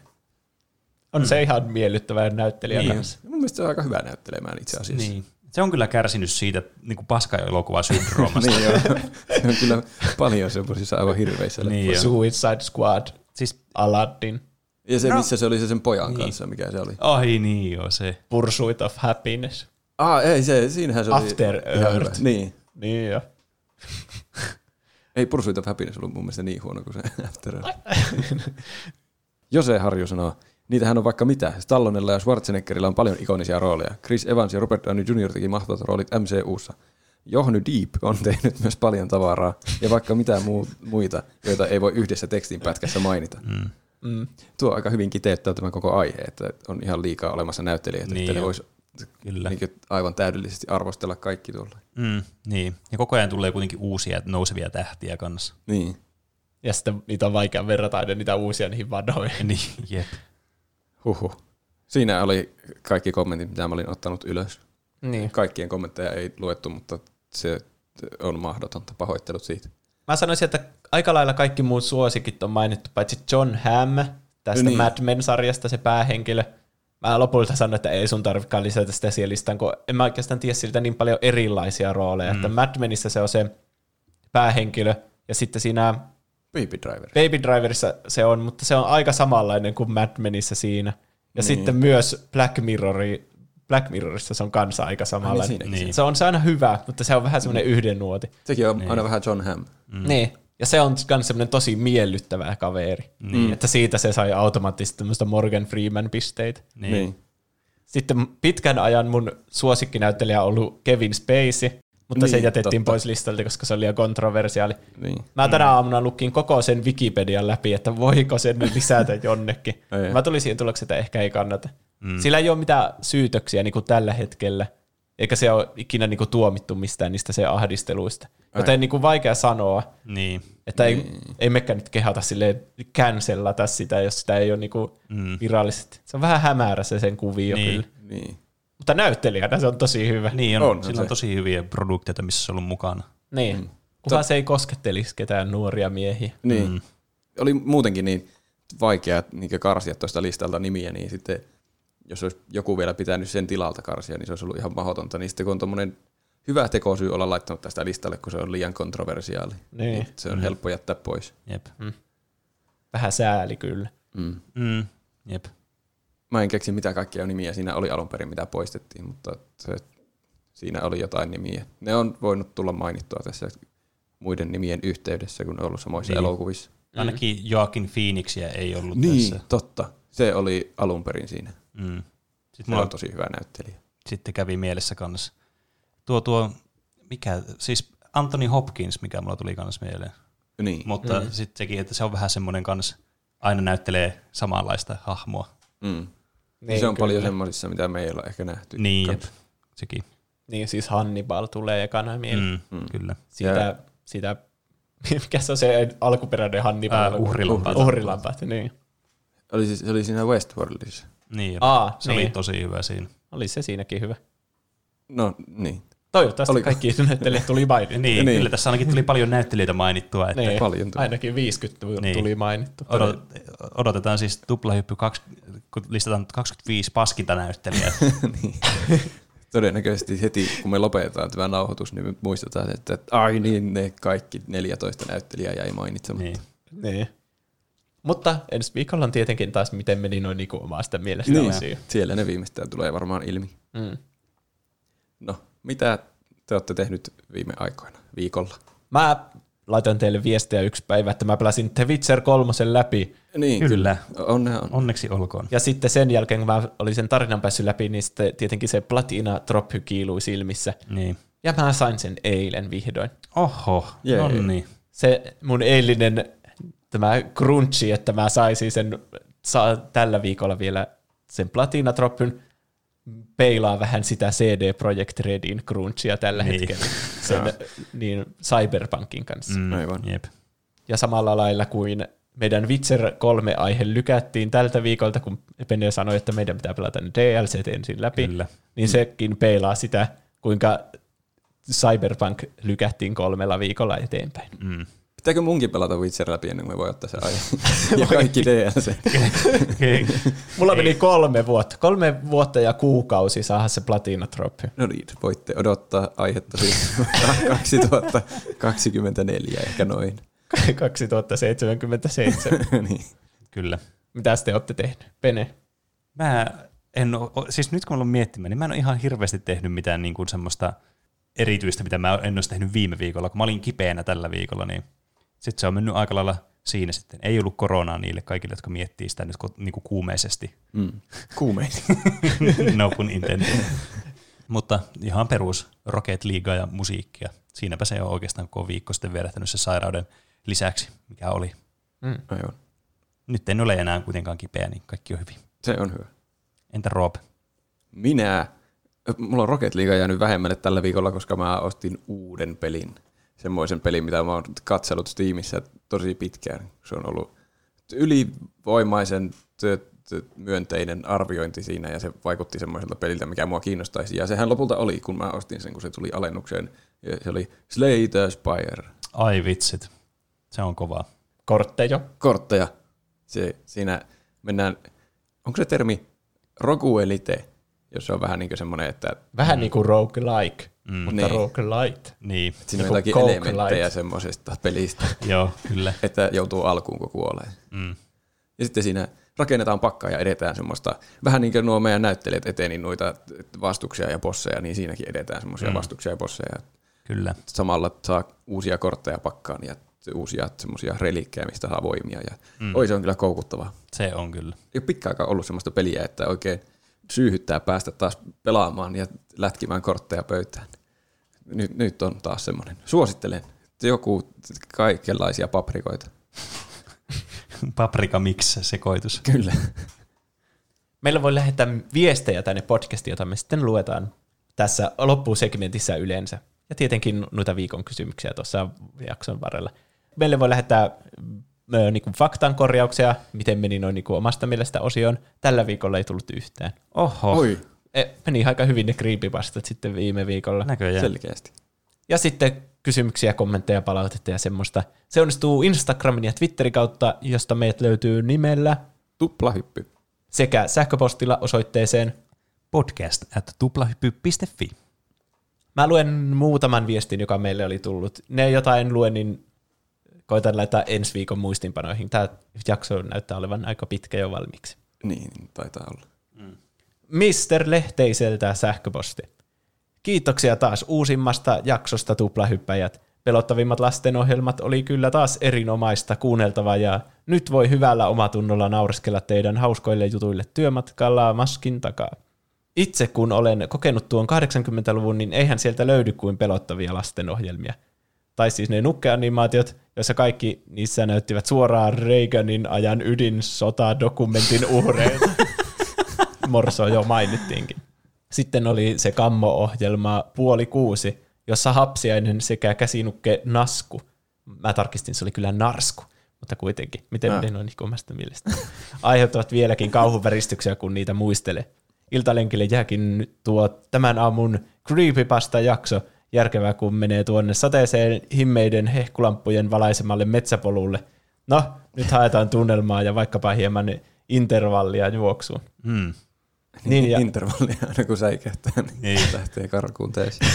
On mm. se ihan miellyttävä näyttelijä Niin. niin. kanssa. Mun mielestä se on aika hyvä näyttelemään itse asiassa. Niin. Se on kyllä kärsinyt siitä niin paska-elokuvasyndroomasta. niin joo. Se on kyllä paljon semmoisissa aivan hirveissä. niin, joo. Suicide Squad, Siis, Aladdin, Ja se, No. missä se oli se sen pojan Niin. niin. kanssa, mikä se oli. ai niin joo, se. Pursuit of Happiness. Ah, ei se, siinähän se oli. After ihan hyvä. Earth. Niin. Niin jo. Ei Pursuit of Happiness ollut mun mielestä niin huono kuin se After Earth. Jose Harju sanoo, niitähän on vaikka mitä. Stallonella ja Schwarzeneggerillä on paljon ikonisia rooleja. Chris Evans ja Robert Downey Jr. teki mahtavat roolit MCUssa. Johny Deep on tehnyt myös paljon tavaraa ja vaikka mitä muu, muita, joita ei voi yhdessä tekstin pätkässä mainita. Mm. Mm. Tuo aika hyvin kiteyttää tämä koko aihe, että on ihan liikaa olemassa Niin näyttelijöitä, niin että ne on. voisi Kyllä. niin aivan täydellisesti arvostella kaikki tuolla. Mm, niin. Ja koko ajan tulee kuitenkin uusia nousevia tähtiä kanssa. Niin. Ja sitten niitä on vaikea verrata aina niitä uusia niihin vanhoihin. Niin, jep. Huhu. Siinä oli kaikki kommentit, mitä mä olin ottanut ylös. Niin. Kaikkien kommentteja ei luettu, mutta se on mahdotonta. Pahoittelut siitä. Mä sanoisin, että aika lailla kaikki muut suosikit on mainittu, paitsi John Hamm tästä Niin. niin. Mad Men-sarjasta, se päähenkilö. Mä lopulta sanoin, että ei sun tarvikaan lisätä sitä siihen listaan, kun en mä oikeastaan tiedä siltä niin paljon erilaisia rooleja. Mm. Että Mad Menissä se on se päähenkilö, ja sitten siinä Baby Driver. Baby Driverissa se on, mutta se on aika samanlainen kuin Mad Menissä siinä. Ja Niin. sitten myös Black, Mirrori, Black Mirrorissa se on kanssa aika Ai samanlainen. niin, siinäkin se. Se on se aina hyvä, mutta se on vähän semmoinen yhden nuoti. Sekin on niin. aina vähän John Hamm. Mm. Niin. Ja se on myös semmoinen tosi miellyttävä kaveri. Mm. Niin. Että siitä se sai automaattisesti tämmöistä Morgan Freeman-pisteitä. Niin. niin. Sitten pitkän ajan mun suosikkinäyttelijä on ollut Kevin Spacey, mutta niin, se Niin, jätettiin totta. pois listalta, koska se oli liian kontroversiaali. Niin. Mä tänä aamuna lukin koko sen Wikipedian läpi, että voiko sen nyt lisätä jonnekin. Ei. Mä tulin siihen tulokseen, että ehkä ei kannata. Mm. Sillä ei ole mitään syytöksiä niin kuin tällä hetkellä, eikä se ole ikinä niin kuin tuomittu mistään niistä se ahdisteluista. Joten niin kuin vaikea sanoa, Niin. että ei, ei mekään nyt kehata silleen cancellata sitä, jos sitä ei ole niin kuin Mm. virallisesti. Se on vähän hämärä se sen kuvio Niin. niin. kyllä. Niin. Mutta näyttelijänä se on tosi hyvä. Niin, on, On, on on sillä on se. tosi hyviä produktioita, missä se on ollut mukana. Niin. Mm. Kunhan se ei koskettelisi ketään nuoria miehiä. Niin. Mm. Oli muutenkin niin vaikea niin karsia tuosta listalta nimiä, niin sitten jos olisi joku vielä pitänyt sen tilalta karsia, niin se olisi ollut ihan mahdotonta. Niin sitten kun on tuommoinen hyvä tekosyy olla laittanut tästä listalle, kun se on liian kontroversiaali, Niin. niin se on mm. helppo jättää pois. Jep. Vähän sääli kyllä. Mm. Mm. Jep. Mä en keksi mitä kaikkia nimiä siinä oli alun perin, mitä poistettiin, mutta se, siinä oli jotain nimiä. Ne on voinut tulla mainittua tässä muiden nimien yhteydessä, kun on ollut samoissa Niin. niin. elokuvissa. Ainakin Joakin Phoenixia ei ollut Niin, tässä. totta. Se oli alun perin siinä. Mm. Sitten Mulla mulla on tosi hyvä näyttelijä. sitten kävi mielessä kanssa. Tuo, tuo, mikä, siis Anthony Hopkins, mikä mulla tuli kanssa mieleen. Niin. Mutta mm. sitten sekin, että se on vähän semmoinen kanssa, aina näyttelee samanlaista hahmoa. Mm. Niin, se on kyllä. paljon semmoisissa, mitä me ei olla ehkä nähty. Niin, jep. Kans. sekin. Niin, siis Hannibal tulee ekana mieleen. Mm. Mm, mm. Kyllä. Sitä, Ja- sitä, mikä se on se alkuperäinen Hannibal? Ää, uhrilampaat. Uhrilampaat, niin. Oli, siis- se oli siinä Westworldissa. Niin, jep. Aa, se oli niin. tosi hyvä siinä. Oli se siinäkin hyvä. No niin, Toivottavasti Oliko? kaikki näyttelijät tuli mainittu. Niin, niin, Niin. kyllä tässä ainakin tuli paljon näyttelijöitä mainittua. Että niin. paljon tuli. Ainakin 50 tuli Niin. niin. mainittu. odot, odotetaan siis tuplahyppy, kaksi, kun listataan 25 paskinta näyttelijää. todennäköisesti heti kun me lopetetaan tämä nauhoitus, niin me muistetaan, että ai niin, ne kaikki 14 näyttelijää jäi mainitsematta. niin. Niin. Niin. Mutta ensi viikolla on tietenkin taas, miten meni noin niinku omasta mielestä niin. asia. Siellä ne viimeistään tulee varmaan ilmi. Mm. No, mitä te olette tehnyt viime aikoina, viikolla? Mä laitoin teille viestejä yksi päivä, että mä pelasin The Witcher kolmosen läpi. Niin, Kyllä. Onnea on. Onneksi olkoon. Ja sitten sen jälkeen, kun mä olin sen tarinan päässyt läpi, niin sitten tietenkin se platina trophy kiilui silmissä. Niin. Ja mä sain sen eilen vihdoin. Oho, Jee. no niin. Se mun eilinen tämä crunchi, että mä saisin sen saa tällä viikolla vielä sen platina trophyn, peilaa vähän sitä CD Projekt Redin crunchia tällä Niin. hetkellä sen niin Cyberpunkin kanssa. Mm, Aivan. Jep. Ja samalla lailla kuin meidän Witcher 3 aihe lykättiin tältä viikolta, kun Pene sanoi, että meidän pitää pelata ne DLCt ensin läpi, Kyllä. niin sekin peilaa sitä, kuinka Cyberpunk lykättiin kolmella viikolla eteenpäin. Mm. Pitääkö munkin pelata Witcher läpi ennen kuin me voi ottaa se aihe? ja kaikki DLC. Okay. Mulla meni kolme vuotta. Kolme vuotta ja kuukausi saada se platinatroppi. No niin, voitte odottaa aihetta siis 2024 ehkä noin. 2077. niin. Kyllä. Mitä te olette tehnyt? Pene. Mä en oo, siis nyt kun mä olen miettimään, niin mä en ole ihan hirveästi tehnyt mitään niin kuin semmoista erityistä, mitä mä en olisi tehnyt viime viikolla, kun mä olin kipeänä tällä viikolla, niin sitten se on mennyt aika lailla siinä sitten. Ei ollut koronaa niille kaikille, jotka miettii sitä nyt ko- niin kuin kuumeisesti. Mm. Kuumeita. no pun intended. Mutta ihan perus Rocket Leaguea ja musiikkia. Siinäpä se on oikeastaan koko viikko sitten vierähtänyt se sairauden lisäksi, mikä oli. Aivan. Nyt en ole enää kuitenkaan kipeä, niin kaikki on hyvin. Se on hyvä. Entä Rob? Minä, mulla on Rocket League jäänyt vähemmälle tällä viikolla, koska mä ostin uuden pelin. Semmoisen pelin, mitä mä oon katsellut Steamissa tosi pitkään. Se on ollut ylivoimaisen tö- tö- myönteinen arviointi siinä ja se vaikutti semmoiselta peliltä, mikä mua kiinnostaisi. Ja sehän lopulta oli, kun mä ostin sen, kun se tuli alennukseen. Ja Se oli Slay the Spire. Ai vitsit. Se on kovaa. Korttejo. kortteja. Se, siinä mennään, onko se termi roguelite, jos se on vähän niin kuin semmoinen, että Vähän niin kuin roguelike, mm. mutta Niin. niin. roguelite. Niin, siinä on Joku jotakin Coke elementtejä Light. semmoisesta pelistä, joo, kyllä. että joutuu alkuun, kun kuolee. Mm. Ja sitten siinä rakennetaan pakkaa ja edetään semmoista, vähän niin kuin nuo meidän näyttelijät eteni noita vastuksia ja bosseja, niin siinäkin edetään semmoisia Mm. mm. vastuksia ja bosseja. Kyllä. Samalla saa uusia kortteja pakkaan ja uusia semmoisia relikkejä, mistä saa voimia. Ja mm. oi, se on kyllä koukuttavaa. Se on kyllä. ei ole pitkäänkään ollut sellaista peliä, että oikein syyhyttää päästä taas pelaamaan ja lätkimään kortteja pöytään. Nyt, nyt on taas semmoinen. Suosittelen joku kaikenlaisia paprikoita. Paprika mix sekoitus. Kyllä. Meillä voi lähettää viestejä tänne podcastiin, jota me sitten luetaan tässä loppusegmentissä yleensä. Ja tietenkin noita viikon kysymyksiä tuossa jakson varrella. Meille voi lähettää ö, niin kuin faktan korjauksia, miten meni noin niin kuin omasta mielestä osioon. Tällä viikolla ei tullut yhtään. Oho, Oh. Oi, E, meni aika hyvin ne creepypastat sitten viime viikolla. näköjään. selkeästi. Ja sitten kysymyksiä, kommentteja, palautetta ja semmoista. Se onnistuu Instagramin ja Twitterin kautta, josta meidät löytyy nimellä Tuplahyppy. sekä sähköpostilla osoitteeseen. Podcast at tuplahyppy.fi. Mä luen muutaman viestin, joka meille oli tullut. Ne, joita en lue, niin koitan laittaa ensi viikon muistinpanoihin. Tämä jakso näyttää olevan aika pitkä jo valmiiksi. Niin, taitaa olla. Mister Lehteiseltä sähköposti. Kiitoksia taas uusimmasta jaksosta Tuplahyppäjät. Pelottavimmat lastenohjelmat oli kyllä taas erinomaista kuunneltavaa ja nyt voi hyvällä omatunnolla naureskella teidän hauskoille jutuille työmatkalla maskin takaa. Itse kun olen kokenut tuon 80-luvun, niin eihän sieltä löydy kuin pelottavia lastenohjelmia. Tai siis ne nukkeanimaatiot, joissa kaikki niissä näyttivät suoraan Reaganin ajan ydinsotadokumentin uhreilta. Morso jo mainittiinkin. Sitten oli se kammo-ohjelma Puoli kuusi, jossa hapsiainen sekä käsinukke Nasku. Mä tarkistin, se oli kyllä Narsku, mutta kuitenkin. Miten ne on niin omasta mielestä? Aiheuttavat vieläkin kauhuväristyksiä, kun niitä muistelee. Iltalenkille jääkin nyt tuo tämän aamun Creepypasta-jakso. Järkevää, kun menee tuonne sateeseen himmeiden hehkulamppujen valaisemalle metsäpolulle. No, nyt haetaan tunnelmaa ja vaikkapa hieman intervallia juoksuun. Hmm. Niin, ja- Intervalli aina kun säikähtää, niin Niin. lähtee karkuun täysin.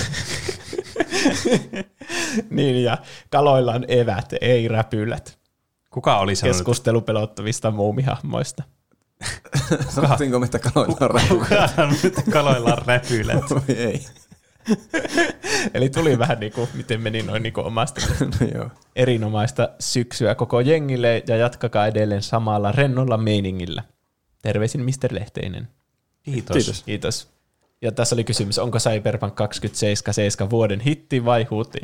Niin, ja kaloilla on evät, ei räpylät. Kuka oli sanonut? Keskustelu pelottavista muumihahmoista. Sanottiinko me, että kaloilla on räpylä? Kuka on nyt kaloillaan räpylät? Voi ei. Eli tuli vähän niin kuin, miten meni noin niin kuin omasta. No joo. Erinomaista syksyä koko jengille ja jatkakaa edelleen samalla rennolla meiningillä. Terveisin Mr. Lehteinen. Kiitos. Kiitos. Kiitos. Ja tässä oli kysymys, onko Cyberpunk 2077 vuoden hitti vai huti?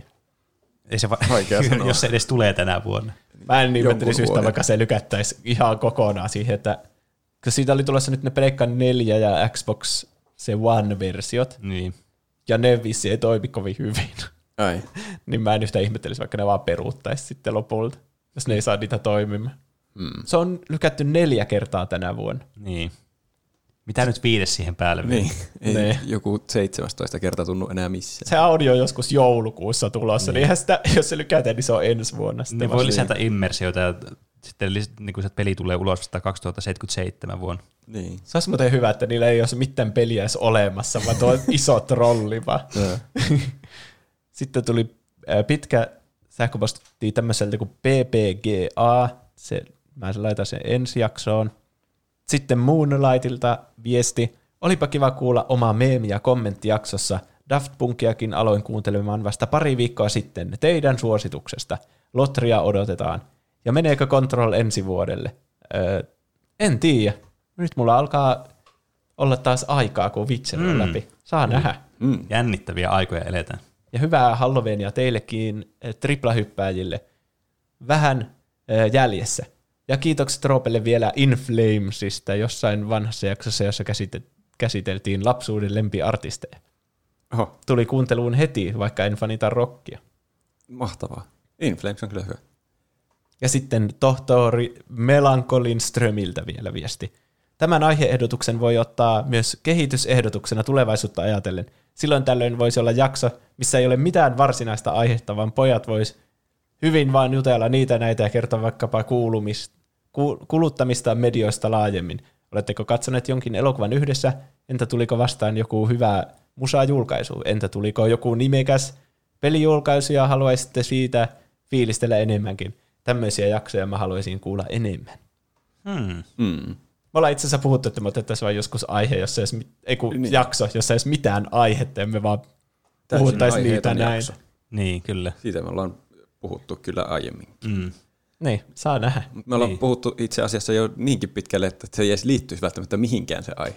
Ei se va- Vaikea sanoa. jos se edes tulee tänä vuonna. Mä en ihmettelisi Jonkun yhtään, vuoden. vaikka se lykättäisi ihan kokonaan siihen, että kun siitä oli tulossa nyt ne Pleikka 4 ja Xbox se One-versiot, Niin. ja ne vissi ei toimi kovin hyvin, Ai. niin mä en yhtään ihmettelisi, vaikka ne vaan peruuttaisi sitten lopulta, jos ne ei saa niitä toimimaan. Mm. Se on lykätty neljä kertaa tänä vuonna. Niin. Mitä nyt viides siihen päälle? vielä? Niin. Ei Ne. joku 17 kertaa tunnu enää missään. Se audio on joskus joulukuussa tulossa, niin, eihän sitä, jos se lykätään, niin se on ensi vuonna sitten. Ne voi lisätä immersioita ja sitten lis- niin kun se peli tulee ulos vasta 2077 vuonna. Niin. Se olisi muuten hyvä, että niillä ei olisi mitään peliä edes olemassa, vaan tuo iso trolli vaan. Sitten tuli äh, pitkä sähköposti tämmöiseltä kuin PPGA. Se, mä laitan sen ensi jaksoon. Sitten Moonlightilta viesti. Olipa kiva kuulla oma meemi- ja kommenttijaksossa. Daft Punkiakin aloin kuuntelemaan vasta pari viikkoa sitten teidän suosituksesta. Lotria odotetaan. Ja meneekö Control ensi vuodelle? Öö, en tiedä. Nyt mulla alkaa olla taas aikaa, kun Witcher on läpi. Saa nähdä. Mm. Jännittäviä aikoja eletään. Ja hyvää Halloweenia teillekin eh, triplahyppääjille. Vähän eh, jäljessä. Ja kiitokset Roopelle vielä Inflamesista jossain vanhassa jaksossa, jossa käsite- käsiteltiin lapsuuden lempiartisteja. Oho, Tuli kuunteluun heti, vaikka en fanita rockia. mahtavaa. Inflames on kyllä hyvä. Ja sitten tohtori Melankolin Strömiltä vielä viesti. Tämän aiheehdotuksen voi ottaa myös kehitysehdotuksena tulevaisuutta ajatellen. Silloin tällöin voisi olla jakso, missä ei ole mitään varsinaista aihetta, vaan pojat vois hyvin vaan jutella niitä näitä ja kertoa vaikkapa kuulumista, ku, kuluttamista medioista laajemmin. Oletteko katsoneet jonkin elokuvan yhdessä? Entä tuliko vastaan joku hyvä musajulkaisu? Entä tuliko joku nimekäs pelijulkaisu ja haluaisitte siitä fiilistellä enemmänkin? Tämmöisiä jaksoja mä haluaisin kuulla enemmän. Hmm. Mm. Me ollaan itse asiassa puhuttu, että me otettaisiin vain joskus aihe, jossa ei, olisi mit- ei kun Niin. jakso, jossa ei olisi mitään aihetta, ja me vaan Täysin puhuttaisiin niitä aiheeton näin. jakso. Niin, kyllä. Siitä me ollaan puhuttu kyllä aiemmin. Mm. Niin, saa nähdä. Mutta me ollaan Niin. niin. puhuttu itse asiassa jo niinkin pitkälle, että se ei edes liittyisi välttämättä mihinkään se aihe.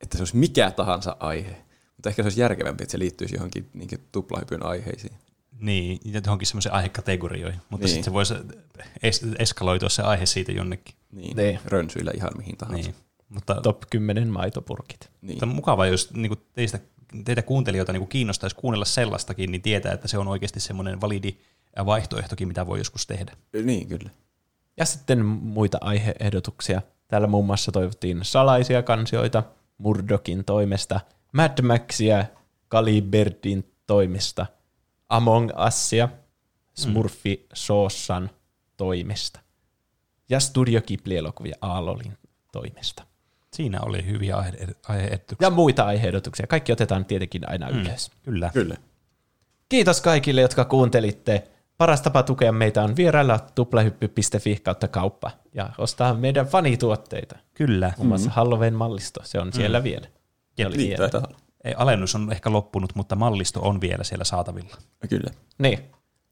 Että se olisi mikä tahansa aihe. Mutta ehkä se olisi järkevämpi, että se liittyisi johonkin niin tuplahypyn aiheisiin. Niin, ja johonkin semmoisen aihekategorioihin, mutta Niin. sitten se voisi es- eskaloitua se aihe siitä jonnekin. Niin. Niin. Rönsyillä ihan mihin tahansa. Niin. Mutta Top 10 maitopurkit. Niin. Mutta mukava, jos niinku teistä, teitä kuuntelijoita niinku kiinnostaisi kuunnella sellaistakin, niin tietää, että se on oikeasti semmoinen validi vaihtoehtokin, mitä voi joskus tehdä. niin, kyllä. Ja sitten muita aiheehdotuksia. Täällä muun muassa toivottiin salaisia kansioita Murdokin toimesta, Mad Maxia Kaliberdin toimesta, Among Usia Smurfi Soossan toimesta ja Studio Ghibli-elokuvia Aalolin toimesta. Siinä oli hyviä aihe- aiheehdotuksia. Ja muita aiheehdotuksia. Kaikki otetaan tietenkin aina ylös. Kyllä. Kyllä. Kiitos kaikille, jotka kuuntelitte. Paras tapa tukea meitä on vierailla tuplahyppy.fi kautta kauppa ja ostaa meidän fanituotteita. Kyllä. Muun muassa Halloween mallisto, se on siellä vielä. Se oli Niin, hieno. taitaa olla. Ei, alennus on ehkä loppunut, mutta mallisto on vielä siellä saatavilla. Kyllä. Niin.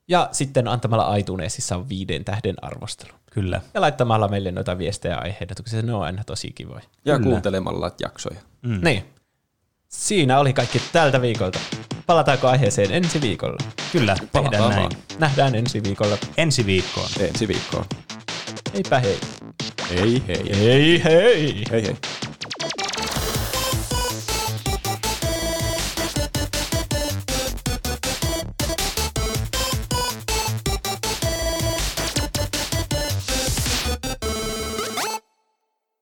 Ja sitten antamalla iTunesissa on viiden tähden arvostelu. Kyllä. Ja laittamalla meille noita viestejä ja aiheehdotuksia, ne on aina tosi kivoja. Ja kuuntelemalla jaksoja. Mm. Niin. Siinä oli kaikki tältä viikolta. Palataanko aiheeseen ensi viikolla? Kyllä, tehdään Palataan näin. vaan. Nähdään ensi viikolla. Ensi viikkoon. Ensi viikkoon. Eipä hei. Hei hei. Hei hei! Hei hei.